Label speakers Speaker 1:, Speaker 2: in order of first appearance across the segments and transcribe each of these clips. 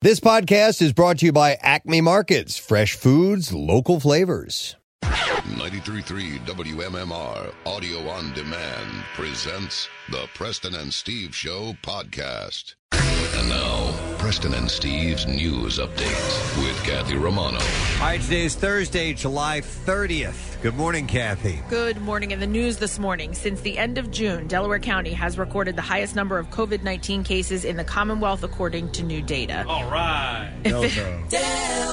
Speaker 1: This podcast is brought to you by Acme Markets, fresh foods, local flavors.
Speaker 2: 933 WMMR Audio on Demand presents the Preston and Steve Show podcast. And now, Preston and Steve's news update with Kathy Romano.
Speaker 1: All right, today is Thursday, July 30th. Good morning, Kathy.
Speaker 3: Good morning. In the news this morning, since the end of June, Delaware County has recorded the highest number of COVID 19 cases in the Commonwealth, according to new data.
Speaker 4: All right.
Speaker 5: uh,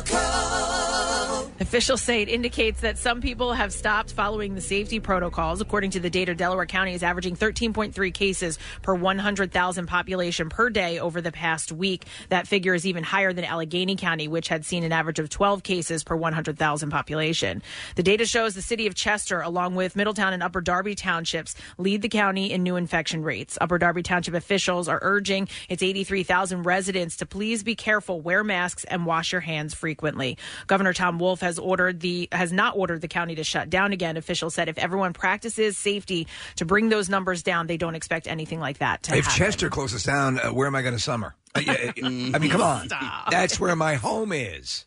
Speaker 3: Officials say it indicates that some people have stopped following the safety protocols. According to the data, Delaware County is averaging 13.3 cases per 100,000 population per day over the past week. That figure is even higher than Allegheny County, which had seen an average of 12 cases per 100,000 population. The data shows the city of Chester, along with Middletown and Upper Darby townships, lead the county in new infection rates. Upper Darby Township officials are urging its 83,000 residents to please be careful, wear masks, and wash your hands frequently. Governor Tom Wolf has ordered the has not ordered the county to shut down again. Officials said if everyone practices safety to bring those numbers down, they don't expect anything like that to
Speaker 6: If
Speaker 3: happen.
Speaker 6: Chester closes down, uh, where am I going to summer? Uh, yeah, I mean, come on.
Speaker 3: Stop.
Speaker 6: That's where my home is.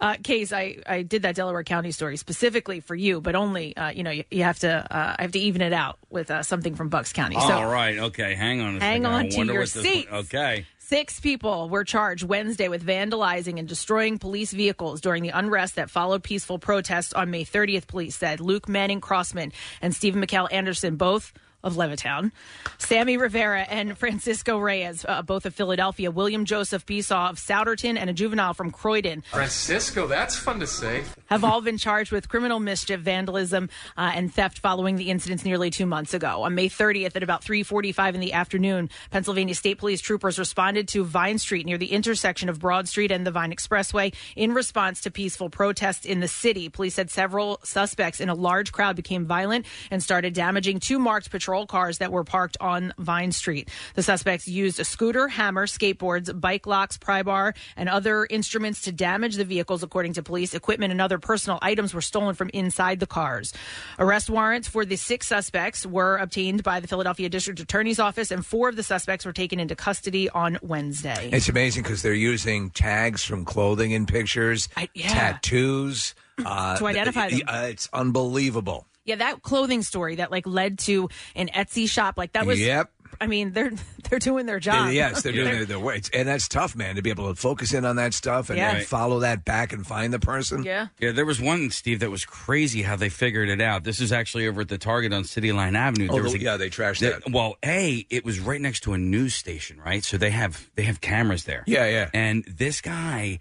Speaker 3: uh, case I, I did that Delaware County story specifically for you, but only uh, you know you, you have to uh, I have to even it out with uh, something from Bucks County. So
Speaker 4: All right. Okay. Hang on. A
Speaker 3: Hang
Speaker 4: second. I
Speaker 3: on to
Speaker 4: wonder
Speaker 3: your
Speaker 4: what this-
Speaker 3: seats.
Speaker 4: Okay.
Speaker 3: Six people were charged Wednesday with vandalizing and destroying police vehicles during the unrest that followed peaceful protests on May 30th, police said. Luke Manning Crossman and Stephen McCall Anderson, both of Levittown, Sammy Rivera and Francisco Reyes, uh, both of Philadelphia, William Joseph Besaw of Souderton, and a juvenile from Croydon
Speaker 7: Francisco, that's fun to say.
Speaker 3: have all been charged with criminal mischief, vandalism, uh, and theft following the incidents nearly two months ago. On May 30th at about 3:45 in the afternoon, Pennsylvania State Police troopers responded to Vine Street near the intersection of Broad Street and the Vine Expressway in response to peaceful protests in the city. Police said several suspects in a large crowd became violent and started damaging two marked patrol cars that were parked on Vine Street. The suspects used a scooter, hammer, skateboards, bike locks, pry bar, and other instruments to damage the vehicles, according to police. Equipment and other personal items were stolen from inside the cars. Arrest warrants for the six suspects were obtained by the Philadelphia District Attorney's Office, and four of the suspects were taken into custody on Wednesday.
Speaker 6: It's amazing because they're using tags from clothing in pictures,
Speaker 3: yeah.
Speaker 6: tattoos. Uh,
Speaker 3: To identify
Speaker 6: th-
Speaker 3: them.
Speaker 6: Uh, it's unbelievable.
Speaker 3: Yeah, that clothing story that like led to an Etsy shop, like that was.
Speaker 6: Yep.
Speaker 3: I mean, they're they're doing their job.
Speaker 6: Yes, they're doing their, their way. It's- And that's tough, man, to be able to focus in on that stuff and,
Speaker 3: Yeah.
Speaker 6: and follow that back and find the person.
Speaker 3: Yeah.
Speaker 4: Yeah, there was one, Steve, that was crazy how they figured it out. This is actually over at the Target on City Line Avenue.
Speaker 6: Oh,
Speaker 4: there was
Speaker 6: the- yeah, they trashed
Speaker 4: there-
Speaker 6: that.
Speaker 4: Well, A, it was right next to a news station, right? So they have they have cameras there.
Speaker 6: Yeah, yeah.
Speaker 4: And this guy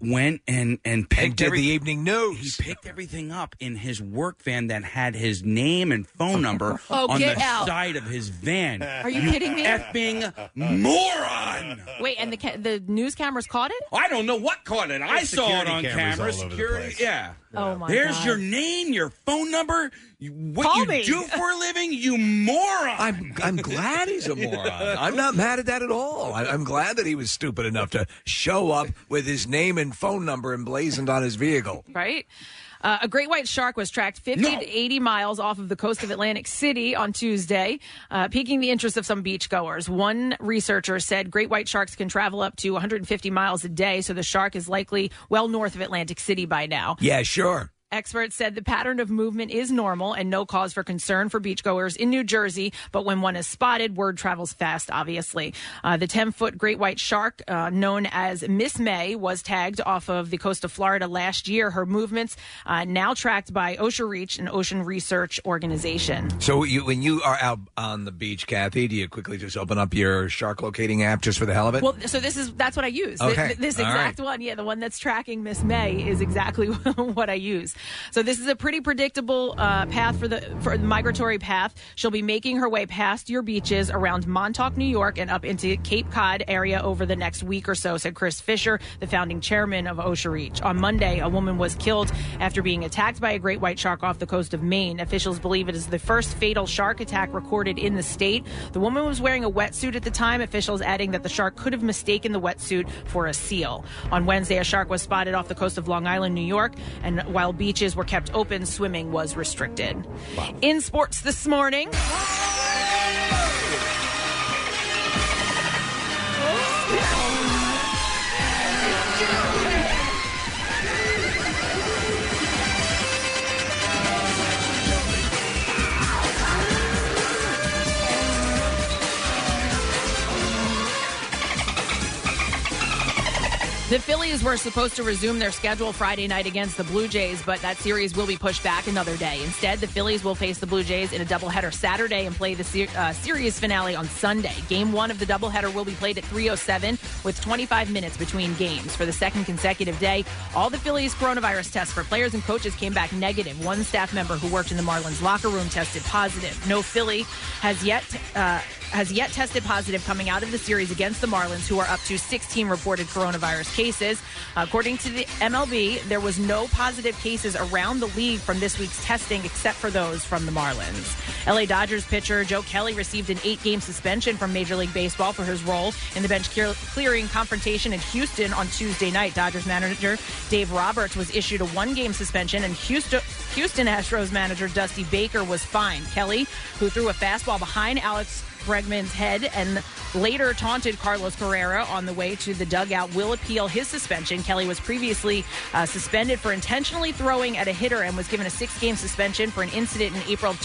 Speaker 4: went and and picked
Speaker 6: And did
Speaker 4: every-
Speaker 6: the evening
Speaker 4: he
Speaker 6: news.
Speaker 4: picked everything up in his work van that had his name and phone number
Speaker 3: Oh,
Speaker 4: on
Speaker 3: get
Speaker 4: the
Speaker 3: out.
Speaker 4: side of his van.
Speaker 3: Are you kidding me?
Speaker 4: effing moron!
Speaker 3: Wait, and the ca- the news cameras caught it?
Speaker 4: I don't know what caught it. I saw it on
Speaker 5: cameras
Speaker 4: camera.
Speaker 5: all over the
Speaker 4: Security,
Speaker 5: place.
Speaker 4: yeah.
Speaker 3: Oh my
Speaker 4: There's
Speaker 3: God.
Speaker 4: your name, your phone number, you, what
Speaker 3: Call
Speaker 4: you
Speaker 3: me.
Speaker 4: do for a living, you moron.
Speaker 6: I'm I'm glad he's a moron. I'm not mad at that at all. I, I'm glad that he was stupid enough to show up with his name and phone number emblazoned on his vehicle.
Speaker 3: right? Uh, a great white shark was tracked 50
Speaker 4: No.
Speaker 3: to 80 miles off of the coast of Atlantic City on Tuesday, uh, piquing the interest of some beachgoers. One researcher said great white sharks can travel up to 150 miles a day, so the shark is likely well north of Atlantic City by now.
Speaker 6: Yeah, sure.
Speaker 3: Experts said the pattern of movement is normal and no cause for concern for beachgoers in New Jersey. But when one is spotted, word travels fast, obviously. Uh, the 10 foot great white shark, uh, known as Miss May, was tagged off of the coast of Florida last year. Her movements uh, now tracked by OSHA Reach, an ocean research organization.
Speaker 6: So you, when you are out on the beach, Kathy, do you quickly just open up your shark locating app just for the hell of it?
Speaker 3: Well, so this is that's what I use. Th-
Speaker 6: Okay.
Speaker 3: th- This
Speaker 6: All
Speaker 3: exact
Speaker 6: right.
Speaker 3: one, yeah, the one that's tracking Miss May is exactly what I use. So this is a pretty predictable uh, path for the for the migratory path. She'll be making her way past your beaches around Montauk, New York, and up into Cape Cod area over the next week or so. Said Chris Fisher, the founding chairman of OSHA Reach. On Monday, a woman was killed after being attacked by a great white shark off the coast of Maine. Officials believe it is the first fatal shark attack recorded in the state. The woman was wearing a wetsuit at the time, officials adding that the shark could have mistaken the wetsuit for a seal. On Wednesday, a shark was spotted off the coast of Long Island, New York, and while beaches were kept open, swimming was restricted. In sports this morning. The Phillies were supposed to resume their schedule Friday night against the Blue Jays, but that series will be pushed back another day. Instead, the Phillies will face the Blue Jays in a doubleheader Saturday and play the ser- uh, series finale on Sunday. Game one of the doubleheader will be played at 3:07 with 25 minutes between games. For the second consecutive day, all the Phillies coronavirus tests for players and coaches came back negative. One staff member who worked in the Marlins locker room tested positive. No Philly has yet. Uh, has yet tested positive coming out of the series against the Marlins, who are up to 16 reported coronavirus cases. According to the MLB, there was no positive cases around the league from this week's testing, except for those from the Marlins. LA Dodgers pitcher Joe Kelly received an eight game suspension from Major League Baseball for his role in the bench clear- clearing confrontation in Houston on Tuesday night. Dodgers manager Dave Roberts was issued a one game suspension, and Houston, Houston Astros manager Dusty Baker was fined. Kelly, who threw a fastball behind Alex Bregman's head and later taunted Carlos Carrera on the way to the dugout will appeal his suspension. Kelly was previously uh, suspended for intentionally throwing at a hitter and was given a six game suspension for an incident in April of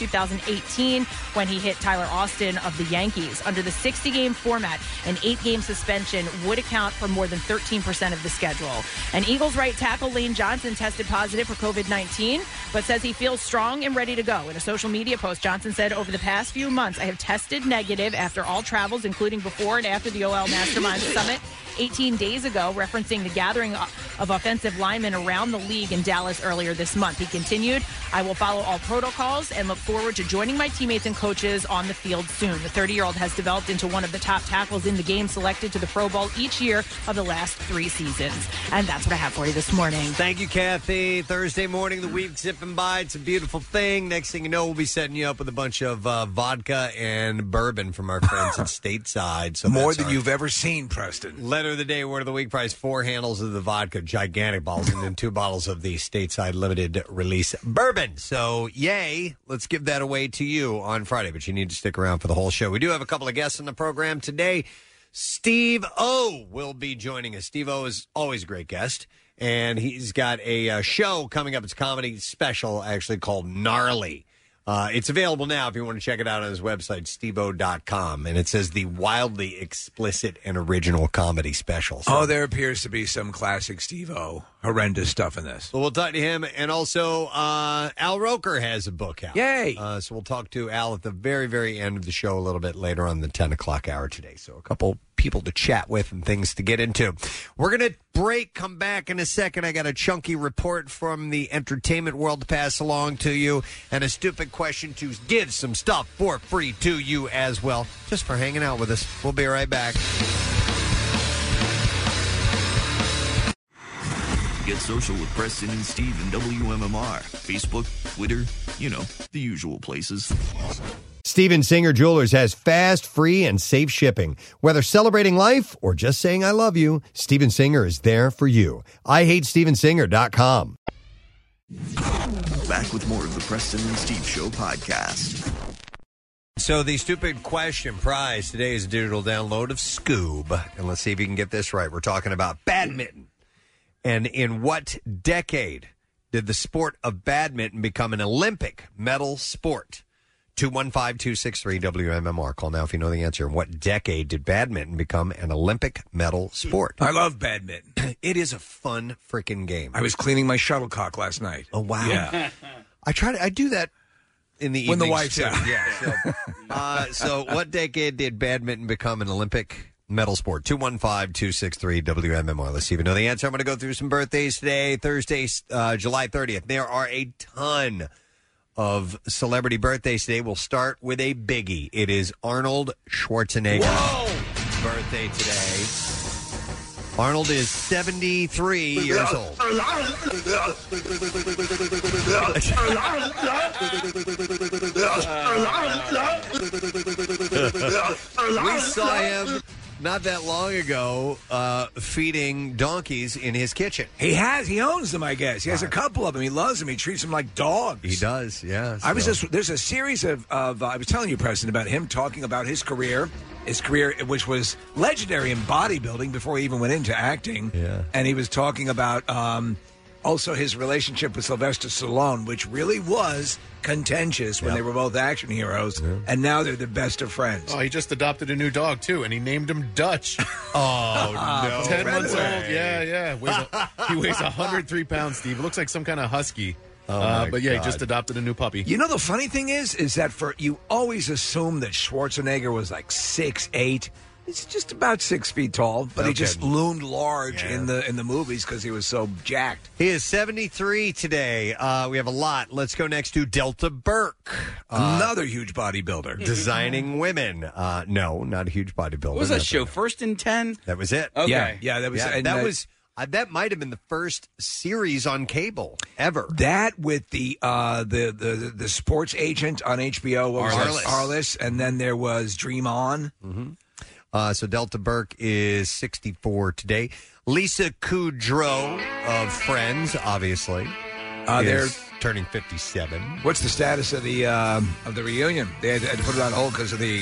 Speaker 3: 2018 when he hit Tyler Austin of the Yankees. Under the 60 game format, an eight game suspension would account for more than 13% of the schedule. And Eagles right tackle Lane Johnson tested positive for COVID 19, but says he feels strong and ready to go. In a social media post, Johnson said, Over the past few months, I have tested negative negative after all travels, including before and after the OL Mastermind Summit 18 days ago, referencing the gathering of offensive linemen around the league in Dallas earlier this month. He continued, I will follow all protocols and look forward to joining my teammates and coaches on the field soon. The 30 year old has developed into one of the top tackles in the game, selected to the Pro Bowl each year of the last three seasons. And that's what I have for you this morning.
Speaker 5: Thank you, Kathy. Thursday morning, the week zipping by. It's a beautiful thing. Next thing you know, we'll be setting you up with a bunch of uh, vodka and bourbon from our friends at Stateside. So
Speaker 6: More
Speaker 5: that's
Speaker 6: than
Speaker 5: our
Speaker 6: you've ever seen, Preston.
Speaker 5: Letter of the day, word of the week prize, four handles of the vodka, gigantic bottles, and then two bottles of the stateside limited release bourbon. So, yay, let's give that away to you on Friday, but you need to stick around for the whole show. We do have a couple of guests on the program today. Steve O will be joining us. Steve O is always a great guest, and he's got a uh, show coming up. It's a comedy special, actually, called Gnarly. Uh, it's available now if you want to check it out on his website, steveo.com. And it says the wildly explicit and original comedy special. So
Speaker 6: Oh, there appears to be some classic Steve O horrendous stuff in this.
Speaker 5: So we'll talk to him. And also, uh, Al Roker has a book out. Yay. Uh, so we'll talk to Al at the very, very end of the show a little bit later on the 10 o'clock hour today. So a couple people to chat with and things to get into. We're going to break, come back in a second. I got a chunky report from the entertainment world to pass along to you and a stupid question to give some stuff for free to you as well, just for hanging out with us. We'll be right back.
Speaker 8: Get social with Preston and Steve and WMMR. Facebook, Twitter, you know, the usual places.
Speaker 1: Steven Singer Jewelers has fast, free, and safe shipping. Whether celebrating life or just saying I love you, Steven Singer is there for you. I hate stevensinger.com.
Speaker 8: Back with more of the Preston and Steve Show podcast.
Speaker 5: So the stupid question prize today is a digital download of Scoob, and let's see if you can get this right. We're talking about badminton, and in what decade did the sport of badminton become an Olympic medal sport? Two one five two six three WMMR. Call now if you know the answer. In what decade did badminton become an Olympic medal sport?
Speaker 6: I love badminton.
Speaker 5: It is a fun freaking game.
Speaker 6: I was cleaning my shuttlecock last night.
Speaker 5: Oh wow!
Speaker 6: Yeah.
Speaker 5: I try to. I do that in the
Speaker 6: When the
Speaker 5: evenings,
Speaker 6: wife's
Speaker 5: too.
Speaker 6: out.
Speaker 5: Yeah. So, uh, so what decade did badminton become an Olympic medal sport? 215-263 WMMR. Let's see if you know the answer. I'm going to go through some birthdays today. Thursday, uh, July 30th. There are a ton of celebrity birthdays today. We'll start with a biggie. It is Arnold Schwarzenegger. Birthday today. Arnold is 73 years old. we saw him not that long ago uh, feeding donkeys in his kitchen.
Speaker 6: He has. He owns them, I guess. He has a couple of them. He loves them. He treats them like dogs.
Speaker 5: He does, yeah.
Speaker 6: I was
Speaker 5: so-
Speaker 6: just there's a series of, of uh, I was telling you, Preston, about him talking about his career, his career which was legendary in bodybuilding before he even went into acting. Yeah, and he was talking about um, also his relationship with Sylvester Stallone, which really was contentious when they were both action heroes, and now they're the best of friends.
Speaker 7: Oh, he just adopted a new dog too, and he named him Dutch.
Speaker 6: Oh, no
Speaker 7: Ten months old.
Speaker 6: way.
Speaker 7: Yeah, yeah. Weighs a- he weighs 103 pounds, Steve. It looks like some kind of husky. uh,
Speaker 6: Oh, my
Speaker 7: but yeah,
Speaker 6: God.
Speaker 7: he just adopted a new puppy.
Speaker 6: You know the funny thing is, is that for you always assume that Schwarzenegger was like six eight. He's just about six feet tall, but
Speaker 5: No
Speaker 6: he just
Speaker 5: kidding.
Speaker 6: loomed large in the in the movies because he was so jacked.
Speaker 5: He is 73 today. Uh, we have a lot. Let's go next to Delta Burke. Uh,
Speaker 6: Another huge bodybuilder.
Speaker 5: Designing women. Uh, no, not a huge bodybuilder.
Speaker 4: What was that
Speaker 5: Nothing.
Speaker 4: show? First and Ten?
Speaker 5: That was it.
Speaker 4: Okay. Yeah, yeah,
Speaker 6: that was-
Speaker 5: that,
Speaker 6: and that-
Speaker 5: was uh, that might have been the first series on cable ever.
Speaker 6: That with the uh the the the sports agent on HBO what was that? Arliss, and then there was Dream On.
Speaker 5: hmm Uh, so Delta Burke is 64 today. Lisa Kudrow of Friends, obviously,
Speaker 6: Uh,
Speaker 5: is turning 57.
Speaker 6: What's the status of the um, of the reunion? They had, had to put it on hold because of the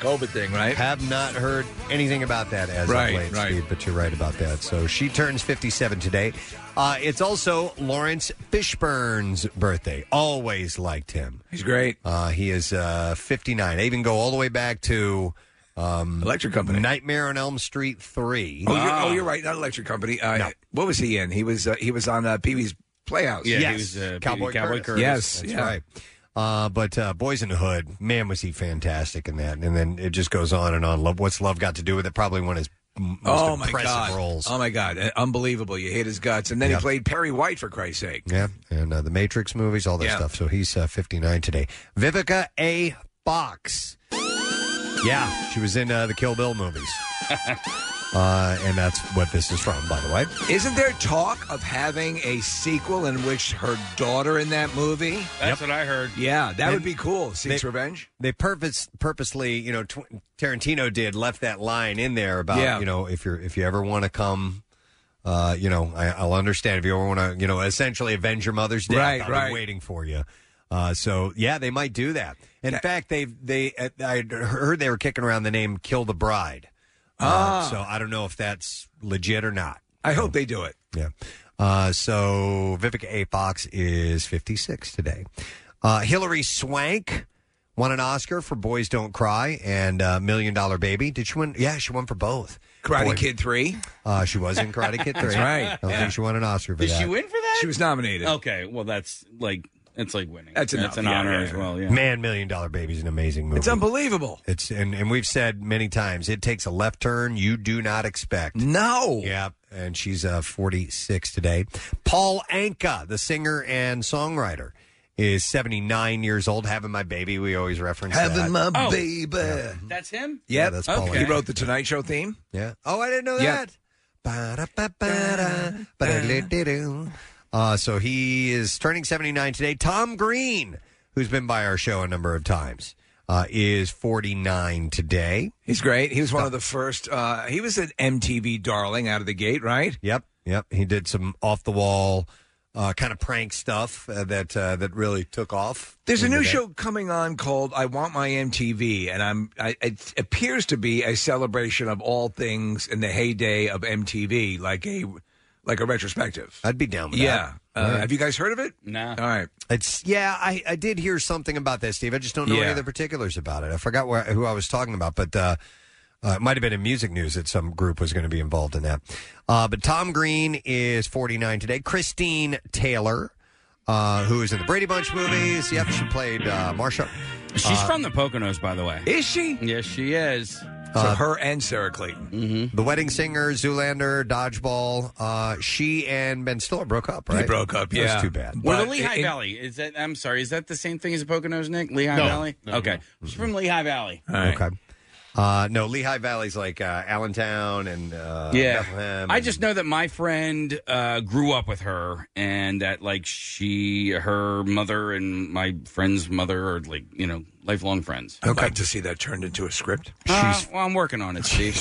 Speaker 6: COVID thing, right?
Speaker 5: Have not heard anything about that as of
Speaker 6: Right,
Speaker 5: late,
Speaker 6: right.
Speaker 5: Steve, but you're right about that. So she turns 57 today. Uh, it's also Lawrence Fishburne's birthday. Always liked him.
Speaker 6: He's great.
Speaker 5: Uh, he is uh, 59. They even go all the way back to um,
Speaker 6: Electric Company.
Speaker 5: Nightmare on Elm Street 3.
Speaker 6: Oh, you're, oh, you're right. Not Electric Company. Uh, What was he in? He was uh, he was on uh, Pee Wee's Playhouse.
Speaker 5: Yeah, he Yes. was, uh, Pee Wee- Cowboy Cowboy Curtis. Curtis.
Speaker 6: Yes,
Speaker 5: That's
Speaker 6: yeah.
Speaker 5: right. Uh, but uh, Boys in the Hood, man, was he fantastic in that. And then it just goes on and on. Love, what's love got to do with it? Probably one of his m- most
Speaker 6: Oh my
Speaker 5: impressive
Speaker 6: god!
Speaker 5: roles.
Speaker 6: Oh my god! Uh, Unbelievable! You hate his guts, and then
Speaker 5: Yeah.
Speaker 6: he played Perry White for Christ's sake.
Speaker 5: Yeah, and uh, the Matrix movies, all that
Speaker 6: Yeah.
Speaker 5: stuff. So he's uh, 59 today. Vivica A. Fox. Yeah, she was in uh, the Kill Bill movies. uh, and that's what this is from, by the way.
Speaker 6: Isn't there talk of having a sequel in which her daughter in that movie?
Speaker 4: That's what I heard.
Speaker 6: Yeah, that
Speaker 5: They-
Speaker 6: would be cool. Seeks
Speaker 5: they-
Speaker 6: revenge.
Speaker 5: They purpose purposely, you know, tw- Tarantino did left that line in there about,
Speaker 6: Yeah.
Speaker 5: you know, if you're if you ever want to come, uh, you know, I, I'll understand if you ever want to, you know, essentially avenge your mother's death.
Speaker 6: Right,
Speaker 5: I'll be
Speaker 6: right.
Speaker 5: waiting for you. Uh, so yeah, they might do that. In
Speaker 6: That-
Speaker 5: fact, they've they uh, I heard they were kicking around the name "Kill the Bride." Uh,
Speaker 6: Ah.
Speaker 5: so I don't know if that's legit or not.
Speaker 6: I hope they do it.
Speaker 5: Yeah. Uh, so Vivica A. Fox is 56 today. Uh, Hillary Swank won an Oscar for Boys Don't Cry and uh, Million Dollar Baby. Did she win? Yeah, she won for both.
Speaker 6: Karate
Speaker 5: Boy-
Speaker 6: Kid Three.
Speaker 5: Uh, she was in Karate Kid 3.
Speaker 6: That's right.
Speaker 5: I don't
Speaker 6: Yeah.
Speaker 5: think she won an Oscar for
Speaker 4: Did
Speaker 5: that.
Speaker 4: she win for that?
Speaker 6: She was nominated.
Speaker 4: Okay, well that's like it's like winning.
Speaker 6: That's enough.
Speaker 4: an
Speaker 6: Yeah,
Speaker 4: honor
Speaker 6: yeah,
Speaker 4: as
Speaker 6: yeah.
Speaker 4: well. Yeah.
Speaker 5: Man, Million Dollar Baby is an amazing movie.
Speaker 6: It's unbelievable.
Speaker 5: It's and, and we've said many times it takes a left turn you do not expect.
Speaker 6: No.
Speaker 5: Yeah, and she's uh, 46 today. Paul Anka, the singer and songwriter, is 79 years old. Having my baby, we always reference
Speaker 6: Having
Speaker 5: that.
Speaker 6: my
Speaker 4: Oh.
Speaker 6: baby. Yeah.
Speaker 4: That's him.
Speaker 5: Yeah, that's Paul
Speaker 6: He
Speaker 5: Anka.
Speaker 6: wrote the Tonight Show theme.
Speaker 5: Yeah. Oh, I didn't know
Speaker 6: Yeah.
Speaker 5: that. Ba-da-ba-ba-da, ba-da-da-da-do. Uh, so he is turning 79 today. Tom Green, who's been by our show a number of times, uh, is 49 today.
Speaker 6: He's great. He was one of the first. Uh, he was an MTV darling out of the gate, right?
Speaker 5: Yep, yep. He did some off the wall uh, kind of prank stuff uh, that uh, that really took off.
Speaker 6: There's a
Speaker 5: in the
Speaker 6: new
Speaker 5: day.
Speaker 6: show coming on called "I Want My MTV," and I'm. I, it appears to be a celebration of all things in the heyday of MTV, like a like a retrospective.
Speaker 5: I'd be down with
Speaker 6: Yeah.
Speaker 5: that.
Speaker 6: Uh, Have you guys heard of it?
Speaker 4: Nah.
Speaker 6: All right.
Speaker 5: It's yeah, I, I did hear something about that, Steve. I just don't know any
Speaker 6: Yeah.
Speaker 5: of the particulars about it. I forgot where, who I was talking about, but uh, uh, it might have been in music news that some group was going to be involved in that. Uh, but Tom Green is 49 today. Christine Taylor, uh, who is in the Brady Bunch movies. Yep, she played uh, Marsha.
Speaker 4: She's
Speaker 5: Uh,
Speaker 4: from the Poconos, by the way.
Speaker 6: Is she?
Speaker 4: Yes, she is. Mm-hmm.
Speaker 6: So her and Sarah Clayton.
Speaker 5: Uh, The Wedding Singer, Zoolander, Dodgeball. Uh, she and Ben Stiller broke up,
Speaker 6: They
Speaker 5: right?
Speaker 6: broke up.
Speaker 5: That's
Speaker 6: Yeah.
Speaker 5: too bad.
Speaker 4: Well, the
Speaker 6: But
Speaker 4: Lehigh
Speaker 6: in-
Speaker 4: Valley is that? I'm sorry, is that the same thing as the Poconos, Nick? Lehigh
Speaker 7: No.
Speaker 4: Valley.
Speaker 7: No, no,
Speaker 4: okay, she's from Lehigh Valley.
Speaker 6: All right.
Speaker 5: Okay. Uh, no, Lehigh Valley's like uh, Allentown and uh,
Speaker 4: yeah,
Speaker 5: Bethlehem.
Speaker 4: I
Speaker 5: and-
Speaker 4: just know that my friend uh, grew up with her, and that like she, her mother, and my friend's mother are like you know lifelong friends.
Speaker 6: I'd like to see that turned into a script.
Speaker 4: Uh, well, I'm working on it, Steve.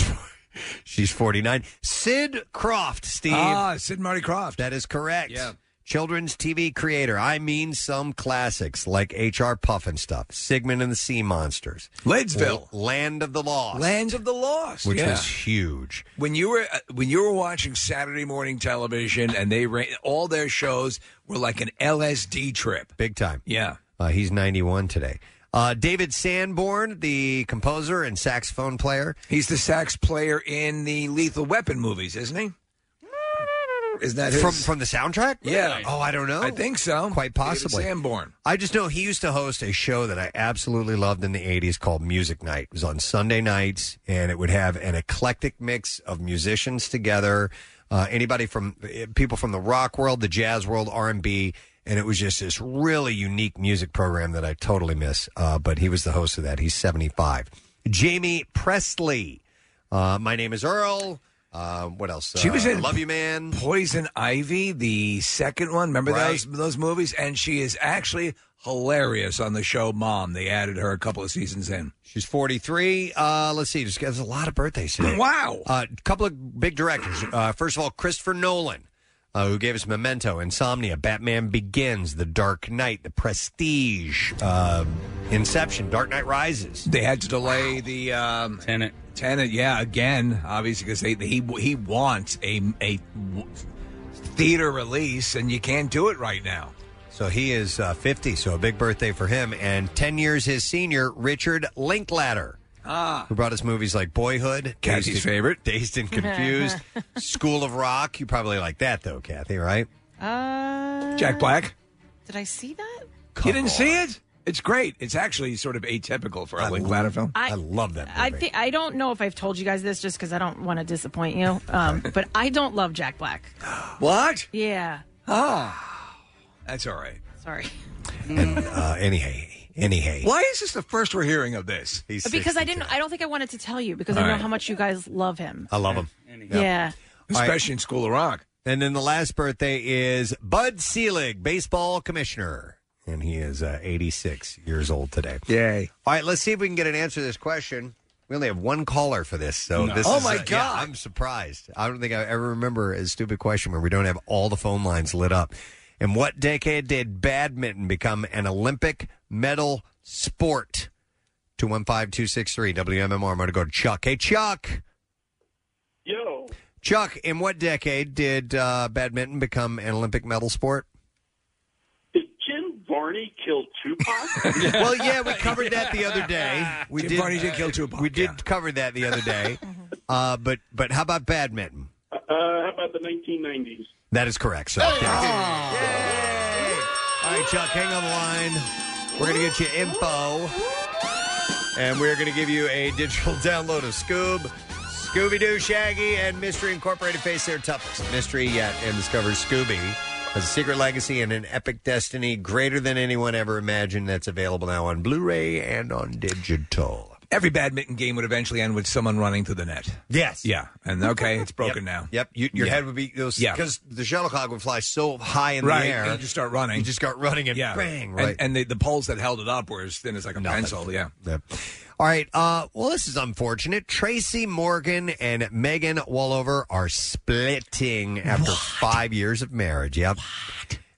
Speaker 5: she's 49. Sid Croft, Steve.
Speaker 6: Ah, Sid Marty Croft.
Speaker 5: That is correct.
Speaker 6: Yeah.
Speaker 5: Children's TV creator. I mean, some classics like H.R. Puffin stuff, Sigmund and the Sea Monsters,
Speaker 6: Leadsville.
Speaker 5: L- Land of the Lost,
Speaker 6: Lands of the Lost,
Speaker 5: which
Speaker 6: yeah.
Speaker 5: was huge.
Speaker 6: when you were uh, when you were watching Saturday morning television, and they ran all their shows were like an LSD trip,
Speaker 5: big time.
Speaker 6: Yeah,
Speaker 5: Uh, he's 91 today. Uh, David Sanborn, the composer and saxophone player.
Speaker 6: He's the sax player in the Lethal Weapon movies, isn't he? Isn't that
Speaker 5: from
Speaker 6: his?
Speaker 5: from the soundtrack?
Speaker 6: Yeah.
Speaker 5: Oh, I don't know.
Speaker 6: I think so.
Speaker 5: Quite
Speaker 6: David
Speaker 5: possibly.
Speaker 6: Sanborn.
Speaker 5: I just know he used to host a show that I absolutely loved in the 80s called Music Night. It was on Sunday nights, and it would have an eclectic mix of musicians together, uh, anybody from eh, people from the rock world, the jazz world, R&B, and it was just this really unique music program that I totally miss. Uh, but he was the host of that. He's 75. Jamie Presley. Uh, my name is Earl. Uh, what else?
Speaker 6: She
Speaker 5: Uh,
Speaker 6: was in
Speaker 5: I Love You Man.
Speaker 6: Poison Ivy, the second one. Remember
Speaker 5: Right.
Speaker 6: those those movies? And she is actually hilarious on the show Mom. They added her a couple of seasons in.
Speaker 5: She's 43. Uh, let's see. Just, there's a lot of birthdays today.
Speaker 6: Wow.
Speaker 5: A couple of big directors. Uh, first of all, Christopher Nolan, uh, who gave us Memento, Insomnia, Batman Begins, The Dark Knight, The Prestige, uh, Inception, Dark Knight Rises.
Speaker 6: They had to delay the um,
Speaker 4: tenant.
Speaker 6: Tenant, yeah, again, obviously because they he he wants a a w- theater release, and you can't do it right now.
Speaker 5: So he is uh, 50, so a big birthday for him. And 10 years his senior, Richard Linklater.
Speaker 6: Ah.
Speaker 5: Who brought us movies like Boyhood,
Speaker 6: Kathy's
Speaker 5: Dazed-
Speaker 6: favorite.
Speaker 5: Dazed and Confused, School of Rock. You probably like that, though, Kathy, right?
Speaker 3: Uh,
Speaker 6: Jack Black,
Speaker 3: Did I see that?
Speaker 6: you didn't see it? It's great. It's actually sort of atypical for a Linklater film.
Speaker 5: I love that movie.
Speaker 3: I think I don't know if I've told you guys this just because I don't want to disappoint you. Um, but I don't love Jack Black.
Speaker 6: What? Ah.
Speaker 3: Yeah,
Speaker 6: That's all right.
Speaker 3: sorry.
Speaker 5: uh, anyhow, anyhow.
Speaker 6: Why is this the first we're hearing of this?
Speaker 5: He's
Speaker 3: Because I
Speaker 5: 62.
Speaker 3: didn't. I don't think I wanted to tell you because
Speaker 6: All
Speaker 3: I know
Speaker 6: right.
Speaker 3: how much you guys love him.
Speaker 5: I love him.
Speaker 3: Yeah.
Speaker 5: right.
Speaker 6: Especially in School of Rock.
Speaker 5: And then the last birthday is Bud Selig, baseball commissioner. And he is uh, 86 years old today.
Speaker 6: Yay.
Speaker 5: All right, let's see if we can get an answer to this question. We only have one caller for this, so this
Speaker 6: Oh,
Speaker 5: is, uh,
Speaker 6: my
Speaker 5: yeah,
Speaker 6: God.
Speaker 5: I'm surprised. I don't think I ever remember a stupid question where we don't have all the phone lines lit up. In what decade did badminton become an Olympic medal sport? 215263 WMMR. I'm going to go to Chuck. Hey, Chuck.
Speaker 9: Yo,
Speaker 5: Chuck, in what decade did uh, badminton become an Olympic medal sport?
Speaker 9: did Jim Varney kill Tupac?
Speaker 5: well, yeah, we covered that the other day. We
Speaker 6: Ah. Jim Varney did kill Tupac,
Speaker 5: We did
Speaker 6: yeah.
Speaker 5: cover that the other day. uh, but but how about badminton?
Speaker 9: uh, how about the 1990s?
Speaker 5: That is correct. So, Ah. Yay! all right, Chuck, hang on the line. We're gonna get you info, and we're gonna give you a digital download of Scoob. Scooby Doo, Shaggy, and Mystery Incorporated face their toughest. Mystery yet and discovers Scooby has a secret legacy and an epic destiny greater than anyone ever imagined. That's available now on Blu ray and on digital.
Speaker 6: Every badminton game would eventually end with someone running through the net.
Speaker 5: Yes.
Speaker 6: Yeah. And okay, it's broken now.
Speaker 5: Yep, you, your
Speaker 6: Yeah.
Speaker 5: head would be because
Speaker 6: Yeah.
Speaker 5: the shuttlecock would fly so high in
Speaker 6: Right.
Speaker 5: the air.
Speaker 6: and you just start running.
Speaker 5: You just got running and
Speaker 6: yeah.
Speaker 5: bang,
Speaker 6: And-
Speaker 5: right?
Speaker 6: And, the, the poles that held it up were as thin as like a
Speaker 5: Nothing.
Speaker 6: pencil. Yeah.
Speaker 5: Yep. All right. Uh, well, this is unfortunate. Tracy Morgan and Megan Wallover are splitting after five years of marriage. Yep.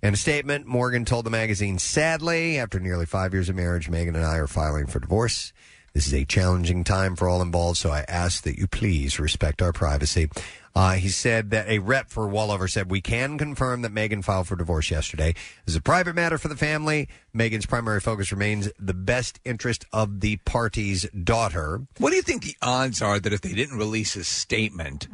Speaker 5: In a statement, Morgan told the magazine, sadly, after nearly five years of marriage, Megan and I are filing for divorce. This is a challenging time for all involved, so I ask that you please respect our privacy. Uh, he said that a rep for Wallover said, We can confirm that Megan filed for divorce yesterday. This is a private matter for the family. Megan's primary focus remains the best interest of the party's daughter.
Speaker 6: What do you think the odds are that if they didn't release a statement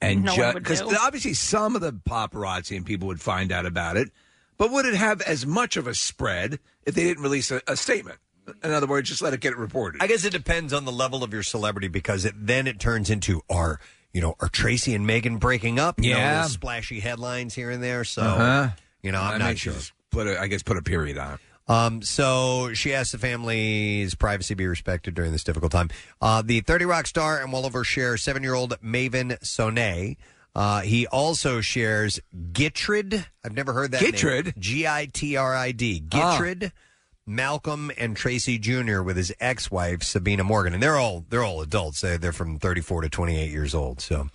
Speaker 6: and
Speaker 3: Hmm. No one
Speaker 6: just
Speaker 3: would
Speaker 6: because
Speaker 3: know.
Speaker 6: obviously some of the paparazzi and people would find out about it, but would it have as much of a spread if they didn't release a, a statement? In other words, just let it get reported.
Speaker 5: I guess it depends on the level of your celebrity because it, then it turns into are you know are Tracy and Megan breaking up? You know,
Speaker 6: Yeah.
Speaker 5: those splashy headlines here and there. So
Speaker 6: Uh-huh.
Speaker 5: you know, I'm
Speaker 6: That
Speaker 5: not
Speaker 6: makes you
Speaker 5: sure.
Speaker 6: just Put a, I guess put a period on it.
Speaker 5: Um, so she asked the family's privacy be respected during this difficult time. Uh, the 30 Rock star and Wallover share seven year old Maven Sonet. Uh, he also shares Gittred. I've never heard that name.
Speaker 6: Gittred?
Speaker 5: G I T R I D.
Speaker 6: Ah.
Speaker 5: Gittred. Malcolm and Tracy Jr. with his ex-wife Sabina Morgan, and they're all they're all adults. They're, they're from 34 to 28 years old. So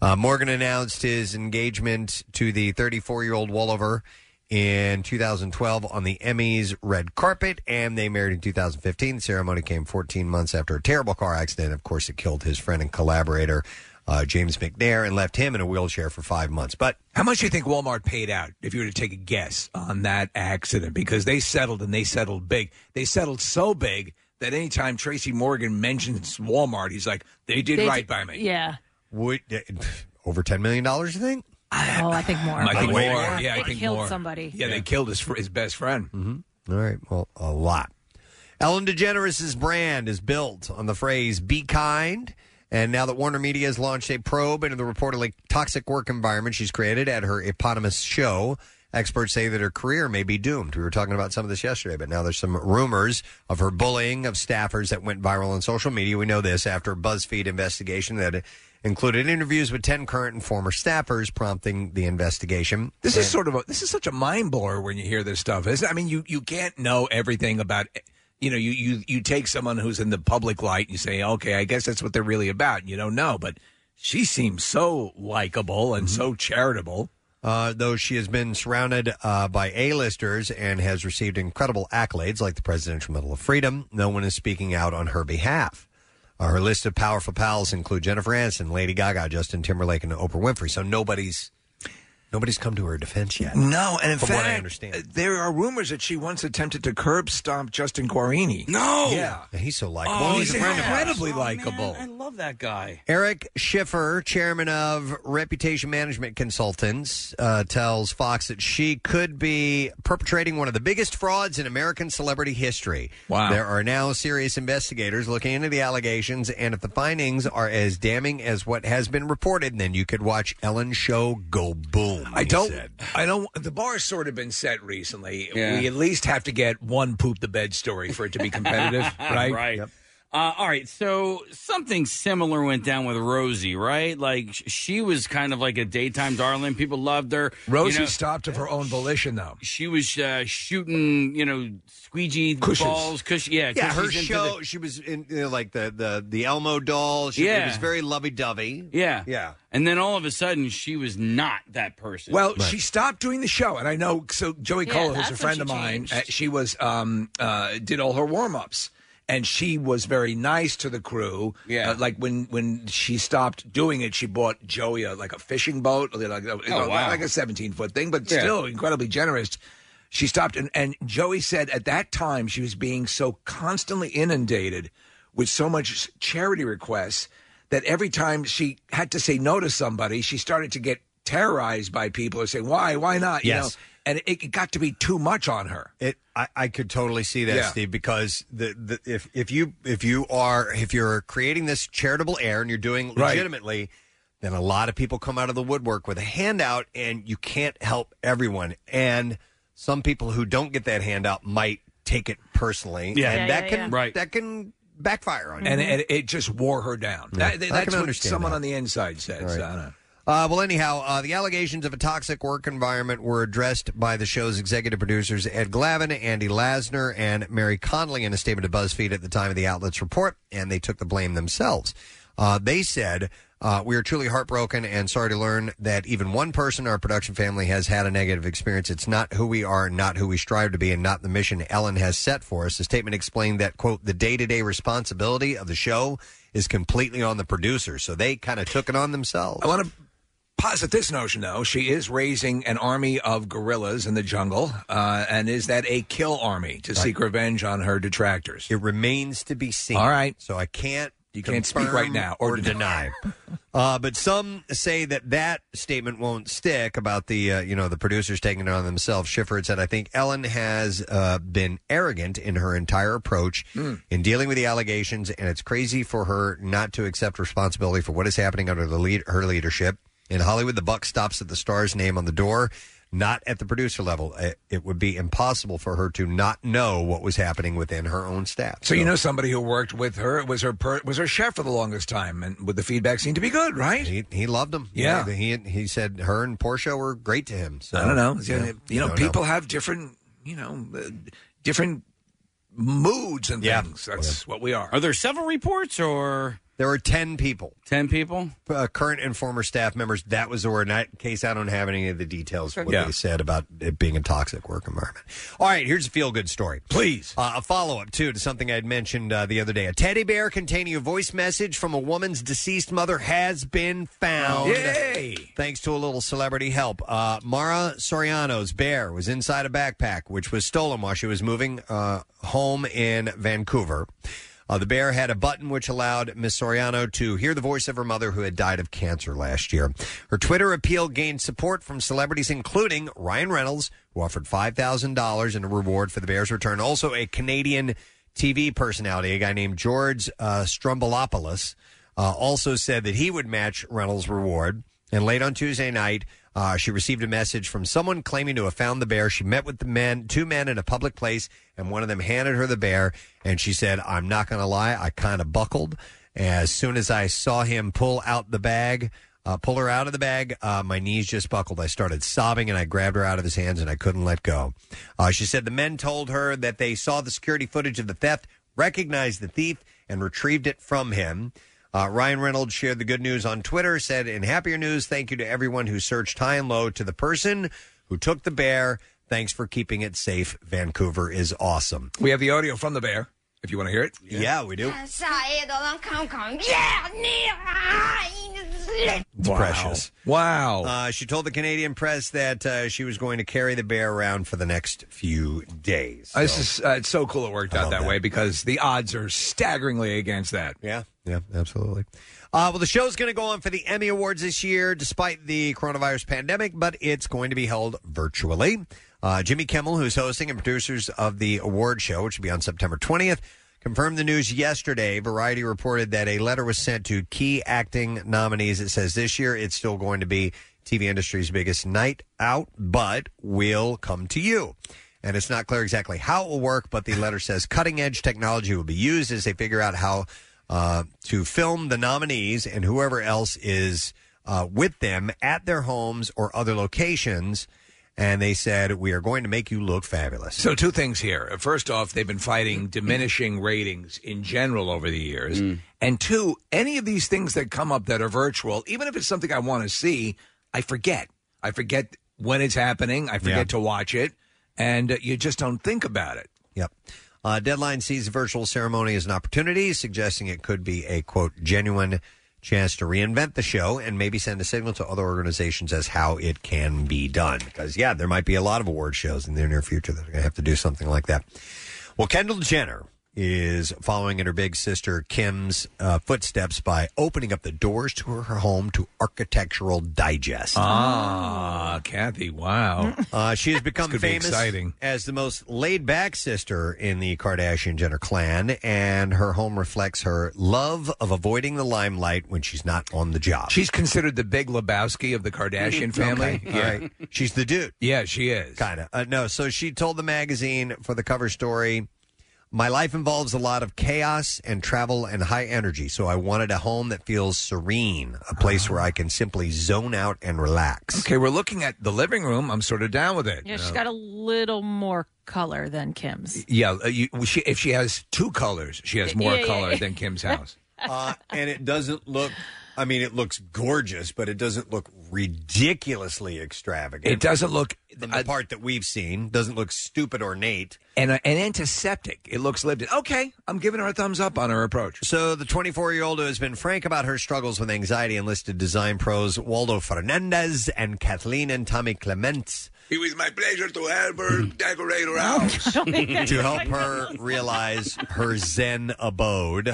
Speaker 5: uh, Morgan announced his engagement to the 34-year-old Wallover in 2012 on the Emmys red carpet, and they married in 2015. The ceremony came 14 months after a terrible car accident. Of course, it killed his friend and collaborator, uh, James McNair, and left him in a wheelchair for five months. But
Speaker 6: How much do you think Walmart paid out if you were to take a guess on that accident? Because they settled and they settled big. They settled so big that anytime Tracy Morgan mentions Walmart, he's like, they did
Speaker 3: They
Speaker 6: right
Speaker 3: did-
Speaker 6: by me.
Speaker 3: Yeah.
Speaker 5: would uh, over $10 million, you think?
Speaker 3: Oh, I think more.
Speaker 6: I think
Speaker 5: Way
Speaker 6: more.
Speaker 5: more.
Speaker 6: Yeah, I
Speaker 3: They
Speaker 6: think
Speaker 3: killed
Speaker 6: more.
Speaker 3: somebody.
Speaker 6: Yeah, they killed his, fr- his best friend.
Speaker 5: Mm-hmm. All right. Well, a lot. Ellen DeGeneres' brand is built on the phrase be kind. And now that Warner Media has launched a probe into the reportedly toxic work environment she's created at her eponymous show, experts say that her career may be doomed. We were talking about some of this yesterday, but now there's some rumors of her bullying of staffers that went viral on social media. We know this after a BuzzFeed investigation that included interviews with 10 current and former staffers, prompting the investigation.
Speaker 6: This
Speaker 5: And-
Speaker 6: is sort of a, this is such a mind blower when you hear this stuff. Isn't it? I mean, you you can't know everything about you know you you you take someone who's in the public light and you say, okay, I guess that's what they're really about. and You don't know, but she seems so likable and so charitable.
Speaker 5: Mm-hmm. Uh, though she has been surrounded uh, by A-listers and has received incredible accolades like the Presidential Medal of Freedom, no one is speaking out on her behalf. Uh, her list of powerful pals include Jennifer Aniston, Lady Gaga, Justin Timberlake, and Oprah Winfrey. So nobody's nobody's come to her defense yet.
Speaker 6: No, and in
Speaker 5: from
Speaker 6: fact,
Speaker 5: what I understand,
Speaker 6: uh, there are rumors that she once attempted to curb stomp Justin Guarini.
Speaker 4: No.
Speaker 6: yeah,
Speaker 5: And he's so likable.
Speaker 4: Oh,
Speaker 5: he's a
Speaker 4: yeah.
Speaker 5: friend of ours.
Speaker 6: incredibly
Speaker 4: Oh, man,
Speaker 6: likable.
Speaker 4: I love that guy.
Speaker 5: Eric Schiffer, chairman of Reputation Management Consultants, uh, tells Fox that she could be perpetrating one of the biggest frauds in American celebrity history.
Speaker 6: Wow.
Speaker 5: There are now serious investigators looking into the allegations, and if the findings are as damning as what has been reported, then you could watch Ellen's show go boom.
Speaker 6: I
Speaker 5: he
Speaker 6: don't.
Speaker 5: said.
Speaker 6: I don't. The bar's sort of been set recently.
Speaker 4: Yeah.
Speaker 6: We at least have to get one poop the bed story for it to be competitive, right?
Speaker 4: Right. Uh, all right. So something similar went down with Rosie, right? Like sh- she was kind of like a daytime darling. People loved her. You
Speaker 6: Rosie
Speaker 4: know,
Speaker 6: stopped of her own volition, though.
Speaker 4: she was uh, shooting, you know, squeegee
Speaker 6: Cushions.
Speaker 4: balls, cushion. Yeah,
Speaker 5: Yeah, her
Speaker 4: cushions into
Speaker 5: show. She was in you know, like the, the the Elmo doll. She
Speaker 4: Yeah.
Speaker 5: it was very lovey dovey.
Speaker 4: the- yeah,
Speaker 5: Yeah.
Speaker 4: And then all of a sudden, she was not that person.
Speaker 6: Well, she stopped doing the show, and I know. So Joey
Speaker 3: Yeah,
Speaker 6: Cole, who's
Speaker 3: that's
Speaker 6: a
Speaker 3: when
Speaker 6: friend
Speaker 3: she
Speaker 6: of mine,
Speaker 3: changed.
Speaker 6: uh, she was um, uh, did all her warm ups, and she was very nice to the crew.
Speaker 4: Yeah.
Speaker 6: Uh, like when when she stopped doing it, she bought Joey a, like a fishing boat, like, like, you know,
Speaker 4: Oh, wow.
Speaker 6: like a seventeen foot thing, but
Speaker 4: Yeah.
Speaker 6: still incredibly generous. She stopped, and, and Joey said at that time she was being so constantly inundated with so much charity requests that every time she had to say no to somebody, she started to get terrorized by people who say, "Why? Why not?" You
Speaker 5: Yes.
Speaker 6: know, and it, it got to be too much on her.
Speaker 5: It, I, I could totally see that,
Speaker 6: Yeah.
Speaker 5: Steve, because the, the if if you if you are if you're creating this charitable air and you're doing
Speaker 6: Right.
Speaker 5: legitimately, then a lot of people come out of the woodwork with a handout, and you can't help everyone. And some people who don't get that handout might take it personally,
Speaker 4: Yeah.
Speaker 5: and
Speaker 3: Yeah,
Speaker 5: that
Speaker 3: yeah,
Speaker 5: can
Speaker 3: yeah.
Speaker 4: Right.
Speaker 5: that can backfire on you.
Speaker 6: And it, it just wore her down. That-
Speaker 5: I
Speaker 6: that's
Speaker 5: can
Speaker 6: what
Speaker 5: understand
Speaker 6: someone
Speaker 5: that.
Speaker 6: on the inside said. so I don't know.
Speaker 5: Uh, well, anyhow, uh, the allegations of a toxic work environment were addressed by the show's executive producers Ed Glavin, Andy Lasner, and Mary Conley in a statement to BuzzFeed at the time of the outlet's report, and they took the blame themselves. Uh, they said, uh, We are truly heartbroken and sorry to learn that even one person in our production family has had a negative experience. It's not who we are, not who we strive to be, and not the mission Ellen has set for us. The statement explained that, quote, the day to day responsibility of the show is completely on the producers. So they kind of took it on themselves.
Speaker 6: I want to posit this notion, though. She is raising an army of gorillas in the jungle, uh, and is that a kill army to seek revenge on her detractors?
Speaker 5: It remains to be seen.
Speaker 6: All right.
Speaker 5: So I can't.
Speaker 6: You can't speak
Speaker 5: confirm
Speaker 6: right now
Speaker 5: or,
Speaker 6: or
Speaker 5: deny. uh, but some say that that statement won't stick about the uh, you know the producers taking it on themselves. Schiffer had said, "I think Ellen has uh, been arrogant in her entire approach in dealing with the allegations, and it's crazy for her not to accept responsibility for what is happening under the lead- her leadership." In Hollywood, the buck stops at the star's name on the door, not at the producer level. It, it would be impossible for her to not know what was happening within her own staff.
Speaker 6: So you know somebody who worked with her was her per, was her chef for the longest time, and with the feedback seemed to be good, right?
Speaker 5: He, he loved him.
Speaker 6: Yeah.
Speaker 5: He he said her and Portia were great to him. So
Speaker 6: I don't know.
Speaker 5: yeah,
Speaker 6: you know,
Speaker 5: don't
Speaker 6: people have different, you know, uh, different moods and
Speaker 5: Yeah.
Speaker 6: things. That's what we are.
Speaker 4: are there several reports or
Speaker 5: There were 10 people.
Speaker 4: 10 people?
Speaker 5: Uh, current and former staff members. That was the word. In that case, I don't have any of the details of what
Speaker 1: Yeah.
Speaker 5: they said about it being a toxic work environment. All right, here's a feel good story. Please. Uh, a follow up, too, to something I'd mentioned uh, the other day. A teddy bear containing a voice message from a woman's deceased mother has been found.
Speaker 6: Yay!
Speaker 5: Thanks to a little celebrity help. Uh, Mara Soriano's bear was inside a backpack, which was stolen while she was moving uh, home in Vancouver. Uh, the bear had a button which allowed Miss Soriano to hear the voice of her mother, who had died of cancer last year. Her Twitter appeal gained support from celebrities, including Ryan Reynolds, who offered $5,000 in a reward for the bear's return. Also, a Canadian TV personality, a guy named George uh, Strombolopoulos, uh, also said that he would match Reynolds' reward. And late on Tuesday night, uh, she received a message from someone claiming to have found the bear. She met with the men, two men in a public place, and one of them handed her the bear. And she said, I'm not going to lie, I kind of buckled. As soon as I saw him pull out the bag, uh, pull her out of the bag. Uh, my knees just buckled. I started sobbing and I grabbed her out of his hands and I couldn't let go. Uh, she said the men told her that they saw the security footage of the theft, recognized the thief, and retrieved it from him. Uh, Ryan Reynolds shared the good news on Twitter, said, In happier news, thank you to everyone who searched high and low to the person who took the bear. Thanks for keeping it safe. Vancouver is awesome.
Speaker 6: We have the audio from the bear. If you want to hear it,
Speaker 5: yeah, we do. It's precious.
Speaker 6: Wow.
Speaker 5: Uh, she told the Canadian press that uh, she was going to carry the bear around for the next few days.
Speaker 6: This is uh, it's so cool it worked out that, way because the odds are staggeringly against that.
Speaker 5: Yeah. Yeah, absolutely. Uh, well, the show's going to go on for the Emmy Awards this year, despite the coronavirus pandemic, but it's going to be held virtually. Uh, Jimmy Kimmel, who's hosting and producers of the award show, which will be on September 20th, confirmed the news yesterday. Variety reported that a letter was sent to key acting nominees. It says this year it's still going to be TV industry's biggest night out, but will come to you. And it's not clear exactly how it will work, but the letter says cutting edge technology will be used as they figure out how uh, to film the nominees and whoever else is uh, with them at their homes or other locations. And they said, We are going to make you look fabulous.
Speaker 6: So two things here. First off, they've been fighting diminishing ratings in general over the years. And two, any of these things that come up that are virtual, even if it's something I want to see, I forget. I forget when it's happening. I forget to watch it, and uh, you just don't think about it.
Speaker 5: Yep. Uh, Deadline sees the virtual ceremony as an opportunity, suggesting it could be a, quote, genuine chance to reinvent the show and maybe send a signal to other organizations as how it can be done. Because, yeah, there might be a lot of award shows in the near future that are going to have to do something like that. Well, Kendall Jenner is following in her big sister Kim's uh, footsteps by opening up the doors to her home to Architectural Digest.
Speaker 6: Ah, Kathy, wow.
Speaker 5: Uh, she has become
Speaker 6: could be
Speaker 5: famous
Speaker 6: exciting.
Speaker 5: as the most laid back sister in the Kardashian Jenner clan, and her home reflects her love of avoiding the limelight when she's not on the job.
Speaker 6: She's considered the big Lebowski of the Kardashian family.
Speaker 5: Okay. All right. She's the dude.
Speaker 6: Yeah, she is.
Speaker 5: Kind of. Uh, no, so she told the magazine for the cover story My life involves a lot of chaos and travel and high energy, so I wanted a home that feels serene, a place where I can simply zone out and relax.
Speaker 6: Ah. Okay, we're looking at the living room. I'm sort of down with it.
Speaker 3: Yeah, she's
Speaker 6: Uh,
Speaker 3: got a little more color than Kim's.
Speaker 6: Yeah, uh, you, well, she, if she has two colors, she has
Speaker 3: Yeah,
Speaker 6: more
Speaker 3: yeah, yeah.
Speaker 6: color than Kim's house.
Speaker 5: uh, and it doesn't look. I mean, it looks gorgeous, but it doesn't look ridiculously extravagant.
Speaker 6: It doesn't look uh,
Speaker 5: the part that we've seen doesn't look stupid ornate.
Speaker 6: And uh, an antiseptic. It looks lived in. Okay, I'm giving her a thumbs up on her approach.
Speaker 5: So the 24 year old who has been frank about her struggles with anxiety enlisted design pros Waldo Fernandez and Kathleen and Tommy Clements
Speaker 6: It was my pleasure to help her decorate her house.
Speaker 5: to help her realize her zen abode.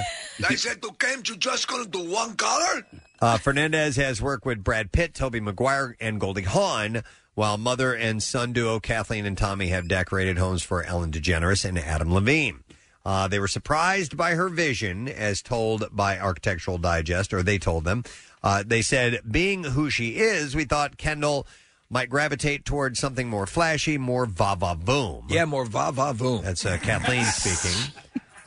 Speaker 6: I said to Kim, you just gonna do one color?
Speaker 5: Uh, Fernandez has worked with Brad Pitt, Toby Maguire, and Goldie Hawn, while mother and son duo Kathleen and Tommy have decorated homes for Ellen DeGeneres and Adam Levine. Uh, they were surprised by her vision, as told by Architectural Digest, or they told them. Uh, they said, being who she is, we thought Kendall might gravitate towards something more flashy, more va va boom.
Speaker 6: Yeah, more va va voom.
Speaker 5: That's uh, Kathleen speaking.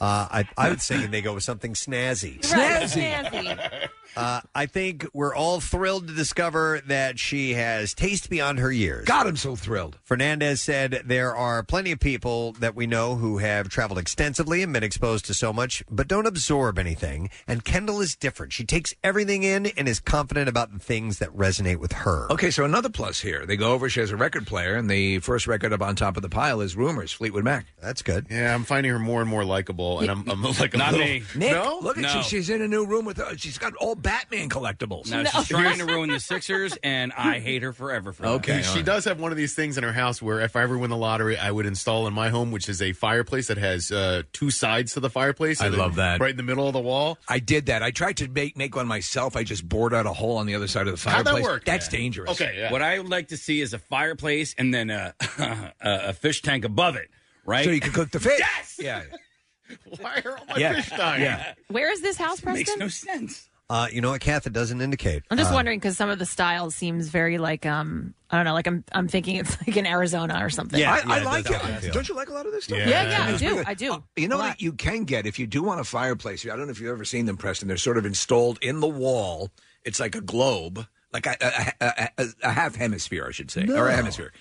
Speaker 5: Uh, I, I was thinking they go with something snazzy.
Speaker 3: Right, snazzy.
Speaker 5: Uh, I think we're all thrilled to discover that she has taste beyond her years.
Speaker 6: God, I'm so thrilled.
Speaker 5: Fernandez said there are plenty of people that we know who have traveled extensively and been exposed to so much, but don't absorb anything. And Kendall is different. She takes everything in and is confident about the things that resonate with her.
Speaker 6: Okay, so another plus here. They go over, she has a record player, and the first record up on top of the pile is Rumors, Fleetwood Mac.
Speaker 5: That's good.
Speaker 7: Yeah, I'm finding her more and more likable, and I'm, I'm like a
Speaker 6: Not
Speaker 7: little-
Speaker 6: me. Nick,
Speaker 7: no,
Speaker 6: look at
Speaker 7: no.
Speaker 6: you. She's in a new room with her. She's got all Batman collectibles.
Speaker 4: Now she's trying to ruin the Sixers, and I hate her forever for that.
Speaker 7: Okay, she does have one of these things in her house where if I ever win the lottery, I would install in my home, which is a fireplace that has uh, two sides to the fireplace.
Speaker 6: I
Speaker 7: and
Speaker 6: love
Speaker 7: then
Speaker 6: that.
Speaker 7: Right in the middle of the wall.
Speaker 6: I did that. I tried to make make one myself. I just bored out a hole on the other side of the
Speaker 4: How'd
Speaker 6: fireplace.
Speaker 4: that work?
Speaker 6: That's
Speaker 4: Yeah.
Speaker 6: dangerous.
Speaker 4: What I would like to see is a fireplace and then a a, a fish tank above it, right?
Speaker 6: So you can cook the fish.
Speaker 4: Yes.
Speaker 6: Yeah.
Speaker 7: Why are all my
Speaker 5: Yeah.
Speaker 7: fish dying?
Speaker 5: Yeah.
Speaker 3: Where is this house,
Speaker 4: Makes
Speaker 3: Preston?
Speaker 4: no sense.
Speaker 5: Uh, you know what, Kath? It doesn't indicate.
Speaker 3: I'm just
Speaker 5: Uh,
Speaker 3: wondering because some of the style seems very like um I don't know like I'm I'm thinking it's like in Arizona or something.
Speaker 6: I, I like it. Don't you like a lot of this stuff? Uh,
Speaker 3: Yeah, yeah, I do, I do.
Speaker 6: You know
Speaker 3: A lot.
Speaker 6: what you can get if you do want a fireplace. I don't know if you've ever seen them, Preston. They're sort of installed in the wall. It's like a globe, like a, a, a, a, a half hemisphere, I should say, or a
Speaker 10: No.
Speaker 6: hemisphere.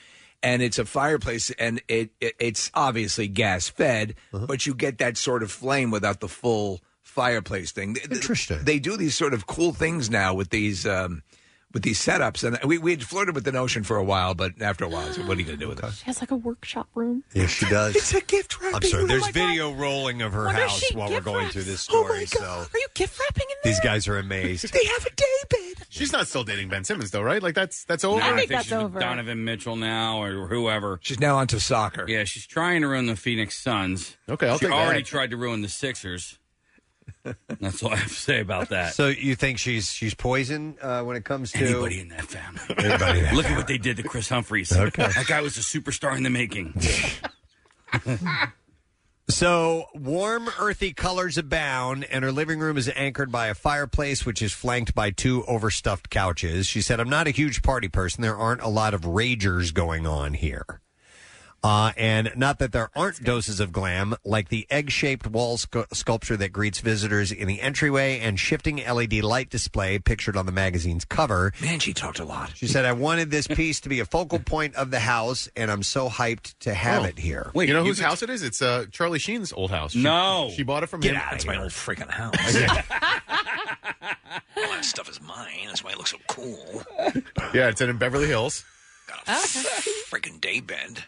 Speaker 6: And it's a fireplace, and it, it it's obviously gas fed,
Speaker 3: Uh-huh.
Speaker 6: but you get that sort of flame without the full fireplace thing. Interesting. They do these sort of cool things now with these. Um, with these setups, and we we had flirted with the notion for a while, but after a while, I said, "What are you going to do with this?"
Speaker 3: She has like a workshop room.
Speaker 5: Yeah, she does.
Speaker 6: It's a gift
Speaker 5: I'm
Speaker 6: wrapping.
Speaker 5: sorry.
Speaker 6: Oh
Speaker 5: There's
Speaker 6: my
Speaker 5: video rolling of her
Speaker 6: Wonder if
Speaker 5: house
Speaker 6: she
Speaker 5: while we're
Speaker 6: gift
Speaker 5: going
Speaker 6: wraps.
Speaker 5: through this
Speaker 6: Oh
Speaker 5: story. So
Speaker 6: Are you gift wrapping in
Speaker 5: these guys are amazed.
Speaker 6: They have a David.
Speaker 7: She's not still dating Ben Simmons though, right? Like that's that's over.
Speaker 4: I don't she's with Donovan Mitchell now or whoever.
Speaker 6: She's now onto soccer.
Speaker 4: Yeah, she's trying to ruin the Phoenix Suns.
Speaker 7: Okay, I'll
Speaker 4: she
Speaker 7: take that.
Speaker 4: already tried to ruin the Sixers. That's all I have to say about that.
Speaker 5: So you think she's she's poison uh, when it comes to
Speaker 4: Anybody in that family?
Speaker 5: Everybody in that
Speaker 4: Look at what they did to Chris Humphreys.
Speaker 5: Okay.
Speaker 4: That guy was a superstar in the making.
Speaker 5: So warm, earthy colors abound, and her living room is anchored by a fireplace, which is flanked by two overstuffed couches. She said, "I'm not a huge party person. There aren't a lot of ragers going on here." Uh, and not that there aren't doses of glam, like the egg shaped wall scu- sculpture that greets visitors in the entryway and shifting LED light display pictured on the magazine's cover.
Speaker 6: Man, she talked a lot.
Speaker 5: She said, I wanted this piece to be a focal point of the house, and I'm so hyped to have
Speaker 7: Oh.
Speaker 5: it here.
Speaker 7: Wait, you know whose house it is? It's uh, Charlie Sheen's old house. She-
Speaker 5: No.
Speaker 7: she bought it from
Speaker 5: Get
Speaker 7: him.
Speaker 5: out of
Speaker 7: That's
Speaker 5: here.
Speaker 6: my old freaking house. All that stuff is mine. That's why it looks so cool.
Speaker 7: yeah, it's in Beverly Hills.
Speaker 6: Freaking daybed.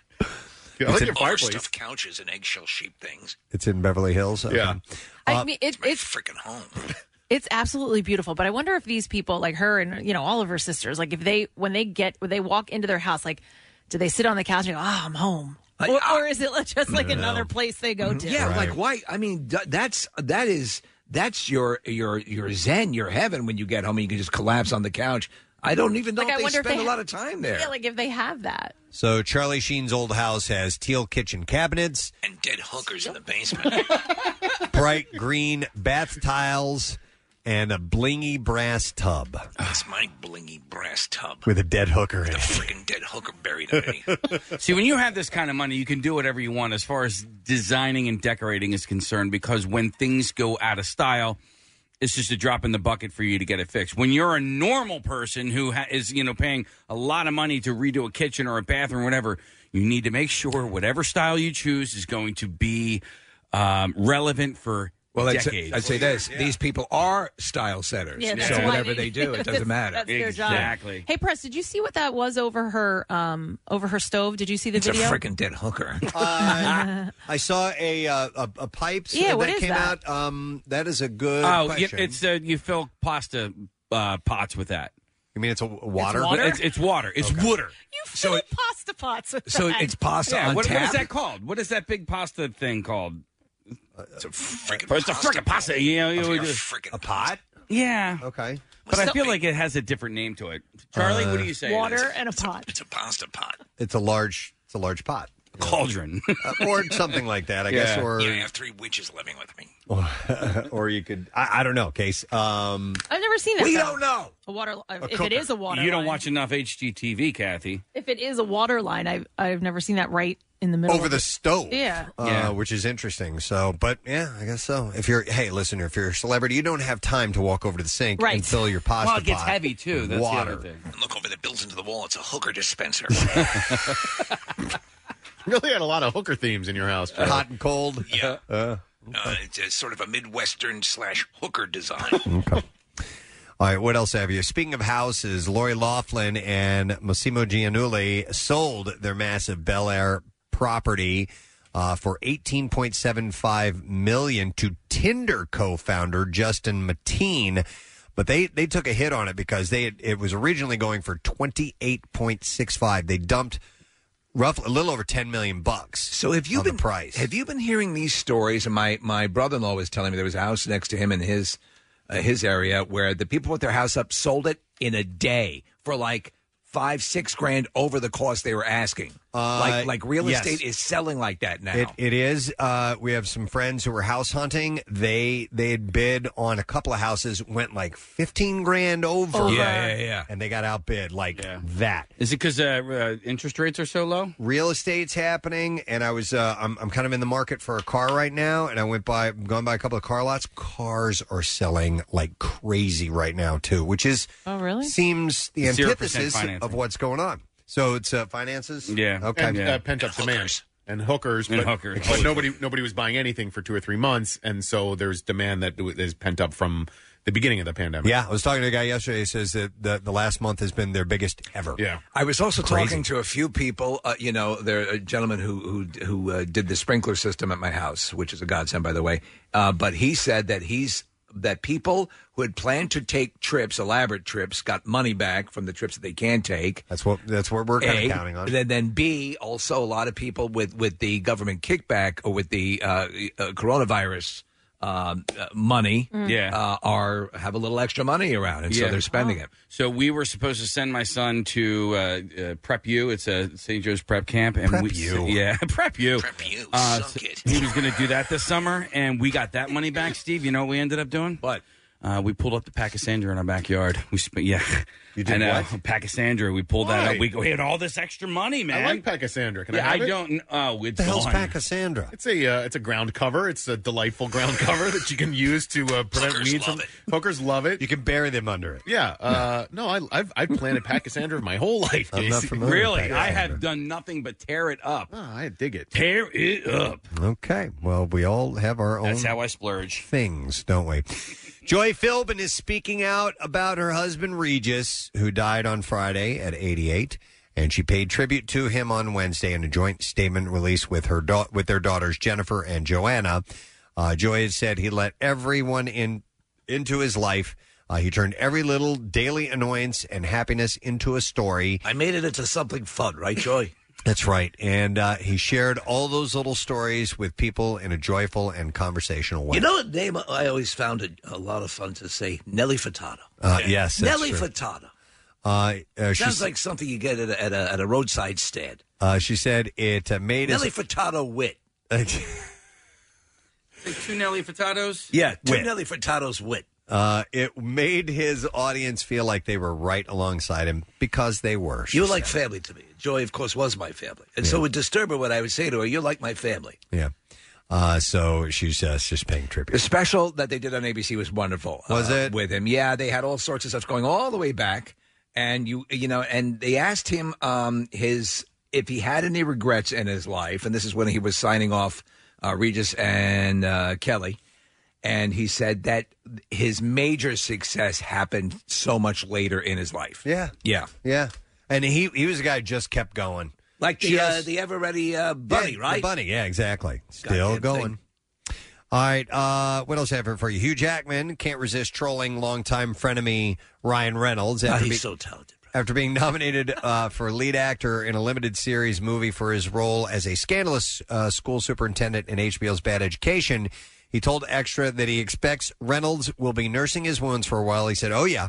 Speaker 7: Yeah, I like your fireplace.
Speaker 6: Stuffed couches and eggshell shaped things.
Speaker 5: It's in Beverly Hills. Uh, Yeah.
Speaker 3: I mean, it, it's
Speaker 6: freaking home.
Speaker 3: It's absolutely beautiful, but I wonder if these people, like her and you know all of her sisters, like if they when they get when they walk into their house, like do they sit on the couch and go, "Ah, I'm home," or,
Speaker 6: uh,
Speaker 3: or is it just
Speaker 5: Mm-hmm.
Speaker 3: like
Speaker 6: I don't know.
Speaker 3: another place they go to?
Speaker 6: Mm-hmm. Yeah, like why? I mean, th- that's that is that's your your your zen, your heaven. When you get home, and you can just collapse on the couch. I don't even know
Speaker 3: Like,
Speaker 6: if
Speaker 3: I
Speaker 6: they
Speaker 3: wonder
Speaker 6: spend
Speaker 3: if they
Speaker 6: a
Speaker 3: ha-
Speaker 6: lot of time there.
Speaker 3: Yeah, like if they have that.
Speaker 5: So Charlie Sheen's old house has teal kitchen cabinets,
Speaker 6: and dead hookers in the basement.
Speaker 5: bright green bath tiles, and a blingy brass tub
Speaker 6: That's my blingy brass tub.
Speaker 5: with a dead hooker in it.
Speaker 6: Freaking dead hooker buried in me.
Speaker 4: See, when you have this kind of money, you can do whatever you want as far as designing and decorating is concerned because when things go out of style, it's just a drop in the bucket for you to get it fixed. When you're a normal person who ha- is, you know, paying a lot of money to redo a kitchen or a bathroom, whatever, you need to make sure whatever style you choose is going to be um, relevant for
Speaker 6: Well, I'd say,
Speaker 4: decades.
Speaker 6: I'd say this: these people are style setters,
Speaker 3: Yeah, that's
Speaker 6: so
Speaker 3: why
Speaker 6: whatever
Speaker 3: they-
Speaker 6: they do, it doesn't matter.
Speaker 3: That's their job. Hey, Press, did you see what that was over her um over her stove? Did you see the
Speaker 6: It's a
Speaker 3: video?
Speaker 6: freaking dead hooker.
Speaker 5: Uh, I saw a uh, a, a pipe
Speaker 3: Yeah,
Speaker 5: that
Speaker 3: what is
Speaker 5: came
Speaker 3: that?
Speaker 5: out. Um, that is a good
Speaker 4: oh, yeah,
Speaker 5: question.
Speaker 4: it's uh, you fill pasta uh, pots with that.
Speaker 5: You mean it's a water?
Speaker 4: It's water. It's, water. It's water.
Speaker 3: You fill pasta pots with that.
Speaker 4: Yeah, what, what is that called? What is that big pasta thing called?
Speaker 6: It's a freaking.
Speaker 4: It's a freaking pasta. You know, you
Speaker 6: It's like
Speaker 4: would
Speaker 6: a
Speaker 4: just-
Speaker 6: a pot.
Speaker 4: Yeah.
Speaker 5: Okay.
Speaker 4: But I feel like it has a different name to it. Charlie, what do you say?
Speaker 3: Water and a pot.
Speaker 6: It's a pasta pot.
Speaker 5: It's a large. It's a large pot. Uh,
Speaker 4: Cauldron,
Speaker 5: or something like that, I guess.
Speaker 4: Yeah.
Speaker 5: Or
Speaker 6: Yeah, I have three witches living with me.
Speaker 5: or you could. I, I don't know. Case. Um,
Speaker 3: I've never seen that.
Speaker 6: We
Speaker 3: though.
Speaker 6: don't know.
Speaker 3: a water. if it is a water,
Speaker 4: You don't
Speaker 3: line.
Speaker 4: watch enough HGTV, Kathy.
Speaker 3: If it is a water line, I've I've never seen that right in the middle
Speaker 5: over
Speaker 3: of
Speaker 5: the
Speaker 3: it.
Speaker 5: stove.
Speaker 3: Yeah.
Speaker 6: Oh,
Speaker 5: uh,
Speaker 3: Yeah.
Speaker 5: which is interesting. So, but yeah, I guess so. If you're, hey, listener, if you're a celebrity, you don't have time to walk over to the sink
Speaker 3: Right.
Speaker 5: and fill your pasta.
Speaker 4: Well, it gets
Speaker 5: pot
Speaker 4: heavy, too.
Speaker 5: with
Speaker 4: That's the
Speaker 5: water.
Speaker 4: other thing.
Speaker 6: Look over the built into the wall. It's a hooker dispenser.
Speaker 7: really had a lot of hooker themes in your house. Joe.
Speaker 6: Hot
Speaker 5: and cold.
Speaker 6: Yeah.
Speaker 5: Uh,
Speaker 6: Uh, it's a sort of a Midwestern slash hooker design.
Speaker 5: All right, what else have you? Speaking of houses, Lori Laughlin and Massimo Gianulli sold their massive Bel Air property uh, for 18.75 million to Tinder co-founder Justin Mateen. But they, they took a hit on it because they had, it was originally going for 28.65. They dumped roughly a little over 10 million bucks.
Speaker 6: So have you
Speaker 5: on
Speaker 6: been
Speaker 5: the price?
Speaker 6: Have you been hearing these stories? And my my brother in law was telling me there was a house next to him in his uh, his area where the people put their house up, sold it in a day for like five six grand over the cost they were asking.
Speaker 5: Uh,
Speaker 6: like like real
Speaker 5: yes.
Speaker 6: estate is selling like that now.
Speaker 5: It, it is. Uh, we have some friends who were house hunting. They they had bid on a couple of houses, went like fifteen grand over.
Speaker 4: Over. Yeah, yeah, yeah.
Speaker 5: And they got outbid like that.
Speaker 4: Is it because uh, uh, interest rates are so low?
Speaker 5: Real estate's happening, and I was uh, I'm I'm kind of in the market for a car right now, and I went by going by a couple of car lots. Cars are selling like crazy right now too, which is
Speaker 3: Oh, really?
Speaker 5: seems the
Speaker 7: 0%
Speaker 5: antithesis
Speaker 7: financing.
Speaker 5: of what's going on. So it's uh, finances.
Speaker 7: Yeah.
Speaker 5: Okay.
Speaker 7: And, uh, pent up demand and hookers,
Speaker 4: And
Speaker 7: but,
Speaker 4: hookers.
Speaker 7: but nobody nobody was buying anything for two or three months, and so there's demand that is pent up from the beginning of the pandemic.
Speaker 5: Yeah, I was talking to a guy yesterday. He says that the, the last month has been their biggest ever.
Speaker 7: Yeah.
Speaker 6: I was also
Speaker 5: Crazy.
Speaker 6: talking to a few people. Uh, you know, there a gentleman who who who uh, did the sprinkler system at my house, which is a godsend, by the way. Uh, but he said that he's that people who had planned to take trips, elaborate trips, got money back from the trips that they can take.
Speaker 5: That's what that's what we're kind
Speaker 6: A.
Speaker 5: of counting on.
Speaker 6: Then, then B, also a lot of people with, with the government kickback or with the uh, uh, coronavirus um, uh, money,
Speaker 4: Mm. Yeah.
Speaker 6: uh, are have a little extra money around, and so
Speaker 4: Yeah. Oh.
Speaker 6: they're spending it.
Speaker 4: So we were supposed to send my son to uh, uh, Prep U. It's a St. Joe's Prep Camp, and
Speaker 6: Prep
Speaker 4: we
Speaker 6: U.
Speaker 4: yeah Prep U. Prep
Speaker 6: U.
Speaker 4: he was going to do that this summer, and we got that money back. Steve, you know what we ended up doing?
Speaker 6: What?
Speaker 4: Uh, we pulled up the pack of Sandra in our backyard. We spent yeah. You
Speaker 7: did
Speaker 4: I know,
Speaker 7: what?
Speaker 4: a pack of Sandra. We pulled that
Speaker 7: Why?
Speaker 4: up. We go, we had all this extra money, man.
Speaker 7: I like Pachysandra. Can
Speaker 4: Yeah,
Speaker 7: I have
Speaker 4: I
Speaker 7: it?
Speaker 4: don't. Oh, it's
Speaker 7: The hell's
Speaker 4: gone.
Speaker 5: Pachysandra?
Speaker 7: It's a uh, it's a ground cover. It's a delightful ground cover that you can use to uh, prevent weeds. from, Hookers love it.
Speaker 5: You can bury them under it.
Speaker 7: Yeah. Uh, no, I, I've I've planted Pachysandra my whole life.
Speaker 5: I'm not
Speaker 7: Casey.
Speaker 5: familiar with
Speaker 4: Really,
Speaker 5: Pachysandra.
Speaker 4: I have done nothing but tear it up.
Speaker 7: I dig it.
Speaker 4: Tear it up.
Speaker 5: Okay. Well, we all have our own
Speaker 4: That's how I splurge.
Speaker 5: things, don't we? Joy Philbin is speaking out about her husband Regis, who died on Friday at 88, and she paid tribute to him on Wednesday in a joint statement released with her da- with their daughters Jennifer and Joanna. Uh, Joy had said he let everyone in into his life. Uh, he turned every little daily annoyance and happiness into a story.
Speaker 6: I made it into something fun, right, Joy?
Speaker 5: That's right. And uh, he shared all those little stories with people in a joyful and conversational way.
Speaker 10: You know what name I always found it a lot of fun to say? Nelly Furtado.
Speaker 5: Uh, yes, that's
Speaker 10: Nelly
Speaker 5: true.
Speaker 10: Furtado.
Speaker 5: Uh, uh, she,
Speaker 10: Sounds like something you get at a, at a, at a roadside stand.
Speaker 5: uh, she said it uh, made
Speaker 10: Nelly
Speaker 5: his.
Speaker 10: Furtado wit.
Speaker 4: Like two Nelly Furtados.
Speaker 10: Yeah, two
Speaker 5: Wit.
Speaker 10: Nelly Furtado's wit.
Speaker 5: uh, it made his audience feel like they were right alongside him because they were. she
Speaker 10: You were like
Speaker 5: said.
Speaker 10: family to me. Joy, of course, was my family. And so it would disturb her when I would say to her, You're like my family.
Speaker 5: yeah. Uh, so she's uh, just paying
Speaker 6: The
Speaker 5: tribute.
Speaker 6: special that they did on ABC was wonderful.
Speaker 5: Was
Speaker 6: uh,
Speaker 5: it?
Speaker 6: with him? Yeah, they had all sorts of stuff going all the way back, and you you know, and they asked him um, his if he had any regrets in his life, and this is when he was signing off uh, Regis and uh, Kelly, and he said that his major success happened so much later in his life.
Speaker 5: Yeah,
Speaker 6: Yeah,
Speaker 5: yeah. And he he was a guy who just kept going.
Speaker 10: Like the, uh,
Speaker 5: Just-
Speaker 10: the ever ready uh, bunny,
Speaker 5: Yeah, the
Speaker 10: right?
Speaker 5: bunny, yeah, exactly. Still
Speaker 10: Goddamn
Speaker 5: going.
Speaker 10: thing.
Speaker 5: All right, uh, what else have I for you? Hugh Jackman can't resist trolling longtime frenemy Ryan Reynolds
Speaker 10: Ah,
Speaker 5: after,
Speaker 10: he's
Speaker 5: be-
Speaker 10: so talented.
Speaker 5: after being nominated uh, for lead actor in a limited series movie for his role as a scandalous uh, school superintendent in HBO's Bad Education. He told Extra that he expects Reynolds will be nursing his wounds for a while. He said, "Oh yeah,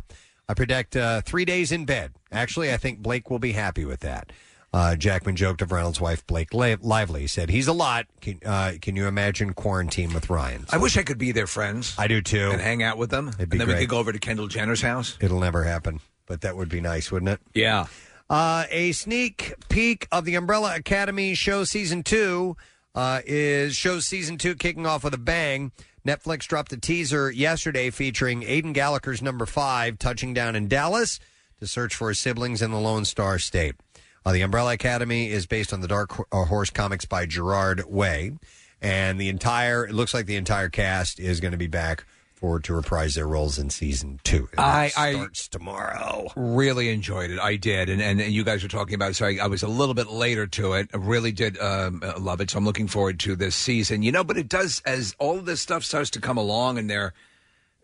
Speaker 5: I predict uh, three days in bed. Actually, I think Blake will be happy with that." Uh, Jackman joked of Reynolds' wife, Blake Li- Lively. He said, He's a lot. Can, uh, can you imagine quarantine with Ryan?
Speaker 6: I wish I could be their friends
Speaker 5: I do too.
Speaker 6: and hang out with them,
Speaker 5: It'd be
Speaker 6: and then
Speaker 5: great.
Speaker 6: we could go over to Kendall Jenner's house.
Speaker 5: It'll never happen, but that would be nice, wouldn't it?
Speaker 6: Yeah.
Speaker 5: Uh, a sneak peek of the Umbrella Academy show season two uh, is show season two kicking off with a bang. Netflix dropped a teaser yesterday featuring Aiden Gallagher's number five touching down in Dallas to search for his siblings in the Lone Star State. Uh, the Umbrella Academy is based on the Dark Ho- uh, Horse comics by Gerard Way, and the entire it looks like the entire cast is going to be back for to reprise their roles in season two. And
Speaker 6: I-
Speaker 5: that
Speaker 6: I-
Speaker 5: starts tomorrow.
Speaker 6: Really enjoyed it. I did, and and, and you guys were talking about it, so I, I was a little bit later to it. I really did um, uh, love it, so I'm looking forward to this season. You know, but it does as all of this stuff starts to come along, and they're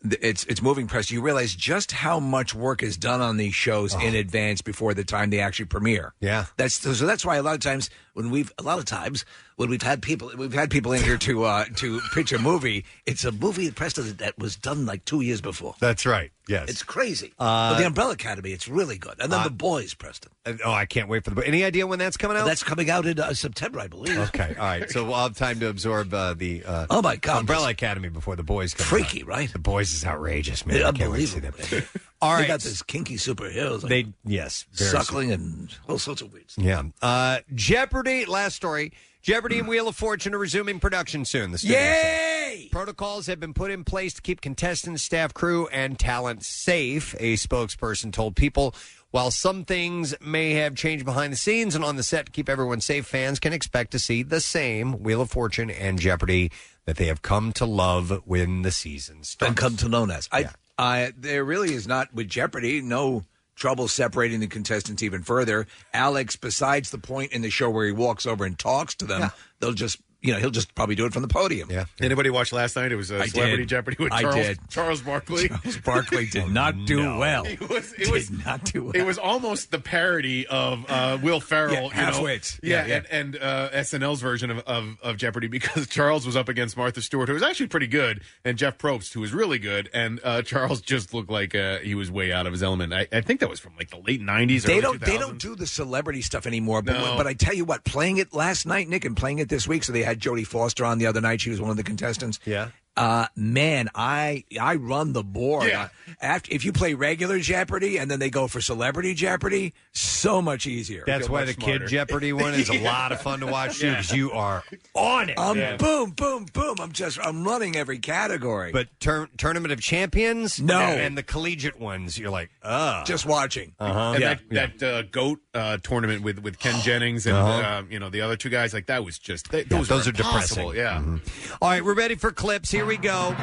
Speaker 6: th- it's it's moving press. You realize just how much work is done on these shows in advance before the time they actually premiere.
Speaker 5: Yeah.
Speaker 6: That's so. That's why a lot of times when we've a lot of times when we've had people we've had people in here to uh, to pitch a movie. It's a movie that pressed that was done like two years before.
Speaker 5: That's right. Yes.
Speaker 6: It's crazy.
Speaker 5: Uh,
Speaker 6: but the Umbrella Academy, it's really good. And then
Speaker 5: uh,
Speaker 6: the Boys, Preston.
Speaker 5: Uh, Oh, I can't wait for the. Any idea when that's coming out? Oh,
Speaker 6: That's coming out in uh, September, I believe.
Speaker 5: Okay, all right. So we'll have time to absorb uh, the uh,
Speaker 6: Oh, my God.
Speaker 5: Umbrella Academy before the boys come.
Speaker 6: Freaky,
Speaker 5: right? The boys is outrageous, man.
Speaker 6: Yeah,
Speaker 5: I can't wait to see them. All
Speaker 6: All right.
Speaker 5: right.
Speaker 6: They got these kinky superheroes. Like
Speaker 5: They yes, very
Speaker 6: suckling and all sorts of weird stuff.
Speaker 5: Yeah. Uh, Jeopardy. Last story. Jeopardy and Wheel of Fortune are resuming production soon. The studio said. Protocols have been put in place to keep contestants, staff, crew, and talent safe. A spokesperson told people. While some things may have changed behind the scenes and on the set to keep everyone safe, fans can expect to see the same Wheel of Fortune and Jeopardy that they have come to love when the season starts.
Speaker 6: And come to known as. I, I, Uh, there really is not, with Jeopardy, no trouble separating the contestants even further. Alex, besides the point in the show where he walks over and talks to them, they'll just, you know, he'll just probably do it from the podium.
Speaker 5: Yeah.
Speaker 7: Anybody watch last night? It was uh,
Speaker 6: I
Speaker 7: Celebrity
Speaker 6: did.
Speaker 7: Jeopardy with
Speaker 6: I
Speaker 7: Charles
Speaker 6: did.
Speaker 7: Charles Barkley. Charles
Speaker 6: Barkley
Speaker 5: Oh,
Speaker 6: did not do well.
Speaker 7: It was it was
Speaker 6: not do well.
Speaker 7: It was almost the parody of uh, Will Ferrell.
Speaker 6: Yeah,
Speaker 7: you know?
Speaker 6: half-wits.
Speaker 7: Yeah,
Speaker 6: Yeah, yeah.
Speaker 7: and, and uh, SNL's version of, of of Jeopardy because Charles was up against Martha Stewart, who was actually pretty good, and Jeff Probst, who was really good, and uh, Charles just looked like uh, he was way out of his element. I, I think that was from like the late nineties.
Speaker 6: They don't. They don't do the celebrity stuff anymore. But,
Speaker 7: No.
Speaker 6: but I tell you what, playing it last night, Nick, and playing it this week. So they had Jodie Foster on the other night. She was one of the contestants.
Speaker 5: Yeah.
Speaker 6: Uh, man, I I run the board.
Speaker 7: Yeah.
Speaker 6: Uh, after if you play regular Jeopardy and then they go for Celebrity Jeopardy, so much easier.
Speaker 5: That's why the Kid Jeopardy one is a lot of fun to watch too, because you are on it.
Speaker 6: I'm
Speaker 5: Yeah.
Speaker 6: boom, boom, boom. I'm just I'm running every category.
Speaker 5: But tur- tournament of champions,
Speaker 6: No.
Speaker 5: and the collegiate ones, you're like, uh
Speaker 6: Just watching.
Speaker 5: Uh-huh.
Speaker 7: And
Speaker 5: Yeah. Uh-huh.
Speaker 7: that, that uh, goat uh, tournament with, with Ken Jennings and um, you know the other two guys like that was just they, those,
Speaker 5: those
Speaker 7: were
Speaker 5: are depressing. Mm-hmm.
Speaker 7: impossible, Yeah,
Speaker 5: All right, we're ready for clips. Here we go.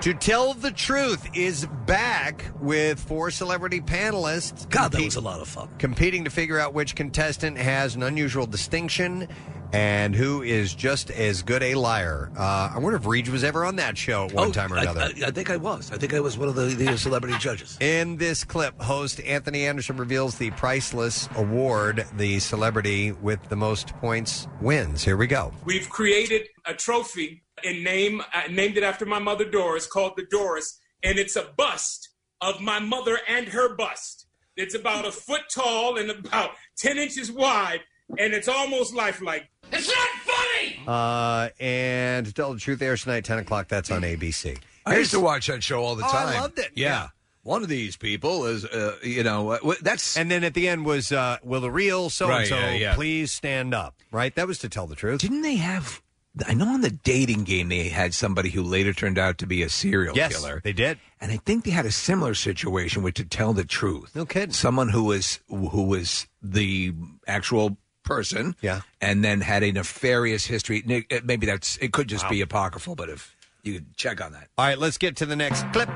Speaker 5: To tell the truth is back with four celebrity panelists.
Speaker 6: God, that was a lot of fun.
Speaker 5: Competing to figure out which contestant has an unusual distinction and who is just as good a liar. Uh, I wonder if Reed was ever on that show at one
Speaker 6: Oh,
Speaker 5: time or
Speaker 6: I-
Speaker 5: another.
Speaker 6: I, I think I was. I think I was one of the, the celebrity judges.
Speaker 5: In this clip, host Anthony Anderson reveals the priceless award the celebrity with the most points wins. Here we go.
Speaker 11: We've created a trophy and name I named it after my mother Doris, called the Doris, and it's a bust of my mother and her bust. It's about a foot tall and about ten inches wide, and it's almost lifelike. It's not funny.
Speaker 5: Uh, and to tell the truth, airs tonight, 10 o'clock. That's on ABC.
Speaker 6: I used to watch that show all the
Speaker 5: Oh, I
Speaker 6: time.
Speaker 5: loved it.
Speaker 6: Yeah.
Speaker 5: Yeah.
Speaker 6: One of these people is, uh, you know, uh, wh- that's.
Speaker 5: And then at the end was, uh, will the real so and
Speaker 6: Right, yeah,
Speaker 5: so
Speaker 6: yeah.
Speaker 5: please stand up? Right? That was to tell the truth.
Speaker 6: Didn't they have. I know on the dating game they had somebody who later turned out to be a serial
Speaker 5: Yes,
Speaker 6: killer.
Speaker 5: They did.
Speaker 6: And I think they had a similar situation with to tell the truth.
Speaker 5: No kidding.
Speaker 6: Someone who was who was the actual person.
Speaker 5: Yeah.
Speaker 6: And then had a nefarious history. Nick, uh, Maybe that's it could just be apocryphal, but if you could check on that.
Speaker 5: All right, let's get to the next clip.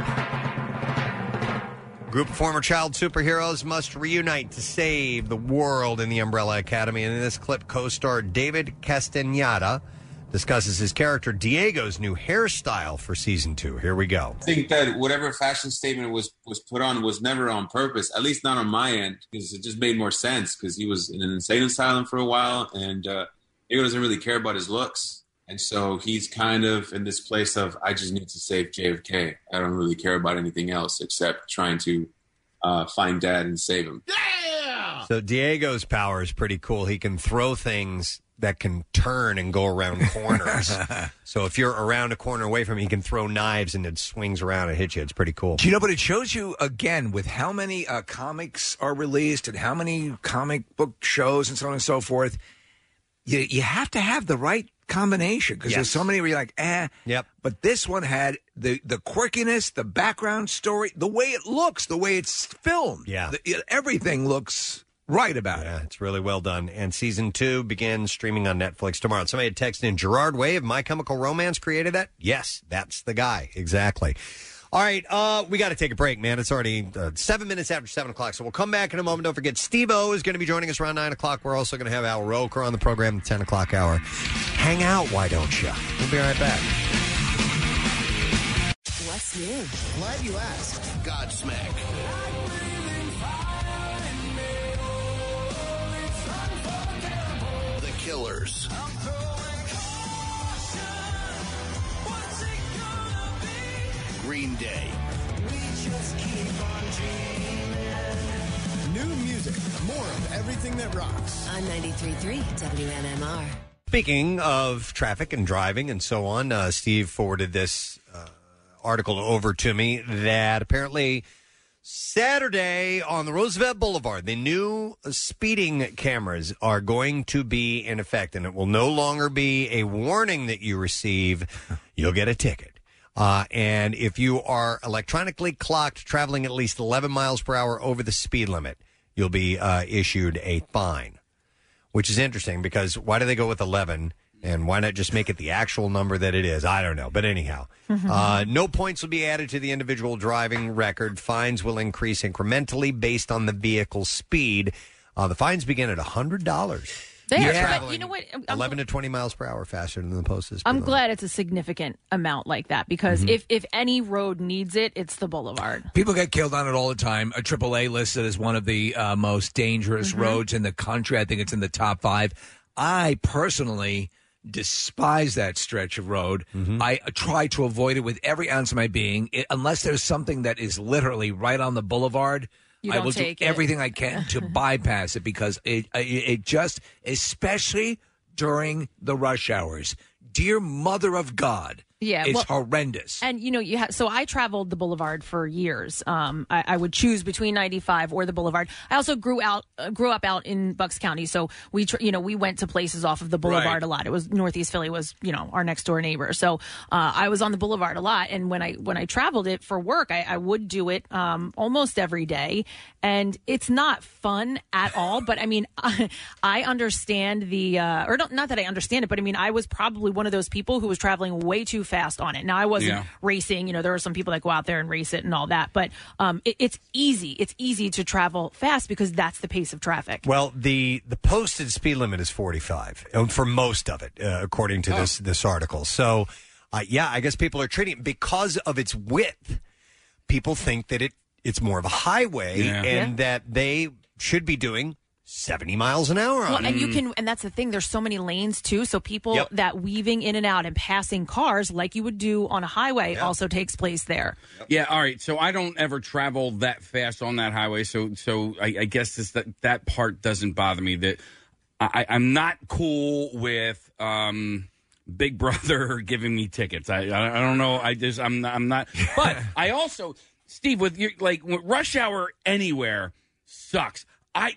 Speaker 5: Group of former child superheroes must reunite to save the world in the Umbrella Academy. And in this clip, co star David Castaneda discusses his character Diego's new hairstyle for season two. Here we go.
Speaker 12: I think that whatever fashion statement was was put on was never on purpose, at least not on my end, because it just made more sense. Because he was in an insane asylum for a while, and uh, Diego doesn't really care about his looks, and so he's kind of in this place of I just need to save JFK. I don't really care about anything else except trying to uh, find Dad and save him.
Speaker 5: So Diego's power is pretty cool. He can throw things that can turn and go around corners. so if you're around a corner away from him, he can throw knives and it swings around and hits you. It's pretty cool.
Speaker 6: Do you know, but it shows you again with how many uh, comics are released and how many comic book shows and so on and so forth. You you have to have the right combination because there's
Speaker 5: Yes.
Speaker 6: so many where you're like, eh.
Speaker 5: Yep.
Speaker 6: But this one had the the quirkiness, the background story, the way it looks, the way it's filmed.
Speaker 5: Yeah.
Speaker 6: The- everything looks right about
Speaker 5: it. It's really well done. And season two begins streaming on Netflix tomorrow. Somebody had texted in Gerard Way of My Chemical Romance created that. Yes, that's the guy. Exactly. All right, uh, we got to take a break, man. It's already uh, seven minutes after seven o'clock, so we'll come back in a moment. Don't forget, Steve O is going to be joining us around nine o'clock. We're also going to have Al Roker on the program at the ten o'clock hour. Hang out, why don't you? We'll be right back.
Speaker 13: What's new? Glad you asked.
Speaker 2: Godsmack. The Killers. Green Day.
Speaker 13: New music. More of everything that rocks. On 93.3 WNMR.
Speaker 5: Speaking of traffic and driving and so on, uh, Steve forwarded this uh, article over to me that apparently Saturday on the Roosevelt Boulevard, the new speeding cameras are going to be in effect, and it will no longer be a warning that you receive. You'll get a ticket. Uh, and if you are electronically clocked traveling at least 11 miles per hour over the speed limit, you'll be uh, issued a fine which is interesting because why do they go with 11 and why not just make it the actual number that it is? I don't know. But anyhow,
Speaker 3: Mm-hmm.
Speaker 5: uh, no points will be added to the individual driving record. Fines will increase incrementally based on the vehicle's speed. Uh, the fines begin at $100.
Speaker 3: They
Speaker 5: You're
Speaker 3: are, but
Speaker 5: traveling
Speaker 3: you know what? I'm- I'm
Speaker 5: 11 to 20 miles per hour faster than the posted speed.
Speaker 3: I'm glad it's a significant amount like that because
Speaker 6: Mm-hmm.
Speaker 3: if, if any road needs it, it's the boulevard.
Speaker 6: People get killed on it all the time. A AAA listed as one of the uh, most dangerous
Speaker 10: Mm-hmm.
Speaker 3: Mhm.
Speaker 6: roads in the country. I think it's in the top five. I personally despise that stretch of road. I try to avoid it with every ounce of my being, It- unless there's something that is literally right on the boulevard.
Speaker 10: You
Speaker 6: I
Speaker 10: don't
Speaker 6: will
Speaker 10: take
Speaker 6: do
Speaker 10: it.
Speaker 6: everything I can to bypass it because it, it it just, especially during the rush hours. Dear Mother of God,
Speaker 3: Yeah,
Speaker 6: it's
Speaker 3: well-
Speaker 6: horrendous.
Speaker 3: And you know, you ha- so I traveled the Boulevard for years. Um, I, I would choose between 95 or the Boulevard. I also grew out, uh, grew up out in Bucks County, so we, tr- you know, we went to places off of the Boulevard
Speaker 14: Right.
Speaker 3: a lot. It was Northeast Philly was, you know, our next door neighbor. So uh, I was on the Boulevard a lot, and when I when I traveled it for work, I, I would do it um, almost every day, and it's not fun at all. But I mean, I, understand the, uh, or not, not that I understand it, but I mean, I was probably one of those people who was traveling way too fast on it. Now I wasn't
Speaker 14: Yeah.
Speaker 3: racing. You know, there are some people that go out there and race it and all that, but um, it, it's easy. It's easy to travel fast because that's the pace of traffic.
Speaker 5: Well, the the posted speed limit is 45 uh, for most of it, uh, according
Speaker 6: Oh.
Speaker 5: to this this article. So, uh, yeah, I guess people are treating it because of its width. People think that it it's more of a highway
Speaker 14: Yeah.
Speaker 5: and
Speaker 3: Yeah.
Speaker 5: that they should be doing 70 miles an hour. on
Speaker 3: Well,
Speaker 5: it.
Speaker 3: and you
Speaker 6: Mm.
Speaker 3: can, and that's the thing. There's so many lanes too, so people
Speaker 5: Mm. Yep.
Speaker 3: that weaving in and out and passing cars, like you would do on a highway, also takes place there.
Speaker 4: Yeah, all right. So I don't ever travel that fast on that highway. So so I, I guess this, that that part doesn't bother me. That I, I- I'm not cool with um, Big Brother giving me tickets. I I I don't know. I just I'm not, I'm not. But I also Steve with your like with rush hour anywhere sucks. I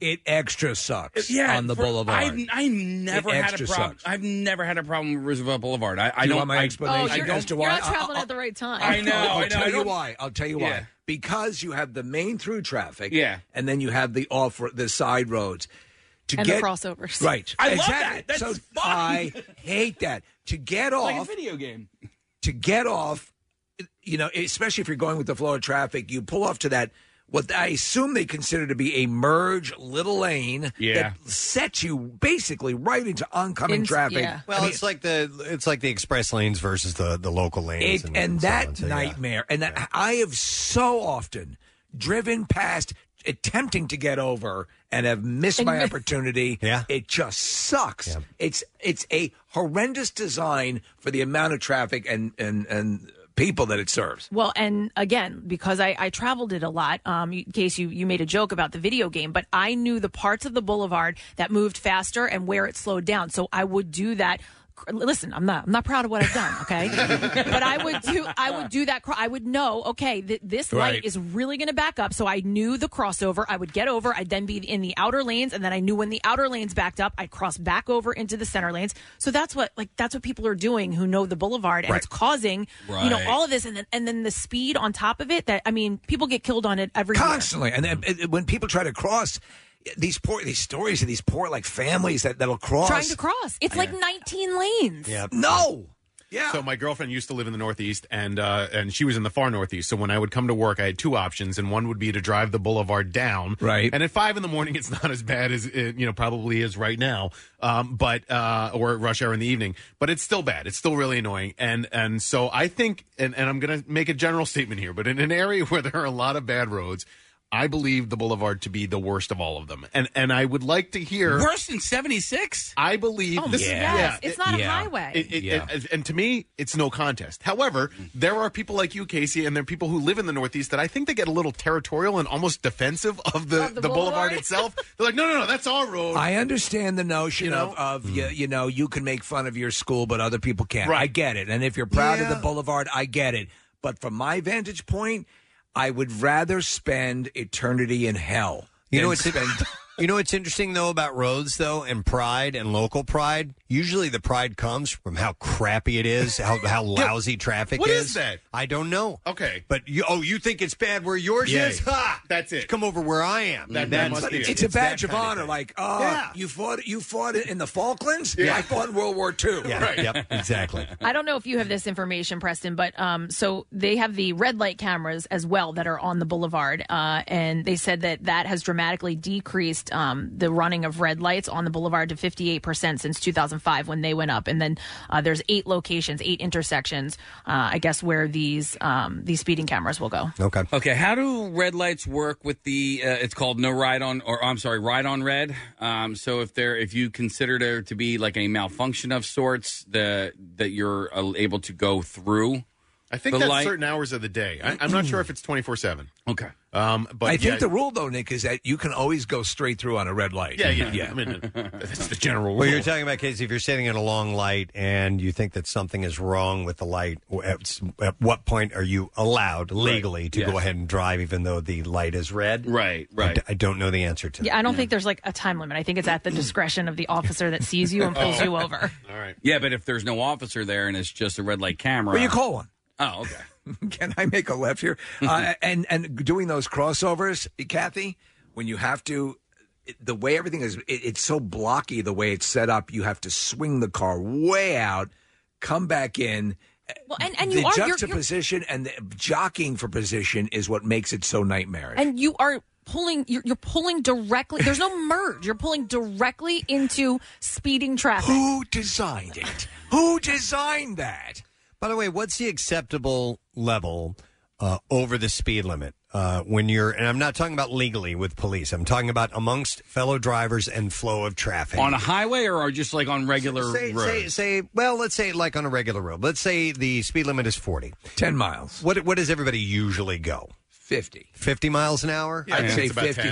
Speaker 6: it extra sucks on the
Speaker 4: for-
Speaker 6: boulevard.
Speaker 4: I've, I've never
Speaker 6: It
Speaker 4: had a
Speaker 6: extra
Speaker 4: problem.
Speaker 6: sucks.
Speaker 4: I've never had a problem with Roosevelt Boulevard. I, I
Speaker 6: Do you
Speaker 4: don't
Speaker 6: want my
Speaker 4: I-
Speaker 6: explanation
Speaker 4: I
Speaker 6: as
Speaker 4: don't-
Speaker 6: to why? Oh, You're not
Speaker 3: Traveling at the right time.
Speaker 4: I know.
Speaker 6: I'll
Speaker 4: I know.
Speaker 6: tell
Speaker 4: I
Speaker 6: you
Speaker 4: don't-
Speaker 6: why. I'll tell you why.
Speaker 4: Yeah.
Speaker 6: Because you have the main through traffic.
Speaker 4: Yeah.
Speaker 6: And then you have the off the side roads. To
Speaker 3: And the
Speaker 6: get
Speaker 3: crossovers.
Speaker 6: Right.
Speaker 3: I love
Speaker 6: exactly.
Speaker 3: that. That's
Speaker 6: so
Speaker 3: fun.
Speaker 6: I hate that. To get
Speaker 4: It's
Speaker 6: off
Speaker 4: like a video game.
Speaker 6: to get off, you know, especially if you're going with the flow of traffic, you pull off to that what I assume they consider to be a merge little lane
Speaker 5: Yeah.
Speaker 6: that sets you basically right into oncoming traffic.
Speaker 5: Well,
Speaker 6: I mean,
Speaker 5: it's like the it's like the express lanes versus the the local lanes.
Speaker 6: it, and, that nightmare, and that, I have so often driven past attempting to get over and have missed
Speaker 10: And
Speaker 6: my
Speaker 10: miss-
Speaker 6: opportunity. Yeah, it just sucks. It's it's a horrendous design for the amount of traffic and and and people that it serves.
Speaker 3: Well, and again, because I, I traveled it a lot, um, in case you, you made a joke about the video game, but I knew the parts of the boulevard that moved faster and where it slowed down. So I would do that. Listen, I'm not I'm not proud of what I've done, okay? but I would do I would do that. cro- I would know, okay, th- this
Speaker 14: Right.
Speaker 3: light is really going to back up. So I knew the crossover. I would get over. I'd then be in the outer lanes, and then I knew when the outer lanes backed up, I'd cross back over into the center lanes. So that's what like that's what people are doing who know the boulevard, and
Speaker 14: Right.
Speaker 3: it's causing you know
Speaker 6: Right.
Speaker 3: all of this and then and then the speed on top of it that i mean people get killed on it every
Speaker 6: constantly. And then, it- it- when people try to cross these poor these stories of these poor like families that that'll
Speaker 3: year
Speaker 6: cross
Speaker 3: trying to cross it's like 19 lanes
Speaker 6: No. Yeah.
Speaker 7: So my girlfriend used to live in the Northeast, and uh, and she was in the far Northeast. So when I would come to work, I had two options, and one would be to drive the boulevard down. Right. And at five in the morning, it's not as bad as it, you know probably is right now, um, but uh, or at rush hour in the evening. But it's still bad. It's still really annoying. And and so I think, and, and I'm going to make a general statement here, but in an area where there are a lot of bad roads. I believe the boulevard to be the worst of all of them, and and I would like to hear
Speaker 4: Worse than 76?
Speaker 7: I believe
Speaker 4: Oh,
Speaker 7: this
Speaker 4: yes.
Speaker 7: yeah,
Speaker 4: Yes, it's not a Yeah. highway.
Speaker 7: It- it-
Speaker 4: Yeah.
Speaker 7: it- and to me, it's no contest. However, there are people like you, Casey, and there are people who live in the Northeast that I think they get a little territorial and almost defensive of the, the, boulevard. itself. They're like, no, no, no, that's our road.
Speaker 6: I understand the notion
Speaker 7: You know?
Speaker 6: of, of you, you know you can make fun of your school, but other people can't.
Speaker 7: Right.
Speaker 6: I get it, and if you're proud of
Speaker 7: Yeah.
Speaker 6: the boulevard, I get it. But from my vantage point, I would rather spend eternity in hell.
Speaker 5: You know
Speaker 6: than
Speaker 5: what's
Speaker 6: spend
Speaker 5: you know what's interesting though about roads though and pride and local pride. Usually the pride comes from how crappy it is, how how
Speaker 1: Yeah.
Speaker 5: lousy traffic
Speaker 1: What
Speaker 5: is.
Speaker 1: is that?
Speaker 5: I don't know.
Speaker 7: Okay,
Speaker 5: but you oh you think it's bad where yours
Speaker 1: Yeah.
Speaker 5: is? Ha!
Speaker 7: That's it.
Speaker 5: Come over where I am.
Speaker 6: That- that must be it. It's a badge of honor, like, uh, you fought you fought in the Falklands.
Speaker 5: Yeah.
Speaker 6: I fought in World War II.
Speaker 5: Yeah. Right. Yep. Exactly.
Speaker 3: I don't know if you have this information, Preston, but um, so they have the red light cameras as well that are on the boulevard, uh, and they said that that has dramatically decreased um, the running of red lights on the boulevard to 58 percent since 2005 when they went up, and then uh, there's eight locations, eight intersections, uh, I guess, where these um, these speeding cameras will go.
Speaker 5: Okay.
Speaker 4: Okay. How do red lights work with the? Uh, it's called no ride on, or I'm sorry, ride on red. Um, so if there, if you consider there to be like a malfunction of sorts, the that you're uh, able to go through.
Speaker 7: I think
Speaker 4: the
Speaker 7: that's
Speaker 4: light-
Speaker 7: certain hours of the day. I, I'm not sure if it's 24 seven.
Speaker 4: Okay.
Speaker 7: Um, but
Speaker 6: I think
Speaker 7: yeah.
Speaker 6: the rule though, Nick, is that you can always go straight through on a red light.
Speaker 7: Yeah, yeah, I mean, that's the general
Speaker 5: Well, you're talking about, Casey, if you're sitting at a long light and you think that something is wrong with the light, w- at, s- at what point are you allowed legally to
Speaker 4: Yes.
Speaker 5: go ahead and drive even though the light is red?
Speaker 4: Right,
Speaker 5: right. I, d- I don't know the answer to that.
Speaker 3: Yeah, I don't think there's like a time limit. I think it's at the discretion of the officer that sees you and pulls
Speaker 6: Oh.
Speaker 3: you over.
Speaker 7: All right.
Speaker 4: Yeah, but if there's no officer there and it's just a red light camera,
Speaker 6: Well, you call one.
Speaker 4: Oh, okay.
Speaker 6: Can I make a left here? Uh, and and doing those crossovers, Kathy, when you have to, it- the way everything is, it, it's so blocky the way it's set up. You have to swing the car way out, come back in.
Speaker 3: Well, and, and you
Speaker 6: the
Speaker 3: are you're- you're-
Speaker 6: juxtaposition and the jockeying for position is what makes it so nightmarish.
Speaker 3: and you are pulling you're, you're pulling directly there's no merge you're pulling directly into speeding traffic
Speaker 6: who designed it who designed that
Speaker 5: By the way, what's the acceptable level uh, over the speed limit uh, when you're, and I'm not talking about legally with police, I'm talking about amongst fellow drivers and flow of traffic.
Speaker 4: on a highway or, or just like on regular
Speaker 5: say,
Speaker 4: roads.
Speaker 5: say, say, well, let's say like on a regular road. Let's say the speed limit is 40.
Speaker 6: 10 miles.
Speaker 5: What, what does everybody usually go?
Speaker 6: 50.
Speaker 5: 50 miles an hour?
Speaker 7: Yeah, it's about 10. Yeah,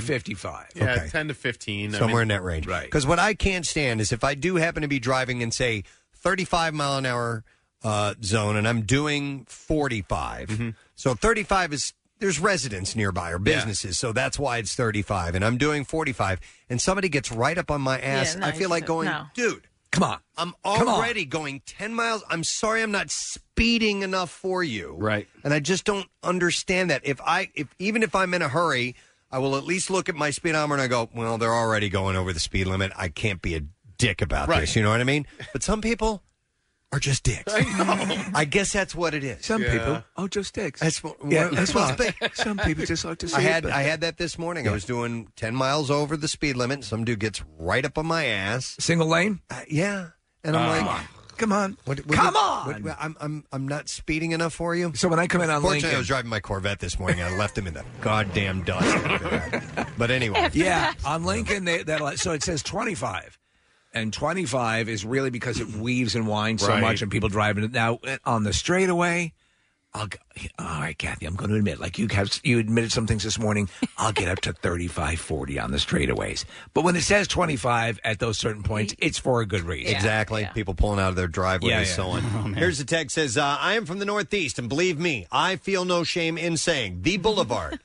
Speaker 7: 10 to 15. I
Speaker 5: Somewhere
Speaker 7: mean-
Speaker 5: in that range.
Speaker 7: Right.
Speaker 5: Because what I can't stand is if I do happen to be driving in, say, 35 mile an hour uh, zone and I'm doing 45.
Speaker 7: Mm-hmm.
Speaker 5: So 35 is, there's residents nearby or businesses. So that's why it's 35. And I'm doing 45. And somebody gets right up on my ass.
Speaker 1: no,
Speaker 5: I
Speaker 1: you
Speaker 5: feel like
Speaker 1: shouldn't.
Speaker 5: going,
Speaker 1: No.
Speaker 5: dude.
Speaker 6: Come on.
Speaker 5: I'm
Speaker 1: Come on.
Speaker 5: already going 10 miles. I'm sorry I'm not speeding enough for you.
Speaker 4: Right.
Speaker 5: And I just don't understand that. If I if even if I'm in a hurry, I will at least look at my speedometer and I go, "Well, they're already going over the speed limit. I can't be a dick about
Speaker 1: Right.
Speaker 5: this." You know what I mean? But some people are just dicks.
Speaker 3: Oh,
Speaker 5: I, guess that's what it is.
Speaker 6: Some people are just dicks.
Speaker 5: That's what,
Speaker 6: Yeah,
Speaker 5: what-
Speaker 6: that's
Speaker 5: well,
Speaker 6: what- some people just like to
Speaker 5: I
Speaker 6: see it,
Speaker 5: had
Speaker 6: but-
Speaker 5: I had that this morning. I was doing 10 miles over the speed limit. Some dude gets right up on my ass.
Speaker 6: Single lane?
Speaker 5: Uh, yeah. And I'm like,
Speaker 6: Uh, Come on. Come on.
Speaker 5: What, what
Speaker 6: Come
Speaker 5: did-
Speaker 6: on!
Speaker 5: what- what- I'm, I'm, I'm not speeding enough for you.
Speaker 6: So when I come in on
Speaker 5: Fortunately,
Speaker 6: Lincoln-
Speaker 5: I was driving my Corvette this morning. and I left him in the goddamn dust. but anyway.
Speaker 6: yeah, on Lincoln, they, that so it says twenty five, and twenty five is really because it weaves and winds so
Speaker 5: Right.
Speaker 6: much, and people driving it now on the straightaway. I'll go, all right, Kathy, I'm going to admit, like you have, you admitted some things this morning. I'll get up to 35, 40 on the straightaways. But when it says 25 at those certain points, it's for a good reason.
Speaker 5: Exactly. People pulling out of their driveways,
Speaker 6: Yeah, yeah.
Speaker 5: so on.
Speaker 6: Oh, man.
Speaker 5: Here's the text says, uh, I am from the Northeast, and believe me, I feel no shame in saying the Boulevard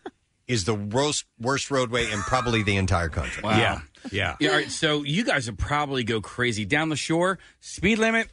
Speaker 5: is the worst, worst roadway in probably the entire country.
Speaker 4: Wow. Yeah.
Speaker 5: Yeah.
Speaker 4: all right, so you guys would probably go crazy down the shore. Speed limit,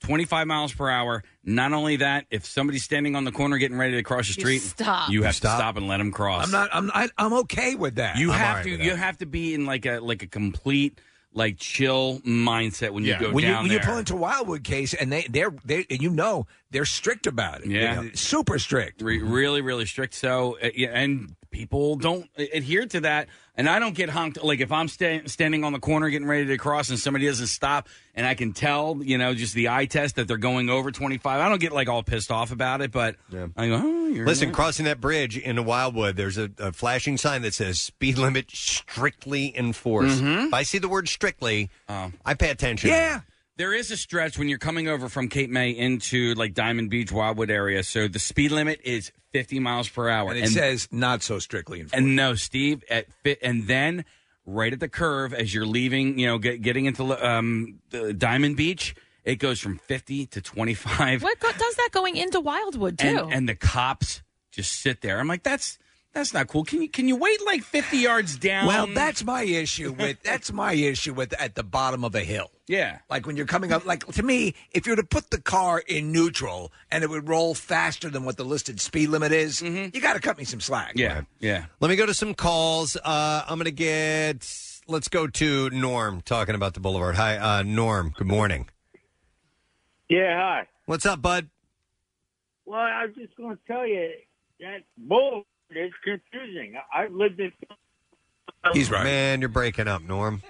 Speaker 4: twenty five miles per hour. Not only that, if somebody's standing on the corner getting ready to cross the
Speaker 6: You
Speaker 4: street,
Speaker 6: stop.
Speaker 4: you
Speaker 6: You
Speaker 4: have
Speaker 6: stop.
Speaker 4: to stop and let them cross.
Speaker 6: I'm not, I'm, I, I'm okay with that.
Speaker 4: You
Speaker 6: I'm all
Speaker 4: have
Speaker 6: right
Speaker 4: to.
Speaker 6: with
Speaker 4: You
Speaker 6: that.
Speaker 4: have to be in like a like a complete like chill mindset when you go
Speaker 6: when
Speaker 4: down
Speaker 6: you, When
Speaker 4: there.
Speaker 6: you pull into Wildwood case, and they they're they you know they're strict about it.
Speaker 4: Yeah.
Speaker 6: They're super strict.
Speaker 4: Re- really, really strict. So, uh, yeah, and people don't a- adhere to that. And I don't get honked. Like if I'm sta- standing on the corner getting ready to cross, and somebody doesn't stop, and I can tell, you know, just the eye test that they're going over 25. I don't get like all pissed off about it, but I go, oh, you're
Speaker 5: Listen,
Speaker 4: right."
Speaker 5: crossing that bridge into Wildwood, there's a, a flashing sign that says speed limit strictly enforced.
Speaker 4: Mm-hmm.
Speaker 5: If I see the word strictly,
Speaker 4: Oh.
Speaker 5: I pay attention.
Speaker 4: Yeah. There is a stretch when you're coming over from Cape May into like Diamond Beach, Wildwood area. So the speed limit is 50 miles per hour.
Speaker 6: And it says not so strictly. Enforced.
Speaker 4: And no, Steve, at fit, and then right at the curve as you're leaving, you know, get, getting into um, the Diamond Beach, it goes from 50 to 25.
Speaker 3: What go- does that going into Wildwood too?
Speaker 4: And, and the cops just sit there. I'm like, that's that's not cool. Can you can you wait like 50 yards down?
Speaker 6: Well, that's my issue with that's my issue with at the bottom of a hill.
Speaker 4: Yeah.
Speaker 6: Like when you're coming up, like to me, if you were to put the car in neutral and it would roll faster than what the listed speed limit is,
Speaker 4: Mm-hmm.
Speaker 6: you got to cut me some slack.
Speaker 4: Yeah. Yeah.
Speaker 5: Let me go to some calls. Uh, I'm going to get, let's go to Norm talking about the Boulevard. Hi, uh, Norm. Good morning.
Speaker 14: Yeah, hi.
Speaker 5: What's up, bud?
Speaker 14: Well, I was just going to tell you that bull is confusing. I- I've lived in.
Speaker 5: He's right. Man, you're breaking up, Norm.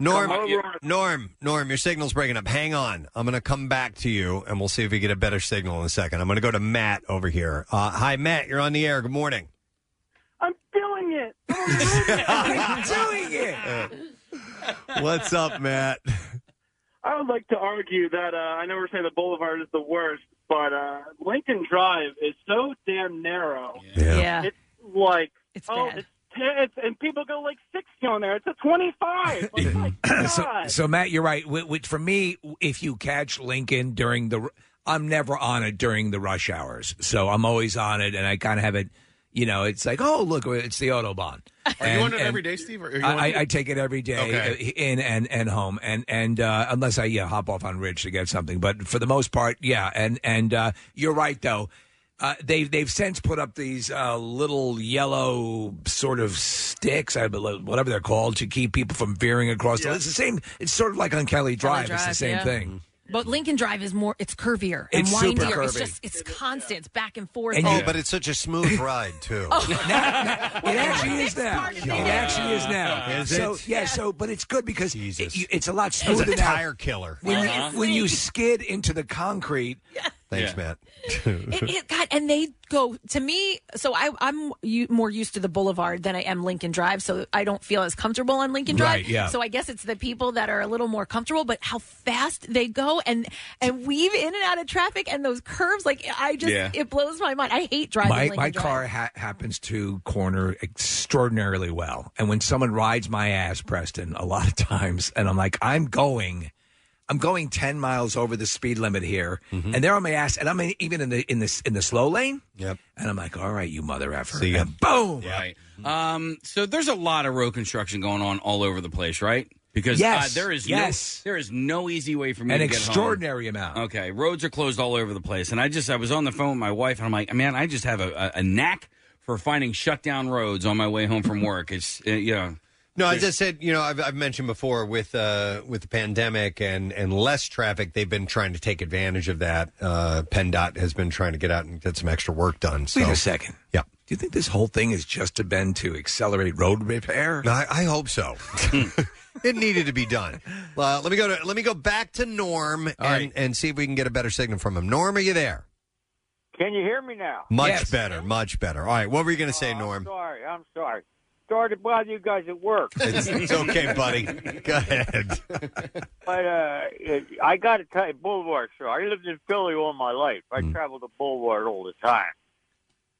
Speaker 5: Norm,
Speaker 14: come over
Speaker 5: you-
Speaker 14: on-
Speaker 5: Norm, Norm, your signal's breaking up. Hang on. I'm going to come back to you and we'll see if we get a better signal in a second. I'm going to go to Matt over here. Uh, hi, Matt. You're on the air. Good morning.
Speaker 14: I'm doing it.
Speaker 6: I'm doing it.
Speaker 5: What's up, Matt?
Speaker 14: I would like to argue that uh, I know we're saying the Boulevard is the worst, but uh, Lincoln Drive is so damn narrow.
Speaker 5: Yeah.
Speaker 14: It's like it's oh, it's, it's and people go like sixty on there. It's a twenty-five. Like, my
Speaker 6: so,
Speaker 14: God.
Speaker 6: so Matt, you're right. Wi- wi- for me, if you catch Lincoln during the, r- I'm never on it during the rush hours. So I'm always on it, and I kind of have it. You know, it's like, oh look, it's the autobahn.
Speaker 7: Are
Speaker 6: And-
Speaker 7: you on it
Speaker 6: and
Speaker 7: every day, Steve? Or are you on
Speaker 6: I,
Speaker 7: it?
Speaker 6: I- I take it every day
Speaker 7: Okay.
Speaker 6: uh, in and, and home and and uh, unless I yeah hop off on Ridge to get something, but for the most part, yeah. And and uh, you're right though. Uh, they've they've since put up these uh, little yellow sort of sticks, I believe, whatever they're called, to keep people from veering across. The, it's the same. It's sort of like on Kelly Drive. it's the
Speaker 3: Drive,
Speaker 6: same
Speaker 3: yeah. Mm-hmm.
Speaker 6: thing.
Speaker 3: But Lincoln Drive is more, it's curvier and
Speaker 6: It's
Speaker 3: windier.
Speaker 6: super
Speaker 3: It's
Speaker 6: curvy.
Speaker 3: just, it's constant. It's back and forth.
Speaker 5: oh, but it's such a smooth ride, too.
Speaker 6: It actually is now. It actually is now.
Speaker 5: Is
Speaker 6: so
Speaker 5: it?
Speaker 6: yeah, so but it's good because it, you, it's a lot
Speaker 5: It's
Speaker 6: smoother
Speaker 5: a
Speaker 6: now.
Speaker 5: tire killer.
Speaker 6: When,
Speaker 3: Uh-huh.
Speaker 6: you, when you skid into the concrete,
Speaker 5: Thanks, Matt.
Speaker 3: It, it, God, and they go to me. So I, I'm u- more used to the Boulevard than I am Lincoln Drive. So I don't feel as comfortable on Lincoln Drive.
Speaker 15: Right, yeah.
Speaker 3: So I guess it's the people that are a little more comfortable. But how fast they go and and weave in and out of traffic and those curves, like I just
Speaker 6: Yeah.
Speaker 3: it blows my mind. I hate driving.
Speaker 6: my,
Speaker 3: Lincoln
Speaker 6: my
Speaker 3: Drive.
Speaker 6: car ha- happens to corner extraordinarily well. And when someone rides my ass, Preston, a lot of times, and I'm like, I'm going. I'm going 10 miles over the speed limit here, and they're on my ass, and I'm in, even in the in this in the slow lane.
Speaker 5: Yep.
Speaker 6: And I'm like, all right, you mother effer. And boom.
Speaker 4: Right. Um, so there's a lot of road construction going on all over the place, right? Because
Speaker 6: Yes.
Speaker 4: uh, there is
Speaker 6: Yes.
Speaker 4: no, there is no easy way for me
Speaker 6: An
Speaker 4: to get home.
Speaker 6: extraordinary amount.
Speaker 4: Okay, roads are closed all over the place, and I just I was on the phone with my wife, and I'm like, man, I just have a, a, a knack for finding shutdown roads on my way home from work. It's uh, you know,
Speaker 5: No, I just said, you know, I've, I've mentioned before with uh, with the pandemic and, and less traffic, they've been trying to take advantage of that. Uh, PennDOT has been trying to get out and get some extra work done. So.
Speaker 6: Wait a second.
Speaker 5: Yeah.
Speaker 6: Do you think this whole thing has just been to accelerate road repair?
Speaker 5: I, I hope so. it needed to be done. Uh, let me go to let me go back to Norm and, and see if we can get a better signal from him. Norm, are you there?
Speaker 16: Can you hear Uh, me now?
Speaker 5: Much better, much better. All right, what were you going to say, Norm?
Speaker 16: Sorry, I'm sorry.
Speaker 15: started bothering you guys at work.
Speaker 5: It's, it's okay, buddy. Go ahead.
Speaker 15: But uh, I got to tell you, Boulevard Show. I lived in Philly all my life. I
Speaker 5: Hmm.
Speaker 15: traveled to Boulevard all the time,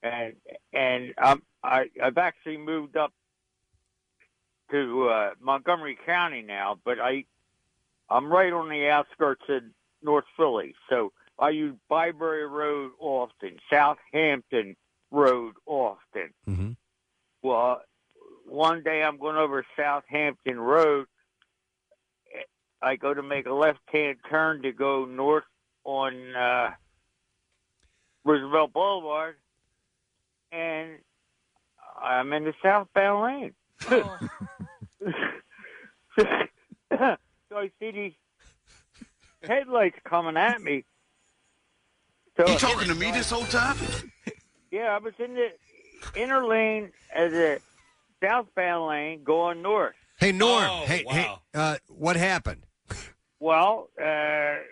Speaker 15: and and um, I I've actually moved up to uh, Montgomery County now. But I I'm right on the outskirts of North Philly, so I use Byberry Road often, Southampton Road often. Well, one day I'm going over Southampton Road. I go to make a left hand turn to go north on uh, Roosevelt Boulevard, and I'm in the southbound lane. so I see these headlights coming at me. So
Speaker 8: You talking to me this whole time?
Speaker 15: yeah, I was in the inner lane as a southbound lane going north.
Speaker 5: Hey Norm. hey, hey. Uh, what happened?
Speaker 15: Well, uh, I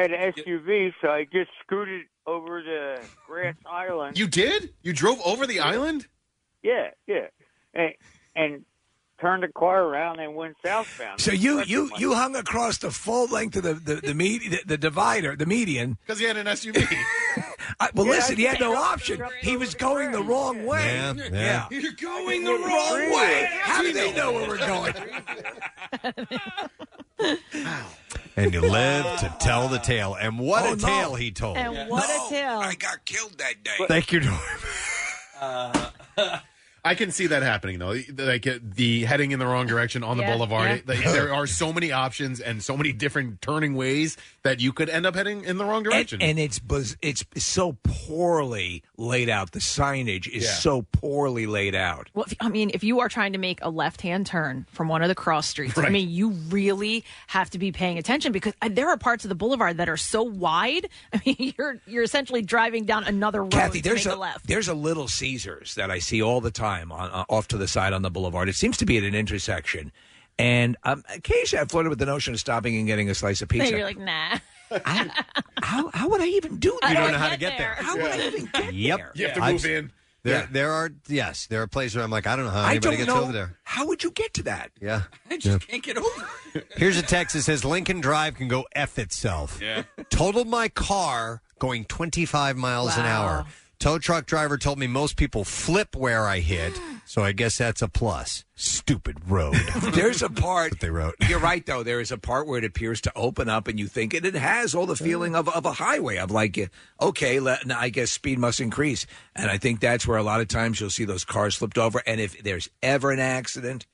Speaker 15: had an SUV, so I just scooted over the grass island.
Speaker 7: You did? You drove over the island?
Speaker 15: Yeah, yeah, and, and turned the car around and went southbound.
Speaker 6: So you you you hung across the full length of the the the, med- the, the divider, the median.
Speaker 7: Because he had an SUV.
Speaker 6: I, well,
Speaker 7: Yeah,
Speaker 6: listen,
Speaker 7: I
Speaker 6: he had no
Speaker 7: jumped
Speaker 6: option. He was going the wrong way.
Speaker 7: Yeah, yeah.
Speaker 6: You're going the wrong way. How do they know where we're going?
Speaker 5: And you live to tell the tale. And what a tale he told.
Speaker 3: And what a tale. I
Speaker 6: got killed that day.
Speaker 5: Thank you, Norm. Uh-huh.
Speaker 7: I can see that happening though. Like uh, the heading in the wrong direction on the
Speaker 3: Yeah,
Speaker 7: boulevard.
Speaker 3: yeah.
Speaker 7: Like, there are so many options and so many different turning ways that you could end up heading in the wrong direction.
Speaker 6: And, and it's buzz, it's so poorly laid out. The signage is
Speaker 7: Yeah.
Speaker 6: so poorly laid out.
Speaker 3: Well, if, I mean, if you are trying to make a left-hand turn from one of the cross streets, I
Speaker 6: Right.
Speaker 3: mean, you really have to be paying attention because uh, there are parts of the boulevard that are so wide. I mean, you're you're essentially driving down another road
Speaker 6: Kathy,
Speaker 3: to
Speaker 6: there's
Speaker 3: make
Speaker 6: a,
Speaker 3: a, left.
Speaker 6: there's a little Caesars that I see all the time on uh, off to the side on the boulevard. It seems to be at an intersection, and um, occasionally I flirted with the notion of stopping and getting a slice of
Speaker 3: And
Speaker 6: pizza.
Speaker 3: you're like, nah.
Speaker 6: how how would I even do that?
Speaker 3: I don't
Speaker 5: how to get there.
Speaker 6: How would I even get
Speaker 5: Yep.
Speaker 6: there?
Speaker 5: I've- There, there are yes, there are places where I'm like, I don't know how
Speaker 6: I
Speaker 5: Uh, anybody
Speaker 6: don't
Speaker 5: gets
Speaker 6: know.
Speaker 5: over there.
Speaker 6: How would you get to that?
Speaker 5: Yeah.
Speaker 6: I
Speaker 5: Yeah.
Speaker 6: just can't get over.
Speaker 5: Here's a text that says Lincoln Drive can go F itself. Yeah. Totaled my car going 25 miles an hour. Tow truck driver told me most people flip where I hit, so I guess that's a plus. Stupid road.
Speaker 6: There's a part
Speaker 5: they wrote.
Speaker 6: You're right, though. There is a part where it appears to open up, and you think it. It has all the feeling of, of a highway. Of like, okay, let, now I guess speed must increase, and I think that's where a lot of times you'll see those cars flipped over. And if there's ever an accident,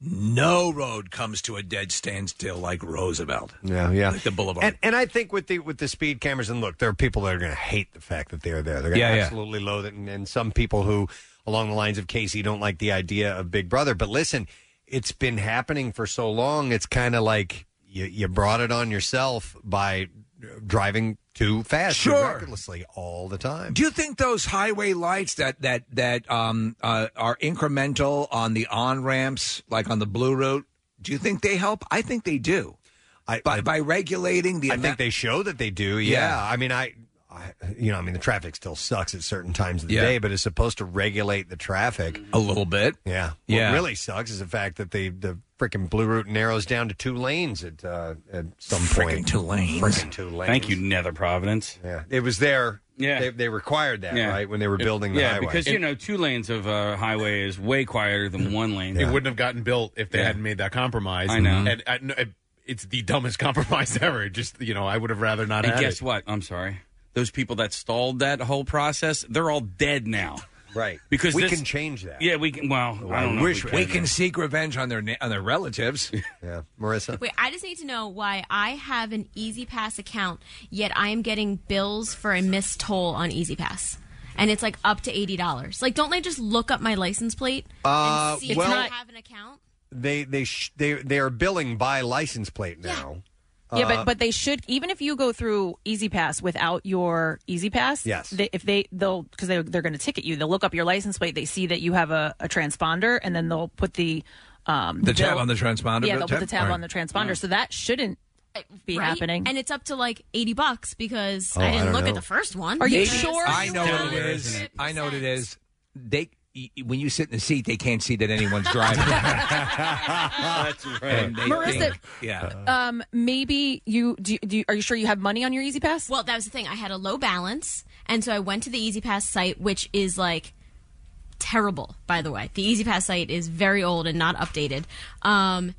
Speaker 6: no road comes to a dead standstill like Roosevelt.
Speaker 5: Yeah, yeah.
Speaker 6: Like the boulevard.
Speaker 5: And, and I think with the with the speed cameras and look, there are people that are going to hate the fact that they are there. They're going to
Speaker 6: Yeah, yeah.
Speaker 5: absolutely loathe it, and, and some people who, along the lines of Casey, don't like the idea of Big Brother. But listen, it's been happening for so long. It's kind of like you, you brought it on yourself by driving too fast, too
Speaker 6: Sure.
Speaker 5: recklessly all the time.
Speaker 6: Do you think those highway lights that that that um, uh, are incremental on the on ramps, like on the blue route, do you think they help? I think they do.
Speaker 5: I,
Speaker 6: by, by regulating the,
Speaker 5: I think they show that they do. Yeah,
Speaker 6: Yeah.
Speaker 5: I mean, I, I, you know, I mean, the traffic still sucks at certain times of the
Speaker 6: Yeah.
Speaker 5: day, but it's supposed to regulate the traffic
Speaker 6: a little bit.
Speaker 5: Yeah,
Speaker 6: Yeah.
Speaker 5: What really sucks is the fact that the the freaking blue route narrows down to two lanes at uh, at some point.
Speaker 6: two lanes.
Speaker 5: Frickin' two lanes.
Speaker 4: Thank you, Nether Providence.
Speaker 5: Yeah, it was there.
Speaker 4: Yeah,
Speaker 5: they, they required that right when they were building the
Speaker 4: yeah,
Speaker 5: highway.
Speaker 4: because you know two lanes of uh, highway is way quieter than one lane.
Speaker 7: It wouldn't have gotten built if they hadn't made that compromise.
Speaker 4: I know.
Speaker 7: And I, no, it- it's the dumbest compromise ever. Just you know, I would have rather not.
Speaker 4: And
Speaker 7: had
Speaker 4: guess
Speaker 7: it.
Speaker 4: what? I'm sorry. Those people that stalled that whole process, they're all dead now.
Speaker 5: Right.
Speaker 4: Because
Speaker 6: We
Speaker 4: this-
Speaker 6: can change that.
Speaker 4: Yeah, we can. Well, I don't know if
Speaker 6: wish
Speaker 4: we
Speaker 6: we
Speaker 4: can.
Speaker 6: can, seek revenge on their na- on their relatives.
Speaker 5: Yeah, Marissa.
Speaker 16: Wait, I just need to know why I have an Easy Pass account, yet I am getting bills for a missed toll on Easy Pass. And it's like up to eighty dollars. Like, don't they just look up my license plate?
Speaker 5: Uh,
Speaker 16: and see if
Speaker 5: well-
Speaker 16: I have an account.
Speaker 5: they they sh- they they are billing by license plate now.
Speaker 3: yeah,
Speaker 5: Uh,
Speaker 3: but but they should even if you go through Easy Pass without your Easy Pass.
Speaker 5: Yes.
Speaker 3: They, if they they'll because they they're going to ticket you. They'll look up your license plate. They see that you have a, a transponder, and then they'll put the um,
Speaker 6: The tab
Speaker 3: bill-
Speaker 6: on the transponder.
Speaker 3: Yeah, they'll
Speaker 6: Tab?
Speaker 3: put the tab
Speaker 6: All right.
Speaker 3: on the transponder. So that shouldn't be
Speaker 16: right?
Speaker 3: happening.
Speaker 16: And it's up to like eighty bucks because
Speaker 6: Oh,
Speaker 16: I
Speaker 6: I
Speaker 16: didn't
Speaker 6: don't
Speaker 16: look
Speaker 6: know.
Speaker 16: at the first one.
Speaker 6: I know what it is. I know what it is. They y- y- when you sit in the seat, they can't see that anyone's driving. That's
Speaker 7: right.
Speaker 6: And they
Speaker 3: Marissa-
Speaker 6: think- yeah.
Speaker 3: Um, maybe you do, you- do. you- Are you sure you have money on your Easy Pass?
Speaker 16: Well, that was the thing. I had a low balance, and so I went to the Easy Pass site, which is like terrible, by the way. The Easy Pass site is very old and not updated. Um,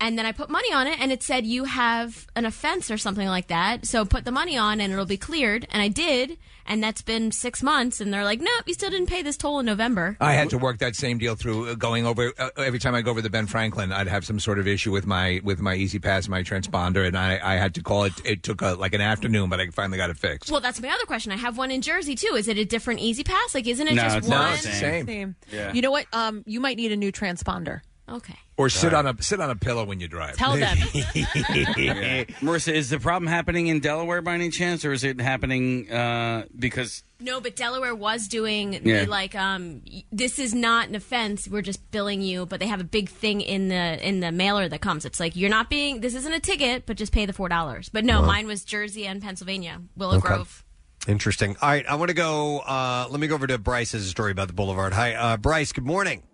Speaker 16: and then I put money on it, and it said you have an offense or something like that. So put the money on, and it'll be cleared. And I did, and that's been six months. And they're like, nope, you still didn't pay this toll in November.
Speaker 6: I had to work that same deal through uh, going over uh, every time I go over the Ben Franklin, I'd have some sort of issue with my with my Easy Pass, my transponder, and I, I had to call it. It took a, like an afternoon, but I finally got it fixed.
Speaker 16: Well, that's my other question. I have one in Jersey too. Is it a different Easy Pass? Like, isn't it
Speaker 6: No,
Speaker 16: just
Speaker 6: it's
Speaker 16: one?
Speaker 6: not. It's the same. Yeah.
Speaker 3: You know what? Um, you might need a new transponder.
Speaker 16: Okay.
Speaker 6: Or sit on a sit on a pillow when you drive.
Speaker 3: Tell them.
Speaker 4: Yeah. Marissa, is the problem happening in Delaware by any chance, or is it happening uh, because
Speaker 16: No, but Delaware was doing
Speaker 4: Yeah.
Speaker 16: the like um y- this is not an offense. We're just billing you, but they have a big thing in the in the mailer that comes. It's like you're not being this isn't a ticket, but just pay the $4. But no,
Speaker 5: Wow.
Speaker 16: mine was Jersey and Pennsylvania, Willow
Speaker 5: Okay.
Speaker 16: Grove.
Speaker 5: Interesting. All right, I want to go. Uh, let me go over to Bryce's story about the Boulevard. Hi, uh, Bryce. Good morning.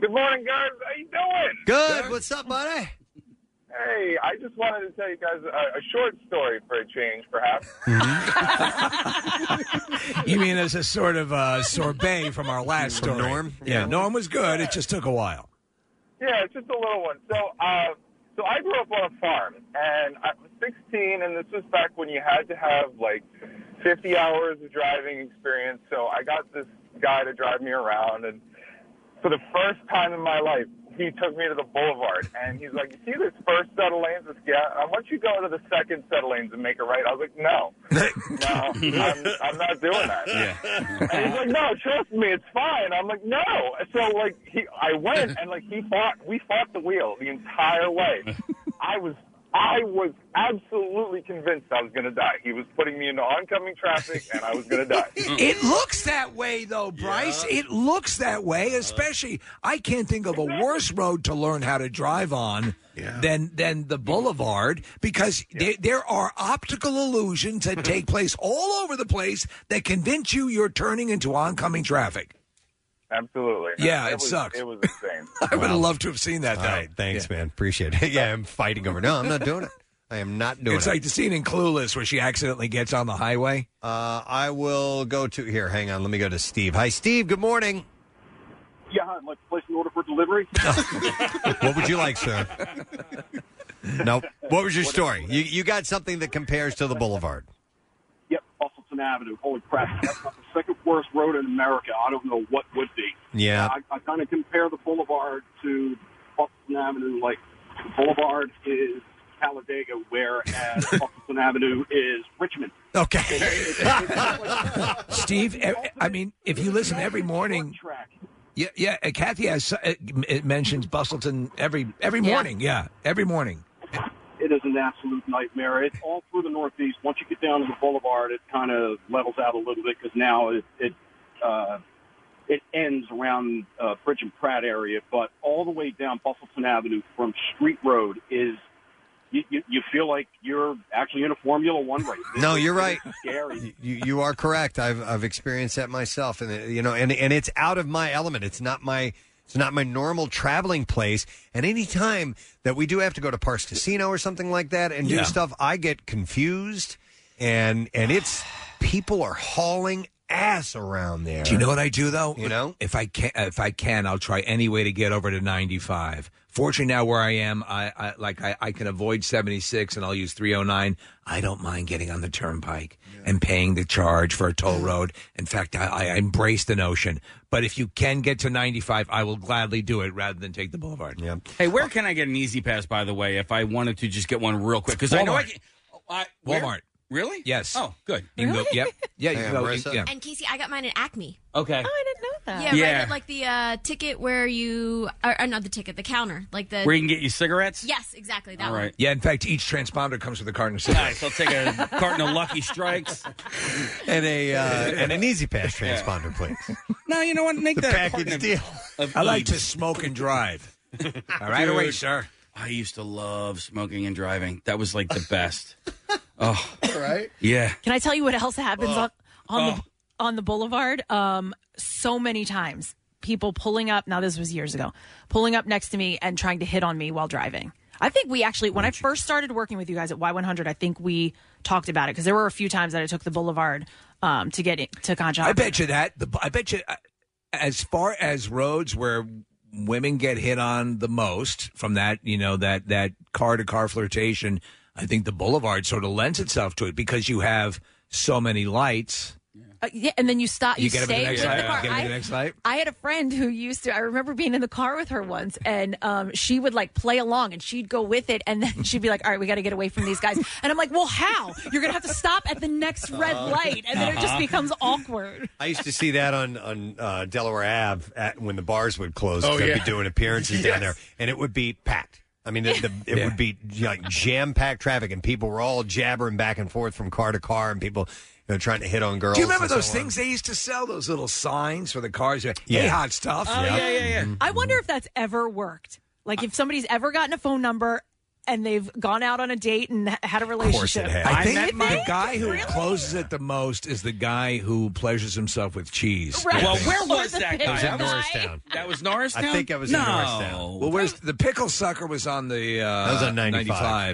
Speaker 17: Good morning, guys. How you doing?
Speaker 5: Good. What's up, buddy?
Speaker 17: Hey, I just wanted to tell you guys a, a short story for a change, perhaps.
Speaker 6: You mean as a sort of uh, sorbet from our last story? Norm? Yeah. Norm was good. It just took a while.
Speaker 17: Yeah, it's just a little one. So, uh, so I grew up on a farm, and I was 16, and this was back when you had to have like 50 hours of driving experience. So I got this guy to drive me around, and for the first time in my life, he took me to the boulevard, and he's like, "You see this first set of lanes? This yeah. I want you to go to the second set of lanes and make a right." I was like, "No, no, I'm, I'm not doing that." And he's like, no, trust me, it's fine. I'm like, no. So like, he, I went and like he fought. We fought the wheel the entire way. I was, I was absolutely convinced I was gonna die. He was putting me into oncoming traffic, and I was gonna die.
Speaker 5: Mm.
Speaker 6: It looks that way, though, Bryce. It looks that
Speaker 5: Uh-huh.
Speaker 6: way, especially. I can't think of a worse road to learn how to drive on than than
Speaker 5: Mm-hmm.
Speaker 6: the boulevard, because there, there are optical illusions that
Speaker 5: Mm-hmm.
Speaker 6: take place all over the place that convince you you're turning into oncoming traffic.
Speaker 17: Absolutely.
Speaker 6: Yeah, it
Speaker 17: was,
Speaker 6: sucked.
Speaker 17: It was insane.
Speaker 6: I would have loved to have seen that.
Speaker 5: All right, thanks, man. Appreciate it. Yeah, I'm fighting over. No, I'm not doing it. I am not doing
Speaker 6: it's
Speaker 5: it.
Speaker 6: like the scene in Clueless where she accidentally gets on the highway.
Speaker 5: Uh, I will go to here. Hang on. Let me go to Steve. Hi, Steve. Good morning.
Speaker 18: Yeah, I'd like to place an order for delivery.
Speaker 5: What would you like, sir? nope. What was your story? You you got something that compares to the Boulevard.
Speaker 18: yep, Busselton Avenue. Holy crap, that's not the second worst road in America. I don't know what would be.
Speaker 5: Yeah.
Speaker 18: I, I kind of compare the Boulevard to Busselton Avenue. Like, the Boulevard is Talladega, whereas Busselton Avenue is Richmond.
Speaker 6: Okay. Steve, e, I- I mean, if you listen every morning, yeah, yeah. uh, Kathy has uh, it mentions Bustleton every every
Speaker 18: Yeah.
Speaker 6: morning. Yeah, every morning.
Speaker 18: It is an absolute nightmare. It's all through the Northeast. Once you get down to the Boulevard, it kind of levels out a little bit because now it it, uh, it ends around uh, Bridge and Pratt area. But all the way down Bustleton Avenue from Street Road is you, you, you feel like you're actually in a Formula One race.
Speaker 5: No,
Speaker 18: It's-
Speaker 5: you're
Speaker 18: it's
Speaker 5: right.
Speaker 18: Scary.
Speaker 5: You you are correct. I've I've experienced that myself, and uh, you know, and and it's out of my element. It's not my it's not my normal traveling place. And any time that we do have to go to Parks Casino or something like that and
Speaker 1: Yeah.
Speaker 5: do stuff, I get confused, and and it's people are hauling ass around there.
Speaker 6: Do you know what I do though?
Speaker 5: You know,
Speaker 6: if I can, if I can, I'll try any way to get over to 95. Fortunately, now where I am, I, I like I, I can avoid 76, and I'll use 309. I don't mind getting on the turnpike and paying the charge for a toll road. In fact, I, I embrace the notion. But if you can get to 95, I will gladly do it rather than take the boulevard.
Speaker 5: Yeah.
Speaker 4: Hey, where can I get an easy pass? By the way, if I wanted to just get one real quick, because I know I
Speaker 6: Walmart.
Speaker 4: can. oh, I- where?
Speaker 6: Walmart.
Speaker 4: Really?
Speaker 6: Yes.
Speaker 4: Oh, good.
Speaker 6: You can go. Yep. Yeah. You
Speaker 4: Hey,
Speaker 6: can go.
Speaker 4: Marissa.
Speaker 6: yeah.
Speaker 16: And Casey, I got mine at Acme.
Speaker 4: Okay.
Speaker 16: Yeah,
Speaker 4: Yeah.
Speaker 16: right. At, like the uh, ticket where you, or, or not the ticket, the counter, like the.
Speaker 4: Where you can get your cigarettes?
Speaker 16: yes, exactly that
Speaker 4: All right.
Speaker 6: Yeah. In fact, each transponder comes with a carton of cigarettes.
Speaker 4: Nice. I'll take a carton of Lucky Strikes.
Speaker 5: and a uh, and an Easy Pass transponder, please.
Speaker 4: No, you know what? Make
Speaker 5: The
Speaker 4: that a
Speaker 5: package
Speaker 4: carton of-
Speaker 5: deal.
Speaker 4: of
Speaker 6: I like
Speaker 4: each.
Speaker 6: to smoke and drive. All right,
Speaker 4: Dude,
Speaker 6: away, sir.
Speaker 4: I used to love smoking and driving. That was like the best. oh,
Speaker 3: right?
Speaker 4: yeah.
Speaker 3: Can I
Speaker 6: Uh,
Speaker 3: tell you what else happens
Speaker 4: Oh.
Speaker 3: on on the
Speaker 4: Oh.
Speaker 3: on the boulevard? Um, so many times. people pulling up. Now this was years ago, pulling up next to me and trying to hit on me while driving. I think we actually, when I first started working with you guys at Y100, I think we talked about it because there were a few times that I took the Boulevard um, to get it, to Concha.
Speaker 6: I bet you that. The, I bet you, uh, as far as roads where women get hit on the most from that, you know, that that car to car flirtation, I think the boulevard sort of lends itself to it because you have so many lights.
Speaker 3: Uh, yeah, and then you stop. You,
Speaker 6: get up at
Speaker 3: stay
Speaker 6: the next
Speaker 3: with
Speaker 6: light.
Speaker 3: the car.
Speaker 6: Get up at
Speaker 3: I-
Speaker 6: the next light.
Speaker 3: I had a friend who used to. I remember being in the car with her once, and um, she would like play along, and she'd go with it, and then she'd be like, "All right, we got to get away from these guys." And I'm like, "Well, how? You're gonna have to stop at the next red
Speaker 5: Uh,
Speaker 3: light," and then it
Speaker 5: uh-huh.
Speaker 3: just becomes awkward.
Speaker 5: I used to see that on on uh, Delaware Ave at, when the bars would close.
Speaker 1: Oh,
Speaker 5: they'd
Speaker 1: yeah.
Speaker 5: be doing appearances down there,
Speaker 1: Yes.
Speaker 5: and it would be packed. I mean, the, the, it would be like jam packed traffic, and people were all jabbering back and forth from car to car, and people you know, trying to hit on girls.
Speaker 6: Do you remember
Speaker 5: and so
Speaker 6: those
Speaker 5: on.
Speaker 6: things they used to sell? Those little signs for the cars. Hey,
Speaker 5: Yeah.
Speaker 6: hot stuff. Mm-hmm.
Speaker 5: Oh, Yeah. yeah, yeah,
Speaker 3: I wonder if that's ever worked. Like, if somebody's ever gotten a phone number and they've gone out on a date and h- had a relationship.
Speaker 6: I think the guy who closes it the most is the guy who pleasures himself with cheese.
Speaker 3: Right.
Speaker 4: Well, where was that guy?
Speaker 6: was in
Speaker 4: That was-
Speaker 6: Norristown.
Speaker 4: That was Norristown.
Speaker 6: I think I was
Speaker 4: no.
Speaker 6: in Norristown. Well, where's the pickle sucker was on the uh,
Speaker 5: That was on 95.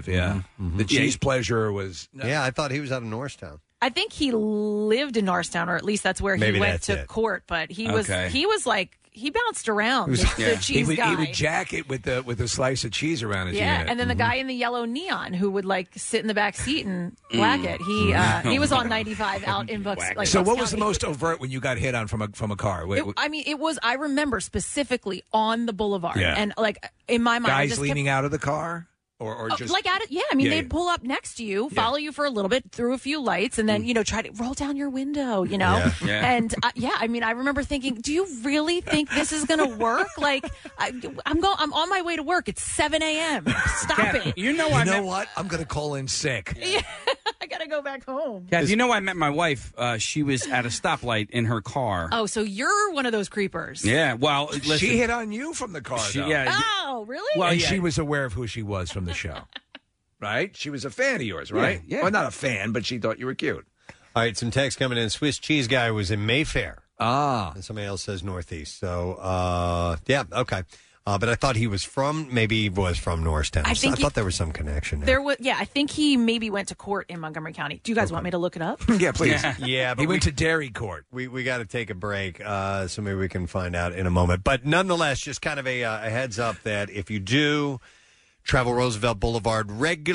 Speaker 6: 95, yeah. The
Speaker 5: Yeah,
Speaker 6: cheese
Speaker 5: he-
Speaker 6: pleasure was
Speaker 5: Yeah, I thought he was out of Norristown.
Speaker 3: I think he lived in Norristown, or at least that's where
Speaker 5: Maybe
Speaker 3: he went
Speaker 5: that's
Speaker 3: to
Speaker 5: it.
Speaker 3: court. But he was
Speaker 6: Okay.
Speaker 3: he was like he bounced around. Oh, the, the cheese
Speaker 6: he, would,
Speaker 3: guy.
Speaker 6: he would jack it with the with a slice of cheese around his
Speaker 3: yeah,
Speaker 6: unit. Mm-hmm.
Speaker 3: and then the guy in the yellow neon who would like sit in the back seat and whack it. He
Speaker 6: Mm.
Speaker 3: uh, he was on 95 out in Bucks. Like,
Speaker 6: so
Speaker 3: Bucks
Speaker 6: what was the
Speaker 3: County.
Speaker 6: most overt when you got hit on from a from a car? Wait,
Speaker 3: It- I mean, it was. I remember specifically on the boulevard,
Speaker 6: Yeah.
Speaker 3: and like in my mind, I
Speaker 6: guys
Speaker 3: just kept
Speaker 6: leaning out of the car, or or
Speaker 3: Oh,
Speaker 6: just
Speaker 3: like at it, yeah. I mean,
Speaker 6: Yeah,
Speaker 3: they'd
Speaker 6: yeah. Mm.
Speaker 3: pull up next to you, follow you for a little bit, through a few lights, and then you know try to roll down your window, you know.
Speaker 19: Yeah. Yeah.
Speaker 3: And uh, yeah, I mean, I remember thinking, do you really think this is going to work? like, I, I'm going, I'm on my way to work. It's 7 a.m. Stop it.
Speaker 4: You know,
Speaker 6: you
Speaker 4: I
Speaker 6: know
Speaker 4: met-
Speaker 6: what? I'm going to call in sick.
Speaker 3: I got to go back home.
Speaker 4: Kath, you know, I met my wife. Uh, she was at a stoplight in her car.
Speaker 3: Oh, so you're one of those creepers.
Speaker 4: Yeah. Well, listen,
Speaker 6: She hit on you from the car.
Speaker 4: She-
Speaker 6: though.
Speaker 4: yeah.
Speaker 3: Oh, really?
Speaker 6: Well, and she was aware of who she was from the show, right? She was a fan of yours, right?
Speaker 5: Yeah, yeah.
Speaker 6: Well, not a fan, but she thought you were cute.
Speaker 5: All right, some text coming in. Swiss cheese guy was in Mayfair.
Speaker 6: Ah,
Speaker 5: and somebody else says Northeast. So uh, yeah, okay. Uh, but I thought he was from maybe he was from Norristown.
Speaker 3: I
Speaker 5: So
Speaker 3: think he-
Speaker 5: thought there was some connection. There.
Speaker 3: There was, yeah, I think he maybe went to court in Montgomery County. Do you guys want me to look it up?
Speaker 6: yeah,
Speaker 5: please. Yeah, but
Speaker 6: he went
Speaker 5: we-
Speaker 6: to Dairy Court.
Speaker 5: We we got to take a break, uh, so maybe we can find out in a moment. But nonetheless, just kind of a, uh, a heads up that if you do travel Roosevelt Boulevard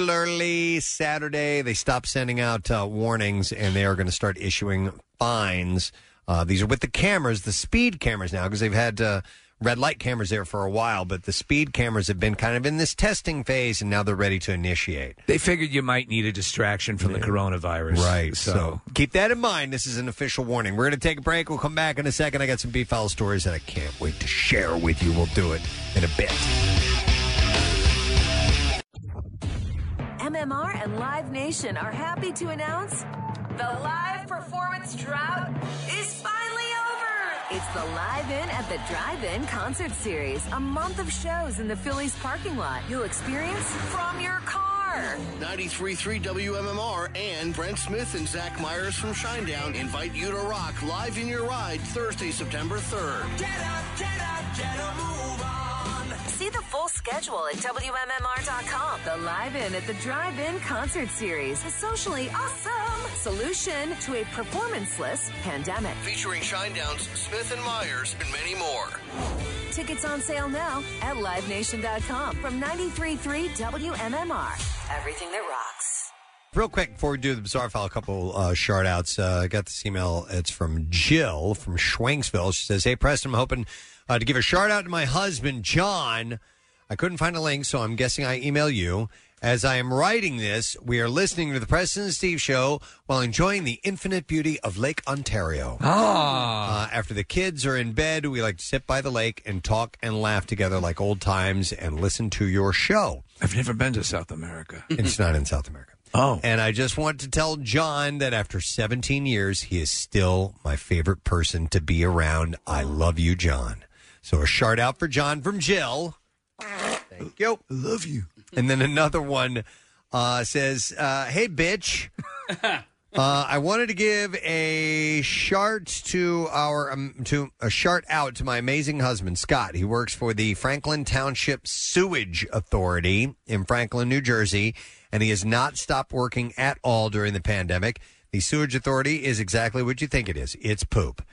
Speaker 5: regularly Saturday, they stop sending out uh, warnings and they are going to start issuing fines. Uh, these are with the cameras, the speed cameras now, because they've had uh, red light cameras there for a while, but the speed cameras have been kind of in this testing phase, and now they're ready to initiate.
Speaker 6: They figured you might need a distraction from the coronavirus,
Speaker 5: Right. So.
Speaker 6: So,
Speaker 5: keep that in mind. This is an official warning. We're going to take a break. We'll come back in a second. I got some beef foul stories that I can't wait to share with you. We'll do it in a bit.
Speaker 20: MMR and Live Nation are happy to announce the live performance drought is finally over. It's the Live In at the Drive In concert series, a month of shows in the Phillies parking lot. You'll experience from your car.
Speaker 21: 93.3 WMMR and Brent Smith and Zach Myers from Shinedown invite you to rock live in your ride Thursday, September 3rd.
Speaker 20: See the full schedule at WMMR.com. The Live In at the Drive In concert series, the socially awesome solution to a performanceless pandemic.
Speaker 21: Featuring Shinedown's Smith and Myers and many more.
Speaker 20: Tickets on sale now at livenation.com from 93.3 WMMR. Everything that rocks.
Speaker 5: Real quick, before we do the bizarre file, a couple uh, shout outs. Uh, I got this email. It's from Jill from Schwanksville. She says, Hey, Preston, I'm hoping uh, to give a shout out to my husband, John. I couldn't find a link, so I'm guessing I email you. As I am writing this, we are listening to the Preston and Steve show while enjoying the infinite beauty of Lake Ontario.
Speaker 6: Ah.
Speaker 5: Uh, after the kids are in bed, we like to sit by the lake and talk and laugh together like old times and listen to your show.
Speaker 6: I've never been to South America.
Speaker 5: It's not in South America.
Speaker 6: Oh.
Speaker 5: And I just want to tell John that after 17 years, he is still my favorite person to be around. I love you, John. So a shout out for John from Jill. Thank you. love you. And then another one uh, says, uh, Hey, bitch. Uh, I wanted to give a shout to our um, to a shout out to my amazing husband Scott. He works for the Franklin Township Sewage Authority in Franklin, New Jersey, and he has not stopped working at all during the pandemic. The sewage authority is exactly what you think it is. It's poop.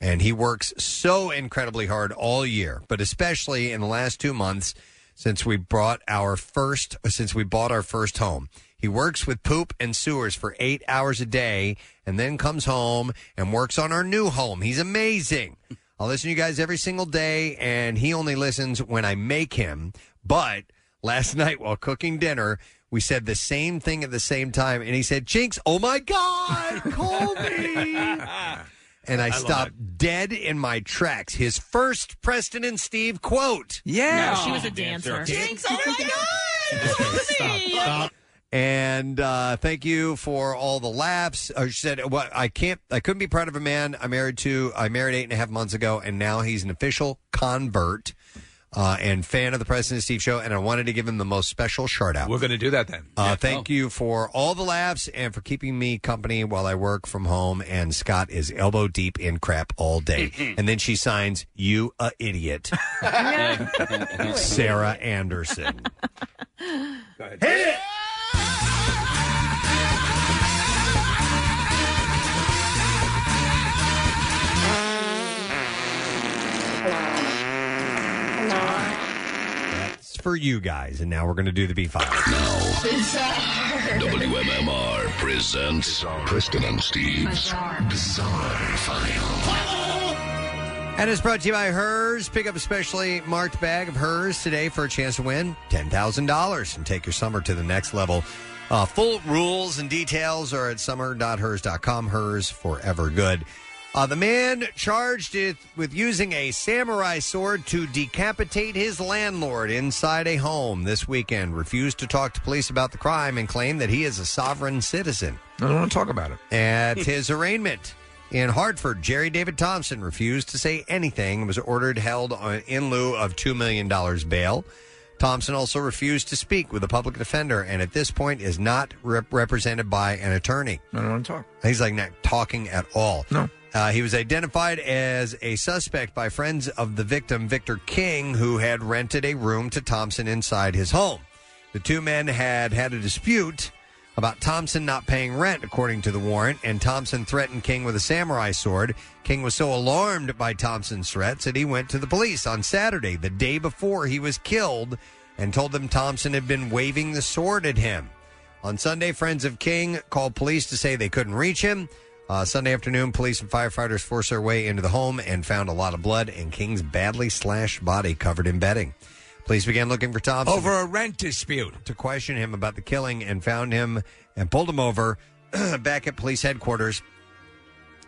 Speaker 5: And he works so incredibly hard all year, but especially in the last 2 months since we brought our first uh, since we bought our first home. He works with poop and sewers for eight hours a day and then comes home and works on our new home. He's amazing. I listen to you guys every single day, and he only listens when I make him. But last night while cooking dinner, we said the same thing at the same time, and he said, Jinx, oh my God, call me. and I,
Speaker 19: I love
Speaker 5: stopped dead in my tracks. His first Preston and Steve quote.
Speaker 19: Yeah. No, she was a dancer. Jinx, oh my God!
Speaker 5: And uh, thank you for all the laughs. Uh, she said, "What I can't, I couldn't be proud of a man I married to. I married eight and a half months ago, and now he's an official convert uh, and fan of the President Steve Show. And I wanted to give him the most special shout out.
Speaker 6: We're going to do that then.
Speaker 5: Uh, thank you for all the laughs and for keeping me company while I work from home. And Scott is elbow deep in crap all day. and then she signs, "You a idiot, Sarah Anderson." That's for you guys. And now we're going to do the B file.
Speaker 2: WMMR presents Preston and Steve's Bizarre, File.
Speaker 5: And it's brought to you by Hers. Pick up a specially marked bag of Hers today for a chance to win $10,000 and take your summer to the next level. Uh, full rules and details are at summer.hers.com. Hers forever good. Uh, the man charged it with using a samurai sword to decapitate his landlord inside a home this weekend refused to talk to police about the crime and claimed that he is a sovereign citizen.
Speaker 6: I don't want to talk about it.
Speaker 5: At his arraignment in Hartford, Jerry David Thompson refused to say anything and was ordered held on, in lieu of $2 million bail. Thompson also refused to speak with a public defender and at this point is not rep- represented by an attorney.
Speaker 6: I don't want to talk.
Speaker 5: He's like not talking at all. No. Uh, he was identified as a suspect by friends of the victim, Victor King, who had rented a room to Thompson inside his home. The two men had had a dispute about Thompson not paying rent, according to the warrant, and Thompson threatened King with a samurai sword. King was so alarmed by Thompson's threats that he went to the police on Saturday, the day before he was killed, and told them Thompson had been waving the sword at him. On Sunday, friends of King called police to say they couldn't reach him. Uh, Sunday afternoon, police and firefighters forced their way into the home and found a lot of blood and King's badly slashed body covered in bedding. Police began looking for Thompson
Speaker 6: Over a rent dispute.
Speaker 5: to question him about the killing and found him and pulled him over back at police headquarters.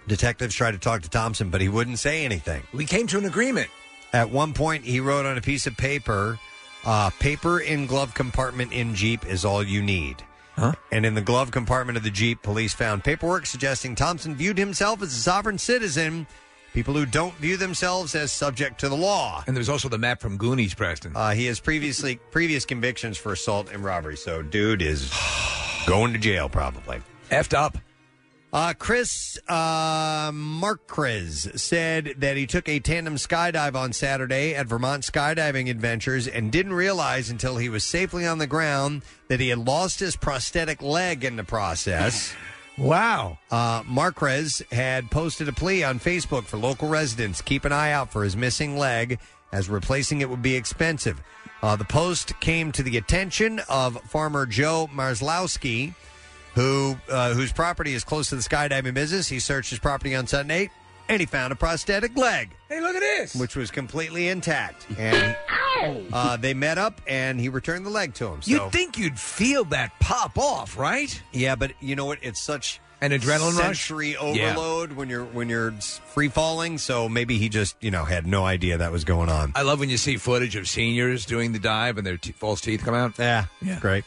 Speaker 5: Detectives tried to talk to Thompson, but he wouldn't say anything.
Speaker 6: We came to an agreement.
Speaker 5: At one point, he wrote on a piece of paper, uh, "Paper in glove compartment in Jeep is all you need." And in the glove compartment of the Jeep, police found paperwork suggesting Thompson viewed himself as a sovereign citizen. People who don't view themselves as subject to the law.
Speaker 6: And there's also the map from Goonies, Preston.
Speaker 5: Uh, he has previously previous convictions for assault and robbery, so dude is going to jail probably.
Speaker 6: Effed up.
Speaker 5: Uh, Chris uh, Marquez said that he took a tandem skydive on Saturday at Vermont Skydiving Adventures and didn't realize until he was safely on the ground that he had lost his prosthetic leg in the process.
Speaker 6: Wow.
Speaker 5: Uh, Marquez had posted a plea on Facebook for local residents. Keep an eye out for his missing leg, as replacing it would be expensive. Uh, the post came to the attention of farmer Joe Marzlowski, who uh, whose property is close to the skydiving business. He searched his property on Sunday, and he found a prosthetic leg.
Speaker 6: Hey, look at this.
Speaker 5: Which was completely intact. And
Speaker 6: Oh!
Speaker 5: uh, they met up, and he returned the leg to him. So.
Speaker 6: You'd think you'd feel that pop off, right?
Speaker 5: Yeah, but you know what? It's such
Speaker 6: an adrenaline rush.
Speaker 5: sensory overload when you're when you're free falling. So maybe he just you know had no idea that was going on.
Speaker 6: I love when you see footage of seniors doing the dive and their t- false teeth come out.
Speaker 5: Yeah,
Speaker 6: yeah,
Speaker 5: great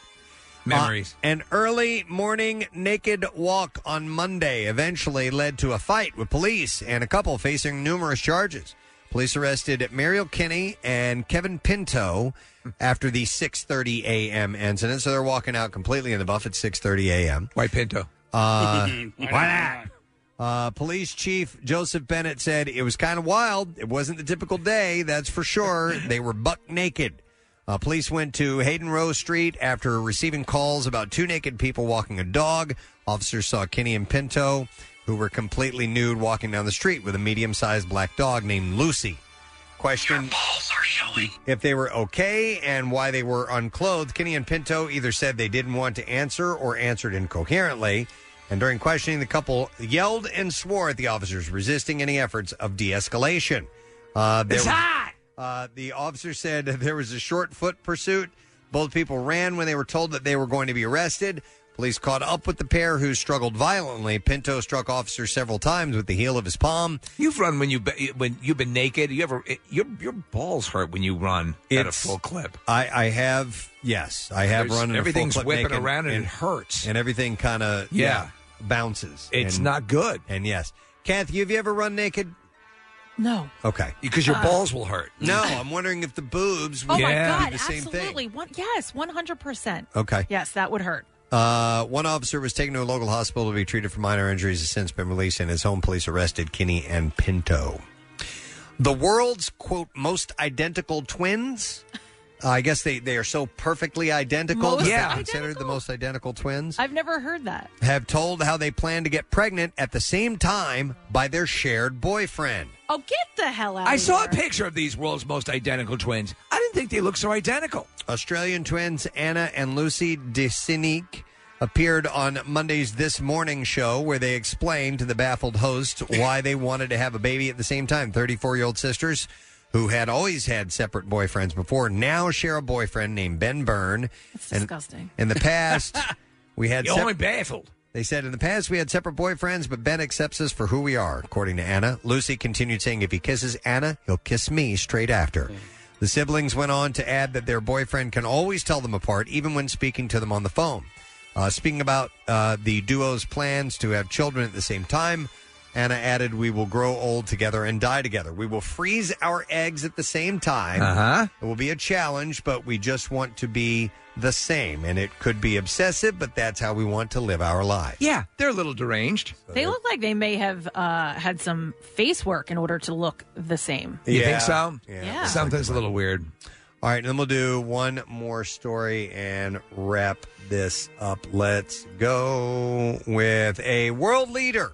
Speaker 6: memories.
Speaker 5: Uh, an early morning naked walk on Monday eventually led to a fight with police and a couple facing numerous charges. Police arrested Mariel Kinney and Kevin Pinto after the 6:30 a.m. incident. So they're walking out completely in the buff at 6:30 a.m.
Speaker 6: Why Pinto?
Speaker 5: Uh,
Speaker 4: Why
Speaker 5: why not? Uh, Police Chief Joseph Bennett said it was kind of wild. It wasn't the typical day, that's for sure. They were buck naked. Uh, police went to Hayden Rose Street after receiving calls about two naked people walking a dog. Officers saw Kenny and Pinto, who were completely nude, walking down the street with a medium sized black dog named Lucy. Question if they were okay and why they were unclothed. Kenny and Pinto either said they didn't want to answer or answered incoherently. And during questioning, the couple yelled and swore at the officers, resisting any efforts of de escalation. Uh, there
Speaker 19: It's
Speaker 5: was-
Speaker 19: hot!
Speaker 5: Uh, the officer said there was a short foot pursuit. Both people ran when they were told that they were going to be arrested. Police caught up with the pair who struggled violently. Pinto struck officers several times with the heel of his palm.
Speaker 6: You've run when you be, when you've been naked. You ever it, your your balls hurt when you run at a
Speaker 5: It's-
Speaker 6: full clip.
Speaker 5: I, I have yes, I have
Speaker 6: There's-
Speaker 5: run. in a full
Speaker 6: everything's
Speaker 5: clip
Speaker 6: whipping
Speaker 5: naked
Speaker 6: around and it hurts.
Speaker 5: and everything kind of
Speaker 6: Yeah.
Speaker 5: yeah. bounces.
Speaker 6: It's
Speaker 5: And-
Speaker 6: not good.
Speaker 5: And yes, Kath, have you ever run naked?
Speaker 3: No.
Speaker 5: Okay,
Speaker 6: because your
Speaker 3: Uh,
Speaker 6: balls will hurt.
Speaker 5: No, I'm wondering if the boobs.
Speaker 3: Oh
Speaker 5: would
Speaker 3: my
Speaker 5: do
Speaker 3: God!
Speaker 5: the same thing.
Speaker 3: Absolutely. One, yes, one hundred percent.
Speaker 5: Okay.
Speaker 3: Yes, that would hurt.
Speaker 5: Uh, one officer was taken to a local hospital to be treated for minor injuries. Has since been released, and his home police arrested Kinney and Pinto. The world's quote most identical twins. Uh, I guess they, they are so perfectly identical.
Speaker 3: Most
Speaker 5: that they're
Speaker 3: Yeah.
Speaker 5: considered the most identical twins.
Speaker 3: I've never heard that.
Speaker 5: Have told how they plan to get pregnant at the same time by their shared boyfriend.
Speaker 3: Oh, get the hell out!
Speaker 6: I
Speaker 3: of
Speaker 6: saw a
Speaker 3: here.
Speaker 6: picture of these world's most identical twins. I didn't think they looked so identical.
Speaker 5: Australian twins Anna and Lucy DeCinique appeared on Monday's This Morning show where they explained to the baffled host why they wanted to have a baby at the same time. 34 year old sisters who had always had separate boyfriends before now share a boyfriend named Ben Byrne. That's
Speaker 3: disgusting.
Speaker 5: In the past, we had
Speaker 6: You're
Speaker 5: sep-
Speaker 6: only baffled.
Speaker 5: They said in the past we had separate boyfriends, but Ben accepts us for who we are, according to Anna. Lucy continued saying, if he kisses Anna, he'll kiss me straight after. The siblings went on to add that their boyfriend can always tell them apart, even when speaking to them on the phone. Uh, speaking about uh, the duo's plans to have children at the same time, Anna added, We will grow old together and die together. We will freeze our eggs at the same time.
Speaker 6: Uh-huh.
Speaker 5: It will be a challenge, but we just want to be the same. And it could be obsessive, but that's how we want to live our lives.
Speaker 6: Yeah, they're a little deranged.
Speaker 3: They look like they may have uh, had some face work in order to look the same.
Speaker 6: You think so?
Speaker 3: Yeah.
Speaker 6: Something's a little weird.
Speaker 5: All right, and then we'll do one more story and wrap this up. Let's go with a world leader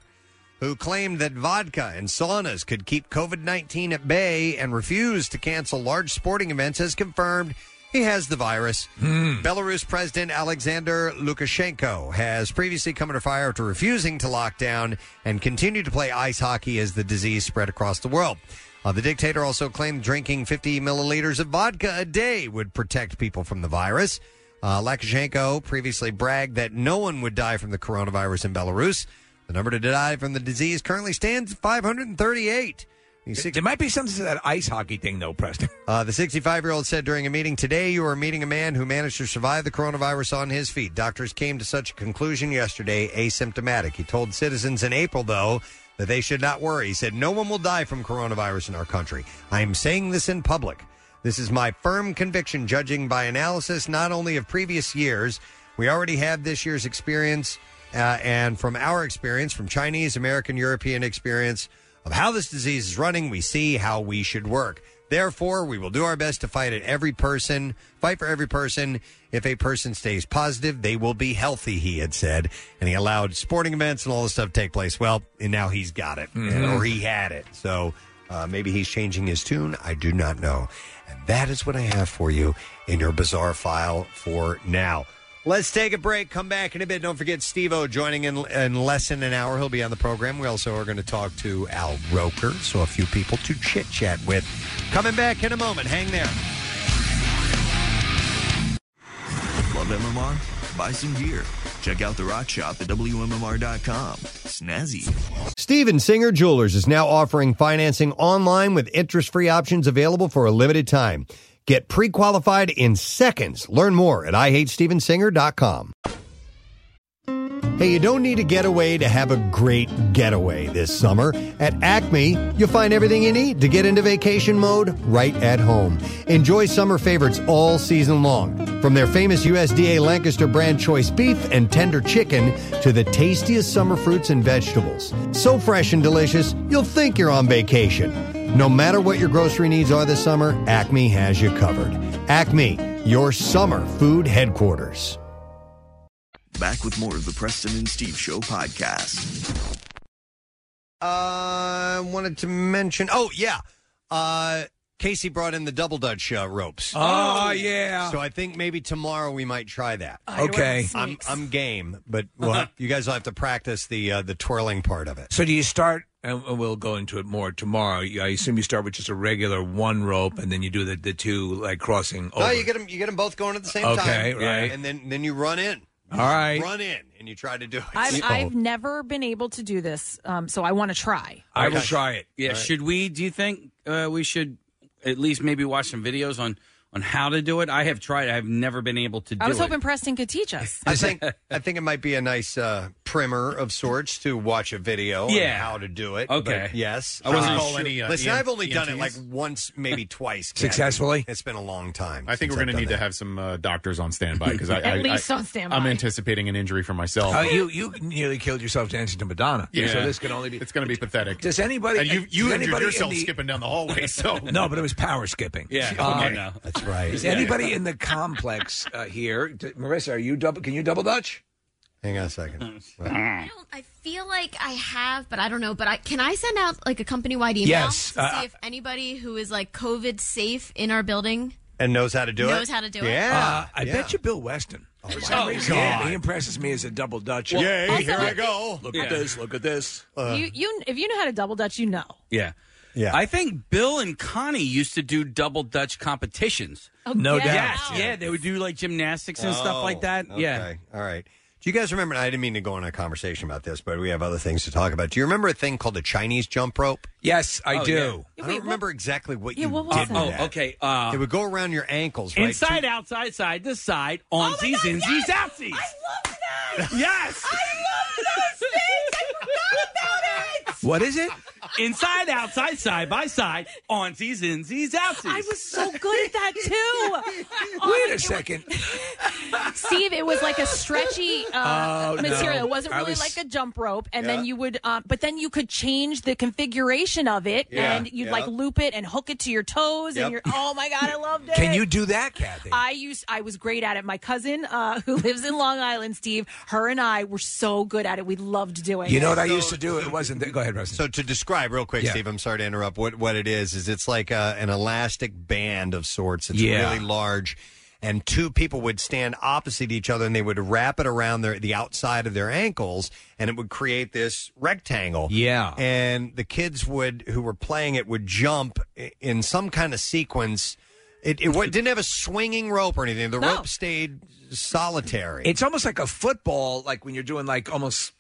Speaker 5: who claimed that vodka and saunas could keep COVID 19 at bay and refused to cancel large sporting events has confirmed he has the virus. Belarus President Alexander Lukashenko has previously come under fire after refusing to lock down and continue to play ice hockey as the disease spread across the world. Uh, the dictator also claimed drinking 50 milliliters of vodka a day would protect people from the virus. Uh, Lukashenko previously bragged that no one would die from the coronavirus in Belarus. The number to die from the disease currently stands at 538.
Speaker 6: There might be something to that ice hockey thing, though, Preston.
Speaker 5: Uh, the 65 year old said during a meeting today, You are meeting a man who managed to survive the coronavirus on his feet. Doctors came to such a conclusion yesterday, asymptomatic. He told citizens in April, though, that they should not worry. He said, No one will die from coronavirus in our country. I am saying this in public. This is my firm conviction, judging by analysis not only of previous years. We already have this year's experience, uh, and from our experience, from Chinese, American, European experience, of how this disease is running, we see how we should work. Therefore, we will do our best to fight at every person, fight for every person. If a person stays positive, they will be healthy, he had said. And he allowed sporting events and all this stuff to take place. Well, and now he's got it,
Speaker 1: Mhm.
Speaker 5: or he had it. So uh, maybe he's changing his tune. I do not know. And that is what I have for you in your bizarre file for now. Let's take a break. Come back in a bit. Don't forget Steve O joining in, in less than an hour. He'll be on the program. We also are going to talk to Al Roker, so a few people to chit chat with. Coming back in a moment. Hang there.
Speaker 8: Love MMR? Buy some gear. Check out the rock shop at WMMR.com. Snazzy.
Speaker 1: Steven Singer Jewelers is now offering financing online with interest free options available for a limited time. Get pre qualified in seconds. Learn more at IHateStevenSinger.com. Hey, you don't need a getaway to have a great getaway this summer. At Acme, you'll find everything you need to get into vacation mode right at home. Enjoy summer favorites all season long. From their famous USDA Lancaster brand choice beef and tender chicken to the tastiest summer fruits and vegetables. So fresh and delicious, you'll think you're on vacation. No matter what your grocery needs are this summer, Acme has you covered. Acme, your summer food headquarters.
Speaker 8: Back with more of the Preston and Steve Show podcast.
Speaker 5: I Uh, wanted to mention. Oh yeah, uh, Casey brought in the double dutch uh, ropes.
Speaker 6: Oh, yeah.
Speaker 5: So I think maybe tomorrow we might try that.
Speaker 6: I don't Okay. Uh-huh. want
Speaker 5: I'm
Speaker 6: snakes.
Speaker 5: I'm game, but we'll have- you guys will have to practice the uh, the twirling part of it.
Speaker 6: So do you start? And we'll go into it more tomorrow. I assume you start with just a regular one rope, and then you do the, the two like crossing over.
Speaker 5: No, you get them. You get them both going at the same time.
Speaker 6: Okay, right.
Speaker 5: And then then you run in.
Speaker 6: All right.
Speaker 5: Run in and you try to do it.
Speaker 3: I've,
Speaker 5: So-
Speaker 3: I've never been able to do this, um, so I want to try.
Speaker 6: I will try it.
Speaker 4: Yeah. Should we? Do you think uh, we should at least maybe watch some videos on on how to do it? I have tried. I've never been able to do
Speaker 3: I was
Speaker 4: it.
Speaker 3: hoping Preston could teach us.
Speaker 5: I think I think it might be a nice uh, primer of sorts to watch a video on
Speaker 4: Yeah.
Speaker 5: how to do it.
Speaker 4: Okay.
Speaker 5: but yes,
Speaker 4: I wasn't
Speaker 5: Uh,
Speaker 4: sure. Any, uh,
Speaker 6: E
Speaker 5: Listen,
Speaker 4: EM-
Speaker 5: I've only done it like
Speaker 4: EMTs?
Speaker 5: once, maybe twice. Ken.
Speaker 7: Successfully?
Speaker 5: It's been a long time.
Speaker 7: I think we're going to need to have some uh, doctors on standby because I,
Speaker 5: At
Speaker 7: I-
Speaker 5: least
Speaker 7: I-
Speaker 5: on standby.
Speaker 7: I'm anticipating an injury for myself.
Speaker 6: Uh, you you nearly killed yourself dancing to Madonna.
Speaker 7: Yeah.
Speaker 6: So this can only be.
Speaker 7: It's going to be pathetic.
Speaker 6: Does anybody? uh,
Speaker 7: And you you
Speaker 6: does
Speaker 7: injured
Speaker 6: anybody in
Speaker 7: yourself
Speaker 6: the-
Speaker 7: skipping down the hallway. So
Speaker 6: no, but it was power skipping.
Speaker 7: Yeah.
Speaker 6: Um,
Speaker 7: Okay. No.
Speaker 5: That's right.
Speaker 6: Is
Speaker 7: Yeah.
Speaker 6: anybody in the complex uh, here? D- Marissa, are you double? Can you double dutch?
Speaker 5: Hang on a second.
Speaker 16: I feel like I have, but I don't know. But I can I send out like a company wide email
Speaker 5: Yes,
Speaker 16: to
Speaker 5: uh,
Speaker 16: see if anybody who is like COVID safe in our building.
Speaker 5: and knows how to do it.
Speaker 16: Knows how to do it.
Speaker 5: Yeah,
Speaker 6: Uh, I
Speaker 5: yeah.
Speaker 6: bet you Bill Weston. Oh, for some
Speaker 5: my
Speaker 6: reason,
Speaker 5: God.
Speaker 6: he- he impresses me as a double dutch.
Speaker 5: Well,
Speaker 6: Yay,
Speaker 5: also, Uh,
Speaker 6: here
Speaker 5: I
Speaker 6: I
Speaker 5: think-
Speaker 6: go. Look at
Speaker 4: Yeah.
Speaker 6: this. Look at this.
Speaker 3: you, you, if you know how to double dutch, you know.
Speaker 4: Yeah.
Speaker 5: Yeah.
Speaker 4: I think Bill and Connie used to do double Dutch competitions.
Speaker 3: Oh,
Speaker 5: No yeah. doubt. Oh,
Speaker 4: Yes, yeah. They would do like gymnastics and stuff like that. Yeah.
Speaker 5: Okay. All right. Do you guys remember? I didn't mean to go on a conversation about this, but we have other things to talk about. Do you remember a thing called the Chinese jump rope?
Speaker 6: Yes, I
Speaker 5: Oh,
Speaker 6: do.
Speaker 5: yeah. I don't remember exactly what you
Speaker 4: was
Speaker 5: did.
Speaker 4: that?
Speaker 5: with
Speaker 4: Oh,
Speaker 5: that.
Speaker 4: okay, uh,
Speaker 5: it would go around your ankles, right?
Speaker 4: Inside, outside, side to side, onsies, insies, outsies. I love that. Yes. I love those things.
Speaker 6: What is it?
Speaker 4: Inside, outside, side by side, onsies, insies, outsies. I was
Speaker 3: so good at that too.
Speaker 6: Wait a second.
Speaker 3: Steve, it was like a stretchy uh,
Speaker 6: Oh, no.
Speaker 3: material. It wasn't
Speaker 6: I
Speaker 3: really
Speaker 6: was-
Speaker 3: like a jump rope, and
Speaker 6: Yeah.
Speaker 3: then you would, uh, but then you could change the configuration of it,
Speaker 6: Yeah,
Speaker 3: and you'd
Speaker 6: yeah.
Speaker 3: like loop it and hook it to your toes,
Speaker 6: Yep.
Speaker 3: and your oh my god, I loved it.
Speaker 6: Can you do that, Kathy?
Speaker 3: I used I was great at it. My cousin uh, who lives in Long Island, Steve, her and I were so good at it. We loved doing it.
Speaker 6: You know what I used to do? It wasn't. Go ahead, Russ.
Speaker 5: So to describe real quick,
Speaker 6: Yeah.
Speaker 5: Steve, I'm sorry to interrupt. What what it is is it's like uh an elastic band of sorts. It's
Speaker 6: Yeah.
Speaker 5: really large, and two people would stand opposite each other, and they would wrap it around their the outside of their ankles, and it would create this rectangle.
Speaker 6: Yeah.
Speaker 5: and the kids would who were playing it would jump i- in some kind of sequence. It, it wa- didn't have a swinging rope or anything. The rope stayed solitary.
Speaker 6: It's almost like a football, like when you're doing like almost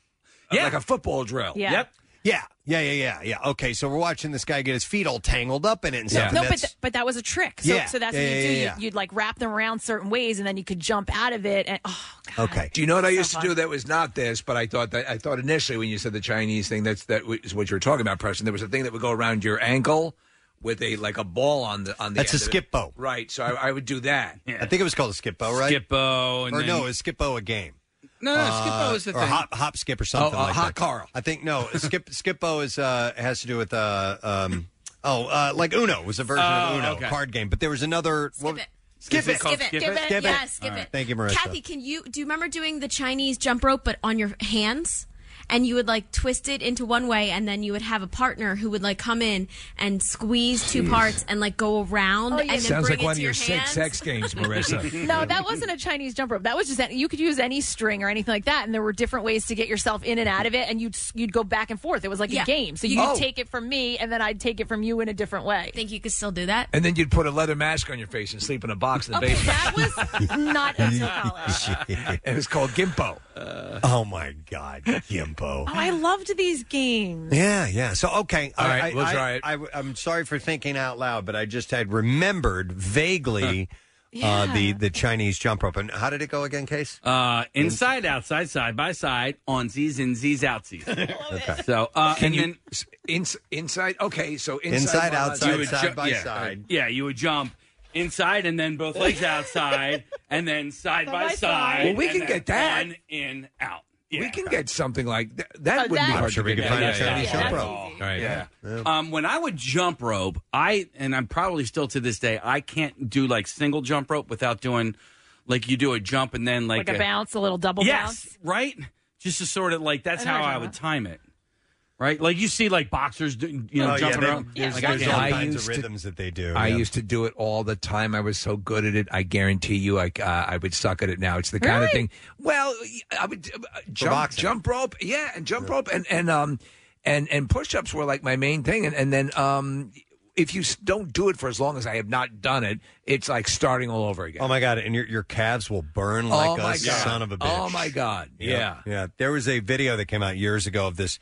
Speaker 6: yeah. like a football drill.
Speaker 5: Yeah. Yep. Yeah, yeah, yeah, yeah, yeah. Okay, so we're watching this guy get his feet all tangled up in it and stuff.
Speaker 3: No,
Speaker 5: and
Speaker 3: but,
Speaker 5: that's-
Speaker 3: th- but that was a trick. So,
Speaker 5: Yeah.
Speaker 3: so that's
Speaker 5: Yeah,
Speaker 3: what you
Speaker 5: yeah,
Speaker 3: do.
Speaker 5: yeah,
Speaker 3: You-
Speaker 5: yeah.
Speaker 3: You'd like wrap them around certain ways, and then you could jump out of it. And oh,
Speaker 5: Okay.
Speaker 6: Do you know what I used to do that was not this, but I thought that I thought initially when you said the Chinese thing, that's that is what you were talking about, Preston. There was a thing that would go around your ankle with a like a ball on the on the.
Speaker 5: That's a
Speaker 6: end of it.
Speaker 5: skip bow.
Speaker 6: right? So I, I would do that.
Speaker 5: I think it was called a skip bow, right?
Speaker 6: Skip bow, and
Speaker 5: or
Speaker 6: then-
Speaker 5: no, is skip bow a game? Uh,
Speaker 6: No, no, skip bow is the
Speaker 5: or
Speaker 6: thing.
Speaker 5: hop, hop skip or something
Speaker 6: Oh, uh,
Speaker 5: like
Speaker 6: hot
Speaker 5: that.
Speaker 6: Carl.
Speaker 5: I think no, skip skip bow is uh, has to do with uh, um, oh uh, like Uno was a version
Speaker 6: Oh,
Speaker 5: of Uno
Speaker 6: okay.
Speaker 5: card game, but there was another skip
Speaker 16: it.
Speaker 5: Skip it.
Speaker 16: Skip it. Skip it. Yeah, skip
Speaker 5: All right.
Speaker 16: it.
Speaker 5: Thank you, Marissa.
Speaker 16: Kathy, can you do you remember doing the Chinese jump rope but on your hands? And you would like twist it into one way, and then you would have a partner who would like come in and squeeze two
Speaker 6: Jeez.
Speaker 16: parts and like go around and then
Speaker 6: Sounds
Speaker 16: bring it
Speaker 6: like one
Speaker 16: to
Speaker 6: of your
Speaker 16: hands.
Speaker 6: sex sex games, Marissa.
Speaker 3: no, that wasn't a Chinese jump rope. That was just any, you could use any string or anything like that, and there were different ways to get yourself in and out of it, and you'd s- you'd go back and forth. It was like
Speaker 16: Yeah.
Speaker 3: a game. So
Speaker 16: You
Speaker 3: you'd
Speaker 6: could-
Speaker 3: take it from me, and then I'd take it from you in a different way.
Speaker 16: Think you could still do that?
Speaker 6: And then you'd put a leather mask on your face and sleep in a box in the basement.
Speaker 3: Not until college.
Speaker 6: it was called Gimpo.
Speaker 5: oh my God, Gimpo.
Speaker 3: Oh, I loved these games.
Speaker 5: Yeah, yeah. So okay,
Speaker 6: All right,
Speaker 5: I,
Speaker 6: we'll
Speaker 5: I,
Speaker 6: try it.
Speaker 5: I, am sorry for thinking out loud, but I just had remembered vaguely uh, the the Chinese jump rope. And how did it go again, Case?
Speaker 4: Uh, inside, outside, side by side, onsies, insies, outsies.
Speaker 5: Okay.
Speaker 4: So, uh,
Speaker 6: Can
Speaker 4: and
Speaker 6: you-
Speaker 4: then
Speaker 6: Ins- inside. Okay, so inside,
Speaker 4: Inside,
Speaker 6: while
Speaker 4: outside, side by
Speaker 6: yeah.
Speaker 4: side. yeah, you would jump inside and then both legs outside and then side by side.
Speaker 6: Well, we
Speaker 4: and
Speaker 6: can
Speaker 4: then
Speaker 6: get that.
Speaker 4: one in out.
Speaker 6: We can get something like that. That
Speaker 4: Oh,
Speaker 6: would be
Speaker 4: that-
Speaker 6: hard
Speaker 4: I'm sure
Speaker 6: to
Speaker 4: we
Speaker 6: get
Speaker 4: could find
Speaker 6: out.
Speaker 4: a Chinese Yeah, jump that's rope.
Speaker 6: All right.
Speaker 4: Yeah. Um, when I would jump rope, I and I'm probably still to this day, I can't do like single jump rope without doing like you do a jump and then like,
Speaker 3: Like, a, bounce, a little double
Speaker 4: yes,
Speaker 3: bounce.
Speaker 4: right? Just to sort of like that's
Speaker 3: I know
Speaker 4: how
Speaker 3: what you're
Speaker 4: I would time it. Right, like you see, like boxers, do, you
Speaker 5: Oh,
Speaker 4: know,
Speaker 5: yeah,
Speaker 4: jumping
Speaker 5: they-
Speaker 4: around.
Speaker 5: there's-
Speaker 4: Like,
Speaker 5: there's
Speaker 4: I
Speaker 5: all
Speaker 4: can't.
Speaker 5: kinds of rhythms that they do.
Speaker 6: I
Speaker 5: yeah.
Speaker 6: used to do it all the time. I was so good at it. I guarantee you, I uh, I would suck at it now. It's the kind of thing. Well, I would uh, jump
Speaker 10: boxing.
Speaker 6: jump rope, yeah, and jump rope, and and um and and push ups were like my main thing, and and then um if you s- don't do it for as long as I have not done it, it's like starting all over again.
Speaker 5: Oh my god! And your your calves will burn
Speaker 6: Oh,
Speaker 5: like a
Speaker 6: my God.
Speaker 5: son of a bitch.
Speaker 6: Oh, my God. Yeah.
Speaker 5: yeah. There was a video that came out years ago of this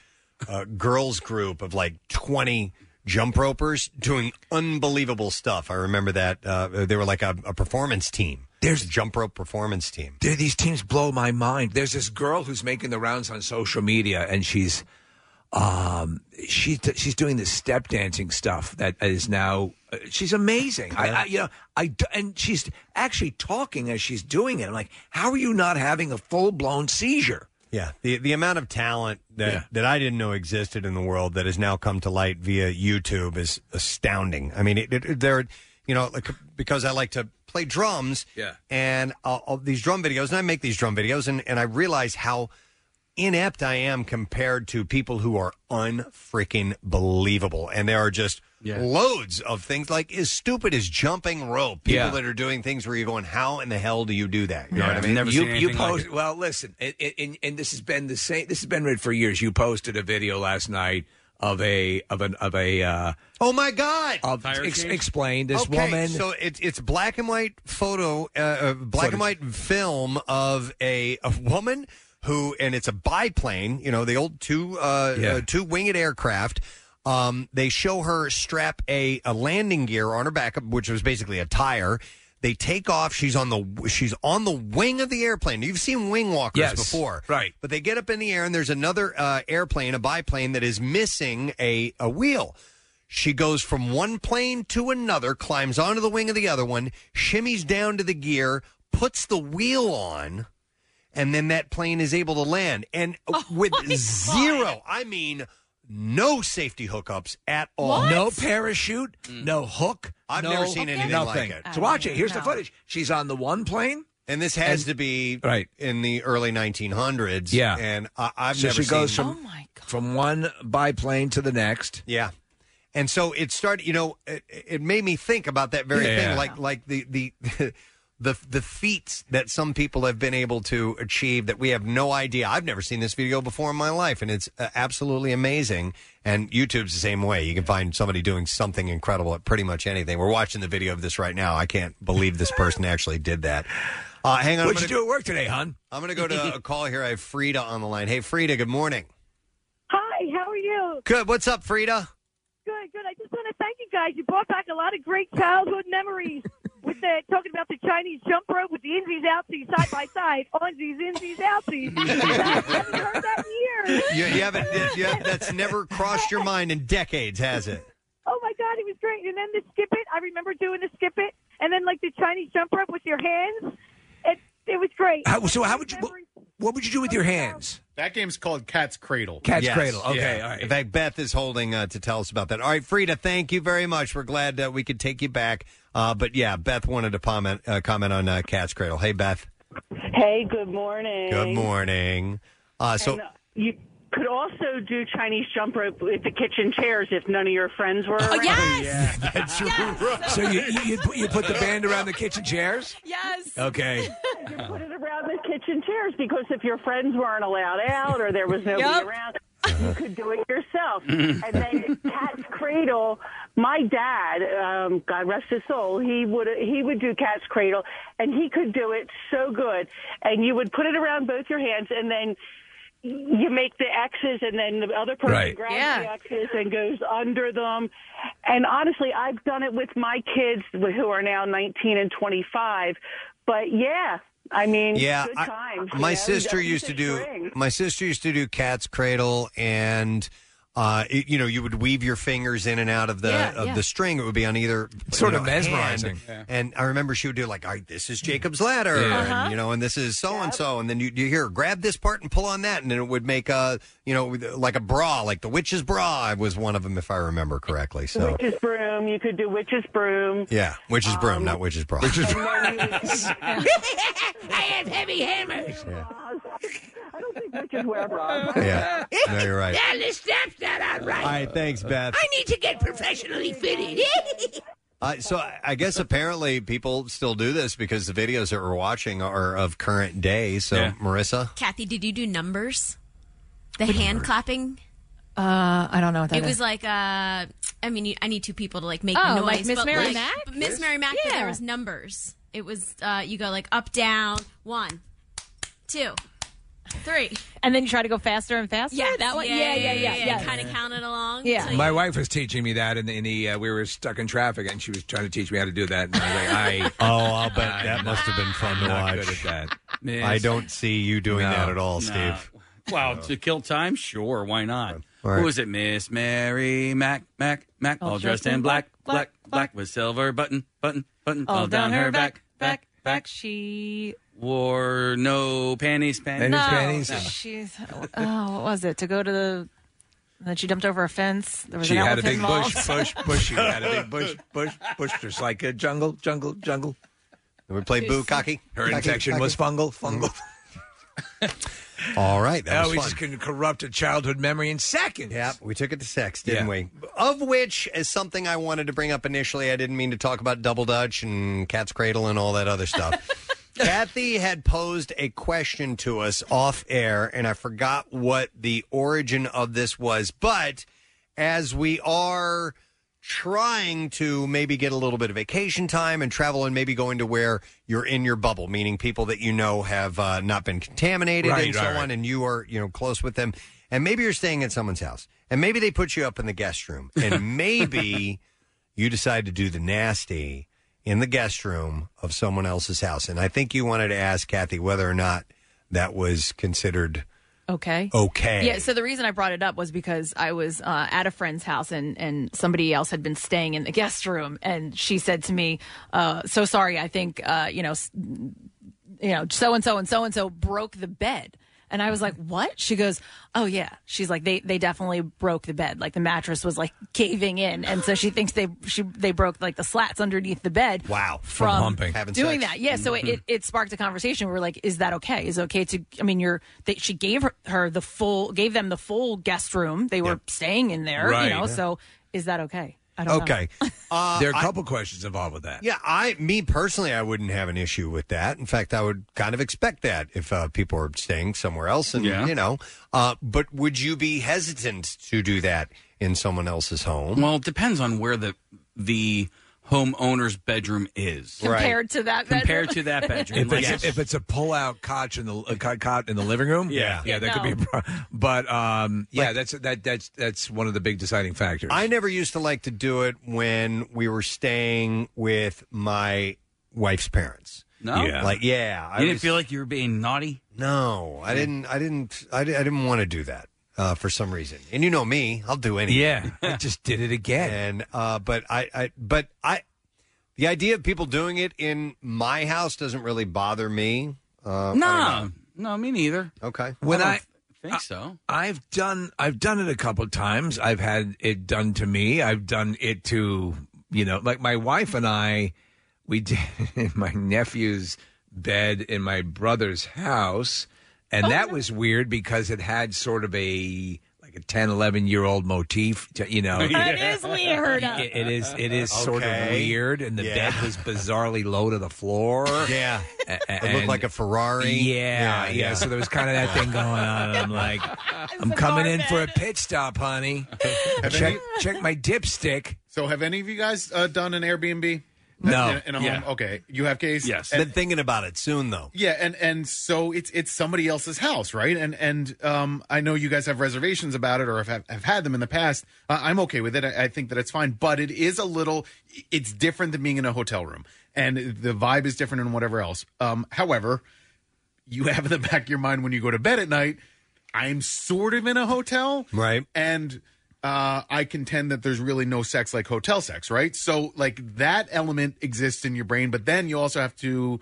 Speaker 5: uh, girls group of like twenty jump ropers doing unbelievable stuff. I remember that uh, they were like a, a performance team. There's a jump rope performance team.
Speaker 6: Dude, these teams blow my mind. There's this girl who's making the rounds on social media, and she's, um, she she's doing this step dancing stuff that is now. uh, She's amazing. I, I, you know, I d- and she's actually talking as she's doing it. I'm like, how are you not having a full blown seizure?
Speaker 5: Yeah, the the amount of talent that that I didn't know existed in the world that has now come to light via YouTube is astounding. I mean, it, it, there, you know, like, because I like to play drums,
Speaker 6: Yeah.
Speaker 5: and I'll, I'll- these drum videos, and I make these drum videos, and and I realize how inept I am compared to people who are unfreaking believable, and there are just. Loads of things like as stupid as jumping rope. People
Speaker 6: Yeah.
Speaker 5: that are doing things where you're going, how in the hell do you do that? You know
Speaker 6: Yeah,
Speaker 5: what I
Speaker 6: I've
Speaker 5: mean?
Speaker 6: never You- seen you anything like post- it. Well, listen, and, and, and this has been the same. This has been read for years. You posted a video last night of a of an of a. Uh,
Speaker 5: Oh my God!
Speaker 6: Of, ex- explain this
Speaker 5: Okay,
Speaker 6: woman.
Speaker 5: So it's it's black and white photo, uh, uh, black and white film of a a woman who, and it's a biplane. You know, the old two uh,
Speaker 6: Yeah.
Speaker 5: uh, two winged aircraft. Um, they show her strap a, a landing gear on her back, which was basically a tire. They take off. She's on the she's on the wing of the airplane. You've seen wing walkers
Speaker 6: Yes,
Speaker 5: before,
Speaker 6: right.
Speaker 5: But they get up in the air, and there's another uh, airplane, a biplane, that is missing a a wheel. She goes from one plane to another, climbs onto the wing of the other one, shimmies down to the gear, puts the wheel on, and then that plane is able to land. And with zero, I mean, no safety hookups at all. Mm.
Speaker 6: No parachute, no hook.
Speaker 5: I've
Speaker 6: no-
Speaker 5: never seen anything like
Speaker 6: nothing.
Speaker 5: it.
Speaker 6: So watch it. Here's the
Speaker 5: Oh, No.
Speaker 6: footage. She's on the one plane.
Speaker 5: And this has to be
Speaker 6: right
Speaker 5: in the early 1900s.
Speaker 6: Yeah.
Speaker 5: and I, I've
Speaker 6: so
Speaker 5: never
Speaker 6: she goes
Speaker 5: seen.
Speaker 6: from from one biplane to the next.
Speaker 5: Yeah. And so it started, you know, it, it made me think about that very
Speaker 6: Yeah.
Speaker 5: thing, like like the the the the feats that some people have been able to achieve that we have no idea. I've never seen this video before in my life, and it's uh, absolutely amazing. And YouTube's the same way. You can find somebody doing something incredible at pretty much anything. We're watching the video of this right now. I can't believe this person actually did that. Uh, hang on, I'm
Speaker 6: What'd you
Speaker 5: gonna-
Speaker 6: do at work today, hon?
Speaker 5: I'm going to go to a call here. I have Frida on the line. Hey, Frida. Good morning.
Speaker 9: Hi, how are you?
Speaker 5: Good. What's up, Frida?
Speaker 9: Good, good. I just want to thank you guys. You brought back a lot of great childhood memories with the talking about the Chinese jump rope with the insies, outsies, side by side, onsies, insies, outsies. I haven't heard that in years.
Speaker 5: You, you haven't. You have, that's never crossed your mind in decades, has it?
Speaker 9: Oh my God, it was great. And then the skip it. I remember doing the skip it, and then like the Chinese jump rope with your hands. It it was great.
Speaker 6: How, so how would you? What, what would you do with your hands?
Speaker 7: That game's called Cat's Cradle.
Speaker 6: Cat's Cradle. Okay, all right.
Speaker 5: In fact, Beth is holding uh, to tell us about that. All right, Frida, thank you very much. We're glad that we could take you back. Uh, but yeah, Beth wanted to comment uh, comment on uh, Cat's Cradle. Hey, Beth.
Speaker 22: Hey, good morning.
Speaker 5: Good morning. Uh, so
Speaker 22: And, uh, you could also do Chinese jump rope with the kitchen chairs if none of your friends were. around.
Speaker 6: Yeah, that's right. So you, you you put- you put the band around the kitchen chairs.
Speaker 22: Yes.
Speaker 6: Okay.
Speaker 22: You put it around the kitchen chairs because if your friends weren't allowed out or there was nobody
Speaker 19: Yep.
Speaker 22: around, you could do it yourself.
Speaker 5: Mm.
Speaker 22: and then cat's cradle. My dad, um, God rest his soul, he would he would do cat's cradle, and he could do it so good. And you would put it around both your hands, and then you make the X's and then the other person
Speaker 6: Right.
Speaker 22: grabs the X's and goes under them. And honestly, I've done it with my kids who are now 19 and 25. But yeah, I mean,
Speaker 5: yeah,
Speaker 22: good
Speaker 5: I-
Speaker 22: times. you
Speaker 5: my
Speaker 22: know,
Speaker 5: sister
Speaker 22: that's
Speaker 5: used
Speaker 22: the
Speaker 5: to do.
Speaker 22: string.
Speaker 5: My sister used to do cat's cradle, and uh, it- you know, you would weave your fingers in and out of the
Speaker 1: Yeah,
Speaker 5: of
Speaker 1: yeah.
Speaker 5: the string. It would be on either
Speaker 1: Sort
Speaker 5: you
Speaker 1: of
Speaker 5: know, hand.
Speaker 1: mesmerizing. Yeah.
Speaker 5: And I remember she would do like, All right, "This is Jacob's ladder,"
Speaker 1: Yeah.
Speaker 5: and, you know, and this is so and so, and then you you hear, "Grab this part and pull on that," and then it would make a you know with- like a bra, like the witch's bra. Was one of them, if I remember correctly. So
Speaker 22: Witch's broom. You could do witch's broom.
Speaker 5: yeah, witch's broom, not witch's bra. Witch's
Speaker 22: I
Speaker 19: have heavy hammers.
Speaker 22: I don't think witches wear bras.
Speaker 5: Yeah. No, you're right.
Speaker 19: Now the stuff's not out right.
Speaker 5: All right, thanks, Beth.
Speaker 19: I need to get professionally fitted.
Speaker 5: Uh, so I- I guess apparently people still do this because the videos that we're watching are of current day. So Marissa,
Speaker 16: Kathy, did you do numbers? The hand clapping.
Speaker 3: Uh, I don't know what that
Speaker 16: It was
Speaker 3: is.
Speaker 16: like, uh, I mean, you, I need two people to like make
Speaker 3: Oh,
Speaker 16: noise.
Speaker 3: like Miss
Speaker 16: but,
Speaker 3: Mary Mack?
Speaker 16: but Miss Mary Mack, but
Speaker 3: Yeah.
Speaker 16: there was numbers. It was, uh, you go like up, down, one, two, three.
Speaker 3: And then you try to go faster and faster.
Speaker 16: Yeah,
Speaker 3: that one. Yeah, yeah, yeah, yeah.
Speaker 16: Kind of counted along.
Speaker 3: Yeah.
Speaker 6: My wife was teaching me that, and in, the uh, we were stuck in traffic, and she was trying to teach me how to do that. And I was like, I
Speaker 5: oh, I'll bet that must have been fun to
Speaker 6: not
Speaker 5: watch.
Speaker 6: good at that.
Speaker 5: I don't see you doing
Speaker 4: No.
Speaker 5: that at all,
Speaker 4: No.
Speaker 5: Steve.
Speaker 4: Wow, to kill time? Sure, why not?
Speaker 5: right.
Speaker 4: Who is it? Miss Mary Mac Mac Mac, all, dressed in Oh, black, black, black, with silver button, button, button, all, down, her back.
Speaker 3: back, back. She
Speaker 4: Wore no panties, panties,
Speaker 3: no, she's. Oh, what was it? To go to the. And then she dumped over a fence. There was
Speaker 6: She
Speaker 3: an
Speaker 6: had a
Speaker 3: elephant
Speaker 6: big bush,
Speaker 3: involved.
Speaker 6: bush, bush. She had a big bush, bush, bush, just like a jungle, jungle, jungle.
Speaker 5: we played boo cocky.
Speaker 6: Her
Speaker 5: Cocky,
Speaker 6: infection
Speaker 5: cocky.
Speaker 6: was fungal, fungal.
Speaker 5: All right, that
Speaker 6: oh,
Speaker 5: was
Speaker 6: we
Speaker 5: fun.
Speaker 6: just can corrupt a childhood memory in seconds. Yeah,
Speaker 5: we took it to sex, didn't we? Of which is something I wanted to bring up initially. I didn't mean to talk about double dutch and cat's cradle and all that other stuff. Kathy had posed a question to us off air, and I forgot what the origin of this was. But as we are trying to maybe get a little bit of vacation time and travel and maybe going to where you're in your bubble, meaning people that you know have uh, not been contaminated
Speaker 1: Right,
Speaker 5: and so
Speaker 1: right,
Speaker 5: on, and you are you know close with them, and maybe you're staying at someone's house, and maybe they put you up in the guest room, and maybe you decide to do the nasty in the guest room of someone else's house, and I think you wanted to ask Kathy whether or not that was considered
Speaker 3: Okay.
Speaker 5: okay.
Speaker 3: Yeah, so the reason I brought it up was because I was uh, at a friend's house and, and somebody else had been staying in the guest room, and she said to me, uh, "So sorry, I think uh, you know, s- you know, so and so and so and so broke the bed." And I was like, "What?" She goes, "Oh yeah." She's like, "They they definitely broke the bed. Like the mattress was like caving in, and so she thinks they she they broke like the slats underneath the bed.
Speaker 5: Wow,
Speaker 3: from,
Speaker 5: Having
Speaker 3: doing
Speaker 5: sex.
Speaker 3: that. Yeah, so it, it, it sparked a conversation. We were like, "Is that okay? Is it okay to?" I mean, you're they, she gave her, her the full gave them the full guest room. They were staying in there,
Speaker 6: Right.
Speaker 3: you know.
Speaker 6: Yeah.
Speaker 3: So is that okay? I don't
Speaker 5: Okay.
Speaker 3: know.
Speaker 5: Uh,
Speaker 6: there are a
Speaker 5: I-
Speaker 6: couple questions involved with that.
Speaker 5: Yeah, I, me personally, I wouldn't have an issue with that. In fact, I would kind of expect that if uh, people are staying somewhere else, and
Speaker 4: Yeah.
Speaker 5: you know. Uh, but would you be hesitant to do that in someone else's home?
Speaker 4: Well, it depends on where the the homeowner's bedroom is.
Speaker 3: Compared to that bedroom.
Speaker 4: Compared to that bedroom.
Speaker 6: If it's,
Speaker 4: Like-
Speaker 6: if it's a pull-out couch in the uh, cot, cot in the living room,
Speaker 4: Yeah.
Speaker 6: yeah, that
Speaker 4: Yeah,
Speaker 6: could be. A
Speaker 4: no.
Speaker 6: problem. But um, yeah, that's that that's that's one of the big deciding factors.
Speaker 5: I never used to like to do it when we were staying with my wife's parents.
Speaker 4: No? Yeah.
Speaker 5: like yeah,
Speaker 4: You didn't
Speaker 5: was-
Speaker 4: feel like you were being naughty?
Speaker 5: No, I didn't. I didn't. I, di- I didn't want to do that uh, for some reason. And you know me, I'll do anything.
Speaker 6: Yeah, I just did it again.
Speaker 5: And uh, but I, I, but I, the idea of people doing it in my house doesn't really bother me. Uh, I
Speaker 4: No,
Speaker 5: don't
Speaker 4: no, me neither.
Speaker 5: Okay.
Speaker 6: When I-
Speaker 4: think so.
Speaker 6: I've done I've done it a couple times. I've had it done to me. I've done it to you know, like my wife and I. We did in my nephew's bed in my brother's house, and that was weird because it had sort of a like a 10, 11 year old motif. To, you know,
Speaker 19: That is weird.
Speaker 6: It- it is it is sort of
Speaker 5: Okay.
Speaker 6: weird, and the
Speaker 5: Yeah.
Speaker 6: bed was bizarrely low to the floor.
Speaker 5: Yeah.
Speaker 6: A-
Speaker 5: It looked
Speaker 6: and-
Speaker 5: like a Ferrari.
Speaker 6: Yeah,
Speaker 5: Yeah,
Speaker 6: yeah.
Speaker 5: yeah.
Speaker 6: So there was kind of that thing going on. and I'm like, I'm coming in for a pit stop, honey. check check my dipstick.
Speaker 7: So, have any of you guys uh, done an Airbnb?
Speaker 5: No.
Speaker 7: In a- in a home?
Speaker 5: Yeah.
Speaker 7: Okay. You have case?
Speaker 5: Yes.
Speaker 7: And-
Speaker 5: Been thinking about it soon though.
Speaker 7: Yeah, and and so it's it's somebody else's house, right? And and um, I know you guys have reservations about it, or have have had them in the past. Uh, I'm okay with it. I, I think that it's fine, but it is a little. It's different than being in a hotel room, and the vibe is different and whatever else. Um, however, you have in the back of your mind when you go to bed at night, I'm sort of in a hotel,
Speaker 5: right?
Speaker 7: And uh, I contend that there's really no sex like hotel sex, right? So like that element exists in your brain, but then you also have to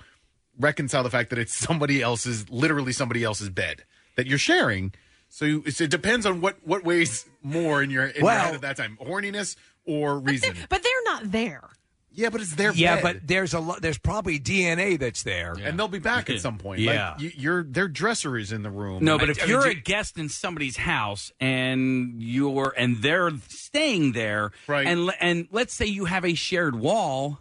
Speaker 7: reconcile the fact that it's somebody else's, literally somebody else's bed that you're sharing. So you, it's- it depends on what what weighs more in your in your head
Speaker 6: Well-
Speaker 7: at that time, horniness or reason.
Speaker 3: But they're not there.
Speaker 7: Yeah, but it's their
Speaker 6: yeah,
Speaker 7: bed.
Speaker 6: but there's a lot. There's probably DNA that's there,
Speaker 7: and they'll be back at some point. Like,
Speaker 6: Yeah.
Speaker 7: you, your their dresser is in the room.
Speaker 4: No, but if you're a
Speaker 7: a
Speaker 4: guest in somebody's house and you're and they're staying there, right? And le- and let's say you have a shared wall.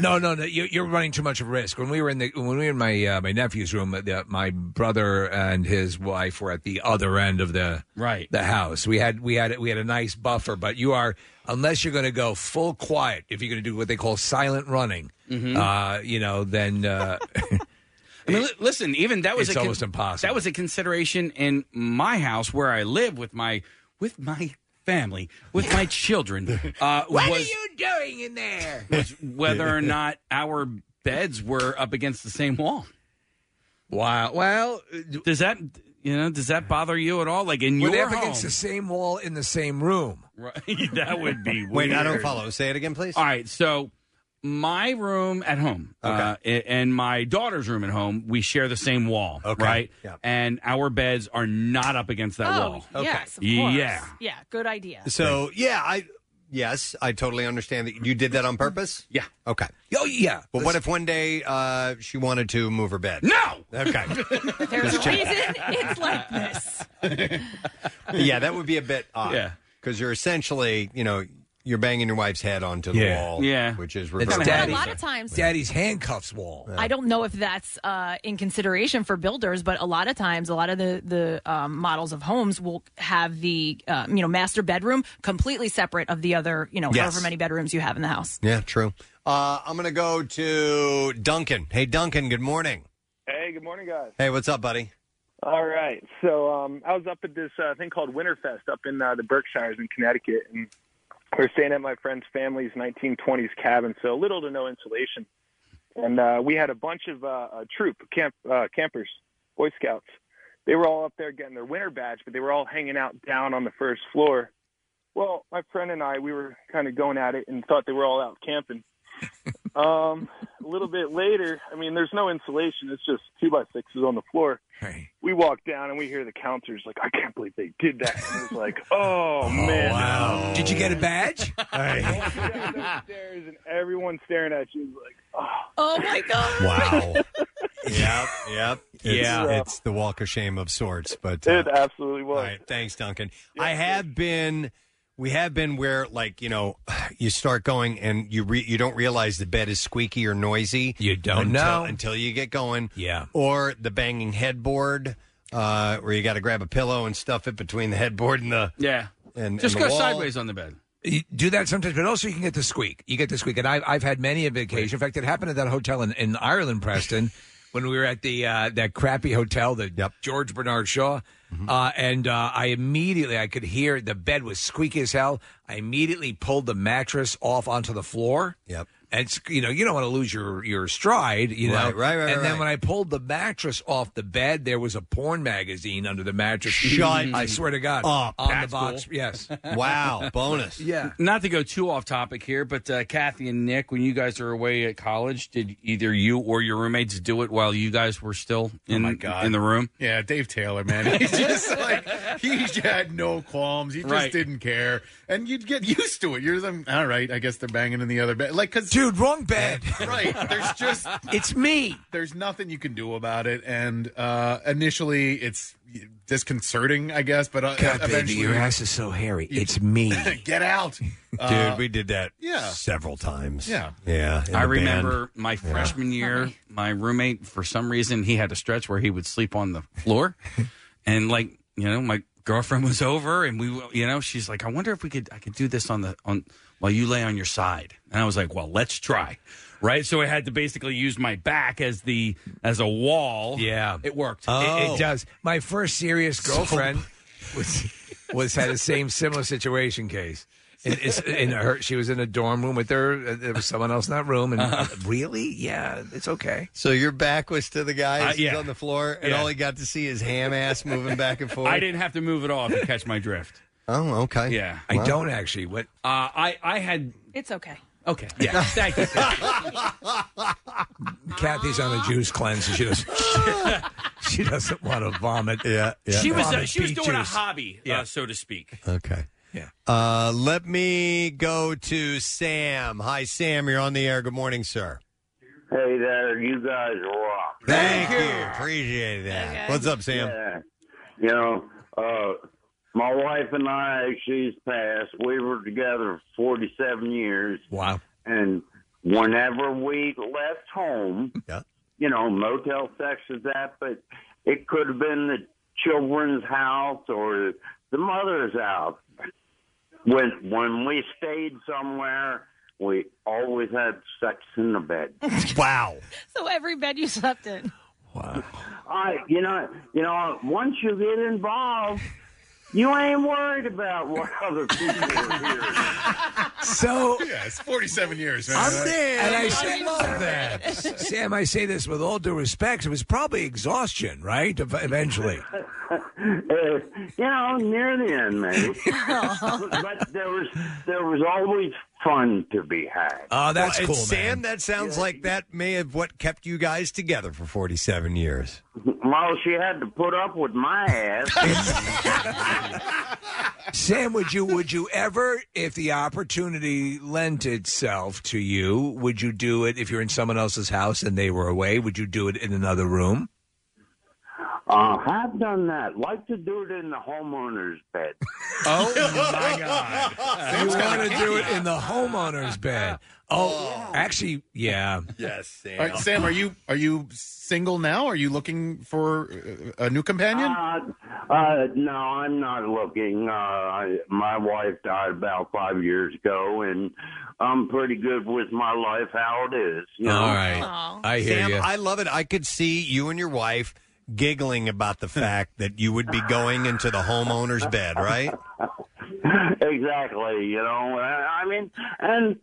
Speaker 6: No, no, no. You, you're running too much risk. When we were in the when we were in my uh, my nephew's room, uh, the, my brother and his wife were at the other end of the
Speaker 4: right
Speaker 6: the house. We had we had we had a nice buffer, but you are unless you're going to go full quiet. If you're going to do what they call silent running,
Speaker 4: Mhm.
Speaker 6: uh, you know, then uh,
Speaker 4: I mean, li- listen, even that was
Speaker 6: It's
Speaker 4: a
Speaker 6: almost impossible.
Speaker 4: That was a consideration in my house where I live with my with my family, with my children. Uh, was
Speaker 6: doing in there?
Speaker 4: whether or not our beds were up against the same wall.
Speaker 6: Wow. Well,
Speaker 4: does that you know does that bother you at all? Like in
Speaker 6: Were they
Speaker 4: your
Speaker 6: up
Speaker 4: home,
Speaker 6: against the same wall in the same room?
Speaker 4: right? That would be weird.
Speaker 6: Wait, I don't follow.
Speaker 5: Say it again, please.
Speaker 4: All right, so my room at home uh, a- and my daughter's room at home, we share the same wall,
Speaker 5: Okay,
Speaker 4: right?
Speaker 5: yeah.
Speaker 4: And our beds are not up against that wall.
Speaker 3: Oh, yes, of course.
Speaker 4: uh, yeah.
Speaker 3: Yeah, good idea.
Speaker 5: So yeah, I yes, I totally understand that you did that on purpose.
Speaker 4: Yeah.
Speaker 5: Okay.
Speaker 6: Oh yeah.
Speaker 5: But what if one day uh, she wanted to move her bed?
Speaker 4: No.
Speaker 5: Okay.
Speaker 3: There's a
Speaker 5: Just check.
Speaker 3: reason it's like this.
Speaker 5: yeah, that would be a bit odd.
Speaker 4: Yeah.
Speaker 5: Because you're essentially, you know, you're banging your wife's head onto the
Speaker 6: Yeah.
Speaker 5: wall.
Speaker 6: Yeah.
Speaker 5: Which is
Speaker 6: It's
Speaker 5: reversed.
Speaker 6: daddy's-
Speaker 3: A lot of times-
Speaker 6: daddy's handcuffs wall.
Speaker 3: I don't know if that's uh, in consideration for builders, but a lot of times, a lot of the the um, models of homes will have the um, you know master bedroom completely separate of the other you know
Speaker 5: Yes.
Speaker 3: however many bedrooms you have in the house.
Speaker 5: Yeah, true. Uh, I'm going to go to Duncan. Hey, Duncan, good morning.
Speaker 17: Hey, good morning, guys.
Speaker 5: Hey, what's up, buddy?
Speaker 17: All right. So um, I was up at this uh, thing called Winterfest up in uh, the Berkshires in Connecticut, and we are staying at my friend's family's 1920s cabin, so little to no insulation. And uh, we had a bunch of uh, a troop camp uh, campers, Boy Scouts. They were all up there getting their winter badge, but they were all hanging out down on the first floor. Well, my friend and I, we were kind of going at it and thought they were all out camping. um, a little bit later, I mean, there's no insulation. It's just two by sixes on the floor. We walk down and we hear the counters like, I can't believe they did that. And it's like, oh, man.
Speaker 6: Wow. Did you get a badge?
Speaker 17: Upstairs and everyone's staring at you like,
Speaker 3: Oh my god!
Speaker 5: Wow. yep, yep.
Speaker 17: Yeah.
Speaker 5: It's, uh, it's the walk of shame of sorts, but uh,
Speaker 17: it absolutely was.
Speaker 5: All right, thanks, Duncan. I have been. We have been where, like you know, you start going and you re- you don't realize the bed is squeaky or noisy. You
Speaker 6: don't know.
Speaker 5: until you get going.
Speaker 6: Yeah.
Speaker 5: or the banging headboard, uh, where you got to grab a pillow and stuff it between the headboard and the
Speaker 4: yeah.
Speaker 5: And
Speaker 4: Just
Speaker 5: and the
Speaker 4: go
Speaker 5: wall.
Speaker 4: sideways on the bed.
Speaker 6: You do that sometimes, but also you can get the squeak. You get the squeak, and I've I've had many a vacation. In fact, it happened at that hotel in, in Ireland, Preston, when we were at the uh, that crappy hotel, the George Bernard Shaw,
Speaker 5: Mm-hmm.
Speaker 6: uh, and uh, I immediately I could hear the bed was squeaky as hell. I immediately pulled the mattress off onto the floor.
Speaker 5: Yep.
Speaker 6: And it's, you know you don't want to lose your your stride, you know.
Speaker 5: Right, right, right,
Speaker 6: And then
Speaker 5: right.
Speaker 6: when I pulled the mattress off the bed, there was a porn magazine under the mattress.
Speaker 5: Shut
Speaker 6: I swear to God,
Speaker 5: up.
Speaker 6: on
Speaker 4: That's
Speaker 6: the box.
Speaker 4: cool.
Speaker 6: Yes.
Speaker 4: Yeah. Not to go too off topic here, but uh, Kathy and Nick, when you guys are away at college, did either you or your roommates do it while you guys were still in,
Speaker 7: my God.
Speaker 4: in the room?
Speaker 7: Yeah, Dave Taylor, man. He's just like he had no qualms. He just
Speaker 4: Right.
Speaker 7: didn't care, and you'd get used to it. You're them. All right, I guess they're banging in the other bed. Like, cause
Speaker 6: dude, wrong bed.
Speaker 7: Right. There's just
Speaker 6: it's me.
Speaker 7: There's nothing you can do about it, and uh initially it's disconcerting, I guess. But uh,
Speaker 6: God, baby,
Speaker 7: eventually,
Speaker 6: your ass is so hairy. It's me.
Speaker 7: get out,
Speaker 5: Dude, we did that
Speaker 7: yeah.
Speaker 5: several times.
Speaker 7: Yeah.
Speaker 5: yeah. in
Speaker 4: I
Speaker 5: the band.
Speaker 4: remember my freshman year, my roommate, for some reason, he had a stretch where he would sleep on the floor. and, like, you know, my girlfriend was over and we, you know, she's like, I wonder if we could, I could do this on the, on, while you lay on your side. And I was like, well, let's try. right? So I had to basically use my back as the as a wall.
Speaker 6: Yeah,
Speaker 4: it worked.
Speaker 5: Oh.
Speaker 6: It, it does. My first serious girlfriend was was had the same similar situation case. In, is- in her, she was in a dorm room with her. uh, There was someone else in that room, and uh,
Speaker 5: Uh-huh.
Speaker 6: really, yeah, it's okay.
Speaker 5: So your back was to the guy
Speaker 6: Uh,
Speaker 5: as he's
Speaker 6: yeah.
Speaker 5: on the floor, and
Speaker 6: Yeah.
Speaker 5: all he got to see is ham ass moving back and forth.
Speaker 4: I didn't have to move at all to catch my drift.
Speaker 5: Oh, okay.
Speaker 4: Yeah,
Speaker 6: I don't actually. What?
Speaker 4: Uh, I I had
Speaker 3: It's okay.
Speaker 4: okay. Yeah, thank you. Uh,
Speaker 6: Kathy's on a juice cleanse. and She does. she doesn't want to vomit.
Speaker 5: Yeah,
Speaker 4: She was uh,
Speaker 6: Vomit
Speaker 4: she was
Speaker 6: beet
Speaker 4: doing a
Speaker 6: juice.
Speaker 4: hobby, uh, so to speak.
Speaker 5: Okay. Yeah. Uh, let me go to Sam. Hi, Sam. You're on the air. Good morning, sir.
Speaker 23: Hey there, you guys rock.
Speaker 5: Thank you. Appreciate that. What's up, Sam?
Speaker 23: Yeah. You know, uh, my wife and I, she's passed. We were together for 47 years.
Speaker 6: Wow.
Speaker 23: And whenever we left home, you know, motel sex is that, but it could have been the children's house or the mother's house. When when we stayed somewhere, we always had sex in the bed.
Speaker 5: wow.
Speaker 3: So every bed you slept in.
Speaker 23: I, you know, you know, once you get involved, you ain't worried about what other people are hearing.
Speaker 6: So
Speaker 7: yeah, it's 47 years, man.
Speaker 6: I'm there, and I, say-
Speaker 7: I
Speaker 6: love that, Sam. I say this with all due respect. It was probably exhaustion, right? Ev- Eventually,
Speaker 23: Uh, you know, near the end, maybe. but there was there was always fun to be had.
Speaker 6: Ah, Oh,
Speaker 5: Well, and Sam, that sounds like that may have what kept you guys together for 47 years.
Speaker 23: Well, she had to put up with my ass.
Speaker 6: Sam, would you would you ever, if the opportunity lent itself to you, would you do it if you're in someone else's house and they were away? Would you do it in another room?
Speaker 23: uh, have done that. Like to do it in the homeowner's bed.
Speaker 6: Oh my God! you want to do it in the homeowner's bed? Oh, actually, yeah.
Speaker 5: Yes,
Speaker 7: All right, Sam, are you are you single now? Are you looking for uh, a new companion?
Speaker 23: Uh, no, I'm not looking. Uh, I, my wife died about five years ago, and I'm pretty good with my life how it is. You know?
Speaker 5: Sam, I love it. I could see you and your wife giggling about the fact that you would be going into the homeowner's bed, right?
Speaker 23: exactly. You know, I, I mean, and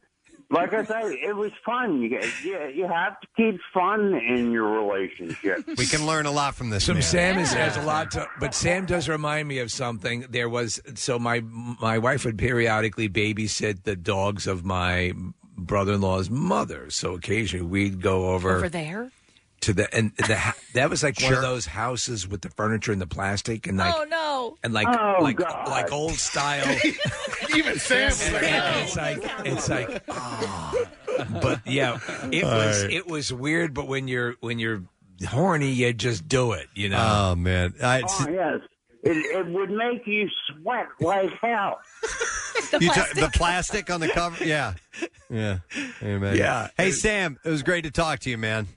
Speaker 23: like I say, it was fun. You, get- you, you have to keep fun in your relationship.
Speaker 5: We can learn a lot from this.
Speaker 6: Some
Speaker 5: man.
Speaker 6: Sam is, has a lot to, but Sam does remind me of something. There was so my my wife would periodically babysit the dogs of my brother-in-law's mother. So occasionally we'd go over,
Speaker 3: Over there?
Speaker 6: to the and the ha- that was like one
Speaker 5: Sure.
Speaker 6: of those houses with the furniture and the plastic and like
Speaker 3: oh, no.
Speaker 6: and like
Speaker 23: Oh,
Speaker 6: like
Speaker 23: God.
Speaker 6: like old style.
Speaker 7: Even Sam was like, "Oh."
Speaker 6: it's like it's like, oh. but yeah, it
Speaker 5: All
Speaker 6: was
Speaker 5: right.
Speaker 6: it was weird. But when you're when you're horny, you just do it. You know.
Speaker 5: Oh man, I,
Speaker 23: Oh, yes. It, it would make you sweat like hell.
Speaker 5: You ta- the plastic on the cover. Yeah, yeah, Amen.
Speaker 23: Yeah.
Speaker 5: Hey Sam, it was great to talk to you, man.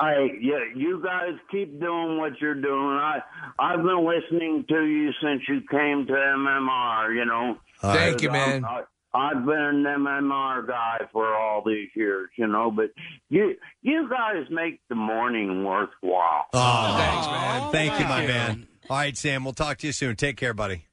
Speaker 23: I yeah, you guys keep doing what you're doing. I I've been listening to you since you came to MMR. You know.
Speaker 6: All right. Thank you, man.
Speaker 23: I, I've been an MMR guy for all these years, you know, but you you guys make the morning worthwhile.
Speaker 5: Oh, thanks, man. Thank you, my man. All right, Sam. We'll talk to you soon. Take care, buddy.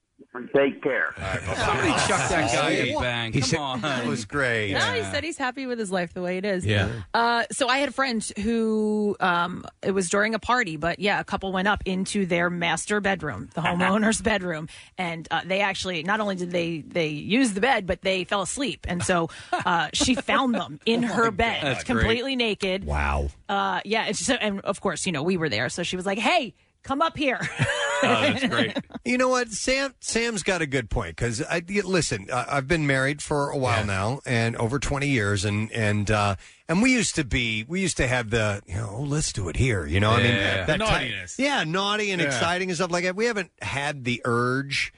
Speaker 23: Take care.
Speaker 4: Somebody chuck that guy
Speaker 5: Oh,
Speaker 4: a bang.
Speaker 5: he
Speaker 4: Come
Speaker 5: said-
Speaker 4: on.
Speaker 5: That was great.
Speaker 3: No, he said he's happy with his life the way it is.
Speaker 5: Yeah.
Speaker 3: Uh, so I had a friend who um, it was during a party, but yeah, a couple went up into their master bedroom, the homeowner's bedroom, and uh, they actually not only did they they use the bed, but they fell asleep, and so uh, she found them in
Speaker 22: Oh my
Speaker 3: her
Speaker 22: God.
Speaker 3: bed,
Speaker 22: That's great.
Speaker 3: completely naked.
Speaker 5: Wow.
Speaker 3: Uh, yeah, and, so, and of course, you know, we were there, so she was like, "Hey, come up here."
Speaker 5: Uh, You know what, Sam? Sam's got a good point because I y- listen. I- I've been married for a while now, and over twenty years, and and uh, and we used to be, we used to have the, you know, oh, let's do it here. You know, I mean,
Speaker 15: Yeah. The
Speaker 5: that type-
Speaker 15: naughtiness.
Speaker 5: yeah, naughty and
Speaker 15: Yeah.
Speaker 5: exciting and stuff like that. We haven't had the urge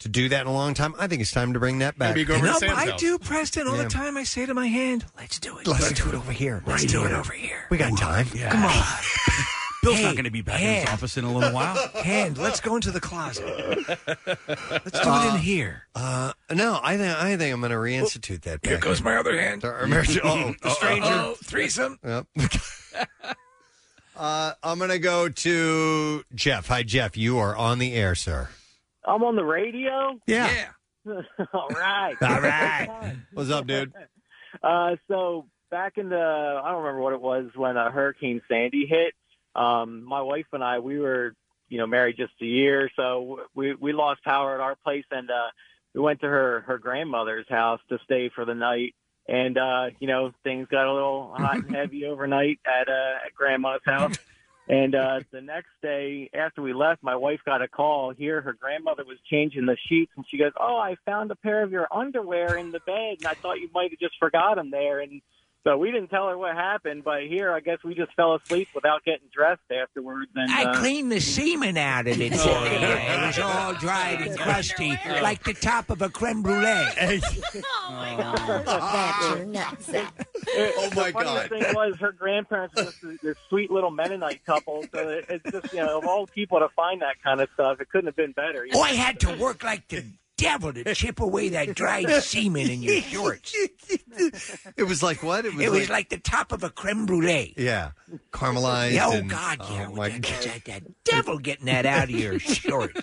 Speaker 5: to do that in a long time. I think it's time to bring that back.
Speaker 6: You know, I do, Preston, all
Speaker 5: Yeah.
Speaker 6: the time. I say to my hand, "Let's do it.
Speaker 5: Let's do it over here.
Speaker 6: Let's do it over here.
Speaker 5: We got time. Come on.
Speaker 24: Bill's not going to be back in his
Speaker 6: hand.
Speaker 24: office in a little while.
Speaker 6: Hand, let's go into the closet.
Speaker 5: Let's
Speaker 6: do it in here.
Speaker 5: Uh, no, I think I think I'm going to reinstitute that.
Speaker 6: Here
Speaker 5: back
Speaker 6: goes
Speaker 5: in.
Speaker 6: my other hand.
Speaker 5: To our marriage- oh, the
Speaker 6: Uh-oh,
Speaker 5: stranger
Speaker 6: threesome.
Speaker 5: Yep. uh, I'm going to go to Jeff. Hi, Jeff. You are on the air, sir.
Speaker 13: I'm on the radio.
Speaker 5: Yeah.
Speaker 13: All right.
Speaker 5: All right. What's up, dude?
Speaker 13: Uh, so back in the, I don't remember what it was when uh, Hurricane Sandy hit. Um, my wife and I, we were, you know, married just a year, so we we lost power at our place, and uh, we went to her her grandmother's house to stay for the night. And uh, you know, things got a little hot and heavy overnight at uh, at grandma's house. And uh, the next day after we left, my wife got a call here. Her grandmother was changing the sheets, and she goes, "Oh, I found a pair of your underwear in the bed, and I thought you might have just forgot them there." And so we didn't tell her what happened, but here I guess we just fell asleep without getting dressed afterwards. And uh,
Speaker 25: I cleaned the semen out of it.
Speaker 13: Oh,
Speaker 25: for you.
Speaker 13: yeah.
Speaker 25: It was all dried and crusty, like the top of a creme brulee.
Speaker 13: oh
Speaker 25: my
Speaker 13: the funniest
Speaker 25: God.
Speaker 13: thing was her grandparents were this, this sweet little Mennonite couple. So it, it's just you know of all people to find that kind of stuff, it couldn't have been better. you know?
Speaker 25: Boy, Oh, had to work like the devil to chip away that dried semen in your shorts.
Speaker 5: It was like what?
Speaker 25: It was, like, the top of a creme brulee.
Speaker 5: Yeah, caramelized.
Speaker 25: Yeah, oh,
Speaker 5: and-
Speaker 25: God, yeah.
Speaker 5: Oh, my
Speaker 25: It's like that devil getting that out of your short.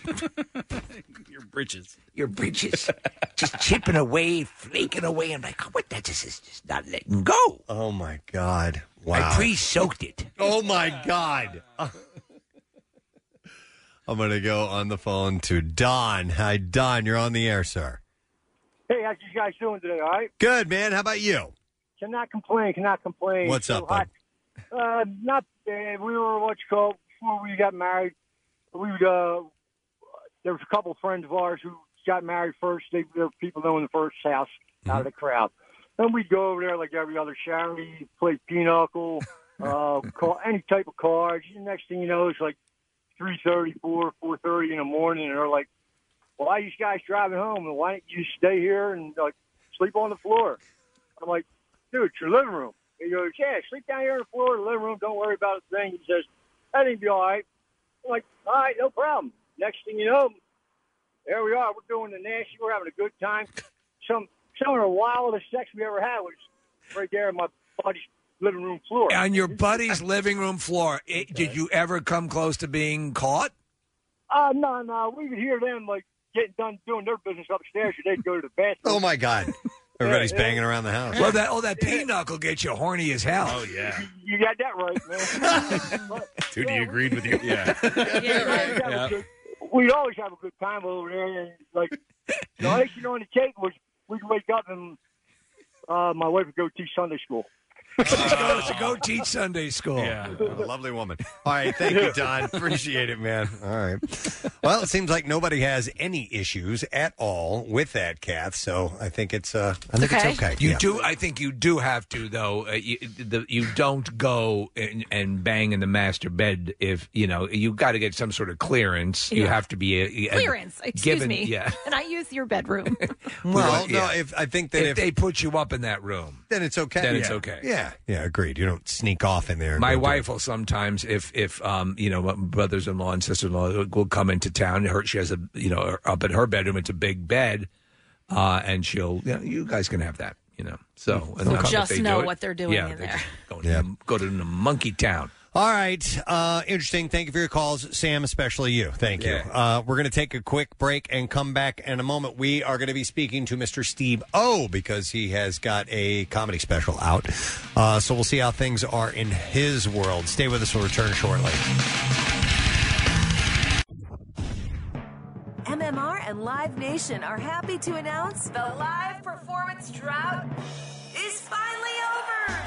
Speaker 24: Your britches.
Speaker 25: Your britches. Just chipping away, flaking away. I'm like, oh, what? That just is just not letting go.
Speaker 5: Oh, my God. Wow.
Speaker 25: I pre soaked it.
Speaker 5: Oh, my God. I'm going to go on the phone to Don. Hi, Don. You're on the air, sir.
Speaker 26: Hey, how's you guys doing today? All right?
Speaker 5: Good, man. How about you?
Speaker 26: Cannot complain. Cannot complain.
Speaker 5: What's
Speaker 26: Too
Speaker 5: up,
Speaker 26: hot. Uh, not bad. We were what you call before we got married. We would, uh, there was a couple friends of ours who got married first. They there were people in the first house out
Speaker 5: Mm-hmm.
Speaker 26: of the crowd. Then we'd go over there like every other charity, play pinochle, uh, call any type of cards. Next thing you know, it's like three thirty, four, four thirty in the morning, and they're like, "Why are you guys driving home? And why don't you stay here and like sleep on the floor?" I'm like, "Dude, it's your living room." He goes, "Yeah, sleep down here on the floor, in the living room. Don't worry about a thing." He says, "That'll be all right." I'm like, "All right, no problem." Next thing you know, there we are. We're doing the nasty. We're having a good time. Some some of the wildest sex we ever had was right there in my buddy's living room floor.
Speaker 6: On your buddy's living room floor. It, did you ever come close to being caught?
Speaker 26: Uh, no, no. We could hear them like getting done doing their business upstairs, and they'd go to the bathroom.
Speaker 5: Oh, my God. Everybody's
Speaker 26: Yeah, yeah.
Speaker 5: banging around the house.
Speaker 6: Well, that oh, that pinochle gets you horny as hell. Oh
Speaker 7: yeah.
Speaker 26: You got that right, man. But
Speaker 7: Dude, he agreed with you. Yeah.
Speaker 26: we'd always have a good time over there, and like the icing on the cake was we'd wake up and uh, my wife would go teach Sunday school.
Speaker 6: Go, so go teach Sunday school.
Speaker 5: Yeah. A lovely woman. All right, thank you, Don. Appreciate it, man. All right. Well, it seems like nobody has any issues at all with that cat, so I think it's uh, I think it's okay.
Speaker 6: You
Speaker 5: Yeah.
Speaker 6: do. I think you do have to though. Uh, you, the, you don't go and, and bang in the master bed if you know you got to get some sort of clearance. You
Speaker 3: Yeah.
Speaker 6: have to be a, a-
Speaker 3: Clearance, excuse
Speaker 6: given-
Speaker 3: me.
Speaker 6: Yeah.
Speaker 3: And I use your bedroom.
Speaker 5: Well, no, if- I think that if-
Speaker 6: they put you up in that room,
Speaker 5: then it's okay.
Speaker 6: Then it's
Speaker 5: Yeah.
Speaker 6: okay.
Speaker 5: Yeah. Yeah, agreed. You don't sneak off in there. and
Speaker 6: My
Speaker 5: go do
Speaker 6: wife will sometimes, if if um, you know, my brothers-in-law and sister-in-law will come into town. Her she has a you know her- up in her bedroom. It's a big bed, uh, and she'll you, know, you guys can have that. You know, so, and
Speaker 3: So
Speaker 6: not that
Speaker 3: just
Speaker 6: they do
Speaker 3: know
Speaker 6: it.
Speaker 3: what they're doing
Speaker 6: Yeah,
Speaker 3: in
Speaker 6: they
Speaker 3: there.
Speaker 6: just Go to, go to the monkey town.
Speaker 5: All right. Uh, interesting. Thank you for your calls, Sam, especially you. Thank you.
Speaker 6: Yeah.
Speaker 5: Uh, we're going to take a quick break and come back in a moment. We are going to be speaking to Mr. Steve O because he has got a comedy special out. Uh, so we'll see how things are in his world. Stay with us. We'll return shortly.
Speaker 20: MMR and Live Nation are happy to announce the live performance drought is finally over.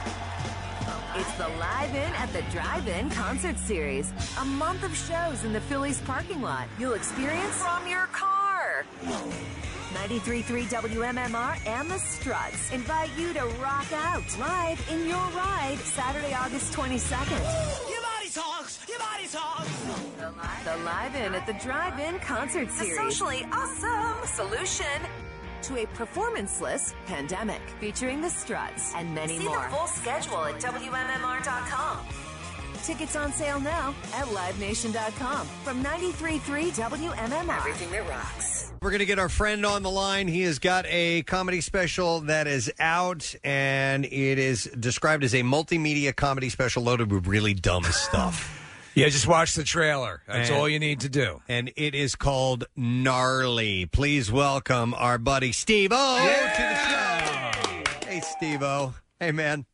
Speaker 20: It's the Live In at the Drive In concert series. A month of shows in the Phillies parking lot you'll experience from your car. 93.3 WMMR and the Struts invite you to rock out live in your ride Saturday, August 22nd.
Speaker 15: Your body talks. Your body talks.
Speaker 20: The Live In at the Drive In Concert Series. The socially awesome solution to a performanceless pandemic featuring the Struts and many
Speaker 27: See the
Speaker 20: more.
Speaker 27: full
Speaker 20: schedule at WMMR.com. Tickets on sale now at livenation.com from 93.3 WMMR. Everything that rocks.
Speaker 5: We're going to get our friend on the line. He has got a comedy special that is out, and it is described as a multimedia comedy special loaded with really dumb stuff.
Speaker 6: Yeah, just watch the trailer. That's
Speaker 5: And-
Speaker 6: all you need to do.
Speaker 5: And it is called Gnarly. Please welcome our buddy Steve O to the show. Hey, Steve O. Hey, man.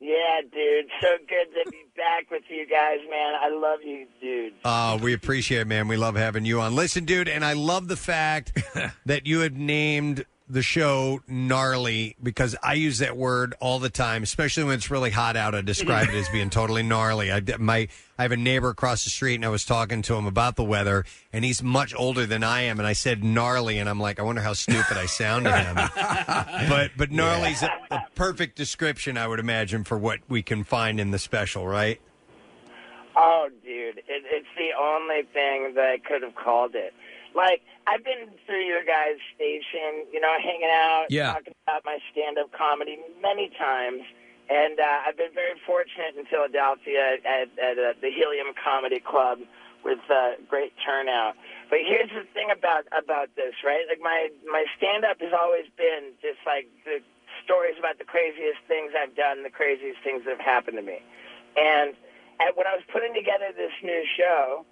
Speaker 14: Yeah, dude. So good to be back with you guys, man. I love you, dude.
Speaker 5: Uh, we appreciate it, man. We love having you on. Listen, dude, and I love the fact that you have named the show gnarly because I use that word all the time, especially when it's really hot out. I describe it as being totally gnarly. I, my, I have a neighbor across the street, and I was talking to him about the weather, and he's much older than I am. And I said gnarly, and I'm like, I wonder how stupid I sound to him. but but gnarly's a, a perfect description, I would imagine, for what we can find in the special, right?
Speaker 14: Oh, dude. It, it's the only thing that I could have called it. Like, I've been through your guys' station, you know, hanging out,
Speaker 19: Yeah.
Speaker 14: talking about my stand up comedy many times. And uh, I've been very fortunate in Philadelphia at, at uh, the Helium Comedy Club with uh, great turnout. But here's the thing about about this, right? Like my my stand up has always been just like the stories about the craziest things I've done, the craziest things that have happened to me. And at, when I was putting together this new show,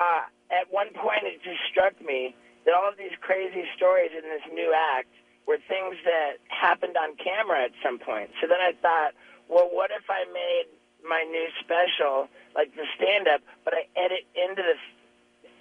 Speaker 14: uh, at one point it just struck me that all of these crazy stories in this new act were things that happened on camera at some point. So then I thought, well, what if I made my new special, like the stand up, but I edit into the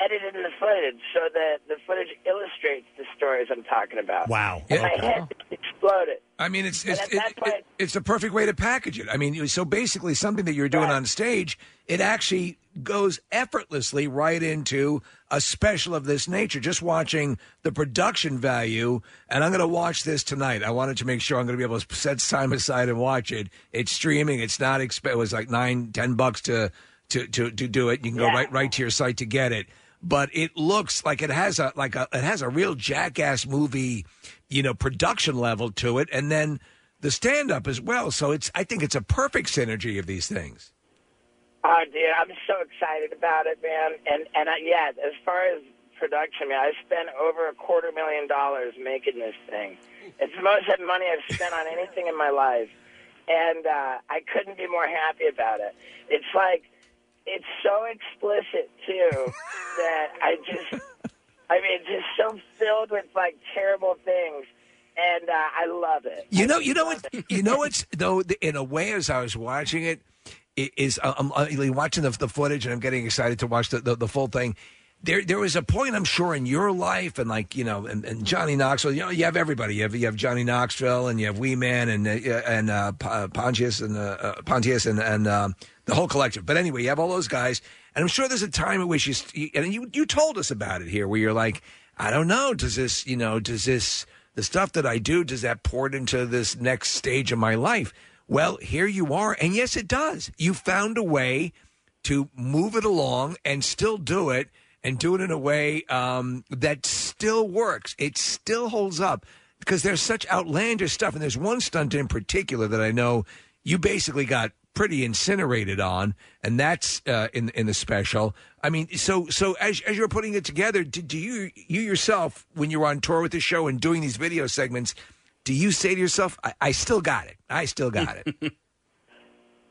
Speaker 14: edit in the footage so that the footage illustrates the stories I'm talking about.
Speaker 5: Wow.
Speaker 14: And my head exploded.
Speaker 6: I mean, it's
Speaker 14: And
Speaker 6: it's
Speaker 14: at
Speaker 6: it,
Speaker 14: that
Speaker 6: it- it's the perfect way to package it. I mean, so basically, something that you're doing on stage, it actually goes effortlessly right into a special of this nature. Just watching the production value, and I'm going to watch this tonight. I wanted to make sure I'm going to be able to set time aside and watch it. It's streaming. It's not exp- It was like nine, ten bucks to to to, to do it. You can go
Speaker 14: Yeah.
Speaker 6: right right to your site to get it. But it looks like it has a like a it has a real jackass movie, you know, production level to it, and then the stand up as well. So it's I think it's a perfect synergy of these things.
Speaker 14: Oh, dude, I'm so excited about it, man. And and I, yeah, as far as production, man, I spent over a quarter million dollars making this thing. It's the most money I've spent on anything in my life, and uh, I couldn't be more happy about it. It's like it's so explicit too that I just, I mean, just so filled with like terrible things, and uh, I love it.
Speaker 6: You know, you know what, you know what's though. the- In a way, as I was watching it, it is uh, I'm, I'm like, watching the, the footage and I'm getting excited to watch the, the, the full thing. There, there was a point I'm sure in your life, and like you know, and, and Johnny Knoxville. You know, you have everybody. You have you have Johnny Knoxville, and you have Wee Man, and uh, and uh, P- uh, Pontius, and uh, uh, Pontius, and and um, the whole collective. But anyway, you have all those guys, and I'm sure there's a time at which you st- and you you told us about it here, where you're like, I don't know, does this you know, does this the stuff that I do, does that pour it into this next stage of my life? Well, here you are. And yes, it does. You found a way to move it along and still do it and do it in a way um, that still works. It still holds up because there's such outlandish stuff. And there's one stunt in particular that I know you basically got pretty incinerated on, and that's uh, in in the special. I mean, so so as as you're putting it together, do, do you you yourself when you're on tour with the show and doing these video segments, do you say to yourself, "I, I still got it, I still got it"?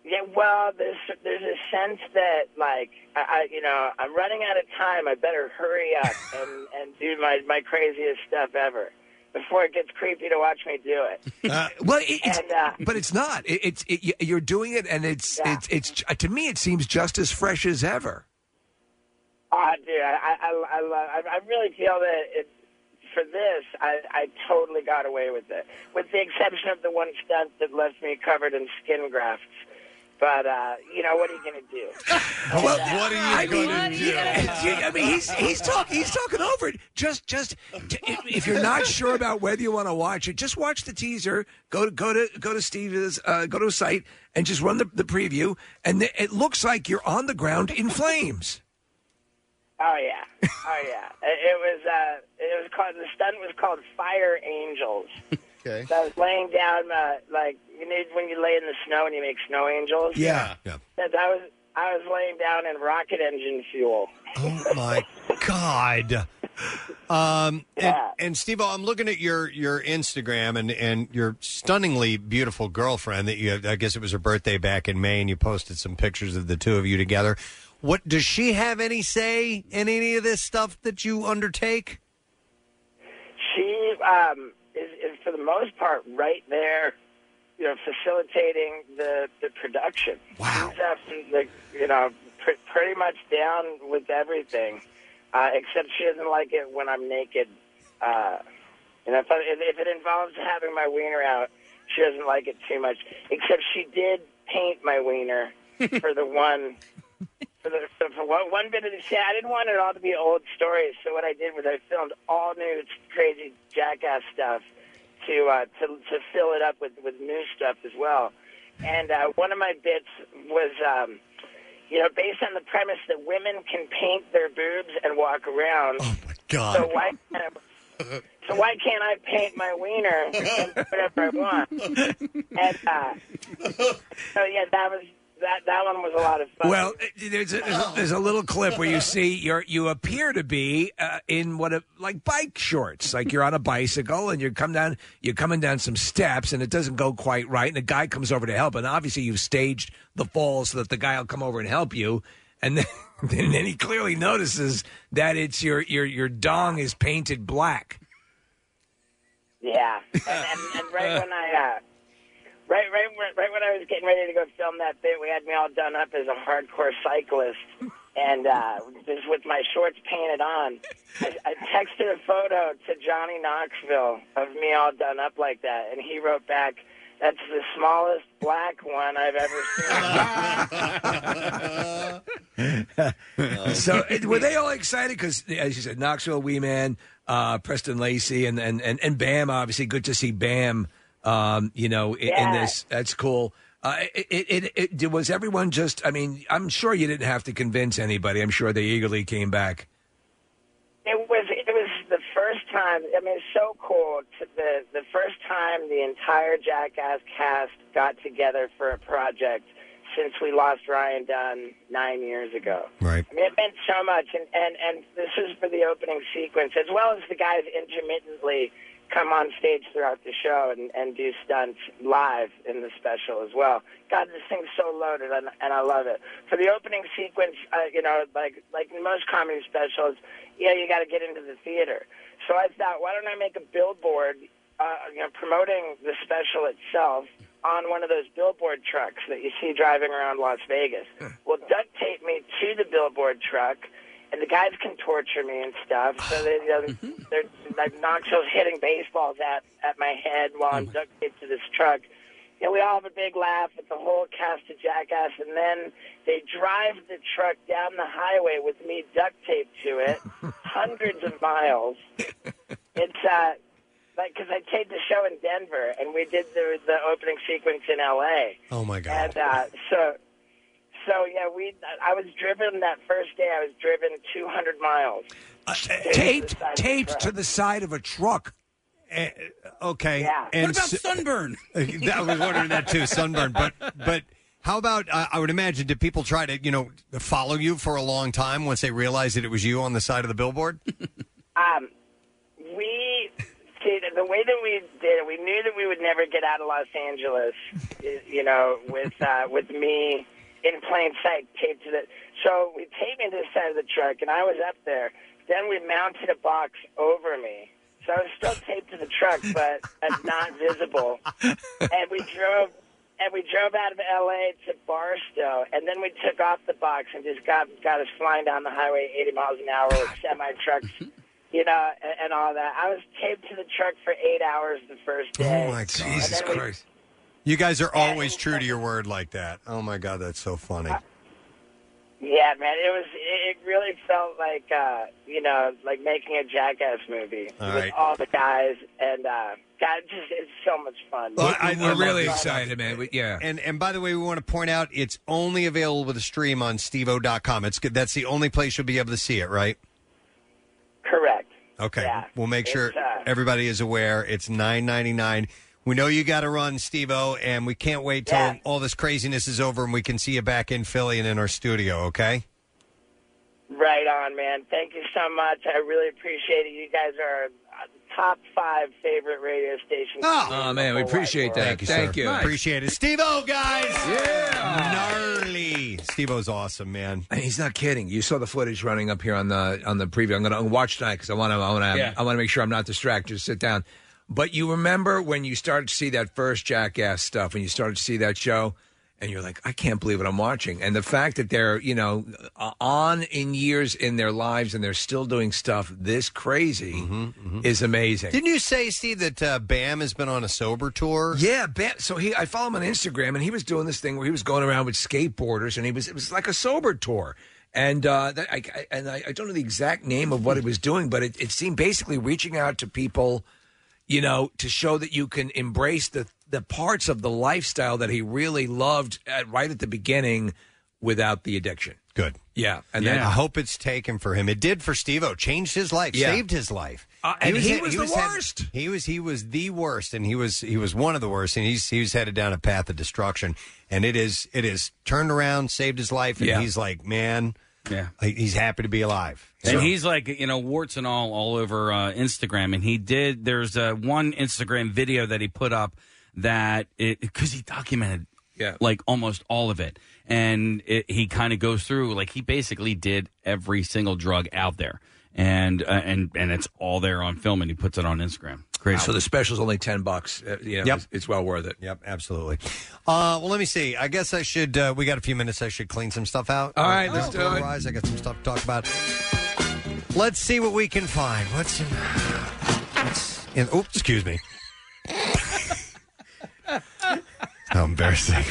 Speaker 14: Yeah, well, there's there's a sense that like I, I you know I'm running out of time. I better hurry up and and do my my craziest stuff ever before it gets creepy to watch me do it.
Speaker 6: well, it, it's,
Speaker 14: And, uh,
Speaker 6: but it's not. It, it's it, you- you're doing it, and it's it's it's to me it seems just as fresh as ever.
Speaker 14: Ah, dude, I I I, I love. I, I really feel that it for this. I I totally got away with it, with the exception of the one stunt that left me covered in skin grafts. But uh, you know what are you gonna do?
Speaker 6: Well,
Speaker 14: what are you
Speaker 6: I mean,
Speaker 14: gonna do?
Speaker 6: you- you- I mean, he's he's talking he's talking over it. Just just t- if if you're not sure about whether you want to watch it, just watch the teaser. Go to go to go to Steve's uh, go to his site and just run the, the preview, and th- it looks like you're on the ground in flames.
Speaker 14: Oh yeah, oh yeah. It, it was uh, it was called the stunt was called Fire Angels.
Speaker 7: Okay.
Speaker 14: So I was laying down uh, like you need when you lay in the snow and you make snow angels.
Speaker 7: Yeah.
Speaker 14: That, that was I was laying down in rocket engine fuel.
Speaker 5: Oh my God. Um, and, and Steve, I'm looking at your your Instagram and and your stunningly beautiful girlfriend that you. I guess it was her birthday back in May, and you posted some pictures of the two of you together. What does she have any say in any of this stuff that you undertake?
Speaker 14: She um, is, is, for the most part, right there, you know, facilitating the, the production. Wow. She's actually, like, you know, pr- pretty much down with everything, uh, except she doesn't like it when I'm naked. Uh, you know, if, I, if, if it involves having my wiener out, she doesn't like it too much. Except she did paint my wiener for the one for the for, for one, one bit of the shit. I didn't want it all to be old stories. So what I did was I filmed all new crazy jackass stuff to uh, to to fill it up with with new stuff as well. And uh, one of my bits was. Um, you know, based on the premise that women can paint their boobs and walk around. Oh my
Speaker 5: God.
Speaker 14: So why can't I, so why can't I paint my wiener and do whatever I want? And uh, so yeah, that was that. That one was a lot of fun.
Speaker 6: Well, there's a, there's a, there's a little clip where you see you you appear to be uh, in what a, like bike shorts, like you're on a bicycle and you come down you're coming down some steps and it doesn't go quite right, and a guy comes over to help, and obviously you've staged the fall so that the guy will come over and help you, and then, and then he clearly notices that it's your your your dong is painted black.
Speaker 14: Yeah, and, and, and right when I. Uh, Right, right, when- right when I was getting ready to go film that bit, we had me all done up as a hardcore cyclist, and uh, just with my shorts painted on. I, I texted a photo to Johnny Knoxville of me all done up like that, and he wrote back, "That's the smallest black one I've ever seen."
Speaker 6: so it- were they all excited? Because as you said, Knoxville Weeman, uh, Preston Lacey, and, and and and Bam. Obviously, good to see Bam. Um, you know, in, in
Speaker 13: Yeah.
Speaker 6: this, that's cool. Uh, it, it, it, it did- was everyone just. I mean, I'm sure you didn't have to convince anybody. I'm sure they eagerly came back.
Speaker 14: It was it was the first time. I mean, it's so cool. To the the first time the entire Jackass cast got together for a project since we lost Ryan Dunn nine years ago.
Speaker 5: Right.
Speaker 14: I mean, it meant so much, and and and this is for the opening sequence, as well as the guys intermittently come on stage throughout the show and and do stunts live in the special as well. God, this thing's so loaded, and and I love it. For the opening sequence, uh, you know, like like most comedy specials, yeah, you got to get into the theater. So I thought, why don't I make a billboard, uh, you know, promoting the special itself on one of those billboard trucks that you see driving around Las Vegas? Well, duct tape me to the billboard truck, and the guys can torture me and stuff. So they, you know, they're like Knoxville's hitting baseballs at at my head while I'm duct taped to this truck. And we all have a big laugh at the whole cast of Jackass, and then they drive the truck down the highway with me duct taped to it, hundreds of miles. It's uh, like because I taped the show in Denver, and we did the the opening sequence in L.A.
Speaker 5: Oh my
Speaker 14: And uh, so, so yeah, we. I was driven that first day. I was driven 200 miles.
Speaker 6: uh, Taped, taped to the side of a truck. Eh, uh,
Speaker 5: okay. And
Speaker 4: what about
Speaker 5: so-
Speaker 4: sunburn?
Speaker 5: Uh, that- I was wondering that too, sunburn. But but how about uh, I would imagine did people try to you know follow you for a long time once they realized that it was you on the side of the billboard?
Speaker 14: Um, we did the way that we did it. We knew that we would never get out of Los Angeles, y- you know, with uh, with me in plain sight taped to the. So we taped me to the side of the truck, and I was up there. Then we mounted a box over me, so I was still taped to the truck, but uh, not visible. And we drove. And we drove out of LA to Barstow, and then we took off the box and just got got us flying down the highway 80 miles an hour with semi trucks you know, and, and all that. I was taped to the truck for eight hours the first day.
Speaker 5: Oh my God. Jesus
Speaker 14: And then we-
Speaker 5: Christ. You guys are always true to your word like that. Oh my god, that's so funny.
Speaker 14: yeah, man, it was. It it really felt like uh, you know, like making a jackass movie
Speaker 5: All
Speaker 14: with
Speaker 5: right.
Speaker 14: all the guys, and uh, God, it's just it's so much fun.
Speaker 6: we're really excited, man. We- yeah.
Speaker 5: And and by the way, we want to point out it's only available with a stream on stevo.com. It's good. That's the only place you'll be able to see it, right?
Speaker 14: Correct.
Speaker 6: uh,
Speaker 5: Okay. We'll make sure everybody is aware. It's nine ninety nine. We know you got to run, Steve O, and we can't wait till all this craziness is over and we can see you back in Philly and in our studio, okay?
Speaker 14: Right on, man. Thank you so much. I really appreciate it. You guys are uh, top five favorite radio stations.
Speaker 18: Uh,
Speaker 6: Oh, man, we appreciate that.
Speaker 5: Thank you.
Speaker 6: Thank
Speaker 5: sir.
Speaker 6: you.
Speaker 5: Appreciate it. Steve O, guys. Yeah. Gnarly. Steve O's awesome, man.
Speaker 6: And he's not kidding. You saw the footage running up here on the on the preview. I'm going to watch tonight because I want to. I want to.
Speaker 10: Yeah.
Speaker 6: I want to make sure I'm not distracted. Just sit down. But you remember when you started to see that first Jackass stuff, when you started to see that show, and you're like, I can't believe what I'm watching. And the fact that they're you know uh, on in years in their lives and they're still doing stuff this crazy
Speaker 5: Mm-hmm,
Speaker 6: is amazing.
Speaker 5: Didn't you say, Steve, that uh, Bam has been on a sober tour?
Speaker 6: Yeah, Bam. So he, I follow him on Instagram, and he was doing this thing where he was going around with skateboarders, and he was it was like a sober tour. And uh, that, I, I- and I, I don't know the exact name of what he was doing, but it, it seemed basically reaching out to people, you know, to show that you can embrace the the parts of the lifestyle that he really loved at, right at the beginning, without the addiction.
Speaker 5: Good.
Speaker 6: Yeah, and
Speaker 5: yeah.
Speaker 6: then
Speaker 5: I hope it's taken for him. It did for Steve O. Changed his life,
Speaker 6: Yeah.
Speaker 5: saved his life.
Speaker 6: Uh, and he was the
Speaker 5: head-
Speaker 6: worst.
Speaker 5: he was he was the worst, and he was he was one of the worst, and he's he was headed down a path of destruction. And it is it is turned around, saved his life, and
Speaker 4: Yeah.
Speaker 5: he's like, man,
Speaker 4: yeah,
Speaker 5: he's happy to be alive.
Speaker 4: And he's like, you know, warts and all all over uh, Instagram. And he did. There's uh, one Instagram video that he put up that it because he documented,
Speaker 6: yeah,
Speaker 4: like almost all of it. And it, he kind of goes through like he basically did every single drug out there, and uh, and and it's all there on film, and he puts it on Instagram. Crazy.
Speaker 6: So the special's only ten bucks. Uh, you know,
Speaker 5: Yep.
Speaker 6: it's, it's well worth it.
Speaker 5: Yep, absolutely. Uh, well, let me see. I guess I should. Uh, we got a few minutes. I should clean some stuff out.
Speaker 6: All right,
Speaker 5: Uh,
Speaker 6: let's do it.
Speaker 5: Rise. I got some stuff to talk about. Let's see what we can find. What's in? What's in oh, excuse me. How embarrassing.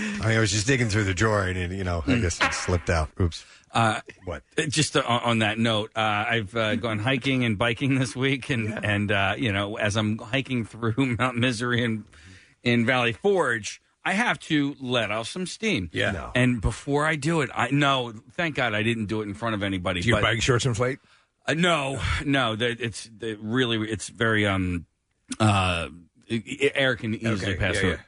Speaker 5: I mean, I was just digging through the drawer and, it, you know, I guess
Speaker 6: Hmm.
Speaker 5: it slipped out. Oops.
Speaker 4: Uh,
Speaker 5: what?
Speaker 4: Just uh, on on that note, uh, I've uh, gone hiking and biking this week, and and uh, you know, as I'm hiking through Mount Misery and in Valley Forge, I have to let off some steam.
Speaker 6: Yeah. No.
Speaker 4: And before I do it, I no, thank God I didn't do it in front of anybody.
Speaker 6: Do your
Speaker 4: but-
Speaker 6: bike shorts inflate?
Speaker 4: uh, no, no, that it's that really it's very um uh air can easily
Speaker 6: Okay,
Speaker 4: pass
Speaker 6: yeah,
Speaker 4: through. it.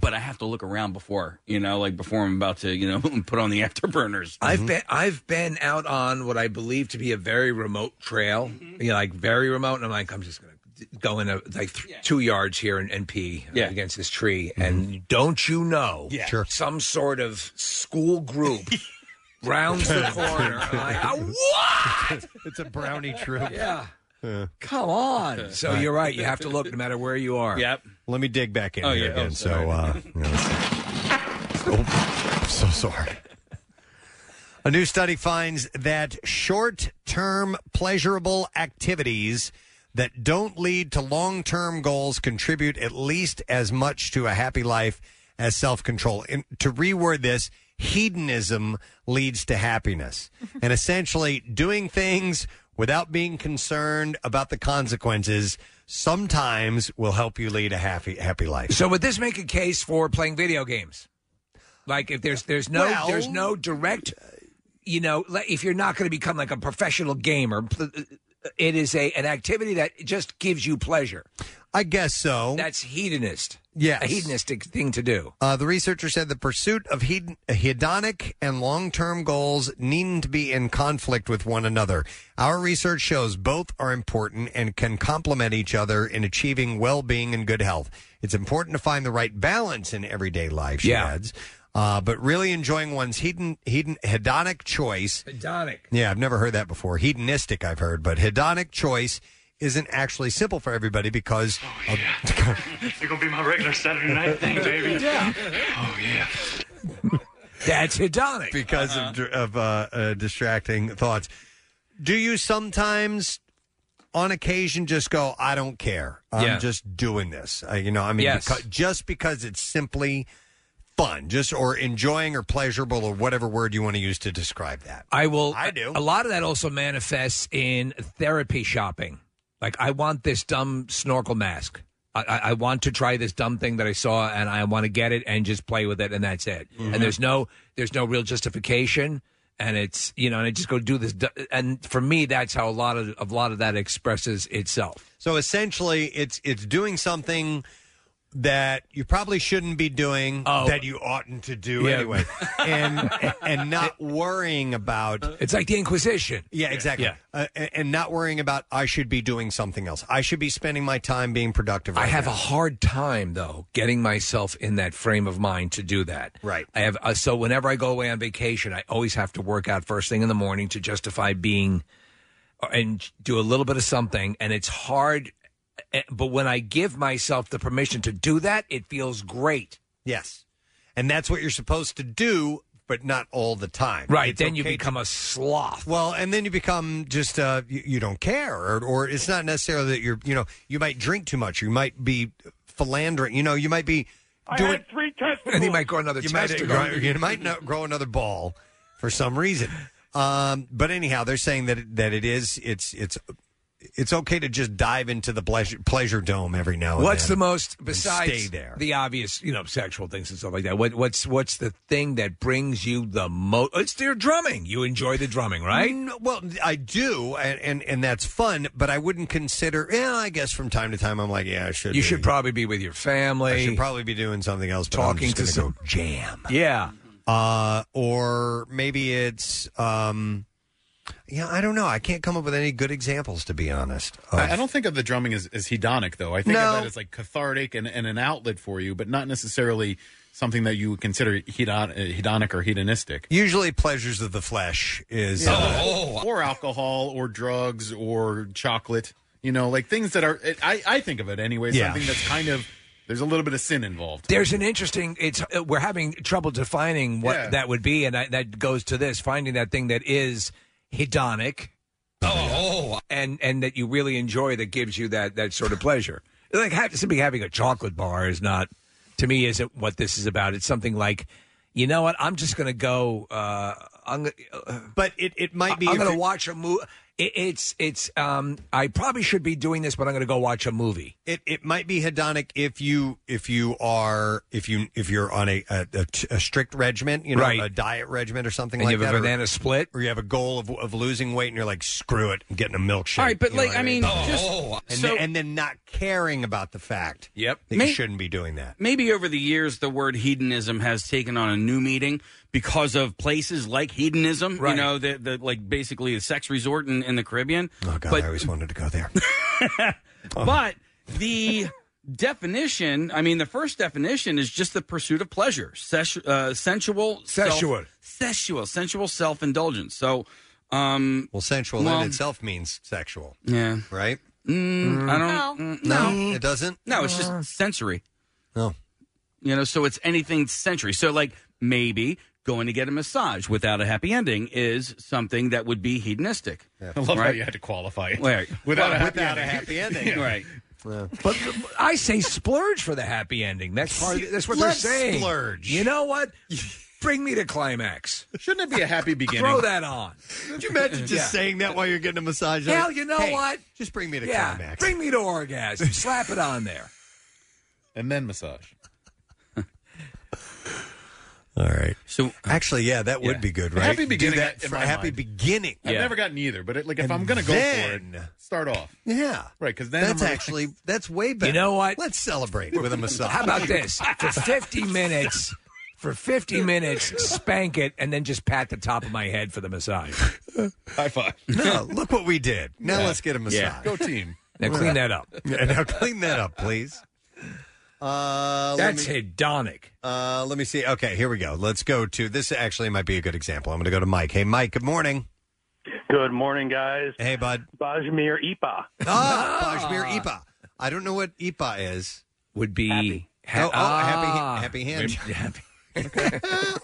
Speaker 4: But I have to look around before, you know, like before I'm about to, you know, put on the afterburners.
Speaker 5: Mm-hmm.
Speaker 6: I've been I've been out on what I believe to be a very remote trail, you know, like very remote, and I'm like, I'm just gonna d- go in a, like th- two yards here and, and pee uh, against this tree, and don't you know,
Speaker 5: Yeah. Mm-hmm. Sure.
Speaker 6: some sort of school group rounds the corner. I'm like, "Oh, what?
Speaker 5: It's a brownie troop.
Speaker 6: Yeah.
Speaker 5: Yeah.
Speaker 6: Come on. So you're right. You have to look no matter where you are.
Speaker 4: Yep.
Speaker 5: Let me dig back in
Speaker 6: Oh,
Speaker 5: here
Speaker 6: yeah. Oh,
Speaker 5: again. so,
Speaker 6: sorry.
Speaker 5: uh, you know, oh, I'm so sorry. A new study finds that short term pleasurable activities that don't lead to long term goals contribute at least as much to a happy life as self control. And to reword this, hedonism leads to happiness. and essentially, doing things without being concerned about the consequences sometimes will help you lead a happy, happy life.
Speaker 6: So would this make a case for playing video games? Like if there's there's no
Speaker 5: Well-
Speaker 6: there's no direct, you know, like, if you're not going to become like a professional gamer, pl- uh, it is a an activity that just gives you pleasure.
Speaker 5: I guess so.
Speaker 6: That's hedonist.
Speaker 5: Yes.
Speaker 6: a hedonistic thing to do.
Speaker 5: Uh, the researcher said the pursuit of hedon- hedonic and long term goals needn't be in conflict with one another. Our research shows both are important and can complement each other in achieving well being and good health. It's important to find the right balance in everyday life, she
Speaker 6: Yeah.
Speaker 5: adds. Uh, but really enjoying one's hedon- hedon- hedonic choice
Speaker 6: Hedonic.
Speaker 5: yeah, I've never heard that before. Hedonistic, I've heard, but hedonic choice isn't actually simple for everybody because.
Speaker 15: You're gonna be my regular Saturday night thing, baby.
Speaker 6: Yeah.
Speaker 15: Oh yeah.
Speaker 6: That's hedonic
Speaker 5: because of dr of uh, uh, distracting thoughts. Do you sometimes, on occasion, just go, "I don't care. I'm
Speaker 6: Yeah.
Speaker 5: just doing this." Uh, you know, I mean,
Speaker 6: Yes.
Speaker 5: becau- just because it's simply fun, just or enjoying or pleasurable or whatever word you want to use to describe that.
Speaker 6: I will.
Speaker 5: I do.
Speaker 6: A lot of that also manifests in therapy shopping. Like I want this dumb snorkel mask. I, I, I want to try this dumb thing that I saw,
Speaker 5: Mm-hmm.
Speaker 6: and I want to get it and just play with it, and that's it.
Speaker 10: Mhm.
Speaker 6: And there's no there's no real justification. and it's you know, and I just go do this. And for me, that's how a lot of a lot of that expresses itself.
Speaker 5: So essentially, it's it's doing something that you probably shouldn't be doing
Speaker 6: Oh.
Speaker 5: that you oughtn't to do
Speaker 1: Yeah.
Speaker 5: anyway, and and not worrying about.
Speaker 6: It's like the Inquisition.
Speaker 5: Yeah, exactly.
Speaker 1: Yeah.
Speaker 5: Uh, and, and not worrying about I should be doing something else. I should be spending my time being productive.
Speaker 6: I
Speaker 5: right
Speaker 6: have
Speaker 5: now.
Speaker 6: a hard time though getting myself in that frame of mind to do that.
Speaker 5: Right.
Speaker 6: I have uh, so whenever I go away on vacation, I always have to work out first thing in the morning to justify being uh, and do a little bit of something, and it's hard. eh, But when I give myself the permission to do that, it feels great.
Speaker 5: Yes, and that's what you're supposed to do, but not all the time.
Speaker 6: Right,
Speaker 5: It's
Speaker 6: then you
Speaker 5: okay
Speaker 6: become a sloth.
Speaker 5: Well, and then you become just uh, you, you don't care, or, or it's not necessarily that you're you know you might drink too much, you might be philandering, you know, you might be doing.
Speaker 6: three testicles. And he might grow another
Speaker 5: you might,
Speaker 6: testicle.
Speaker 5: grow, you might no- grow another ball for some reason. Um, but anyhow, they're saying that it- that it is it's it's it's okay to just dive into the pleasure, pleasure dome every now and
Speaker 6: What's
Speaker 5: then
Speaker 6: the most
Speaker 5: Oh, and
Speaker 6: besides
Speaker 5: stay there.
Speaker 6: the obvious, you know, sexual things and stuff like that? What, what's what's the thing that brings you the most? It's their drumming. You enjoy the drumming, right?
Speaker 5: N- well, I do, and, and and that's fun. But I wouldn't consider. Yeah, I guess from time to time, I'm like, yeah, I should.
Speaker 6: You
Speaker 5: be.
Speaker 6: should probably be with your family.
Speaker 5: I should probably be doing something else. But
Speaker 6: Talking
Speaker 5: I'm
Speaker 6: to
Speaker 5: just gonna
Speaker 6: some
Speaker 5: go
Speaker 6: jam. Yeah.
Speaker 5: Uh, or maybe it's. Um, yeah, I don't know. I can't come up with any good examples, to be honest.
Speaker 7: I, I don't think of the drumming as, as hedonic, though. I think
Speaker 5: No.
Speaker 7: of that as like cathartic and, and an outlet for you, but not necessarily something that you would consider hedon, uh, hedonic or hedonistic.
Speaker 5: Usually, pleasures of the flesh is. uh,
Speaker 7: Uh, or alcohol, or drugs, or chocolate. You know, like things that are. I, I think of it anyway.
Speaker 6: Yeah.
Speaker 7: Something that's kind of. There's a little bit of sin involved.
Speaker 6: There's an interesting. It's uh, we're having trouble defining what
Speaker 7: Yeah.
Speaker 6: that would be, and I, that goes to this finding that thing that is hedonic. Oh, and and that you really enjoy that gives you that that sort of pleasure. Like ha- simply having a chocolate bar is not to me isn't what this is about. It's something like, you know what? I'm just gonna go. Uh, I'm gonna, uh,
Speaker 5: but it it might
Speaker 6: I'm
Speaker 5: if
Speaker 6: gonna
Speaker 5: it-
Speaker 6: watch a movie. It, it's it's. Um, I probably should be doing this, but I'm gonna go watch a movie.
Speaker 5: it it might be hedonic if you if you are if you if you're on a a, a, t- a strict regimen, you know,
Speaker 6: Right.
Speaker 5: a diet regimen or something
Speaker 6: And
Speaker 5: like
Speaker 6: you have
Speaker 5: that,
Speaker 6: a
Speaker 5: or-
Speaker 6: banana split,
Speaker 5: or you have a goal of of losing weight, and you're like, screw it, I'm getting a milkshake.
Speaker 4: All right, but
Speaker 5: You know
Speaker 4: like
Speaker 5: what Oh,
Speaker 4: I mean, just
Speaker 5: and,
Speaker 4: so-
Speaker 5: then, and then not caring about the fact
Speaker 4: Yep.
Speaker 5: that
Speaker 4: May-
Speaker 5: you shouldn't be doing that.
Speaker 4: maybe over the years the word hedonism has taken on a new meaning because of places like hedonism you
Speaker 5: Right.
Speaker 4: know the, the like basically the sex resort in, in the caribbean
Speaker 5: oh god
Speaker 4: but,
Speaker 5: I always wanted to go there. Oh.
Speaker 4: but the definition i mean the first definition is just the pursuit of pleasure sesh, uh, sensual self-
Speaker 5: Sexual.
Speaker 4: sensual sensual self-indulgence so um
Speaker 5: well sensual
Speaker 4: well,
Speaker 5: in itself means sexual.
Speaker 4: yeah
Speaker 5: right
Speaker 4: mm, i don't
Speaker 5: No. No, it doesn't
Speaker 4: Mm. no it's
Speaker 7: Uh.
Speaker 4: just sensory
Speaker 5: no
Speaker 4: you know so it's anything sensory so like maybe going to get a massage without a happy ending is something that would be hedonistic
Speaker 7: I love how you had to qualify it.
Speaker 4: Right.
Speaker 7: Without, a, happy
Speaker 5: without a
Speaker 7: ending.
Speaker 5: happy ending.
Speaker 7: Yeah.
Speaker 4: right
Speaker 6: But but I say splurge for the happy ending. That's part. Of, that's what
Speaker 7: Let's
Speaker 6: they're saying.
Speaker 7: splurge.
Speaker 6: You know what? Bring me to climax.
Speaker 7: Shouldn't it be a happy beginning?
Speaker 6: Throw that on.
Speaker 5: Could you imagine just
Speaker 6: Yeah.
Speaker 5: saying that while you're getting a massage?
Speaker 6: Hell,
Speaker 5: Like,
Speaker 6: you know
Speaker 5: "Hey,
Speaker 6: what?
Speaker 5: Just bring me to
Speaker 6: yeah,
Speaker 5: climax.
Speaker 6: Bring me to orgasm. Slap it on there.
Speaker 7: and then massage.
Speaker 5: All right.
Speaker 4: So
Speaker 5: actually, yeah, that would
Speaker 7: uh, Yeah.
Speaker 5: be good, right?
Speaker 7: Happy
Speaker 5: Do
Speaker 7: beginning
Speaker 5: that
Speaker 7: in
Speaker 5: for
Speaker 7: my
Speaker 5: happy
Speaker 7: mind.
Speaker 5: beginning.
Speaker 7: I've never gotten either, but it, like if I'm going to go for it, start off.
Speaker 5: Yeah.
Speaker 7: Right, because then
Speaker 5: that's
Speaker 7: I'm-
Speaker 5: actually that's way better.
Speaker 6: know what?
Speaker 5: Let's celebrate with a massage.
Speaker 6: How about this? For fifty minutes. For 50 minutes, spank it, and then just pat the top of my head for the massage.
Speaker 7: High five.
Speaker 5: No, look what we did. Now
Speaker 6: Yeah.
Speaker 5: let's get a massage.
Speaker 6: Yeah.
Speaker 7: Go team.
Speaker 6: Now clean that up.
Speaker 5: Yeah, now clean that up, please. Uh, let
Speaker 6: That's
Speaker 5: me-
Speaker 6: hedonic.
Speaker 5: Uh, let me see. Okay, here we go. Let's go to this. Actually, might be a good example. I'm going to go to Mike. Hey, Mike. Good morning.
Speaker 2: Good morning, guys.
Speaker 5: Hey, bud.
Speaker 2: Bajmir Ipa.
Speaker 5: Ah, Bajmir Ipa. I don't know what Ipa is.
Speaker 6: Would be happy.
Speaker 5: oh, oh,
Speaker 2: ah.
Speaker 5: happy, happy hand. All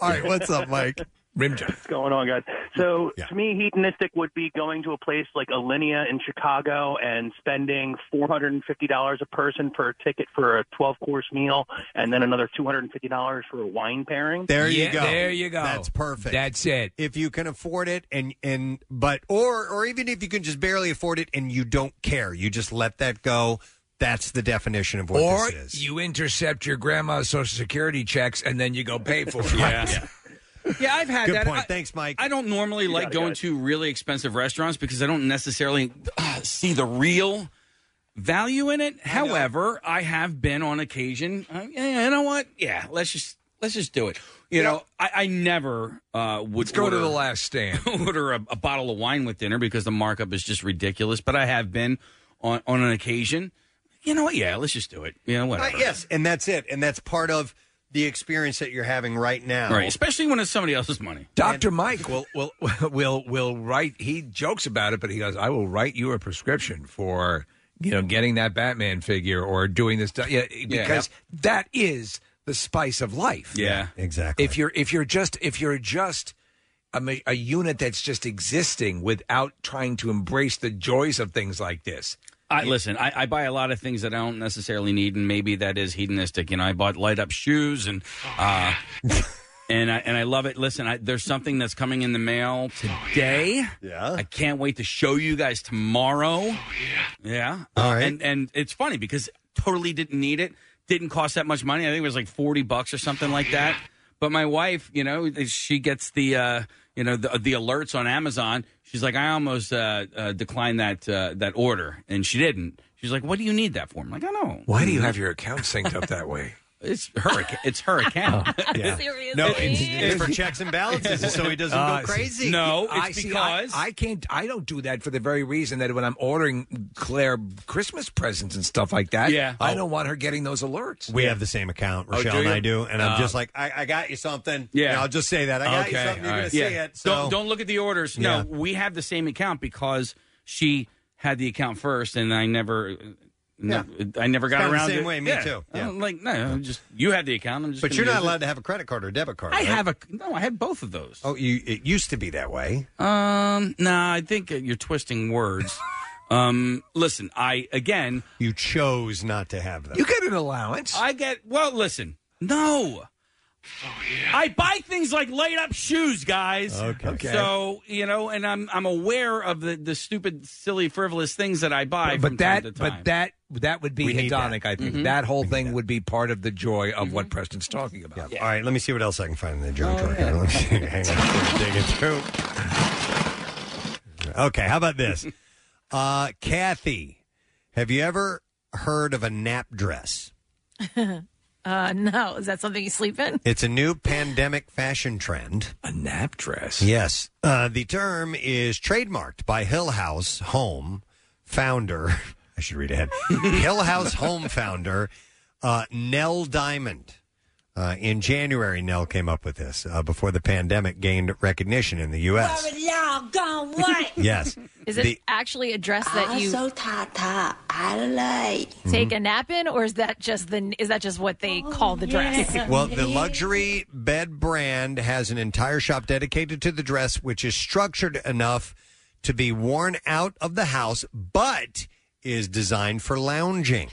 Speaker 5: right, what's up, Mike?
Speaker 6: Rim job.
Speaker 2: What's going on, guys? So, to me, hedonistic would be going to a place like Alinea in Chicago and spending $450 a person for a ticket for a 12 course meal and then another $250 for a wine pairing.
Speaker 5: There you go.
Speaker 6: there you go.
Speaker 5: That's perfect.
Speaker 6: That's it.
Speaker 5: If you can afford it, and and but or or even if you can just barely afford it, and you don't care, you just let that go. That's the definition of what
Speaker 6: Or
Speaker 5: this is.
Speaker 6: you intercept your grandma's social security checks and then you go pay for it.
Speaker 5: Yeah.
Speaker 4: Yeah, I've had
Speaker 5: Good
Speaker 4: that.
Speaker 5: point.
Speaker 4: I-
Speaker 5: Thanks, Mike.
Speaker 4: I don't normally like going to really expensive restaurants because I don't necessarily uh, see the real value in it. However, I have been on occasion. Uh, yeah, you know what? Yeah, let's just let's just do it. You know, I, I never uh, would
Speaker 6: Let's go to the
Speaker 4: last stand. order a, a bottle of wine with dinner because the markup is just ridiculous. But I have been on on an occasion. You know what? Yeah, let's just do it. You know whatever.
Speaker 5: Uh, yes, and that's it, and that's part of the experience that you're having right now.
Speaker 4: Right, especially when it's somebody else's money.
Speaker 6: Doctor Mike will will will will write. He jokes about it, but he goes, "I will write you a prescription for you know getting that Batman figure or doing this." di- Yeah, because that is the spice of life.
Speaker 4: Yeah,
Speaker 5: exactly.
Speaker 6: If you're if you're just if you're just a, ma- a unit that's just existing without trying to embrace the joys of things like this,
Speaker 4: I listen. I, I buy a lot of things that I don't necessarily need, and maybe that is hedonistic. You know, I bought light up shoes, and uh, and I and I love it. Listen, I, there's something that's coming in the mail today.
Speaker 5: Oh, yeah. Oh,
Speaker 4: I can't wait to show you guys tomorrow. yeah,
Speaker 5: All
Speaker 4: Uh,
Speaker 5: right.
Speaker 4: and and it's funny because totally didn't need it. Didn't cost that much money. I think it was like forty bucks or something like
Speaker 5: Oh,
Speaker 4: that. But my wife, you know, she gets the uh, you know the, the alerts on Amazon. She's like, I almost uh, uh, declined that uh, that order, and she didn't. She's like, What do you need that for? I'm like, I don't know.
Speaker 6: why do you have your account synced up that way?
Speaker 4: It's her. ac- It's her account.
Speaker 5: Yeah.
Speaker 4: Seriously?
Speaker 5: No, it's, it's for checks and balances, so he doesn't
Speaker 6: Ah,
Speaker 5: go
Speaker 6: see.
Speaker 5: crazy.
Speaker 6: I see, I- I, can't. I don't do that for the very reason that when I'm ordering Claire Christmas presents and stuff like that,
Speaker 5: Yeah.
Speaker 6: I
Speaker 5: Oh.
Speaker 6: don't want her getting those alerts.
Speaker 5: We have the same account,
Speaker 6: Oh,
Speaker 5: Rochelle
Speaker 6: do
Speaker 5: and I
Speaker 6: you?
Speaker 5: do, and I'm
Speaker 6: Oh.
Speaker 5: just like, I, I got you something.
Speaker 4: Uh, Yeah.
Speaker 5: And I'll just say that I got you
Speaker 4: Okay,
Speaker 5: something. You're
Speaker 4: all
Speaker 5: gonna
Speaker 4: right.
Speaker 5: see
Speaker 4: Yeah.
Speaker 5: it. So
Speaker 4: Don't, don't look at the orders. No,
Speaker 5: Yeah.
Speaker 4: we have the same account because she had the account first, and I never, no, I never got
Speaker 5: Kinda the
Speaker 4: around.
Speaker 5: same
Speaker 4: to-
Speaker 5: way, me
Speaker 4: Yeah.
Speaker 5: too.
Speaker 4: I don't like no, I'm just you have the account. I'm just.
Speaker 5: but
Speaker 4: gonna
Speaker 5: you're
Speaker 4: use
Speaker 5: not
Speaker 4: it.
Speaker 5: allowed to have a credit card or debit card.
Speaker 4: I
Speaker 5: right?
Speaker 4: have a no. I had both of those.
Speaker 5: Oh, you. It used to be that way.
Speaker 4: Um, no, I think uh, you're twisting words. um, listen, I again,
Speaker 5: you chose not to have them.
Speaker 6: You get an allowance.
Speaker 4: I get. Well, listen, no. I buy things like light up shoes, guys.
Speaker 5: Okay. Okay.
Speaker 4: So you know, and I'm I'm aware of the, the stupid, silly, frivolous things that I buy.
Speaker 6: but
Speaker 4: from
Speaker 6: that,
Speaker 4: time to time.
Speaker 6: but that, that would be
Speaker 4: We need
Speaker 6: hedonic.
Speaker 4: that.
Speaker 6: I think
Speaker 4: Mhm.
Speaker 6: that whole thing would be part of the joy of what Preston's talking about.
Speaker 5: All right, let me see what else I can find in the
Speaker 4: Oh,
Speaker 5: junk drawer. here. Let me see. Hang on, dig it through. Okay, how about this, uh, Kathy? Have you ever heard of a nap dress?
Speaker 3: uh, no, is that something you sleep in?
Speaker 5: It's a new pandemic fashion trend.
Speaker 6: A nap dress.
Speaker 5: Yes. Uh, the term is trademarked by Hill House Home founder. I should read ahead. Hill House Home founder uh, Nell Diamond. Uh, in January, Nell came up with this uh, before the pandemic gained recognition in the U.S.
Speaker 19: y'all gone what?
Speaker 5: Yes.
Speaker 3: Is it
Speaker 5: The-
Speaker 3: actually a dress that you
Speaker 19: Also
Speaker 3: tata I like take
Speaker 5: Mm-hmm.
Speaker 3: a nap in, or is that just the is that just what they call the dress?
Speaker 5: Well, the luxury bed brand has an entire shop dedicated to the dress, which is structured enough to be worn out of the house, but is designed for lounging.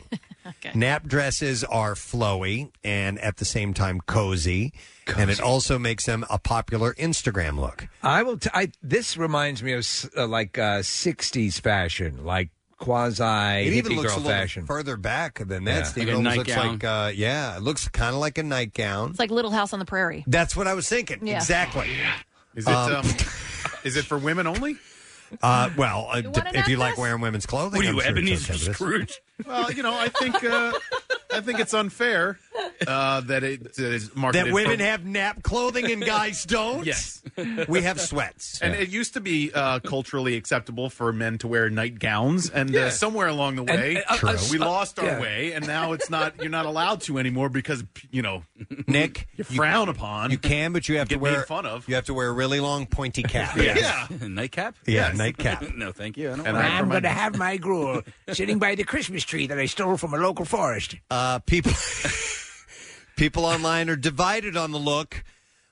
Speaker 5: Nap dresses are flowy and at the same time cozy, and it also makes them a popular Instagram look.
Speaker 6: I will. T- I this reminds me of s- uh, like uh, '60s fashion, like quasi
Speaker 5: it even
Speaker 6: hippie
Speaker 5: looks a
Speaker 6: girl
Speaker 5: little
Speaker 6: fashion.
Speaker 5: further back than
Speaker 6: Yeah.
Speaker 5: that. Steve.
Speaker 6: Like a
Speaker 5: it almost looks
Speaker 6: nightgown.
Speaker 5: like, uh, yeah, it looks kind of like a nightgown.
Speaker 3: It's like Little House on the Prairie.
Speaker 5: That's what I was thinking.
Speaker 3: Yeah.
Speaker 5: Exactly.
Speaker 7: Is it,
Speaker 5: Um,
Speaker 7: um, is it for women only?
Speaker 5: Uh, well, uh, d-
Speaker 7: want a
Speaker 5: if you like
Speaker 7: necklace?
Speaker 5: wearing women's clothing,
Speaker 7: What are you,
Speaker 5: I'm sure it's
Speaker 7: Ebenezer
Speaker 5: okay with this.
Speaker 7: Well, you know, I think uh, I think it's unfair uh, that it that is marketed
Speaker 5: That women
Speaker 7: for-
Speaker 5: have nap clothing and guys don't. yes, we have sweats,
Speaker 7: And it used to be uh, culturally acceptable for men to wear nightgowns, and
Speaker 5: Yeah.
Speaker 7: uh, somewhere along the
Speaker 5: And-
Speaker 7: way,
Speaker 5: and, uh, True. uh,
Speaker 7: we
Speaker 5: uh,
Speaker 7: lost our
Speaker 5: yeah.
Speaker 7: way, and now it's not. You're not allowed to anymore because you know,
Speaker 5: Nick,
Speaker 7: you frown upon.
Speaker 5: You can, but you have to
Speaker 7: get made
Speaker 5: wear
Speaker 7: fun of.
Speaker 5: You have to wear a really long pointy cap.
Speaker 7: Yeah.
Speaker 4: nightcap.
Speaker 5: Yeah, nightcap.
Speaker 4: no, thank you. I don't
Speaker 5: And
Speaker 4: want
Speaker 5: I-
Speaker 4: that.
Speaker 5: for
Speaker 13: I'm
Speaker 5: my-
Speaker 13: going to have my gruel sitting by the Christmas tree that I stole from a local forest.
Speaker 5: Uh, people, people online are divided on the look,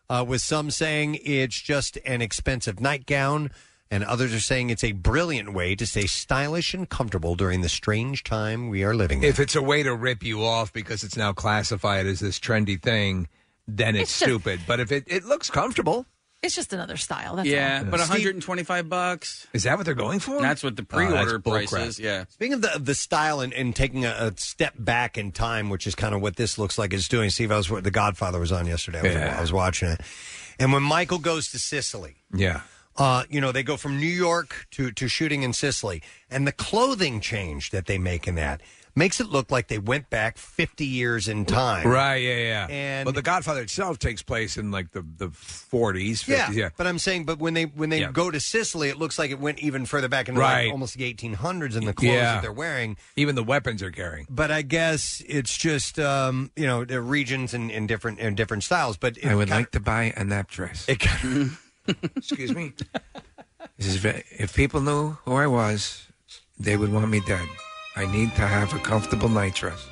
Speaker 5: uh, with some saying it's just an expensive nightgown, and others are saying it's a brilliant way to stay stylish and comfortable during the strange time we are living. in.
Speaker 6: If it's a way to rip you off because it's now classified as this trendy thing, then it's,
Speaker 3: It's just-
Speaker 6: stupid. but if it, it looks comfortable,
Speaker 3: It's just another style. That's
Speaker 4: yeah,
Speaker 3: all.
Speaker 6: uh,
Speaker 4: but 125 bucks.
Speaker 6: is that what they're going for?
Speaker 4: That's what the
Speaker 5: Oh,
Speaker 4: pre-order price is. Yeah.
Speaker 5: Speaking of the, of the style and, and taking a, a step back in time, which is kind of what this looks like it's doing. Steve, I was the Godfather was on yesterday. I was,
Speaker 6: Yeah.
Speaker 5: I was watching it, And when Michael goes to Sicily,
Speaker 6: Yeah.
Speaker 5: uh, you know, they go from New York to, to shooting in Sicily. And the clothing change that they make in that makes it look like they went back 50 years in time.
Speaker 6: Right, yeah, yeah.
Speaker 5: And-
Speaker 6: but The Godfather itself takes place in like the the 40s, 50s, yeah.
Speaker 5: yeah, but I'm saying, but when they when they go to Sicily, it looks like it went even further back into
Speaker 6: Right.
Speaker 5: like almost the 1800s in the clothes
Speaker 6: Yeah.
Speaker 5: that they're wearing.
Speaker 6: Even the weapons they're carrying.
Speaker 5: But I guess it's just um, you know the regions and, and different and different styles. But it
Speaker 6: I would
Speaker 5: kinda-
Speaker 6: like to buy a nap dress.
Speaker 5: It kind
Speaker 6: Excuse me. This is ve- if people knew who I was, they would want me dead. I need to have a comfortable night dress.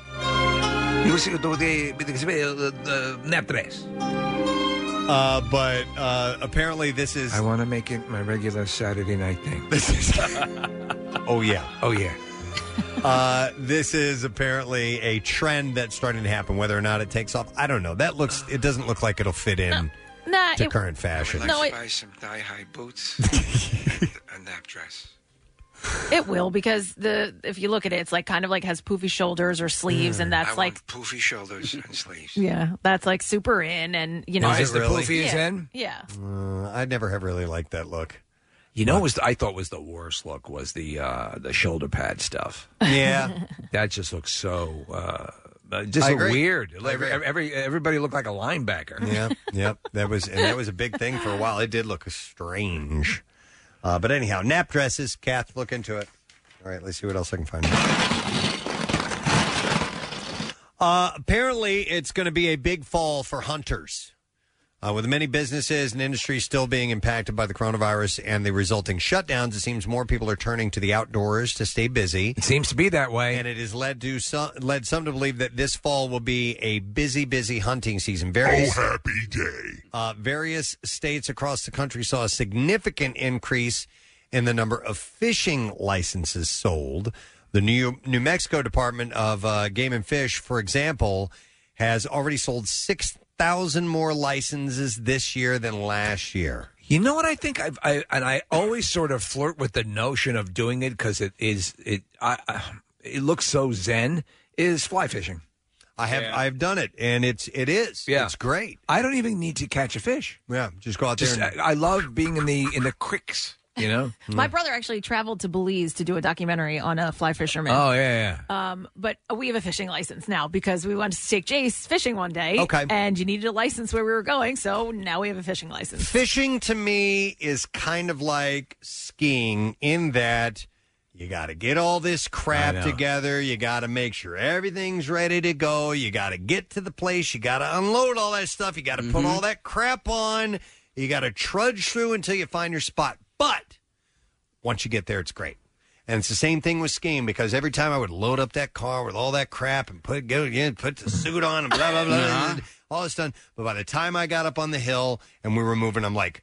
Speaker 28: You see, the, the, the, the nap dress.
Speaker 5: Uh, but uh, apparently, this is.
Speaker 6: I want to make it my regular Saturday night thing.
Speaker 5: This is. oh yeah,
Speaker 6: oh yeah.
Speaker 5: uh, this is apparently a trend that's starting to happen. Whether or not it takes off, I don't know. That looks. It doesn't look like it'll fit in
Speaker 29: Nah,
Speaker 5: to
Speaker 29: it-
Speaker 5: current fashion.
Speaker 29: No, it-
Speaker 6: buy some thigh high boots and nap dress.
Speaker 3: It will because the if you look at it, it's like kind of like has poofy shoulders or
Speaker 5: Mm.
Speaker 3: sleeves, and
Speaker 6: I
Speaker 3: that's
Speaker 6: want
Speaker 3: like
Speaker 6: poofy shoulders and sleeves.
Speaker 3: yeah, that's like super in, and you know,
Speaker 6: Is Is it the really? poofy is
Speaker 3: yeah.
Speaker 6: in?
Speaker 3: Yeah,
Speaker 5: Uh, I never have really liked that look.
Speaker 6: You know, what was I thought was the worst look was the uh, the shoulder pad stuff.
Speaker 5: Yeah,
Speaker 6: that just looks so uh, uh, just
Speaker 5: I
Speaker 6: looked
Speaker 5: agree.
Speaker 6: weird.
Speaker 5: I
Speaker 6: Like,
Speaker 5: agree.
Speaker 6: every everybody looked like a linebacker.
Speaker 5: Yeah, yep. That was and that was a big thing for a while. It did look strange, uh, but anyhow, nap dresses. Kath, look into it. All right, let's see what else I can find. Uh, apparently, it's going to be a big fall for hunters. Uh, with many businesses and industries still being impacted by the coronavirus and the resulting shutdowns, it seems more people are turning to the outdoors to stay busy. It
Speaker 6: seems to be that way,
Speaker 5: and it has led to some led some to believe that this fall will be a busy, busy hunting season. Various,
Speaker 2: Oh, happy day.
Speaker 5: Uh, various states across the country saw a significant increase in the number of fishing licenses sold. The New New Mexico Department of uh, Game and Fish, for example, has already sold six thousand more licenses this year than last year.
Speaker 6: You know what I think? I've, I and I always sort of flirt with the notion of doing it because it is it I, I it looks so zen. Is fly fishing?
Speaker 5: I have I've done it and it's it is
Speaker 6: yeah
Speaker 5: it's great.
Speaker 6: I don't even need to catch a fish.
Speaker 5: Yeah, just go out
Speaker 6: Just, uh,
Speaker 5: there. And,
Speaker 6: I, I love being in the in the creeks. You know,
Speaker 3: my brother actually traveled to Belize to do a documentary on a fly fisherman.
Speaker 6: Oh yeah, yeah.
Speaker 3: Um, but we have a fishing license now because we wanted to take Jace fishing one day.
Speaker 5: Okay.
Speaker 3: And you needed a license where we were going, so now we have a fishing license.
Speaker 5: Fishing to me is kind of like skiing in that you got to get all this
Speaker 6: I
Speaker 5: crap
Speaker 6: know.
Speaker 5: together. You got to make sure everything's ready to go. You got to get to the place. You got to unload all that stuff. You got to put
Speaker 6: Mm-hmm.
Speaker 2: Mhm.
Speaker 5: all that crap on. You got to trudge through until you find your spot. But once you get there, it's great. And it's the same thing with skiing because every time I would load up that car with all that crap and put go again, put the suit on and blah blah blah,
Speaker 6: Uh-huh.
Speaker 5: and all this done. But by the time I got up on the hill and we were moving, I'm like,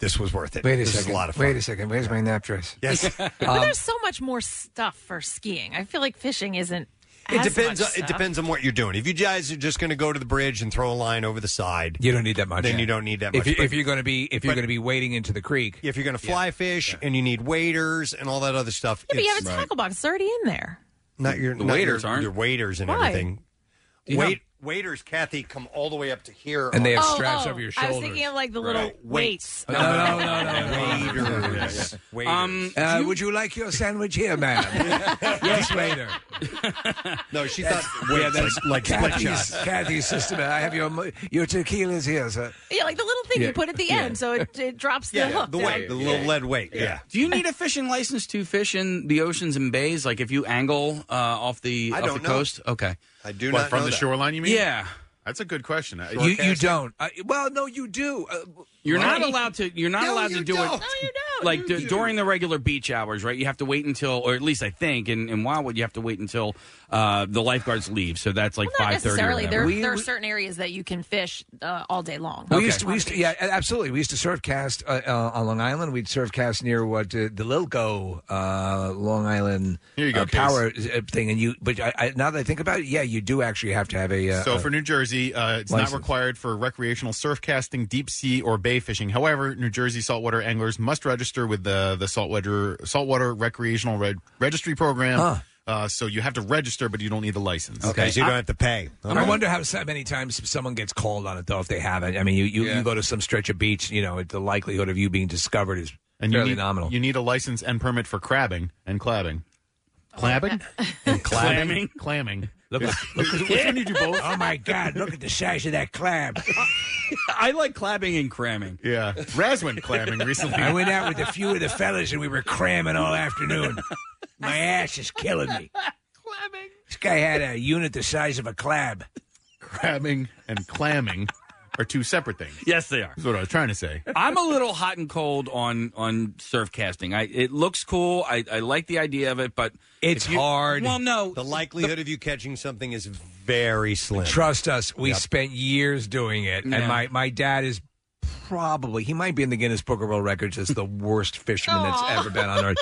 Speaker 5: this was worth it.
Speaker 6: Wait a
Speaker 5: this
Speaker 6: second. Um,
Speaker 5: Is a lot of fun.
Speaker 6: Wait a second. Where's my nap dress?
Speaker 5: Yes.
Speaker 3: but there's so much more stuff for skiing. I feel like fishing isn't.
Speaker 5: It
Speaker 3: as
Speaker 5: depends.
Speaker 3: much
Speaker 5: On, it
Speaker 3: stuff.
Speaker 5: depends on what you're doing. If you guys are just going to go to the bridge and throw a line over the side,
Speaker 6: you don't need that much.
Speaker 5: Then you don't need that
Speaker 6: if
Speaker 5: much.
Speaker 6: you,
Speaker 5: But
Speaker 6: if you're going to be if you're
Speaker 5: but-
Speaker 6: going to be wading into the creek,
Speaker 5: if you're going to fly fish and you need waders and all that other stuff,
Speaker 3: Yeah, but you have a
Speaker 5: it's
Speaker 3: tackle box. It's already in there.
Speaker 5: not your
Speaker 6: The
Speaker 5: not
Speaker 6: waders
Speaker 5: your,
Speaker 6: aren't.
Speaker 5: your waders and
Speaker 3: Why?
Speaker 5: everything.
Speaker 6: Do you
Speaker 5: Wait, waiters, Kathy, come all the way up to here,
Speaker 6: And they have
Speaker 3: Oh,
Speaker 6: straps
Speaker 3: oh,
Speaker 6: over your
Speaker 3: I
Speaker 6: shoulders.
Speaker 3: was thinking of like the little weights.
Speaker 6: No, no, no, no, no.
Speaker 5: Waiters.
Speaker 6: Um, uh, Would you like your sandwich here, ma'am? yes, waiter.
Speaker 5: No, she thought
Speaker 6: yeah,
Speaker 5: weights,
Speaker 6: that's
Speaker 5: like- like split
Speaker 6: Kathy's,
Speaker 5: shot.
Speaker 6: Kathy's system. I have your mo- your tequila's here, sir.
Speaker 3: Yeah, like the little thing
Speaker 6: Yeah.
Speaker 3: you put at the
Speaker 6: Yeah.
Speaker 3: end, so it, it drops the hook. down.
Speaker 5: lead weight.
Speaker 6: yeah.
Speaker 4: Do you need a fishing license to fish in the oceans and bays? Like if you angle uh, off the
Speaker 7: I
Speaker 4: off
Speaker 7: don't
Speaker 4: the
Speaker 7: know.
Speaker 4: coast? Okay,
Speaker 5: I
Speaker 7: do What, not from know the that. shoreline, you mean?
Speaker 4: Yeah,
Speaker 7: That's a good question. I-
Speaker 4: You- you
Speaker 6: don't. I, well, no, you do. Uh,
Speaker 4: you're
Speaker 7: Right.
Speaker 4: not allowed to. You're not
Speaker 7: No,
Speaker 4: allowed
Speaker 7: you
Speaker 4: to do
Speaker 7: don't.
Speaker 4: it.
Speaker 7: No,
Speaker 4: you don't. Like d- during the regular beach hours, right? You have to wait until, or at least I think, in, in Wildwood, you have to wait until uh, the lifeguards leave. So that's like
Speaker 3: Not
Speaker 4: five thirty.
Speaker 3: necessarily. There,
Speaker 6: We-
Speaker 3: there are
Speaker 6: we-
Speaker 3: certain areas that you can fish uh, all day long.
Speaker 6: We used to, we used to, yeah, absolutely. We used to surf cast uh, uh, on Long Island. We'd surf cast near what uh, the Lilgo uh, Long Island
Speaker 7: Here you go,
Speaker 6: uh, power uh, thing. And you, but I, I, now that I think about it, yeah, you do actually have to have a. Uh,
Speaker 7: so
Speaker 6: a-
Speaker 7: for New Jersey, uh, it's
Speaker 6: license.
Speaker 7: not required for recreational surf casting, deep sea, or bay fishing. However, New Jersey saltwater anglers must register with the the saltwater saltwater recreational Reg- registry program.
Speaker 6: Huh.
Speaker 7: Uh, so you have to register, but you don't need a license.
Speaker 5: Okay, so you don't have to pay.
Speaker 6: I wonder how so many times someone gets called on it though if they haven't. I mean, you you, you go to some stretch of beach, you know, the likelihood of you being discovered is
Speaker 7: and you
Speaker 6: fairly
Speaker 7: need,
Speaker 6: nominal.
Speaker 7: You need a license and permit for crabbing and clabbing. Clabbing?
Speaker 6: Clamming?
Speaker 7: Clamming.
Speaker 6: Look, look,
Speaker 7: which one do you do both?
Speaker 6: Oh my God! Look at the size of that clam.
Speaker 4: I like clabbing and cramming.
Speaker 7: Yeah, Raz went clamming recently.
Speaker 6: I went out with a few of the fellas and we were cramming all afternoon. My ass is killing me. This guy had a unit the size of a clab.
Speaker 7: Crabbing and clamming are two separate things.
Speaker 4: Yes, they are.
Speaker 7: That's what I was trying to say.
Speaker 4: I'm a little hot and cold on on surf casting. I it looks cool. I, I like the idea of it, but
Speaker 6: it's hard.
Speaker 4: Well, no,
Speaker 5: The likelihood of you catching something is very slim.
Speaker 6: Trust us, we
Speaker 5: Yep.
Speaker 6: spent years doing it,
Speaker 5: Yeah.
Speaker 6: and my my dad is probably he might be in the Guinness Book of World Records as the worst fisherman that's
Speaker 13: Aw.
Speaker 6: ever been on earth.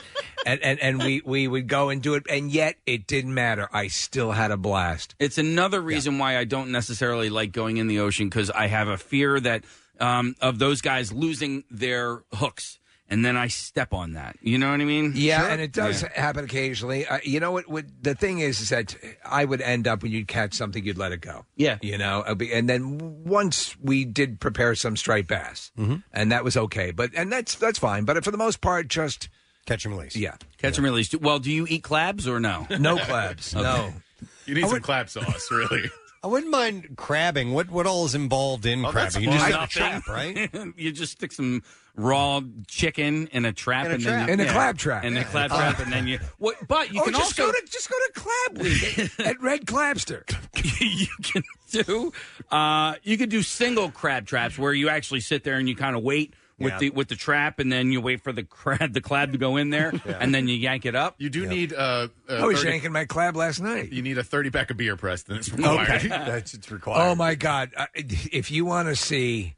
Speaker 6: And and and we we would go and do it, and yet it didn't matter. I still had a blast.
Speaker 4: It's another reason why I don't necessarily like going in the ocean because I have a fear that um, of those guys losing their hooks, and then I step on that. You know what I mean?
Speaker 6: Yeah, and it does happen occasionally. Uh, you know what, what? The thing is, is that I would end up when you'd catch something, you'd let it go.
Speaker 4: Yeah.
Speaker 6: you know, I'd be- and then once we did prepare some striped bass, and that was okay. But and that's that's fine. But for the most part, just
Speaker 5: catch and release.
Speaker 6: Yeah,
Speaker 4: Catch and release. Do- Well, do you eat clabs or no?
Speaker 6: No clabs.
Speaker 5: no.
Speaker 7: You need some clap sauce, really.
Speaker 5: I wouldn't mind crabbing. What what all is involved in
Speaker 4: Oh, that's
Speaker 5: crabbing? You just
Speaker 4: fun.
Speaker 5: have a trap, right?
Speaker 4: you just stick some raw chicken in a trap
Speaker 5: In a
Speaker 4: and
Speaker 5: trap. Uh,
Speaker 4: then you,
Speaker 5: In a
Speaker 6: clab trap.
Speaker 4: and a
Speaker 6: Yeah.
Speaker 4: clab
Speaker 6: Oh.
Speaker 4: trap and then you what but you
Speaker 6: Or
Speaker 4: can
Speaker 6: Oh, just go
Speaker 4: also
Speaker 6: to just go to Clab Week at, at Red Clabster.
Speaker 4: you can do uh, you could do single crab traps where you actually sit there and you kind of wait with
Speaker 7: Yeah.
Speaker 4: the with the trap and then you wait for the crab the clab to go in there and then you yank it up. Oh,
Speaker 7: You do need uh, uh
Speaker 5: Oh,
Speaker 6: I was yanking my clab last night.
Speaker 7: You need a 30 pack of beer pressed, and it's required.
Speaker 6: Okay.
Speaker 5: That's it's
Speaker 6: Oh my God! I- If you want to see,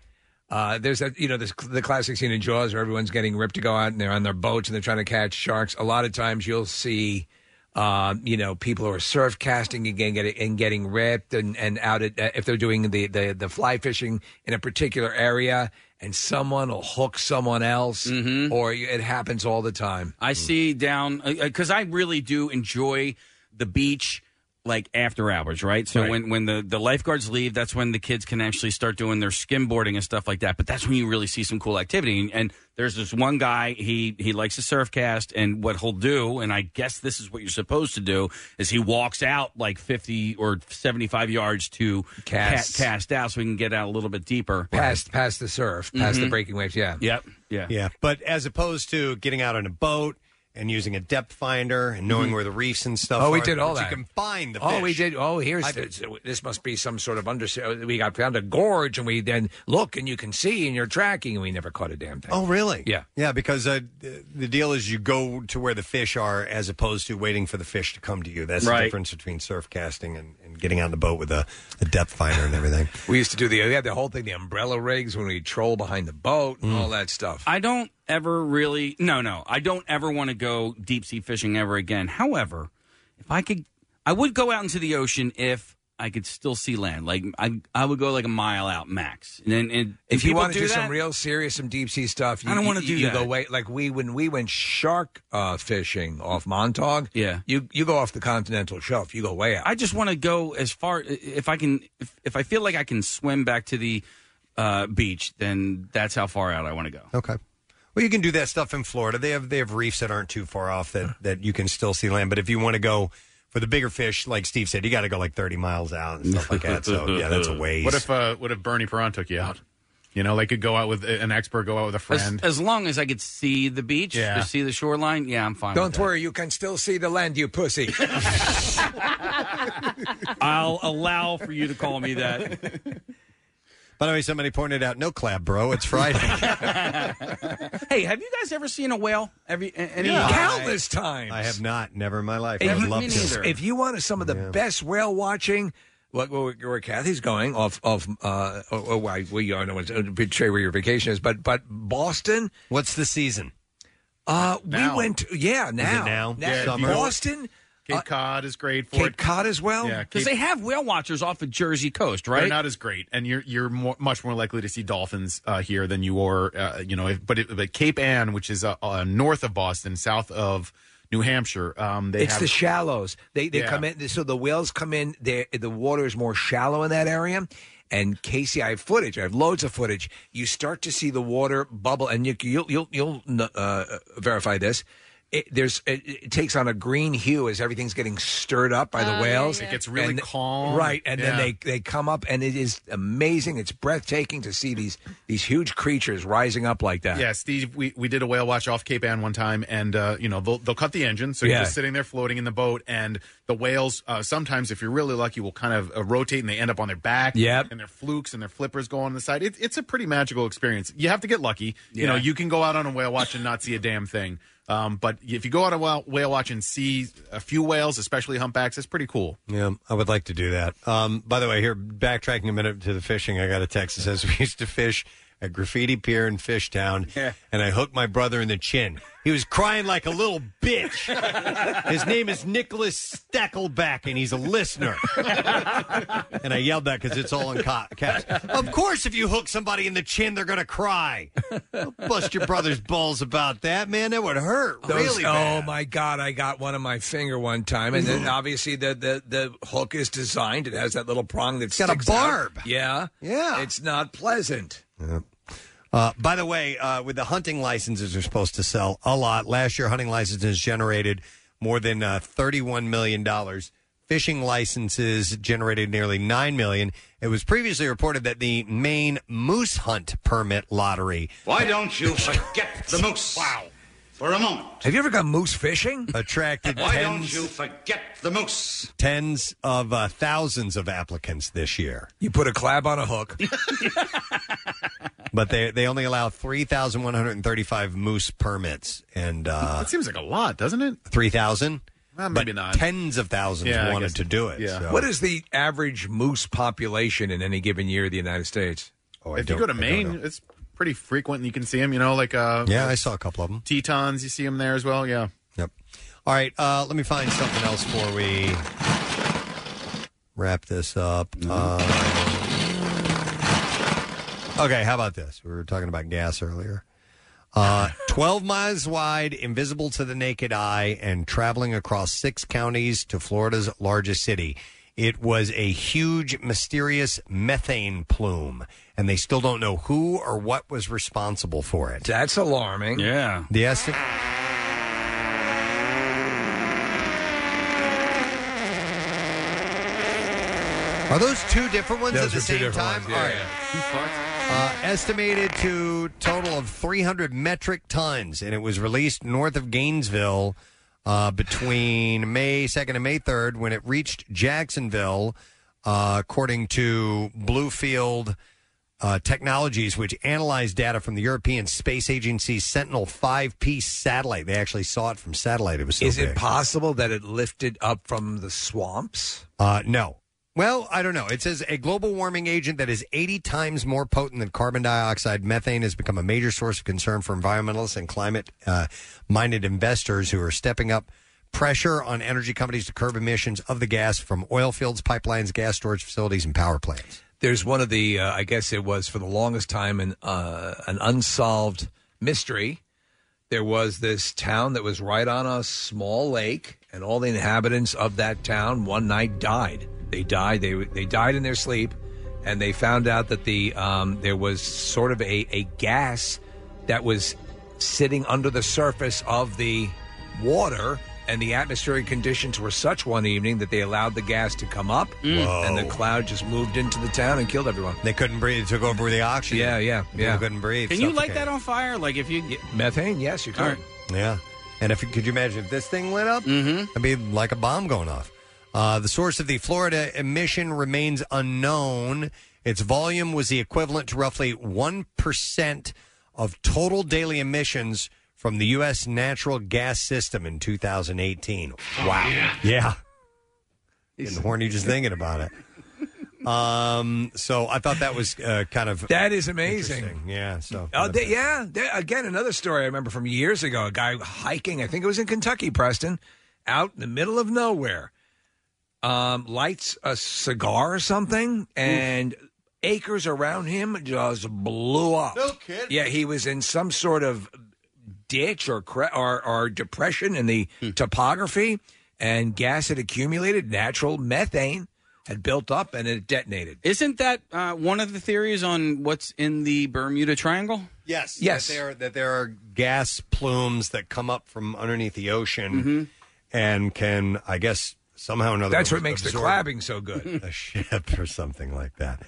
Speaker 6: uh, there's that you know this, the classic scene in Jaws where everyone's getting ripped to go out and they're on their boats and they're trying to catch sharks. A lot of times you'll see, um, you know, people who are surf casting and getting and getting ripped and and out at uh, if they're doing the, the the fly fishing in a particular area. And someone will hook someone else, or you- it happens all the time.
Speaker 4: I see down because I really do enjoy the beach like after hours, right? So
Speaker 6: Right.
Speaker 4: when when the the lifeguards leave, that's when the kids can actually start doing their skimboarding and stuff like that. But that's when you really see some cool activity. And, and there's this one guy he he likes to surf cast, and what he'll do, and I guess this is what you're supposed to do, is he walks out like 50 or 75 yards to
Speaker 6: Cast.
Speaker 4: ca- cast out so we can get out a little bit deeper.
Speaker 6: Past past the surf, past the
Speaker 4: Mhm.
Speaker 6: breaking waves. Yeah.
Speaker 4: Yep. Yeah.
Speaker 5: Yeah. But as opposed to getting out on a boat and using a depth finder and knowing
Speaker 6: Mhm.
Speaker 5: where the reefs and stuff
Speaker 6: Oh, we
Speaker 5: are,
Speaker 6: did all
Speaker 5: which
Speaker 6: that.
Speaker 5: You can find the
Speaker 6: oh, we
Speaker 5: fish.
Speaker 6: did. Oh, here's
Speaker 5: I-
Speaker 6: this, this must be some sort of under. We got found a gorge, and we then look, and you can see, and you're tracking, and we never caught a damn thing.
Speaker 5: Oh, really?
Speaker 6: Yeah.
Speaker 5: Yeah, because uh, the the deal is you go to where the fish are as opposed to waiting for the fish to come to you. That's
Speaker 6: Right.
Speaker 5: the difference between surf casting and, and getting on the boat with a, a depth finder and everything.
Speaker 6: We used to do the we had the whole thing, the umbrella rigs when we troll behind the boat and all that stuff.
Speaker 4: I don't ever really. No, no. I don't ever want to go deep sea fishing ever again. However, if I could, I would go out into the ocean if I could still see land. Like I, I would go like a mile out max. And, and, and
Speaker 6: If you
Speaker 4: people
Speaker 6: want to do,
Speaker 4: that-
Speaker 6: some real serious, some deep sea stuff,
Speaker 4: I don't wanna do
Speaker 6: you
Speaker 4: that.
Speaker 6: go away. Like we when we went shark uh, fishing off Montauk.
Speaker 4: Yeah.
Speaker 6: you you go off the continental shelf. You go way out.
Speaker 4: I just want to go as far if I can. If, if I feel like I can swim back to the uh, beach, then that's how far out I want to go.
Speaker 5: Okay. Well, you can do that stuff in Florida. They have they have reefs that aren't too far off that that you can still see land. But if you want to go for the bigger fish, like Steve said, you got to go like thirty miles out and stuff like that. So yeah, that's a ways.
Speaker 7: What if uh, what if Bernie Perron took you out? You know, like could go out with an expert, go out with a
Speaker 4: As,
Speaker 7: friend.
Speaker 4: as long as I could see the beach,
Speaker 7: Yeah.
Speaker 4: to see the shoreline, yeah, I'm fine.
Speaker 6: Don't worry, you can still see the land, you pussy.
Speaker 4: I'll allow for you to call me that.
Speaker 5: By the way, somebody pointed out, no clap, bro. It's Friday.
Speaker 4: Hey, have you guys ever seen a whale? Every any
Speaker 5: Yeah.
Speaker 6: Countless times.
Speaker 5: I have not, never in my life. I
Speaker 6: If
Speaker 5: would
Speaker 6: you,
Speaker 5: love to.
Speaker 6: if you want some of the best whale watching, like where, where Kathy's going off of uh, oh, oh, why where you I don't want to betray where your vacation is, but but Boston.
Speaker 5: What's the season?
Speaker 6: Uh,
Speaker 7: Now.
Speaker 6: we went. To, yeah,
Speaker 7: Is it
Speaker 6: now
Speaker 7: now? Yeah, summer?
Speaker 6: Boston.
Speaker 7: Cape Cod is great for
Speaker 6: Cape
Speaker 7: it.
Speaker 6: Cod as well.
Speaker 7: Yeah,
Speaker 4: Because they have whale watchers off the Jersey coast, right?
Speaker 7: They're not as great, and you're you're more, much more likely to see dolphins uh, here than you are, uh, you know. If, but, it, but Cape Ann, which is uh, uh, north of Boston, south of New Hampshire. Um, they
Speaker 6: it's
Speaker 7: have,
Speaker 6: the shallows. They they
Speaker 7: Yeah.
Speaker 6: come in. So the whales come in. There, the water is more shallow in that area. And Casey, I have footage. I have loads of footage. You start to see the water bubble, and you, you'll you'll you'll uh, verify this. It, there's it, it takes on a green hue as everything's getting stirred up by the whales.
Speaker 7: It gets really
Speaker 6: And-
Speaker 7: calm,
Speaker 6: right? And then
Speaker 7: Yeah.
Speaker 6: they they come up, and it is amazing. It's breathtaking to see these these huge creatures rising up like that.
Speaker 7: Yeah, Steve, we, we did a whale watch off Cape Ann one time, and uh, you know they'll they'll cut the engine, so you're
Speaker 6: Yeah.
Speaker 7: just sitting there floating in the boat, and the whales uh, sometimes, if you're really lucky, will kind of uh, rotate and they end up on their back,
Speaker 6: Yep.
Speaker 7: and their flukes and their flippers go on the side. It, it's a pretty magical experience. You have to get lucky. You know,
Speaker 4: Yeah.
Speaker 7: you can go out on a whale watch and not see a damn thing. Um, but if you go out on a whale- whale watch and see a few whales, especially humpbacks, it's pretty cool.
Speaker 5: Yeah, I would like to do that. Um, by the way, here backtracking a minute to the fishing, I got a text that says we used to fish at Graffiti Pier in Fishtown, and I hooked my brother in the chin. He was crying like a little bitch. His name is Nicholas Stackleback, and he's a listener. and I yelled that because it's all in ca- caps. Of course, if you hook somebody in the chin, they're going to cry. Don't bust your brother's balls about that, man. That would hurt
Speaker 6: Those-
Speaker 5: really
Speaker 6: oh
Speaker 5: bad. Mm-hmm.
Speaker 6: my god! I got one on my finger one time, and then obviously the the the hook is designed. It has that little prong that's
Speaker 5: got a barb.
Speaker 6: Yeah,
Speaker 5: yeah.
Speaker 6: It's not pleasant.
Speaker 5: Uh, by the way, uh, with the hunting licenses, are supposed to sell a lot. Last year, hunting licenses generated more than uh, thirty-one million dollars. Fishing licenses generated nearly nine million. It was previously reported that the Maine moose hunt permit lottery.
Speaker 15: Why don't you forget the moose? Wow. For a moment.
Speaker 6: Have you ever gone moose fishing?
Speaker 5: Attracted
Speaker 15: Why don't
Speaker 5: tens,
Speaker 15: you forget the moose?
Speaker 5: tens of uh, thousands of applicants this year.
Speaker 6: You put a clab on a hook.
Speaker 5: but they they only allow 3,135 moose permits and uh
Speaker 7: That seems like a lot, doesn't it?
Speaker 5: 3,000
Speaker 7: Well, maybe
Speaker 5: but
Speaker 7: not.
Speaker 5: tens of thousands
Speaker 6: Yeah, I
Speaker 5: wanted
Speaker 6: guess-
Speaker 5: to do it so.
Speaker 6: What is the average moose population in any given year of the United States?
Speaker 5: Oh,
Speaker 7: if you go to Maine, it's pretty frequent, and you can see them. You know, like uh,
Speaker 5: Yeah, I saw a couple of them.
Speaker 7: Tetons, you see them there as well. Yeah.
Speaker 5: Yep. All right, uh let me find something else before we wrap this up.
Speaker 6: Mm-hmm.
Speaker 5: Uh, okay, how about this? We were talking about gas earlier. Uh, 12 miles wide, invisible to the naked eye, and traveling across six counties to Florida's largest city. It was a huge, mysterious methane plume, and they still don't know who or what was responsible for it.
Speaker 6: That's alarming.
Speaker 4: Yeah.
Speaker 5: The esti- Are those two different ones
Speaker 6: Those
Speaker 5: at the
Speaker 6: are two
Speaker 5: same
Speaker 6: different
Speaker 5: time?
Speaker 6: ones, yeah,
Speaker 5: All right. Uh, estimated to total of 300 metric tons, and it was released north of Gainesville uh, between May 2nd and May 3rd when it reached Jacksonville, uh, according to Bluefield uh, Technologies, which analyzed data from the European Space Agency's Sentinel 5P satellite. They actually saw it from satellite. It was so
Speaker 6: Is
Speaker 5: big.
Speaker 6: it possible that it lifted up from the swamps?
Speaker 5: Uh, no. Well, I don't know. It says a global warming agent that is 80 times more potent than carbon dioxide. Methane has become a major source of concern for environmentalists and climate uh, minded investors who are stepping up pressure on energy companies to curb emissions of the gas from oil fields, pipelines, gas storage facilities, and power plants.
Speaker 6: There's one of the, uh, I guess it was for the longest time, an, uh, an unsolved mystery. There was this town that was right on a small lake, and all the inhabitants of that town one night died. They died. They they died in their sleep, and they found out that the um, there was sort of a, a gas that was sitting under the surface of the water, and the atmospheric conditions were such one evening that they allowed the gas to come up,
Speaker 5: Mm. Whoa.
Speaker 6: and the cloud just moved into the town and killed everyone.
Speaker 5: They couldn't breathe. It took over the oxygen.
Speaker 6: Yeah, yeah,
Speaker 5: People
Speaker 6: yeah.
Speaker 5: couldn't breathe.
Speaker 4: Can you light
Speaker 5: suffocated.
Speaker 4: that on fire? Like if you get
Speaker 6: Methane? Yes, you could.
Speaker 5: Yeah. And if could you imagine if this thing lit up? Mm-hmm. It'd be like a bomb going off. Uh, the source of the Florida emission remains unknown. Its volume was the equivalent to roughly 1% of total daily emissions from the U.S. natural gas system in 2018. Wow. yeah. Getting horny just thinking about it. Um, so I thought that was uh, kind of.
Speaker 6: That is amazing.
Speaker 5: interesting. Yeah. So.
Speaker 6: Oh, they, yeah. They, again, another story I remember from years ago. A guy hiking, I think it was in Kentucky, Preston, out in the middle of nowhere, um, lights a cigar or something, and acres around him just blew up.
Speaker 5: No kidding.
Speaker 6: Yeah, he was in some sort of ditch or cre- or, or depression in the
Speaker 5: Hmm.
Speaker 6: topography, and gas had accumulated. Natural methane had built up, and it detonated.
Speaker 4: Isn't that uh, one of the theories on what's in the Bermuda Triangle?
Speaker 5: Yes.
Speaker 4: Yes.
Speaker 5: That there, that there are gas plumes that come up from underneath the ocean and can, I guess, somehow or another.
Speaker 6: Mm-hmm. That's what makes the
Speaker 5: absorb
Speaker 6: clabbing so good.
Speaker 5: A ship or something like that.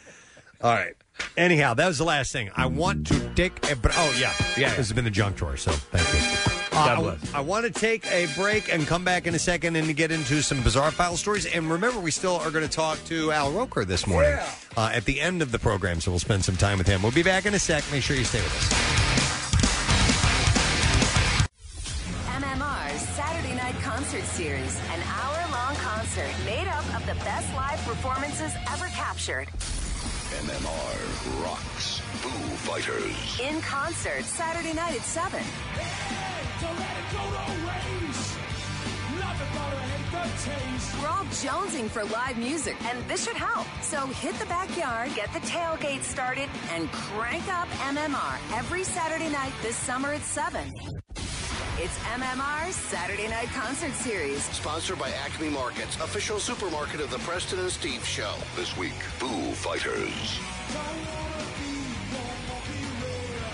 Speaker 5: All right. Anyhow, that was the last thing. I want to take a. br- Oh, yeah. Yeah. This has been the junk drawer, so thank you. Uh, I want to take a break and come back in a second and get into some bizarre file stories. And remember, we still are going to talk to Al Roker this morning uh, at the end of the program, so we'll spend some time with him. We'll be back in a sec. Make sure you stay with us.
Speaker 20: MMR's Saturday Night Concert Series, an hour long concert made up of the best live performances ever captured.
Speaker 8: MMR rocks. Foo Fighters.
Speaker 20: In concert, Saturday night at 7. We're all jonesing for live music, and this should help. So hit the backyard, get the tailgate started, and crank up MMR every Saturday night this summer at 7. It's MMR's Saturday Night Concert Series.
Speaker 8: Sponsored by Acme Markets, official supermarket of the Preston and Steve Show. This week, Foo Fighters.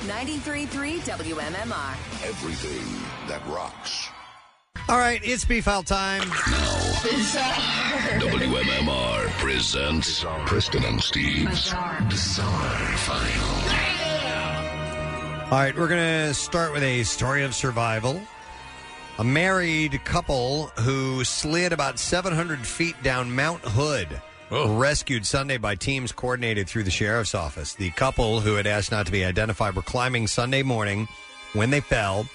Speaker 20: 93.3 WMMR.
Speaker 8: Everything that rocks.
Speaker 5: All right, it's B File time.
Speaker 8: WMMR presents Preston and Steve's Bizarre, File.
Speaker 5: All right, we're going to start with a story of survival. A married couple who slid about 700 feet down Mount Hood. were Rescued Sunday by teams coordinated through the sheriff's office. The couple, who had asked not to be identified, were climbing Sunday morning when they fell.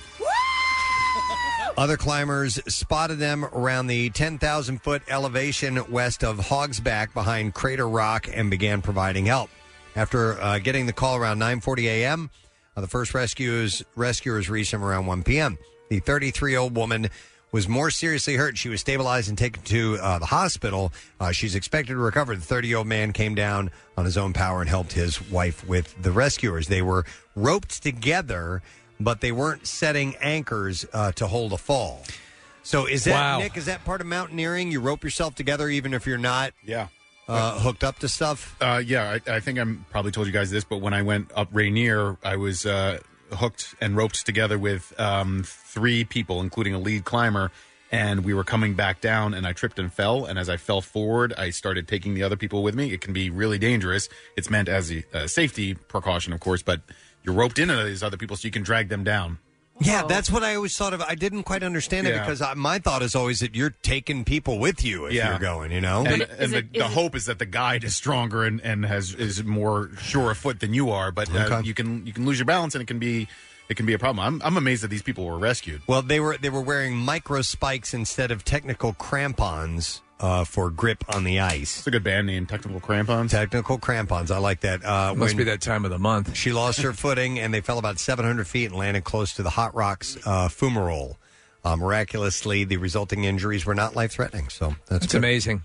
Speaker 5: Other climbers spotted them around the 10,000 foot elevation west of Hogsback behind Crater Rock and began providing help. After uh, getting the call around 9:40 a.m., uh, the first rescuers rescuers reached them around 1 p.m. The 33 year old woman was more seriously hurt. She was stabilized and taken to uh, the hospital. Uh, she's expected to recover. The 30 year old man came down on his own power and helped his wife with the rescuers. They were roped together, but they weren't setting anchors uh, to hold a fall. So is that
Speaker 1: Wow.
Speaker 5: Nick? Is that part of mountaineering? You rope yourself together even if you're not
Speaker 7: yeah
Speaker 5: uh, hooked up to stuff.
Speaker 7: Uh, yeah, I, I think I'm probably told you guys this, but when I went up Rainier, I was uh, hooked and roped together with um, three people, including a lead climber. And we were coming back down, and I tripped and fell. And as I fell forward, I started taking the other people with me. It can be really dangerous. It's meant as a uh, safety precaution, of course, but you're roped into these other people so you can drag them down.
Speaker 5: Yeah, that's what I always thought of. I didn't quite understand it
Speaker 7: Yeah.
Speaker 5: because I, my thought is always that you're taking people with you if you're going. You know,
Speaker 7: And, and the, the hope is that the guide is stronger and, and has is more sure of foot than you are, but uh,
Speaker 5: Okay.
Speaker 7: you can you can lose your balance and it can be it can be a problem. I'm I'm amazed that these people were rescued.
Speaker 5: Well, they were they were wearing micro spikes instead of technical crampons uh, for grip on the ice. It's
Speaker 7: a good band name, Technical Crampons.
Speaker 5: Technical Crampons, I like that. Uh,
Speaker 6: Must be that time of the month.
Speaker 5: She lost her footing, and they fell about 700 feet and landed close to the hot rocks uh, fumarole. Uh, miraculously, the resulting injuries were not life threatening. So that's
Speaker 6: It's
Speaker 5: good.
Speaker 6: amazing.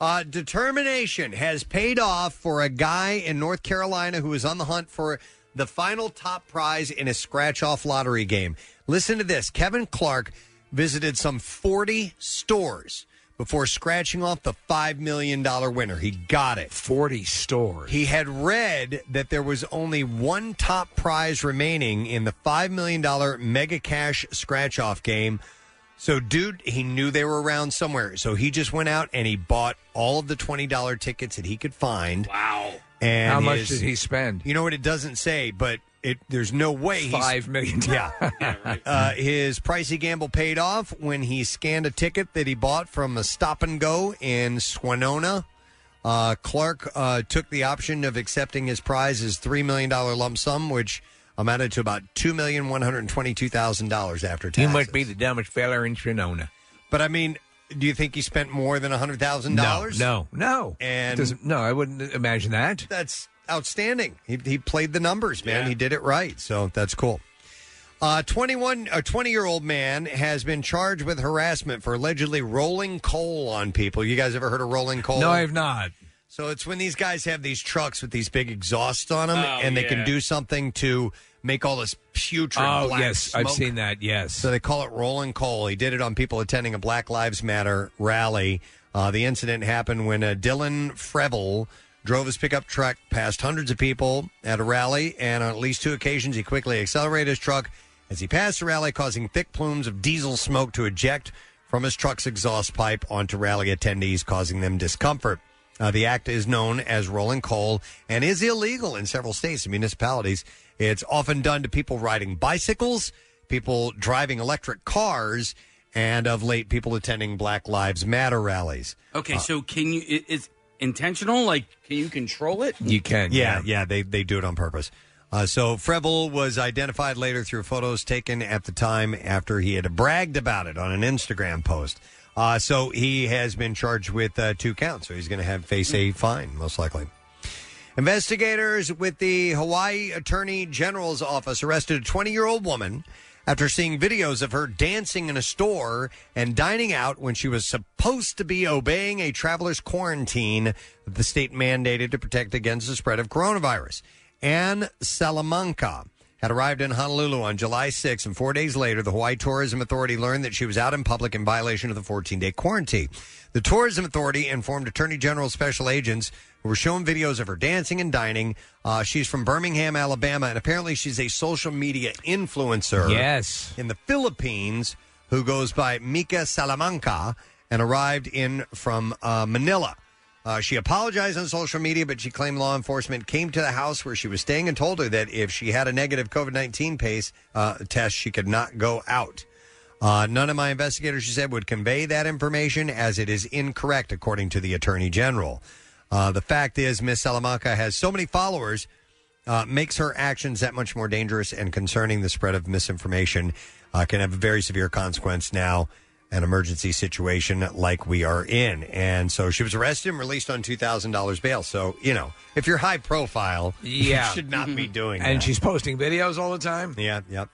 Speaker 5: Uh, determination has paid off for a guy in North Carolina who is on the hunt for the final top prize in a scratch off lottery game. Listen to this Kevin Clark visited some 40 stores before scratching off the $5 million winner. He got it.
Speaker 6: 40 stores.
Speaker 5: He had read that there was only one top prize remaining in the $5 million mega cash scratch off game. So, dude, he knew they were around somewhere. So he just went out and he bought all of the $20 tickets that he could find. Wow. And
Speaker 6: How much
Speaker 5: his-
Speaker 6: did he spend?
Speaker 5: You know what? It doesn't say, but it there's no way he's-
Speaker 6: Five million.
Speaker 5: Yeah. uh, his pricey gamble paid off when he scanned a ticket that he bought from a stop and go in Swanona. Uh, Clark uh, took the option of accepting his prize as $3 million lump sum, which amounted to about $2,122,000 after
Speaker 6: He
Speaker 5: tax.
Speaker 6: must be the dumbest fella in Shinona.
Speaker 5: But I mean, do you think he spent more than $100,000?
Speaker 6: No, no, no.
Speaker 5: And-
Speaker 6: Doesn't- no, I wouldn't imagine that.
Speaker 5: That's outstanding. He, he played the numbers, man. He did it right. So that's cool. Uh, 21, a 20 year old man has been charged with harassment for allegedly rolling coal on people. You guys ever heard of rolling coal?
Speaker 6: No, I have not.
Speaker 5: So it's when these guys have these trucks with these big exhausts on them
Speaker 6: Oh,
Speaker 5: and they
Speaker 6: yeah.
Speaker 5: can do something to make all this putrid
Speaker 6: Oh,
Speaker 5: black
Speaker 6: yes, I've
Speaker 5: smoke.
Speaker 6: seen that, yes.
Speaker 5: So they call it rolling coal. He did it on people attending a Black Lives Matter rally. Uh, the incident happened when uh, Dylan Frevel drove his pickup truck past hundreds of people at a rally, and on at least two occasions, he quickly accelerated his truck as he passed the rally, causing thick plumes of diesel smoke to eject from his truck's exhaust pipe onto rally attendees, causing them discomfort. Uh, the act is known as rolling coal and is illegal in several states and municipalities. It's often done to people riding bicycles, people driving electric cars, and of late, people attending Black Lives Matter rallies.
Speaker 7: Uh,
Speaker 4: Okay, so can you? i- Is intentional? Like, can you control it?
Speaker 6: You can.
Speaker 5: Yeah, yeah, they, they do it on purpose. Uh, so Frevel was identified later through photos taken at the time after he had bragged about it on an Instagram post. Uh, so he has been charged with uh, two counts. So he's going to have face a fine, most likely. Investigators with the Hawaii Attorney General's office arrested a 20 year old woman after seeing videos of her dancing in a store and dining out when she was supposed to be obeying a traveler's quarantine that the state mandated to protect against the spread of coronavirus. Anne Salamanca had arrived in Honolulu on July 6, and four days later, the Hawaii Tourism Authority learned that she was out in public in violation of the 14 day quarantine. The Tourism Authority informed Attorney General special agents who were shown videos of her dancing and dining. Uh, she's from Birmingham, Alabama, and apparently she's a social media influencer.
Speaker 6: Yes.
Speaker 5: In the Philippines, who goes by Mika Salamanca and arrived in from uh, Manila. Uh, she apologized on social media, but she claimed law enforcement came to the house where she was staying and told her that if she had a negative COVID 19 pace uh, test, she could not go out. Uh, none of my investigators, she said, would convey that information as it is incorrect, according to the attorney general. Uh, the fact is, Miss Salamanca has so many followers uh, makes her actions that much more dangerous and concerning. The spread of misinformation uh, can have a very severe consequence now, an emergency situation like we are in. And so she was arrested and released on $2,000 bail. So, you know, if you're high profile,
Speaker 6: Yeah.
Speaker 5: you should not be doing
Speaker 6: And
Speaker 5: that.
Speaker 6: she's posting videos all the time.
Speaker 5: Yeah, yep.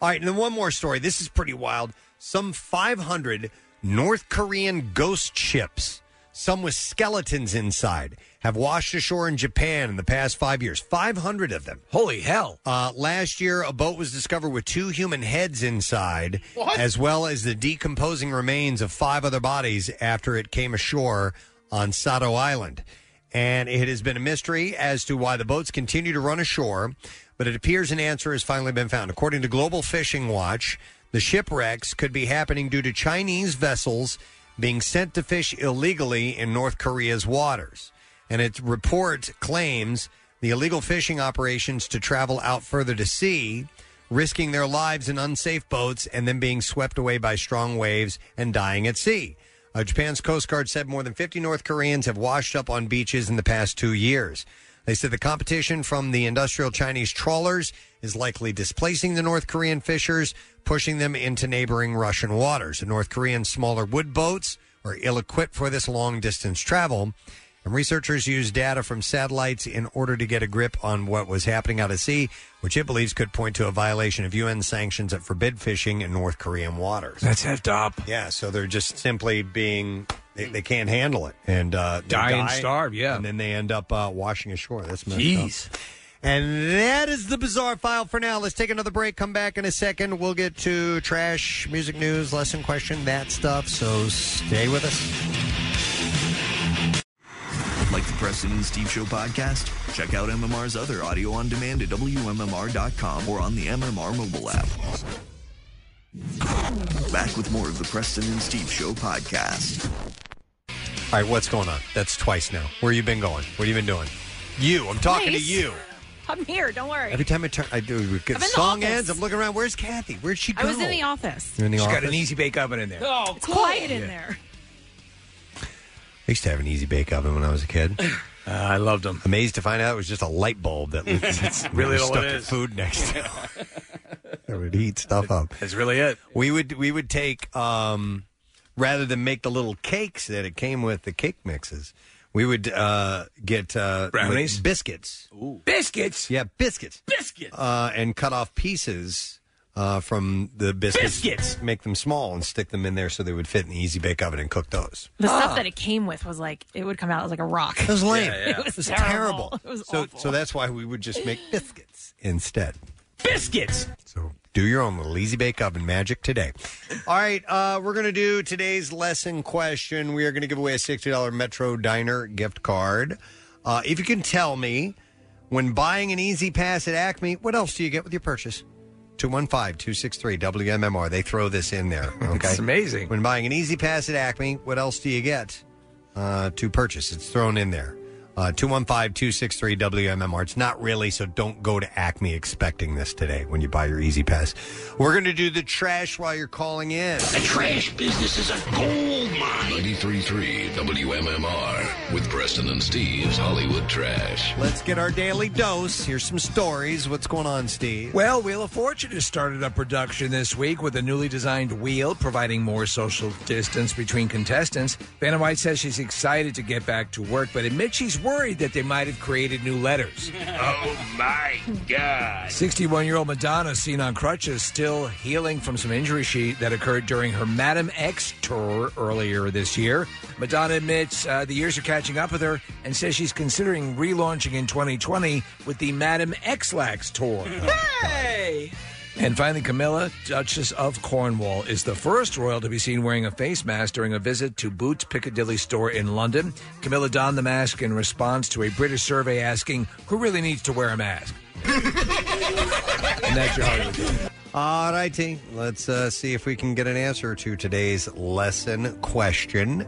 Speaker 5: All right, and then one more story. This is pretty wild. Some 500 North Korean ghost ships, some with skeletons inside, have washed ashore in Japan in the past five years. 500 of them.
Speaker 6: Holy hell.
Speaker 5: Uh, last year, a boat was discovered with two human heads inside, as well as the decomposing remains of five other bodies after it came ashore on Sato Island and it has been a mystery as to why the boats continue to run ashore, but it appears an answer has finally been found. According to Global Fishing Watch, the shipwrecks could be happening due to Chinese vessels being sent to fish illegally in North Korea's waters. And its report claims the illegal fishing operations to travel out further to sea, risking their lives in unsafe boats and then being swept away by strong waves and dying at sea. Uh, Japan's Coast Guard said more than 50 North Koreans have washed up on beaches in the past two years. They said the competition from the industrial Chinese trawlers is likely displacing the North Korean fishers, pushing them into neighboring Russian waters. The North Korean smaller wood boats are ill equipped for this long distance travel. And researchers used data from satellites in order to get a grip on what was happening out at sea, which it believes could point to a violation of UN sanctions that forbid fishing in North Korean waters.
Speaker 6: That's effed up.
Speaker 5: Yeah, so they're just simply being they, they can't handle it and uh, they
Speaker 6: Die and starve,
Speaker 5: Yeah, and then they end up uh, washing ashore. That's messed Jeez. And that is the bizarre file for now. Let's take another break. Come back in a second. We'll get to trash, music news, lesson question, that stuff. So stay with us.
Speaker 9: Like the Preston and Steve Show podcast? Check out MMR's other audio on demand at WMMR.com or on the MMR mobile app. Back with more of the Preston and Steve Show podcast.
Speaker 5: All right, what's going on? That's twice now. Where you been going? What have you been doing? You. I'm talking
Speaker 3: Nice.
Speaker 5: to you.
Speaker 3: I'm here. Don't worry.
Speaker 5: Every time I turn, I do. we
Speaker 3: I'm
Speaker 5: Get,
Speaker 3: in the
Speaker 5: song
Speaker 3: office.
Speaker 5: ends. I'm looking around. Where's Kathy? Where'd she go?
Speaker 3: I was in the office.
Speaker 5: You're in the
Speaker 6: She's got
Speaker 5: office?
Speaker 6: an easy bake oven in there.
Speaker 3: Oh, it's quiet in
Speaker 6: Yeah.
Speaker 3: there.
Speaker 5: I used to have an easy bake oven when I was a
Speaker 6: Uh,
Speaker 5: kid. I loved them. Amazed to find out it was just a light bulb that that's
Speaker 6: Really all it
Speaker 5: stuck your
Speaker 6: is.
Speaker 5: food next to. it would heat stuff up.
Speaker 6: That's really it.
Speaker 5: We would we would take um, rather than make the little cakes that it came with the cake mixes. We would uh, get uh,
Speaker 6: Brownies?
Speaker 5: like biscuits,
Speaker 6: biscuits.
Speaker 5: Yeah, biscuits, biscuits, uh, and cut off pieces uh, from the biscuits, biscuits, make them small and stick them in there so they would fit in the easy bake oven and cook those.
Speaker 3: The stuff that it came with was like it would come out as like a rock.
Speaker 5: Ah. It was lame.
Speaker 3: it was terrible. It was
Speaker 5: so, so that's why we would just make biscuits instead.
Speaker 4: biscuits.
Speaker 5: Do your own little easy bake oven magic today. All right, uh, we're going to do today's lesson question. We are going to give away a $60 Metro Diner gift card. Uh, if you can tell me, when buying an Easy Pass at Acme, what else do you get with your purchase? 215 263 WMMR. They throw this in there. Okay.
Speaker 6: It's amazing.
Speaker 5: When buying an Easy Pass at Acme, what else do you get uh, to purchase? It's thrown in there. Uh, 215 263 WMMR. It's not really, so don't go to Acme expecting this today when you buy your Easy Pass. We're going to do the trash while you're calling in.
Speaker 8: The trash business is a gold mine. 93.3 WMMR with Preston and Steve's Hollywood Trash.
Speaker 5: Let's get our daily dose. Here's some stories. What's going on, Steve?
Speaker 6: Well, Wheel of Fortune has started up production this week with a newly designed wheel providing more social distance between contestants. Vanna White says she's excited to get back to work, but admits she's worried that they might have created new letters.
Speaker 19: Oh my God.
Speaker 6: 61 year old Madonna, seen on crutches, still healing from some injury she, that occurred during her Madam X tour earlier this year. Madonna admits uh, the years are catching up with her and says she's considering relaunching in 2020 with the Madam X Lax tour.
Speaker 19: Hey!
Speaker 6: And finally, Camilla, Duchess of Cornwall, is the first royal to be seen wearing a face mask during a visit to Boots Piccadilly store in London. Camilla donned the mask in response to a British survey asking who really needs to wear a mask. and that's your Hollywood. Deal.
Speaker 5: All righty. Let's uh, see if we can get an answer to today's lesson question.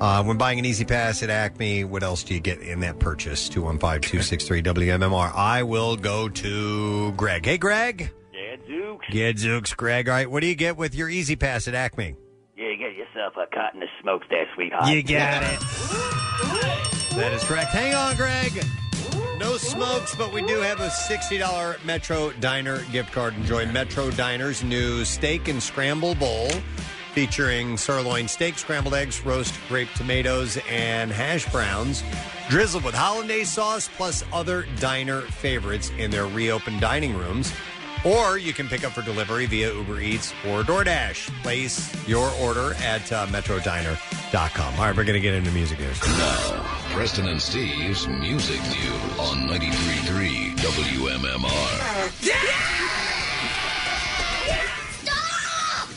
Speaker 5: Uh, when buying an Easy Pass at Acme, what else do you get in that purchase? 215 263 WMMR. I will go to Greg. Hey, Greg.
Speaker 18: Duke.
Speaker 5: Gadzooks, Greg. All right, what do you get with your Easy Pass at Acme?
Speaker 18: Yeah, you get yourself a cut in the smoke there, sweetheart.
Speaker 5: You got it. That is correct. Hang on, Greg. No smokes, but we do have a $60 Metro Diner gift card. Enjoy Metro Diner's new steak and scramble bowl featuring sirloin steak, scrambled eggs, roast grape tomatoes, and hash browns. Drizzled with hollandaise sauce plus other diner favorites in their reopened dining rooms. Or you can pick up for delivery via Uber Eats or DoorDash. Place your order at uh, metrodiner.com. All right, we're going to get into music news.
Speaker 8: Now, Preston and Steve's Music News on 93.3 WMMR.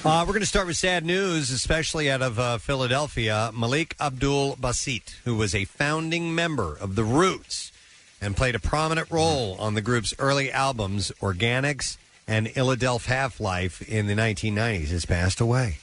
Speaker 5: Uh, we're going to start with sad news, especially out of uh, Philadelphia. Malik Abdul Basit, who was a founding member of The Roots and played a prominent role on the group's early albums, Organics and Illadelph Half Life, in the 1990s, has passed away.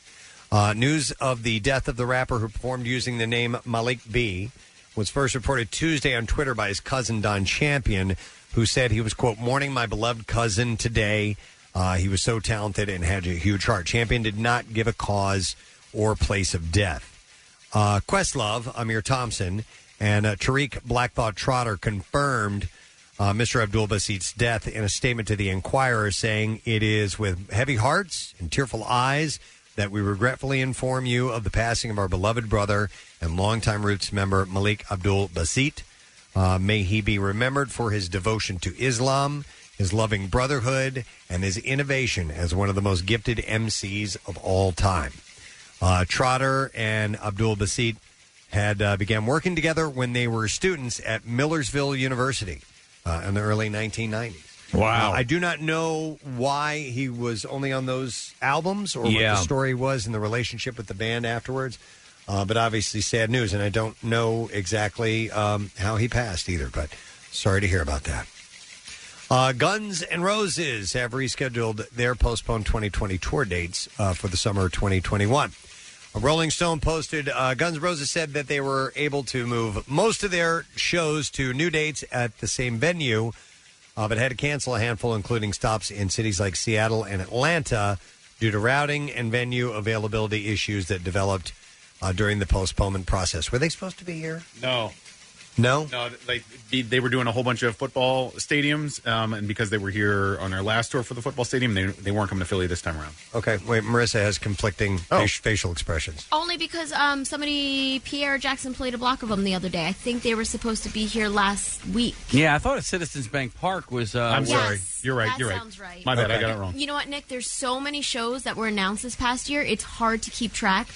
Speaker 5: Uh, news of the death of the rapper who performed using the name Malik B was first reported Tuesday on Twitter by his cousin Don Champion, who said he was, quote, mourning my beloved cousin today. Uh, he was so talented and had a huge heart. Champion did not give a cause or place of death. Uh, Questlove, Amir Thompson, and uh, Tariq Blackthought Trotter confirmed uh, Mr. Abdul Basit's death in a statement to the Enquirer, saying, It is with heavy hearts and tearful eyes that we regretfully inform you of the passing of our beloved brother and longtime Roots member, Malik Abdul Basit. Uh, may he be remembered for his devotion to Islam, his loving brotherhood, and his innovation as one of the most gifted MCs of all time. Uh, Trotter and Abdul Basit had uh, began working together when they were students at Millersville University uh, in the early 1990s.
Speaker 6: Wow.
Speaker 5: Uh, I do not know why he was only on those albums or what
Speaker 6: Yeah.
Speaker 5: the story was in the relationship with the band afterwards, uh, but obviously sad news, and I don't know exactly um, how he passed either, but sorry to hear about that. Uh, Guns and Roses have rescheduled their postponed 2020 tour dates uh, for the summer of 2021. A Rolling Stone posted uh, Guns N' Roses said that they were able to move most of their shows to new dates at the same venue, uh, but had to cancel a handful, including stops in cities like Seattle and Atlanta, due to routing and venue availability issues that developed uh, during the postponement process. Were they supposed to be here?
Speaker 7: No.
Speaker 5: No?
Speaker 7: No, like they, they were doing a whole bunch of football stadiums, um, and because they were here on our last tour for the football stadium, they, they weren't coming to Philly this time around.
Speaker 5: Okay, wait, Marissa has conflicting
Speaker 7: Oh.
Speaker 5: fa- facial expressions.
Speaker 16: Only because um, somebody, Pierre Jackson, played a block of them the other day. I think they were supposed to be here last week.
Speaker 4: Yeah, I thought Citizens Bank Park was. Uh,
Speaker 7: I'm
Speaker 16: Yes,
Speaker 7: sorry. You're right.
Speaker 16: that
Speaker 7: you're right.
Speaker 16: sounds right.
Speaker 7: My bad. I got it wrong.
Speaker 16: You know what, Nick? There's so many shows that were announced this past year. It's hard to keep track.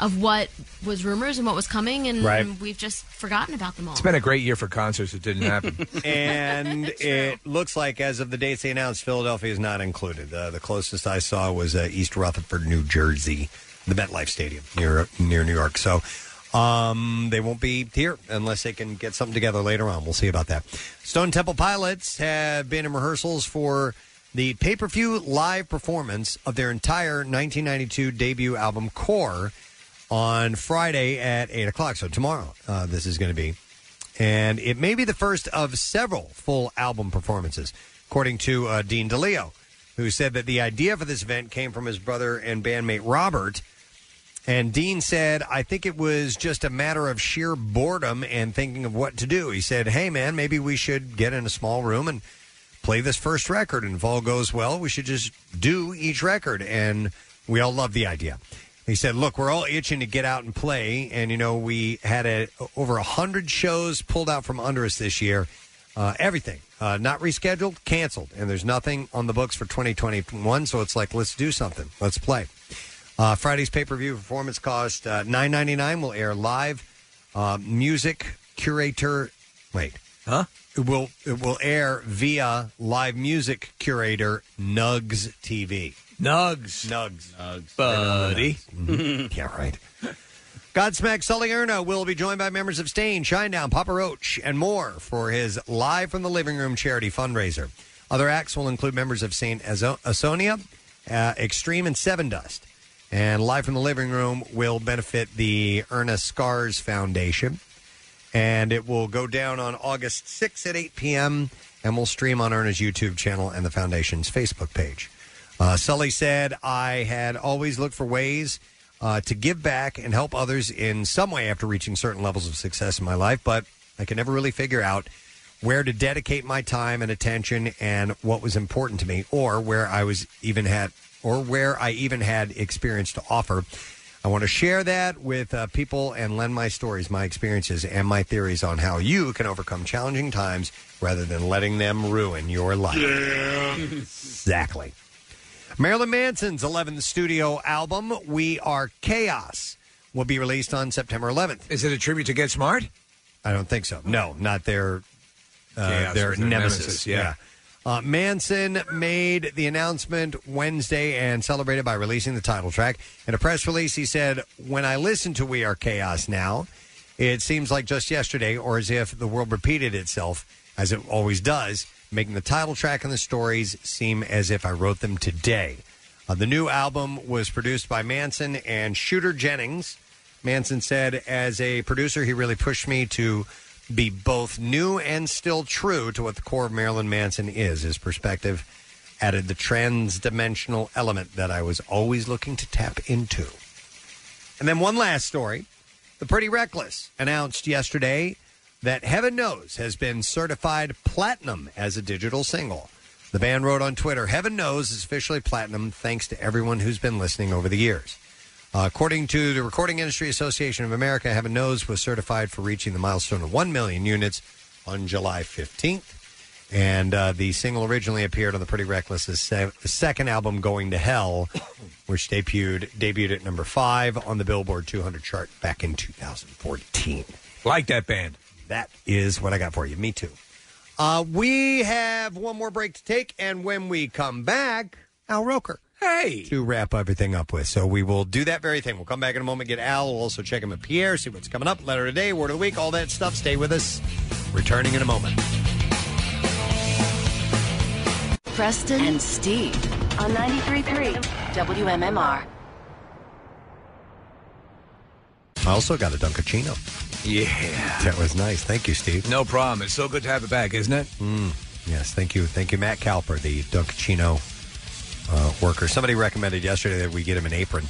Speaker 16: of what was rumors and what was coming, and
Speaker 6: Right.
Speaker 16: we've just forgotten about them all.
Speaker 6: It's been a great year for concerts. It didn't happen.
Speaker 5: and it looks like as of the dates they announced, Philadelphia is not included. Uh, the closest I saw was uh, East Rutherford, New Jersey, the MetLife Stadium near near New York. So um, they won't be here unless they can get something together later on. We'll see about that. Stone Temple Pilots have been in rehearsals for the pay per view live performance of their entire 1992 debut album Core on Friday at eight o'clock. So tomorrow, uh, this is going to be and it may be the first of several full album performances, according to uh, Dean DeLeo, who said that the idea for this event came from his brother and bandmate Robert. And Dean said, I think it was just a matter of sheer boredom and thinking of what to do. He said, Hey, man, maybe we should get in a small room and play this first record. And if all goes well, we should just do each record. And we all love the idea. He said, "Look, we're all itching to get out and play, and you know we had a, over a hundred shows pulled out from under us this year. Uh, everything uh, not rescheduled, canceled, and there's nothing on the books for 2021. So it's like, let's do something. Let's play." Uh, Friday's pay per view performance cost uh, nine ninety nine. Will air live. Uh, music curator, wait, huh? It will it will air via live music curator Nugs TV. Nugs, Nugs, Nugs,
Speaker 6: buddy.
Speaker 5: Mhm. yeah, right. Godsmack Sully Erna will be joined by members of Stain, Shinedown, Papa Roach, and more for his Live from the Living Room charity fundraiser. Other acts will include members of St. Asonia, uh, Extreme, and Seven Dust. And Live from the Living Room will benefit the Erna Scars Foundation. And it will go down on August 6th at 8 p.m. and will stream on Erna's YouTube channel and the Foundation's Facebook page. Uh, Sully said, I had always looked for ways uh, to give back and help others in some way after reaching certain levels of success in my life, but I could never really figure out where to dedicate my time and attention and what was important to me or where I was even had or where I even had experience to offer. I want to share that with uh, people and lend my stories, my experiences, and my theories on how you can overcome challenging times rather than letting them ruin your life. Exactly. Marilyn Manson's 11th studio album, We Are Chaos, will be released on September 11th. Is it a tribute to Get Smart? I don't think so. No, not their uh,
Speaker 6: Chaos
Speaker 5: their
Speaker 6: is their
Speaker 5: nemesis.
Speaker 6: nemesis,
Speaker 5: Yeah.
Speaker 6: yeah.
Speaker 5: Uh, Manson made the announcement Wednesday and celebrated by releasing the title track. In a press release, he said, When I listen to We Are Chaos now, it seems like just yesterday, or as if the world repeated itself, as it always does, making the title track and the stories seem as if I wrote them today. Uh, the new album was produced by Manson and Shooter Jennings. Manson said, as a producer, he really pushed me to be both new and still true to what the core of Marilyn Manson is. His perspective added the trans-dimensional element that I was always looking to tap into. And then one last story. The Pretty Reckless announced yesterday that Heaven Knows has been certified platinum as a digital single. The band wrote on Twitter, Heaven Knows is officially platinum thanks to everyone who's been listening over the years. Uh, according to the Recording Industry Association of America, Heaven Knows was certified for reaching the milestone of 1 million units on July 15th. And uh, the single originally appeared on the Pretty Reckless's se- second album, Going to Hell, which debuted debuted at number five on the Billboard 200 chart back in 2014. Like that band. That is what I got for you. Me too. Uh, we have one more break to take, and when we come back, Al Roker. Hey. To wrap everything up with. So we will do that very thing. We'll come back in a moment, get Al. We'll also check in with Pierre, see what's coming up, letter today, word of the week, all that stuff. Stay with us. Returning in a moment.
Speaker 20: Preston and Steve on 93.3 WMMR.
Speaker 5: I also got a Dunkachino.
Speaker 6: Yeah.
Speaker 5: That was nice. Thank you, Steve.
Speaker 6: No problem. It's so good to have it back, isn't it?
Speaker 5: Mm, yes, thank you. Thank you, Matt Calper, the Dunkachino uh, worker. Somebody recommended yesterday that we get him an apron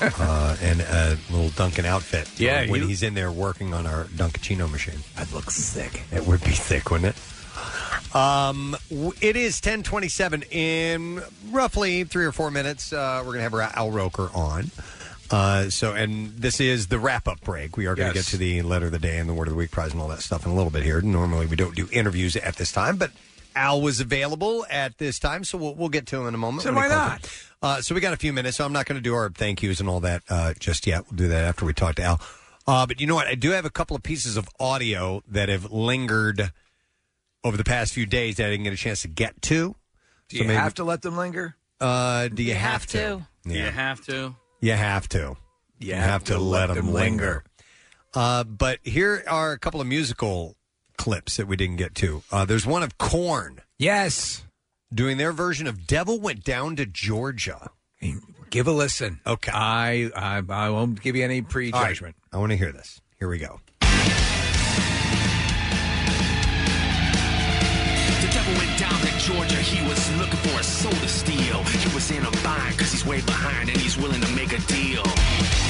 Speaker 5: uh, and a little Duncan outfit.
Speaker 6: Yeah,
Speaker 5: uh, When
Speaker 6: you-
Speaker 5: he's in there working on our Dunkachino machine.
Speaker 6: That looks sick.
Speaker 5: It would be thick, wouldn't it? Um, w- it is 1027 in roughly three or four minutes. Uh, we're going to have our Al Roker on. Uh, so, and this is the wrap up break. We are going to
Speaker 6: Yes.
Speaker 5: get to the letter of the day and the word of the week prize and all that stuff in a little bit here. Normally we don't do interviews at this time, but Al was available at this time, so we'll, we'll get to him in a moment.
Speaker 6: So
Speaker 5: when he
Speaker 6: why
Speaker 5: comes in. Uh, so we got a few minutes, so I'm not going to do our thank yous and all that uh, just yet. We'll do that after we talk to Al. Uh, but you know what? I do have a couple of pieces of audio that have lingered over the past few days that I didn't get a chance to get to.
Speaker 6: Do you have to let them linger?
Speaker 5: Uh, do you, have, to?
Speaker 4: You have to.
Speaker 5: You have to. You, have, to, let, them linger. Uh, but here are a couple of musical clips that we didn't get to. Uh, there's one of Corn.
Speaker 6: Yes.
Speaker 5: Doing their version of Devil Went Down to Georgia.
Speaker 6: Give a listen.
Speaker 5: Okay.
Speaker 6: I I, I won't give you any prejudgment.
Speaker 5: I want to hear this. Here we go.
Speaker 17: The devil went down to Georgia. He was looking for a soul to steal. He was in a bind because he's way behind and he's willing to make a deal.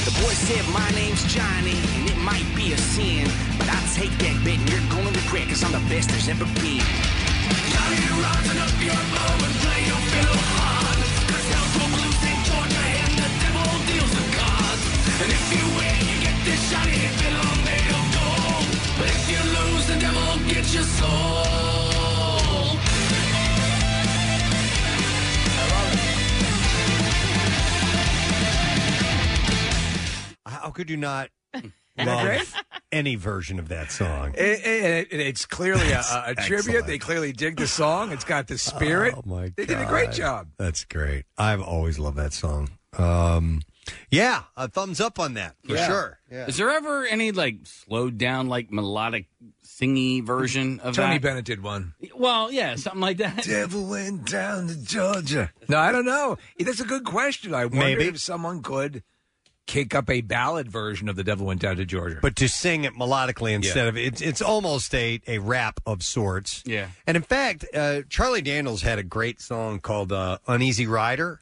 Speaker 17: The boy said, My name's Johnny, and it might be a sin, but I take that bet and you're going to regret because I'm the best there's ever been. Johnny, you're rising up your bow and play your fiddle hard. Cause hell's for blues in Georgia and the devil deals the cards. And if you win, you get this shiny fiddle made of gold. But if you lose, the devil gets your soul.
Speaker 5: How could you not
Speaker 6: that great?
Speaker 5: love any version of that song?
Speaker 6: It, it, it- it's clearly a,
Speaker 5: That's
Speaker 6: a tribute. They clearly dig the song. It's got the spirit.
Speaker 5: Oh, my
Speaker 6: they did a great
Speaker 5: God.
Speaker 6: job.
Speaker 5: That's great. I've always loved that song. Um, yeah, a thumbs up on that for sure.
Speaker 4: Is there ever any like slowed down, like melodic, singy version of
Speaker 6: Tony
Speaker 4: that?
Speaker 6: Bennett did one.
Speaker 4: Well, yeah, something like that.
Speaker 6: Devil went down to Georgia. No, I don't know. That's a good question. I wonder
Speaker 5: Maybe.
Speaker 6: if someone could kick up a ballad version of "The Devil Went Down to Georgia."
Speaker 5: But to sing it melodically instead
Speaker 6: Yeah.
Speaker 5: of it's it's almost a a rap of sorts.
Speaker 6: Yeah.
Speaker 5: And in fact, uh, Charlie Daniels had a great song called uh, "Uneasy Rider,"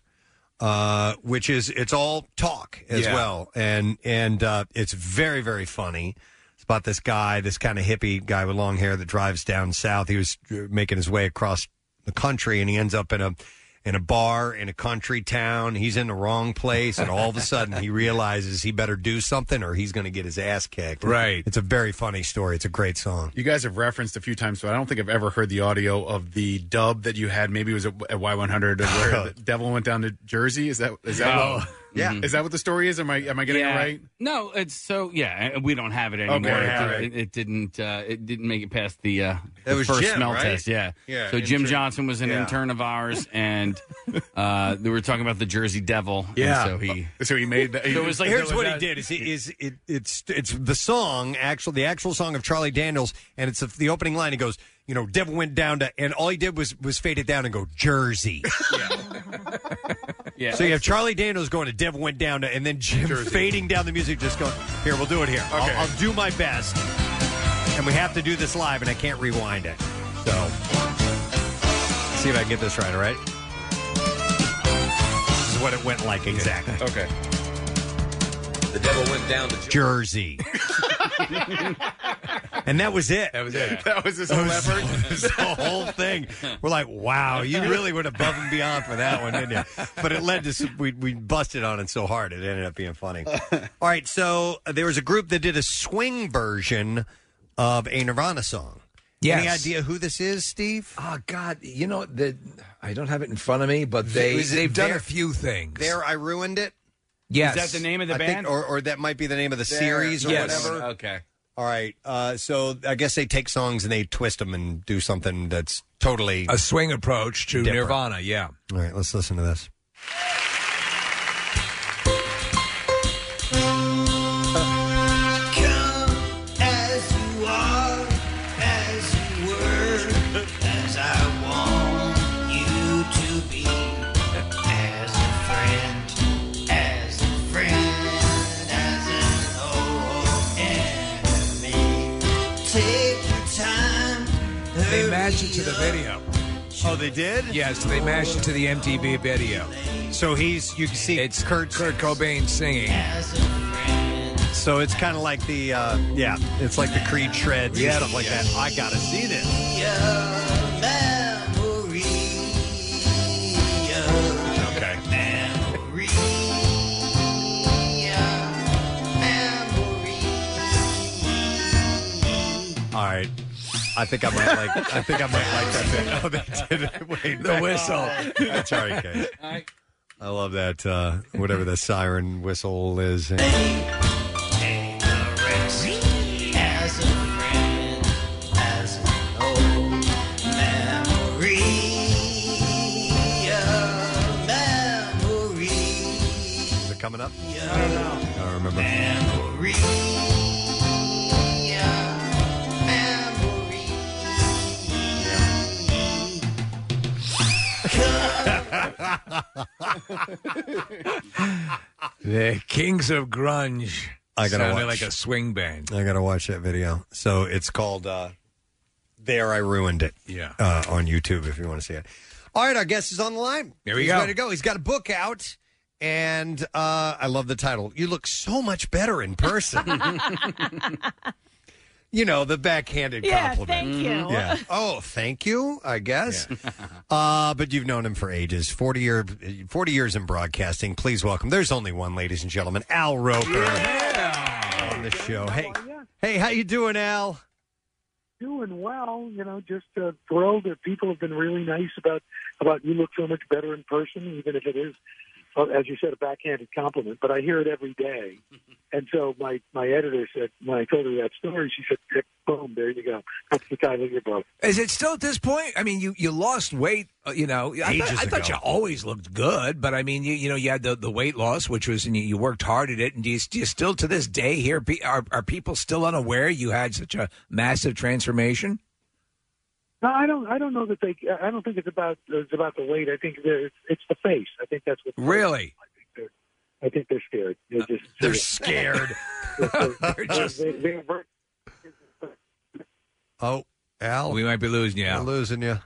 Speaker 5: uh, which is it's all talk as
Speaker 6: Yeah.
Speaker 5: well, and and uh, it's very very funny. It's about this guy, this kind of hippie guy with long hair that drives down south. He was uh, making his way across the country, and he ends up in a in a bar in a country town. He's in the wrong place, and all of a sudden he realizes he better do something, or he's going to get his ass kicked.
Speaker 7: Right.
Speaker 5: It's a very funny story. It's a great song.
Speaker 7: You guys have referenced a few times, but I don't think I've ever heard the audio of the dub that you had. Maybe it was at at Y100 where the devil went down to Jersey. Is that is that
Speaker 4: Oh.
Speaker 7: what-
Speaker 4: Yeah.
Speaker 7: Is that what the story is? Am I am I getting
Speaker 4: yeah.
Speaker 7: it right?
Speaker 4: No, it's so yeah. and We don't have it anymore.
Speaker 7: Okay,
Speaker 4: it,
Speaker 7: all right.
Speaker 4: it, it didn't. Uh, it didn't make it past the, uh,
Speaker 7: That
Speaker 4: the
Speaker 7: was
Speaker 4: first
Speaker 7: Jim,
Speaker 4: smell
Speaker 7: right?
Speaker 4: test. Yeah.
Speaker 7: Yeah,
Speaker 4: So Jim
Speaker 7: intern.
Speaker 4: Johnson was an
Speaker 7: Yeah.
Speaker 4: intern of ours, and uh, they were talking about the Jersey Devil. and
Speaker 7: Yeah.
Speaker 4: so he.
Speaker 7: So he made that.
Speaker 4: So it was like
Speaker 5: here's
Speaker 4: there
Speaker 5: what
Speaker 4: was
Speaker 5: he
Speaker 4: that-
Speaker 5: did: is, he, is it, it's it's the song actual the actual song of Charlie Daniels, and it's the opening line. He goes, you know, Devil went down to, and all he did was was fade it down and go Jersey.
Speaker 4: Yeah.
Speaker 5: So you have Charlie Daniels going to Devil went down to, and then Jim
Speaker 7: Jersey.
Speaker 5: fading down the music, just going here. We'll do it here. I'll-
Speaker 7: Okay.
Speaker 5: I'll, do my best, and we have to do this live, and I can't rewind it. So see if I can get this right. All right. This is what it went like exactly.
Speaker 7: Okay.
Speaker 5: The devil went down to Jersey. and that was it. That
Speaker 6: was
Speaker 7: it. That was his whole effort?
Speaker 5: that was the whole thing. We're like, wow, you really went above and beyond for that one, didn't you? But it led to some, we we busted on it so hard, it ended up being funny. All right, so uh, there was a group that did a swing version of a Nirvana song. Any
Speaker 6: Yes.
Speaker 5: idea who this is, Steve?
Speaker 6: Oh God, you know the I don't have it in front of me, but they
Speaker 5: Was it
Speaker 6: they've done
Speaker 5: there-
Speaker 6: a few things.
Speaker 5: There, I ruined it.
Speaker 6: Yes. Is that the name of the
Speaker 5: I think-
Speaker 6: band?
Speaker 5: or, or that might be the name of the
Speaker 6: There.
Speaker 5: series or
Speaker 6: Yes.
Speaker 5: whatever?
Speaker 4: Okay.
Speaker 5: All right. Uh, so I guess they take songs and they twist them and do something that's totally
Speaker 6: a swing approach to
Speaker 5: different.
Speaker 6: Nirvana. Yeah.
Speaker 5: All right, let's listen to this.
Speaker 19: Come as you are, as you were, as I want you to be. As a friend, as a friend, as an old enemy. Take your time.
Speaker 6: They matched it to the video.
Speaker 5: Oh, they did?
Speaker 6: Yes, they matched it to the MTV video.
Speaker 5: So he's you can see
Speaker 6: it's Kurt Kurt Cobain singing.
Speaker 5: So it's kind of like the uh, yeah, it's like the Creed shreds
Speaker 6: Yeah.
Speaker 5: and stuff like that. I gotta see this.
Speaker 19: Okay.
Speaker 5: All right, I think I might like. I think I might like that bit. Oh, that did it. Wait,
Speaker 6: The whistle.
Speaker 5: That's all right, guys. I love that. Uh, whatever the siren whistle is.
Speaker 19: As a friend, as an old memory, a memory.
Speaker 5: Is it coming up?
Speaker 19: I don't know.
Speaker 5: I don't remember.
Speaker 6: The Kings of Grunge.
Speaker 5: I gotta
Speaker 6: sounded
Speaker 5: watch.
Speaker 6: like a swing band.
Speaker 5: I gotta watch that video. So it's called uh, "There I Ruined It."
Speaker 6: Yeah.
Speaker 5: uh, on YouTube if you want to see it. All right, our guest is on the line.
Speaker 6: There we
Speaker 5: He's
Speaker 6: go.
Speaker 5: Ready to go. He's got a book out, and uh, I love the title. You look so much better in person. you know the backhanded
Speaker 19: Yeah,
Speaker 5: compliment.
Speaker 19: thank you.
Speaker 5: Yeah. Oh, thank you. I guess. uh, but you've known him for ages. Forty year, forty years in broadcasting. Please welcome. There's only one, ladies and gentlemen. Al Roker on the show. Hey, hey, how you doing, Al?
Speaker 11: doing well. You know, just uh, thrilled that people have been really nice about about you look so much better in person, even if it is, uh, as you said, a backhanded compliment. But I hear it every day, and so my my editor said when I told her that story, she said, "Tick, "Boom, there you go. That's the title of your book."
Speaker 6: Is it still at this point? I mean, you, you lost weight. uh, You know, I, thought,
Speaker 11: Ages
Speaker 6: I thought
Speaker 11: ago.
Speaker 6: you always looked good, but I mean, you you know, you had the, the weight loss, which was and you, you worked hard at it. And do you, do you still to this day here are are people still unaware you had such a massive transformation?
Speaker 11: No, I don't. I don't know that they. I don't think it's about it's about the weight. I think that it's, it's the face. I think that's what.
Speaker 6: Really?
Speaker 11: I think they're scared. They're just.
Speaker 5: Uh, They're scared.
Speaker 11: they're just. They, they, they,
Speaker 5: Oh, Al,
Speaker 6: we might be losing you.
Speaker 5: We're losing you.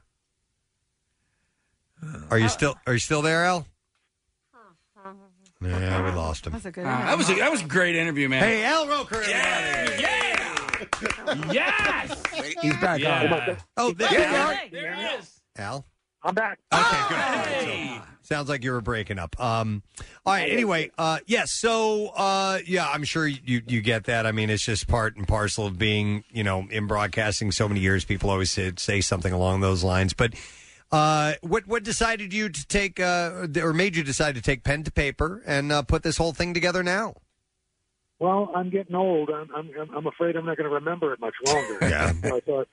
Speaker 5: Are
Speaker 19: Uh,
Speaker 5: you still? Are you still there, Al?
Speaker 19: uh-huh.
Speaker 5: Yeah, we lost him.
Speaker 3: That's a good
Speaker 4: that was a, that was a great interview, man.
Speaker 5: Hey, Al Roker.
Speaker 4: Yes.
Speaker 5: He's back
Speaker 4: Yeah.
Speaker 5: on. Oh, there you are.
Speaker 19: There it is.
Speaker 5: Al.
Speaker 11: I'm back.
Speaker 5: Okay, good. All right, so, sounds like you were breaking up. Um, all right. Anyway, uh, yes. so, uh, yeah, I'm sure you you get that. I mean, it's just part and parcel of being, you know, in broadcasting so many years. People always say, say something along those lines. But uh, what what decided you to take, uh, or made you decide to take pen to paper and uh, put this whole thing together now?
Speaker 11: Well, I'm getting old. I'm I'm I'm- I'm afraid I'm not going to remember it much longer.
Speaker 5: Yeah.
Speaker 11: So I thought,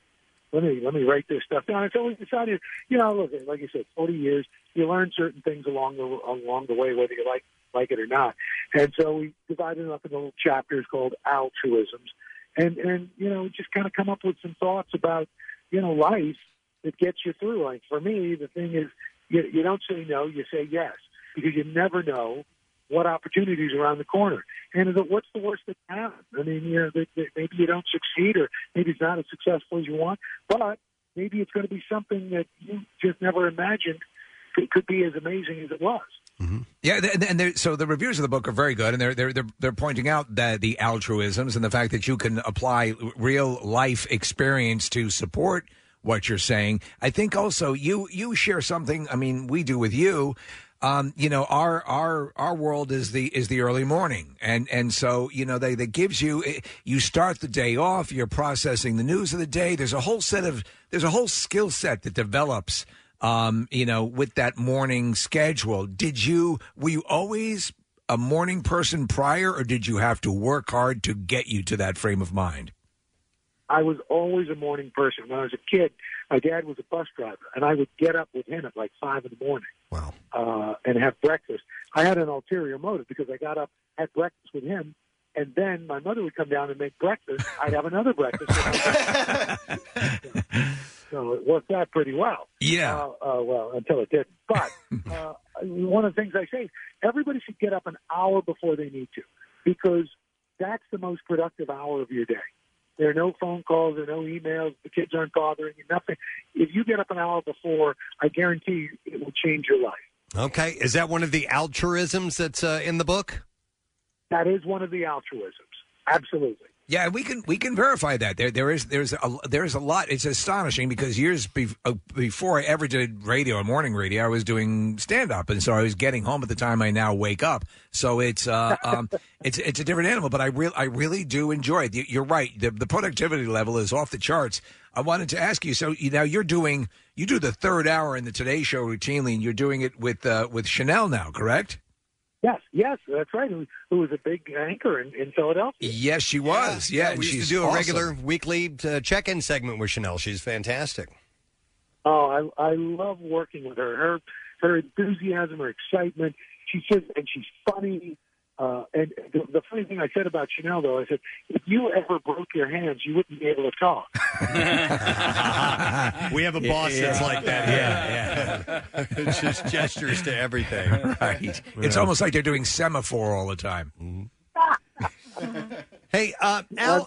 Speaker 11: let me let me write this stuff down. And so we decided, you know, look, like you said, 40 years, you learn certain things along the along the way, whether you like like it or not. And so we divided it up into little chapters called altruisms, and and you know, just kind of come up with some thoughts about you know life that gets you through. Like for me, the thing is, you, you don't say no, you say yes, because you never know what opportunities are around the corner. And the, what's the worst that can happen? I mean, you know, they, they, maybe you don't succeed, or maybe it's not as successful as you want, but maybe it's going to be something that you just never imagined it could be as amazing as it was.
Speaker 6: Yeah, th- and they're- so the reviews of the book are very good, and they're they're they're, they're pointing out that the altruisms and the fact that you can apply real life experience to support what you're saying. I think also you you share something. I mean, we do with you. Um, you know, our our our world is the is the early morning, and and so you know they that gives you eh, you start the day off. You're processing the news of the day. There's a whole set of there's a whole skill set that develops um, you know, with that morning schedule. Did you were you always a morning person prior, or did you have to work hard to get you to that frame of mind?
Speaker 11: I was always a morning person. When I was a kid, my dad was a bus driver, and I would get up with him at like five in the morning.
Speaker 5: Wow.
Speaker 11: Uh, and have breakfast. I had an ulterior motive because I got up, had breakfast with him, and then my mother would come down and make breakfast. I'd have another breakfast. so it worked out pretty well.
Speaker 6: Yeah.
Speaker 11: Uh, uh, well, until it didn't. But uh, one of the things I say, everybody should get up an hour before they need to, because that's the most productive hour of your day. There are no phone calls, there are no emails, the kids aren't bothering you, nothing. If you get up an hour before, I guarantee you it will change your life.
Speaker 5: Okay. Is that one of the altruisms that's uh, in the book?
Speaker 11: That is one of the altruisms. Absolutely.
Speaker 6: Yeah, we can we can verify that. There there is there's a there's a lot. It's astonishing because years bef- uh, before I ever did radio or morning radio, I was doing stand up, and so I was getting home at the time I now wake up. So it's uh, um, it's it's a different animal, but I real I really do enjoy it. You- You're right. The, the productivity level is off the charts. I wanted to ask you. So you, now you're doing you do the third hour in the Today Show routinely, and you're doing it with uh, with Chanel now, correct?
Speaker 11: Yes, yes, that's right. Who, who was a big anchor in, in Philadelphia?
Speaker 6: Yes, she was. Yeah, and
Speaker 5: we
Speaker 6: she's
Speaker 5: used to do a
Speaker 6: awesome.
Speaker 5: regular weekly uh, check-in segment with Chanel. She's fantastic.
Speaker 11: Oh, I I love working with her. Her her enthusiasm, her excitement. She's just and she's funny. Uh, and the, the funny thing I said about Chanel, though, I said if you ever broke your hands, you wouldn't be able to talk.
Speaker 5: we have a boss that's like that. Yeah, yeah. It's just gestures to everything.
Speaker 6: Right. It's
Speaker 5: Yeah.
Speaker 6: almost like they're doing semaphore all the time.
Speaker 5: Hey, uh, Al,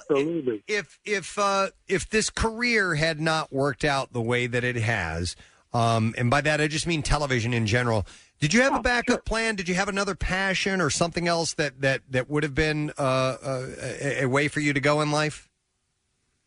Speaker 5: if if uh, if this career had not worked out the way that it has, um, and by that I just mean television in general, did
Speaker 11: Oh,
Speaker 5: you have a backup plan? Did you have another passion or something else that that that would have been uh, uh, a, a way for you to go in life?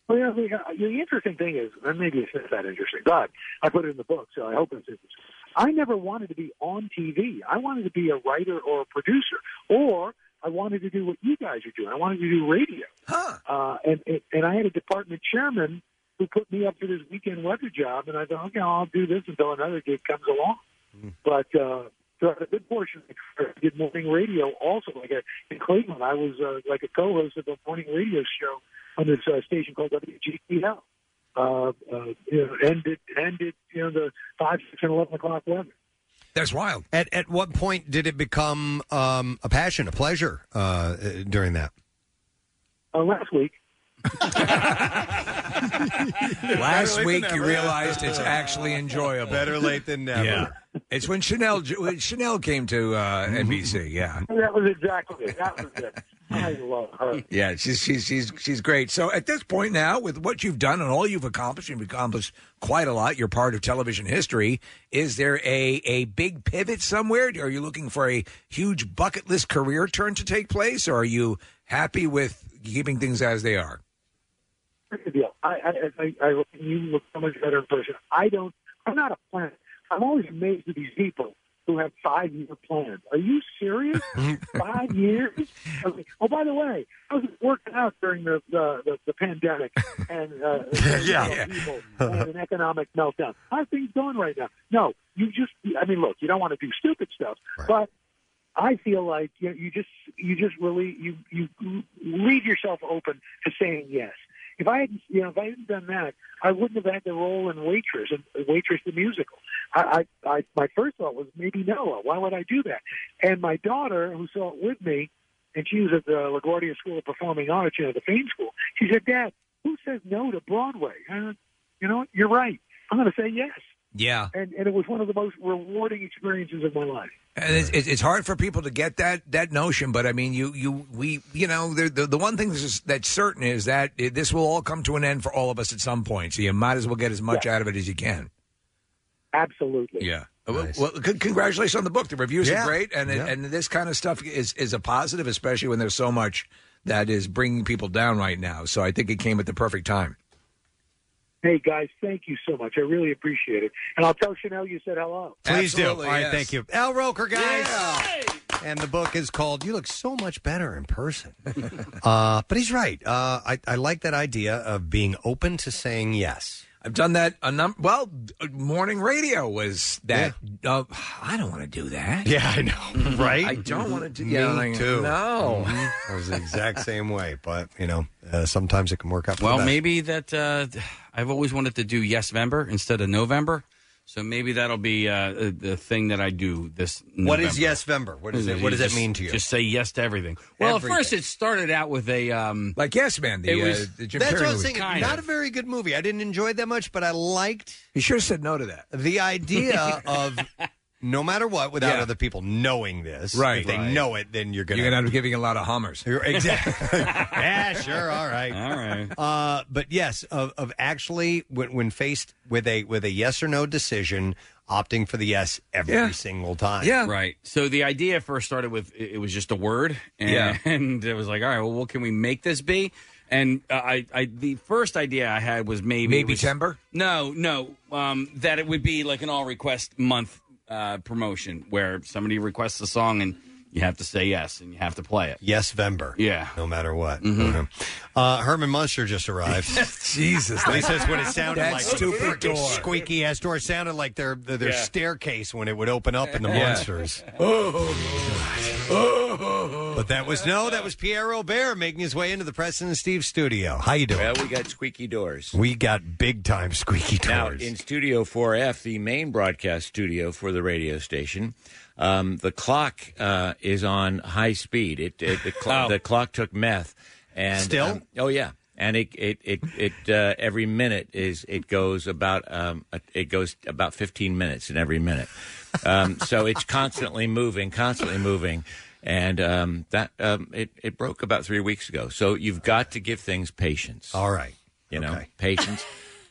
Speaker 11: Well, you know, the, the interesting thing is, and maybe it's not that interesting, but I put it in the book, so I hope it's interesting. I never wanted to be on TV. I wanted to be a writer or a producer, or I wanted to do what you guys are doing. I wanted to do radio.
Speaker 6: Huh.
Speaker 11: Uh, and, and and I had a department chairman who put me up for this weekend weather job, and I thought, okay, I'll do this until another gig comes along. But uh, throughout a good portion of my career, I did morning radio also. Like a, in Cleveland, I was uh, like a co-host of a morning radio show on this uh, station called WGPL. Uh, uh, you know, ended ended you know the five, six, and eleven o'clock weather.
Speaker 6: That's wild.
Speaker 5: At at what point did it become um, a passion, a pleasure uh, uh, during that?
Speaker 11: Uh, last week,
Speaker 5: Better
Speaker 6: Last
Speaker 5: late
Speaker 6: week,
Speaker 5: than
Speaker 6: you
Speaker 5: never.
Speaker 6: realized it's actually enjoyable.
Speaker 5: Better late than never.
Speaker 6: Yeah. It's when Chanel when Chanel came to uh, NBC. Yeah.
Speaker 11: that was exactly it. That was it. I love her.
Speaker 6: Yeah, she's she's she's she's great. So at this point now, with what you've done and all you've accomplished, you've accomplished quite a lot. You're part of television history. Is there a a big pivot somewhere? Are you looking for a huge bucket list career turn to take place, or are you happy with keeping things as they are?
Speaker 11: Here's the deal. I, I, I, I, you look so much better in person. I don't. I'm not a planet. I'm always amazed at these people who have five year plans. Are you serious? five years? I was like, oh, by the way, I was working out during the the, the, the pandemic and uh,
Speaker 6: Yeah.
Speaker 11: people and an economic meltdown. How's things going right now? No, you just. I mean, look, you don't want to do stupid stuff, but I feel like you, know, you just you just really you you leave yourself open to saying yes. If I hadn't you know if I hadn't done that, I wouldn't have had the role in Waitress and Waitress the musical. I, I, I my first thought was maybe Noah. Why would I do that? And my daughter, who saw it with me, and she was at the LaGuardia School of Performing Arts, you know, the Fame School. She said, "Dad, who says no to Broadway?" And, I- you know, what? you're right. I'm going to say yes.
Speaker 6: Yeah.
Speaker 11: And and it was one of the most rewarding experiences of my life.
Speaker 6: And it's, it's- it's hard for people to get that that notion, but I mean, you you we you know the the, the one thing that's, that's certain is that it, this will all come to an end for all of us at some point. So you might as well get as much out of it as you can.
Speaker 11: Absolutely.
Speaker 6: Yeah. Well, well, c- congratulations on the book. The reviews
Speaker 11: Yeah.
Speaker 6: are great, and it-
Speaker 11: Yeah.
Speaker 6: and this kind of stuff is is a positive, especially when there's so much that is bringing people down right now. So I think it came at the perfect time.
Speaker 11: Hey guys, thank you so much. I really appreciate it. And I'll tell Chanel you said hello.
Speaker 5: Please
Speaker 6: Absolutely,
Speaker 5: do. All right,
Speaker 6: yes.
Speaker 5: thank you. Al Roker, guys. And the book is called You Look So Much Better in Person. uh, but he's right. Uh, I, I like that idea of being open to saying yes.
Speaker 6: I've done that a number. Well, morning radio was that. Uh, I don't want to do that.
Speaker 5: Yeah, I know. Right?
Speaker 6: I don't want to do
Speaker 5: Me
Speaker 6: yeah, like,
Speaker 5: too.
Speaker 6: No.
Speaker 5: Mhm.
Speaker 7: Mm-hmm.
Speaker 5: I was the exact same way, but, you know, uh, sometimes it can work out for
Speaker 4: Well,
Speaker 5: the best.
Speaker 4: maybe that uh, I've always wanted to do Yes Member instead of November. So maybe that'll be uh, the thing that I do this. November.
Speaker 5: What is Yes Member? What is it- what does that
Speaker 4: Just-
Speaker 5: mean to you?
Speaker 4: Just say yes to everything. Well,
Speaker 5: Everything.
Speaker 4: at first it started out with a um,
Speaker 6: like Yes Man. uh,
Speaker 5: It was- that's what I was thinking. Not a very good movie. I didn't enjoy it that much, but I liked.
Speaker 6: You should have said no to that.
Speaker 5: The idea of no matter what, without
Speaker 6: Yeah.
Speaker 5: other people knowing this,
Speaker 6: Right.
Speaker 5: If they
Speaker 6: Right.
Speaker 5: know it, then you're gonna
Speaker 6: You're gonna end up giving a lot of hummers.
Speaker 5: Exactly. yeah, sure. All right.
Speaker 4: All right.
Speaker 5: Uh, but yes, of, of actually, when, when faced with a with a yes or no decision, opting for the yes every
Speaker 4: Yeah.
Speaker 5: single time.
Speaker 4: Right. So the idea first started with it it was just a word. And,
Speaker 5: Yeah.
Speaker 4: And it was like, all right, well, what can we make this be? And uh, I, I, the first idea I had was maybe
Speaker 6: Maybe
Speaker 4: it was-
Speaker 6: Timber?
Speaker 4: No, no, um, that it would be like an all request month uh, promotion where somebody requests a song and you have to say yes and you have to play it.
Speaker 5: Yes, Vember.
Speaker 4: Yeah,
Speaker 5: no matter what.
Speaker 6: Mm-hmm.
Speaker 5: Uh, Herman Munster just arrived.
Speaker 6: Jesus,
Speaker 5: at least that's what it sounded
Speaker 6: That
Speaker 5: like.
Speaker 6: stupid
Speaker 5: Frickin'
Speaker 6: door.
Speaker 5: squeaky ass door. It sounded like their their, their
Speaker 6: Yeah.
Speaker 5: staircase when it would open up in the
Speaker 6: Yeah.
Speaker 5: monsters.
Speaker 6: Oh, God.
Speaker 5: But that was no, that was Pierre Robert making his way into the Preston and Steve studio. How you doing?
Speaker 12: Well, we got squeaky doors.
Speaker 5: We got big time squeaky
Speaker 12: Now,
Speaker 5: doors.
Speaker 12: in Studio 4F, the main broadcast studio for the radio station, um, the clock uh, is on high speed. It, it the,
Speaker 6: Oh.
Speaker 12: clock the clock took meth, and
Speaker 5: Still?
Speaker 12: um, oh yeah, and it it it, it uh, every minute is it goes about um, it goes about fifteen minutes in every minute, um, so it's constantly moving, constantly moving. And um, that um, it, it broke about three weeks ago. So you've got to give things patience.
Speaker 5: All right,
Speaker 12: you know patience.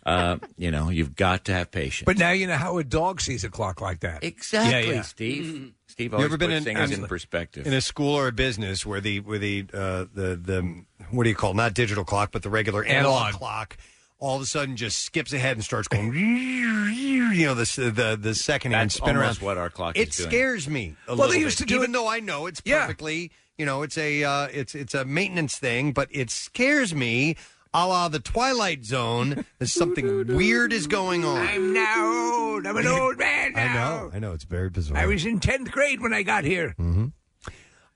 Speaker 12: Uh, you know you've got to have patience.
Speaker 6: But now you know how a dog sees a clock like that.
Speaker 12: Exactly, Steve.
Speaker 5: Mm-hmm.
Speaker 12: Steve
Speaker 5: You
Speaker 12: always
Speaker 5: ever been
Speaker 12: puts
Speaker 5: in-
Speaker 12: things in
Speaker 5: Absolutely.
Speaker 12: perspective.
Speaker 5: in a school or a business where the where the uh, the the what do you call it? not digital clock but the regular analog,
Speaker 6: Analog.
Speaker 5: clock all of a sudden just skips ahead and starts going you know the the the second hand
Speaker 12: That's
Speaker 5: spin around.
Speaker 12: almost what our clock
Speaker 5: it
Speaker 12: is doing.
Speaker 5: scares me. A
Speaker 12: Well, they
Speaker 5: little
Speaker 12: used
Speaker 5: bit,
Speaker 12: to do
Speaker 5: even
Speaker 12: it-
Speaker 5: though I know it's perfectly you know it's a uh, it's it's a maintenance thing, but it scares me. A la the Twilight Zone, there's something weird is going on.
Speaker 6: I'm now old. I'm an Oh, old man
Speaker 5: I
Speaker 6: now.
Speaker 5: know, I know, it's very bizarre.
Speaker 6: I was in 10th grade when I got here.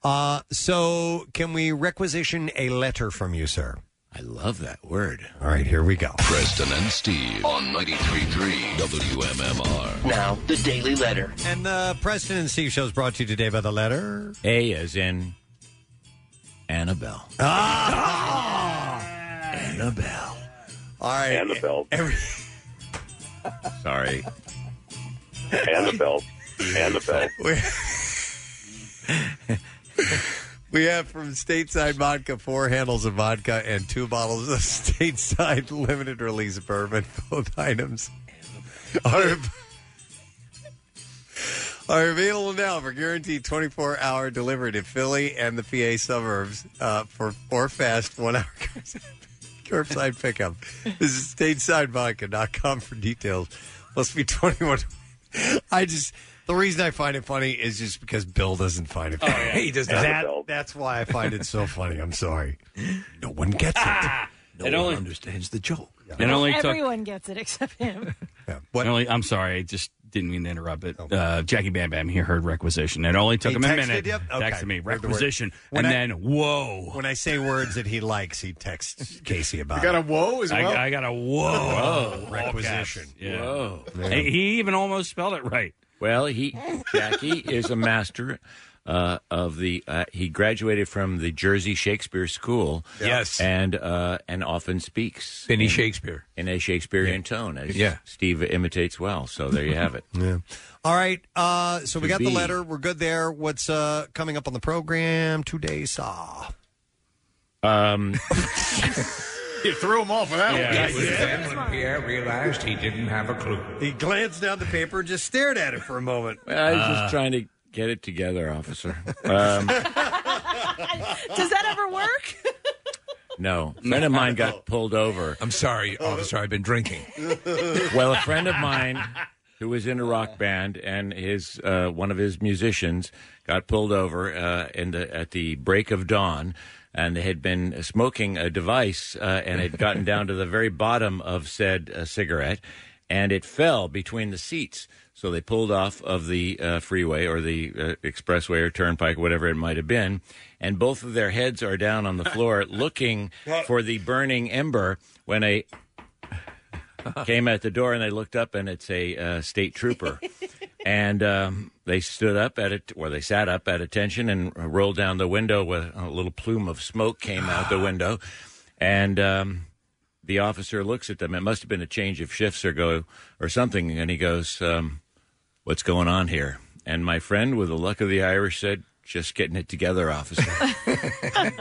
Speaker 5: Uh, so, can we requisition a letter from you, sir?
Speaker 12: I love that word.
Speaker 5: All right, here we go.
Speaker 8: Preston and Steve on 93.3 WMMR.
Speaker 5: Now,
Speaker 8: the Daily Letter.
Speaker 5: And the Preston and Steve show is brought to you today by the letter
Speaker 12: A as in Annabelle.
Speaker 5: Ah!
Speaker 12: Annabelle.
Speaker 5: All right.
Speaker 21: Annabelle.
Speaker 12: Sorry.
Speaker 21: Annabelle. Annabelle.
Speaker 5: We have from Stateside Vodka four handles of vodka and two bottles of Stateside Limited Release Bourbon. Both items are, are available now for guaranteed 24 hour delivery to Philly and the PA suburbs uh, for four fast, one hour curbside pickup. This is statesidevodka.com for details. Must be 21. I just, the reason I find it funny is just because Bill doesn't find it funny.
Speaker 6: He does
Speaker 5: And
Speaker 6: not.
Speaker 5: that- that's why I find it so funny. I'm sorry. No one gets it.
Speaker 6: No
Speaker 4: It
Speaker 6: one
Speaker 4: only-
Speaker 6: understands the joke.
Speaker 4: It only took
Speaker 3: Everyone gets it except him.
Speaker 5: What?
Speaker 4: Only, I'm sorry, I just didn't mean to interrupt. But uh, Jackie Bam Bam here heard requisition. It only took
Speaker 5: He
Speaker 4: him a
Speaker 5: texted
Speaker 4: minute.
Speaker 5: you? Okay.
Speaker 4: Texted me
Speaker 5: Heard the word.
Speaker 4: requisition,
Speaker 5: When
Speaker 4: and
Speaker 5: I-
Speaker 4: then whoa.
Speaker 5: When I say words that he likes, he texts Casey about it.
Speaker 4: I, I got a whoa.
Speaker 5: Whoa. Requisition.
Speaker 4: All caps. Yeah.
Speaker 5: Whoa.
Speaker 12: Yeah.
Speaker 4: Hey, He even almost spelled it right.
Speaker 12: Well, he Jackie is a master uh, of the. Uh, he graduated from the Jersey Shakespeare School.
Speaker 6: Yes.
Speaker 12: and uh, and often speaks
Speaker 6: Benny
Speaker 12: in-
Speaker 6: Shakespeare.
Speaker 12: in a Shakespearean tone, as
Speaker 6: Yeah.
Speaker 12: Steve imitates well. So there you have it.
Speaker 5: yeah. All right. Uh, so
Speaker 12: To
Speaker 5: we got the
Speaker 12: be.
Speaker 5: letter. We're good there. What's uh, coming up on the program today, Saw?
Speaker 12: Um,
Speaker 7: You threw him off with that
Speaker 5: Yeah,
Speaker 7: one.
Speaker 5: it was Yeah. then
Speaker 7: when Pierre realized he didn't have a clue.
Speaker 5: He glanced down the paper and just stared at it for a moment.
Speaker 12: I was
Speaker 4: Uh,
Speaker 12: just trying to get it together, officer. Um,
Speaker 3: Does that ever work?
Speaker 12: no, a friend of mine got pulled over. I'm sorry, officer. I've been drinking. well, a friend of mine who was in a rock band and his uh, one of his musicians got pulled over uh, in the, at the break of dawn. And they had been smoking a device uh, and had gotten down to the very bottom of said uh, cigarette, and it fell between the seats. So they pulled off of the uh, freeway or the uh, expressway or turnpike, whatever it might have been, and both of their heads are down on the floor looking for the burning ember when a came at the door and they looked up and it's a uh, state trooper and um, they stood up at it or they sat up at attention and rolled down the window with a little plume of smoke came out the window and um, the officer looks at them it must have been a change of shifts or go or something and he goes um, what's going on here and my friend with the luck of the irish said just getting it together officer and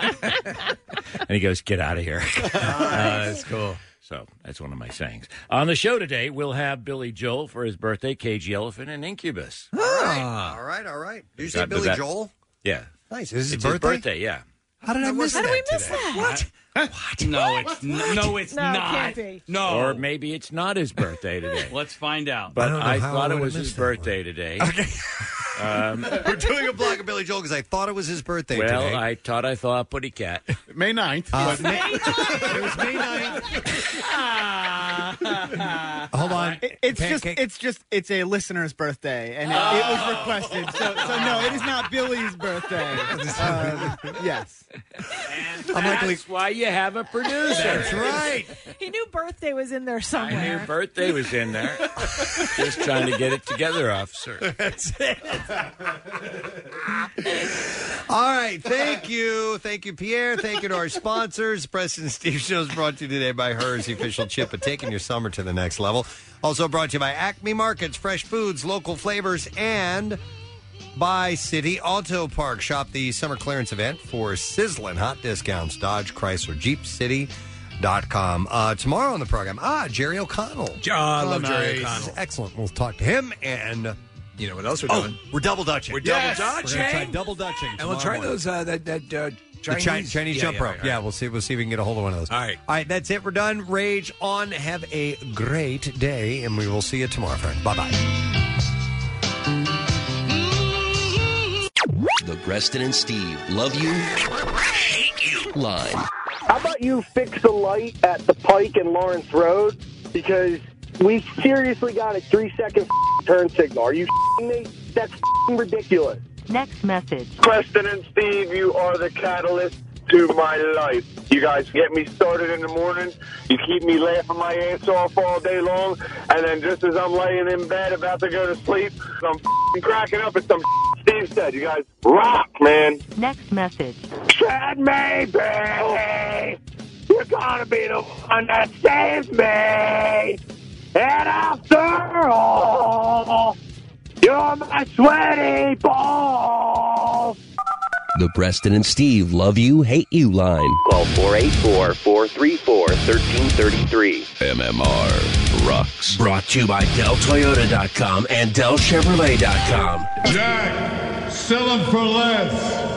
Speaker 12: he goes get out of here Uh,
Speaker 6: that's cool
Speaker 12: so that's one of my sayings. On the show today, we'll have Billy Joel for his birthday, Cage the Elephant, and Incubus.
Speaker 5: All right, all right. Did you say
Speaker 12: That-
Speaker 5: Billy
Speaker 12: that-
Speaker 5: Joel?
Speaker 12: Yeah.
Speaker 5: Nice. Is his
Speaker 12: it's
Speaker 5: birthday?
Speaker 12: yeah.
Speaker 5: How did I miss
Speaker 12: How
Speaker 5: that?
Speaker 12: did we miss
Speaker 5: today?
Speaker 12: that? What?
Speaker 30: What? No, it's no, it's
Speaker 3: No, it
Speaker 30: not.
Speaker 3: can't be.
Speaker 30: No,
Speaker 12: Or maybe it's not his birthday today.
Speaker 30: let's find out.
Speaker 12: But I, thought it was his birthday today. Okay. Um,
Speaker 5: We're doing a block of Billy Joel because I thought it was his birthday
Speaker 12: well,
Speaker 5: today.
Speaker 12: I thought I thought Putty Cat.
Speaker 31: May 9th.
Speaker 5: Uh,
Speaker 31: May
Speaker 5: Hold
Speaker 7: Ah.
Speaker 5: on.
Speaker 7: It's just
Speaker 5: Pancake.
Speaker 7: it's just it's a listener's birthday and it, it was requested. So so no, it is not Billy's birthday. Uh, yes.
Speaker 12: That's why you have a producer.
Speaker 3: he knew birthday was in there somewhere.
Speaker 12: Your birthday was in there. Just trying to get it together, officer.
Speaker 5: That's it. All right. Thank you. Thank you, Pierre. Thank you to our sponsors. Preston and Steve Show is brought to you today by Hers, the official chip of taking your summer to the next level. Also brought to you by Acme Markets, fresh foods, local flavors, and by City Auto Park. Shop the summer clearance event for sizzling hot discounts. Dodge, Chrysler, Jeep, City. Dot com. Uh, tomorrow on the program, ah, Jerry O'Connell.
Speaker 6: Oh, I love Jerry O'Connell.
Speaker 5: Excellent. We'll talk to him and
Speaker 6: you know what else we're
Speaker 5: oh,
Speaker 6: doing?
Speaker 5: We're double dutching.
Speaker 6: We're double Yes.
Speaker 5: We're gonna try
Speaker 6: dutching.
Speaker 5: double dutching.
Speaker 6: And we'll try
Speaker 5: tomorrow morning.
Speaker 6: those uh, that that uh,
Speaker 5: The Chi-
Speaker 6: Chinese
Speaker 5: Chinese
Speaker 6: Yeah,
Speaker 5: jump
Speaker 6: yeah,
Speaker 5: rope.
Speaker 6: yeah,
Speaker 5: Yeah, we'll see. We'll see if we can get a hold of one of those. All right. All right. That's it. We're done. Rage on. Have a great day, and we will see you tomorrow, friend. Bye bye.
Speaker 4: The Preston and Steve love you, hate you line.
Speaker 15: How about you fix the light at the Pike and Lawrence Road? Because we seriously got a three second turn signal. Are you me? That's ridiculous.
Speaker 20: Next message.
Speaker 15: Preston and Steve, you are the catalyst to my life. You guys get me started in the morning. You keep me laughing my ass off all day long. And then just as I'm laying in bed about to go to sleep, I'm f***ing cracking up at some Steve said. You guys rock, man.
Speaker 20: Next message.
Speaker 15: Chad Mayberry, you're gonna be the one that saves me. And after all, you're my sweaty ball.
Speaker 4: The Preston and Steve love you, hate you line.
Speaker 2: Call 484 434 1333.
Speaker 32: MMR rocks.
Speaker 2: Brought to you by DellToyota.com and DellChevrolet.com.
Speaker 33: Jack, sell them for less.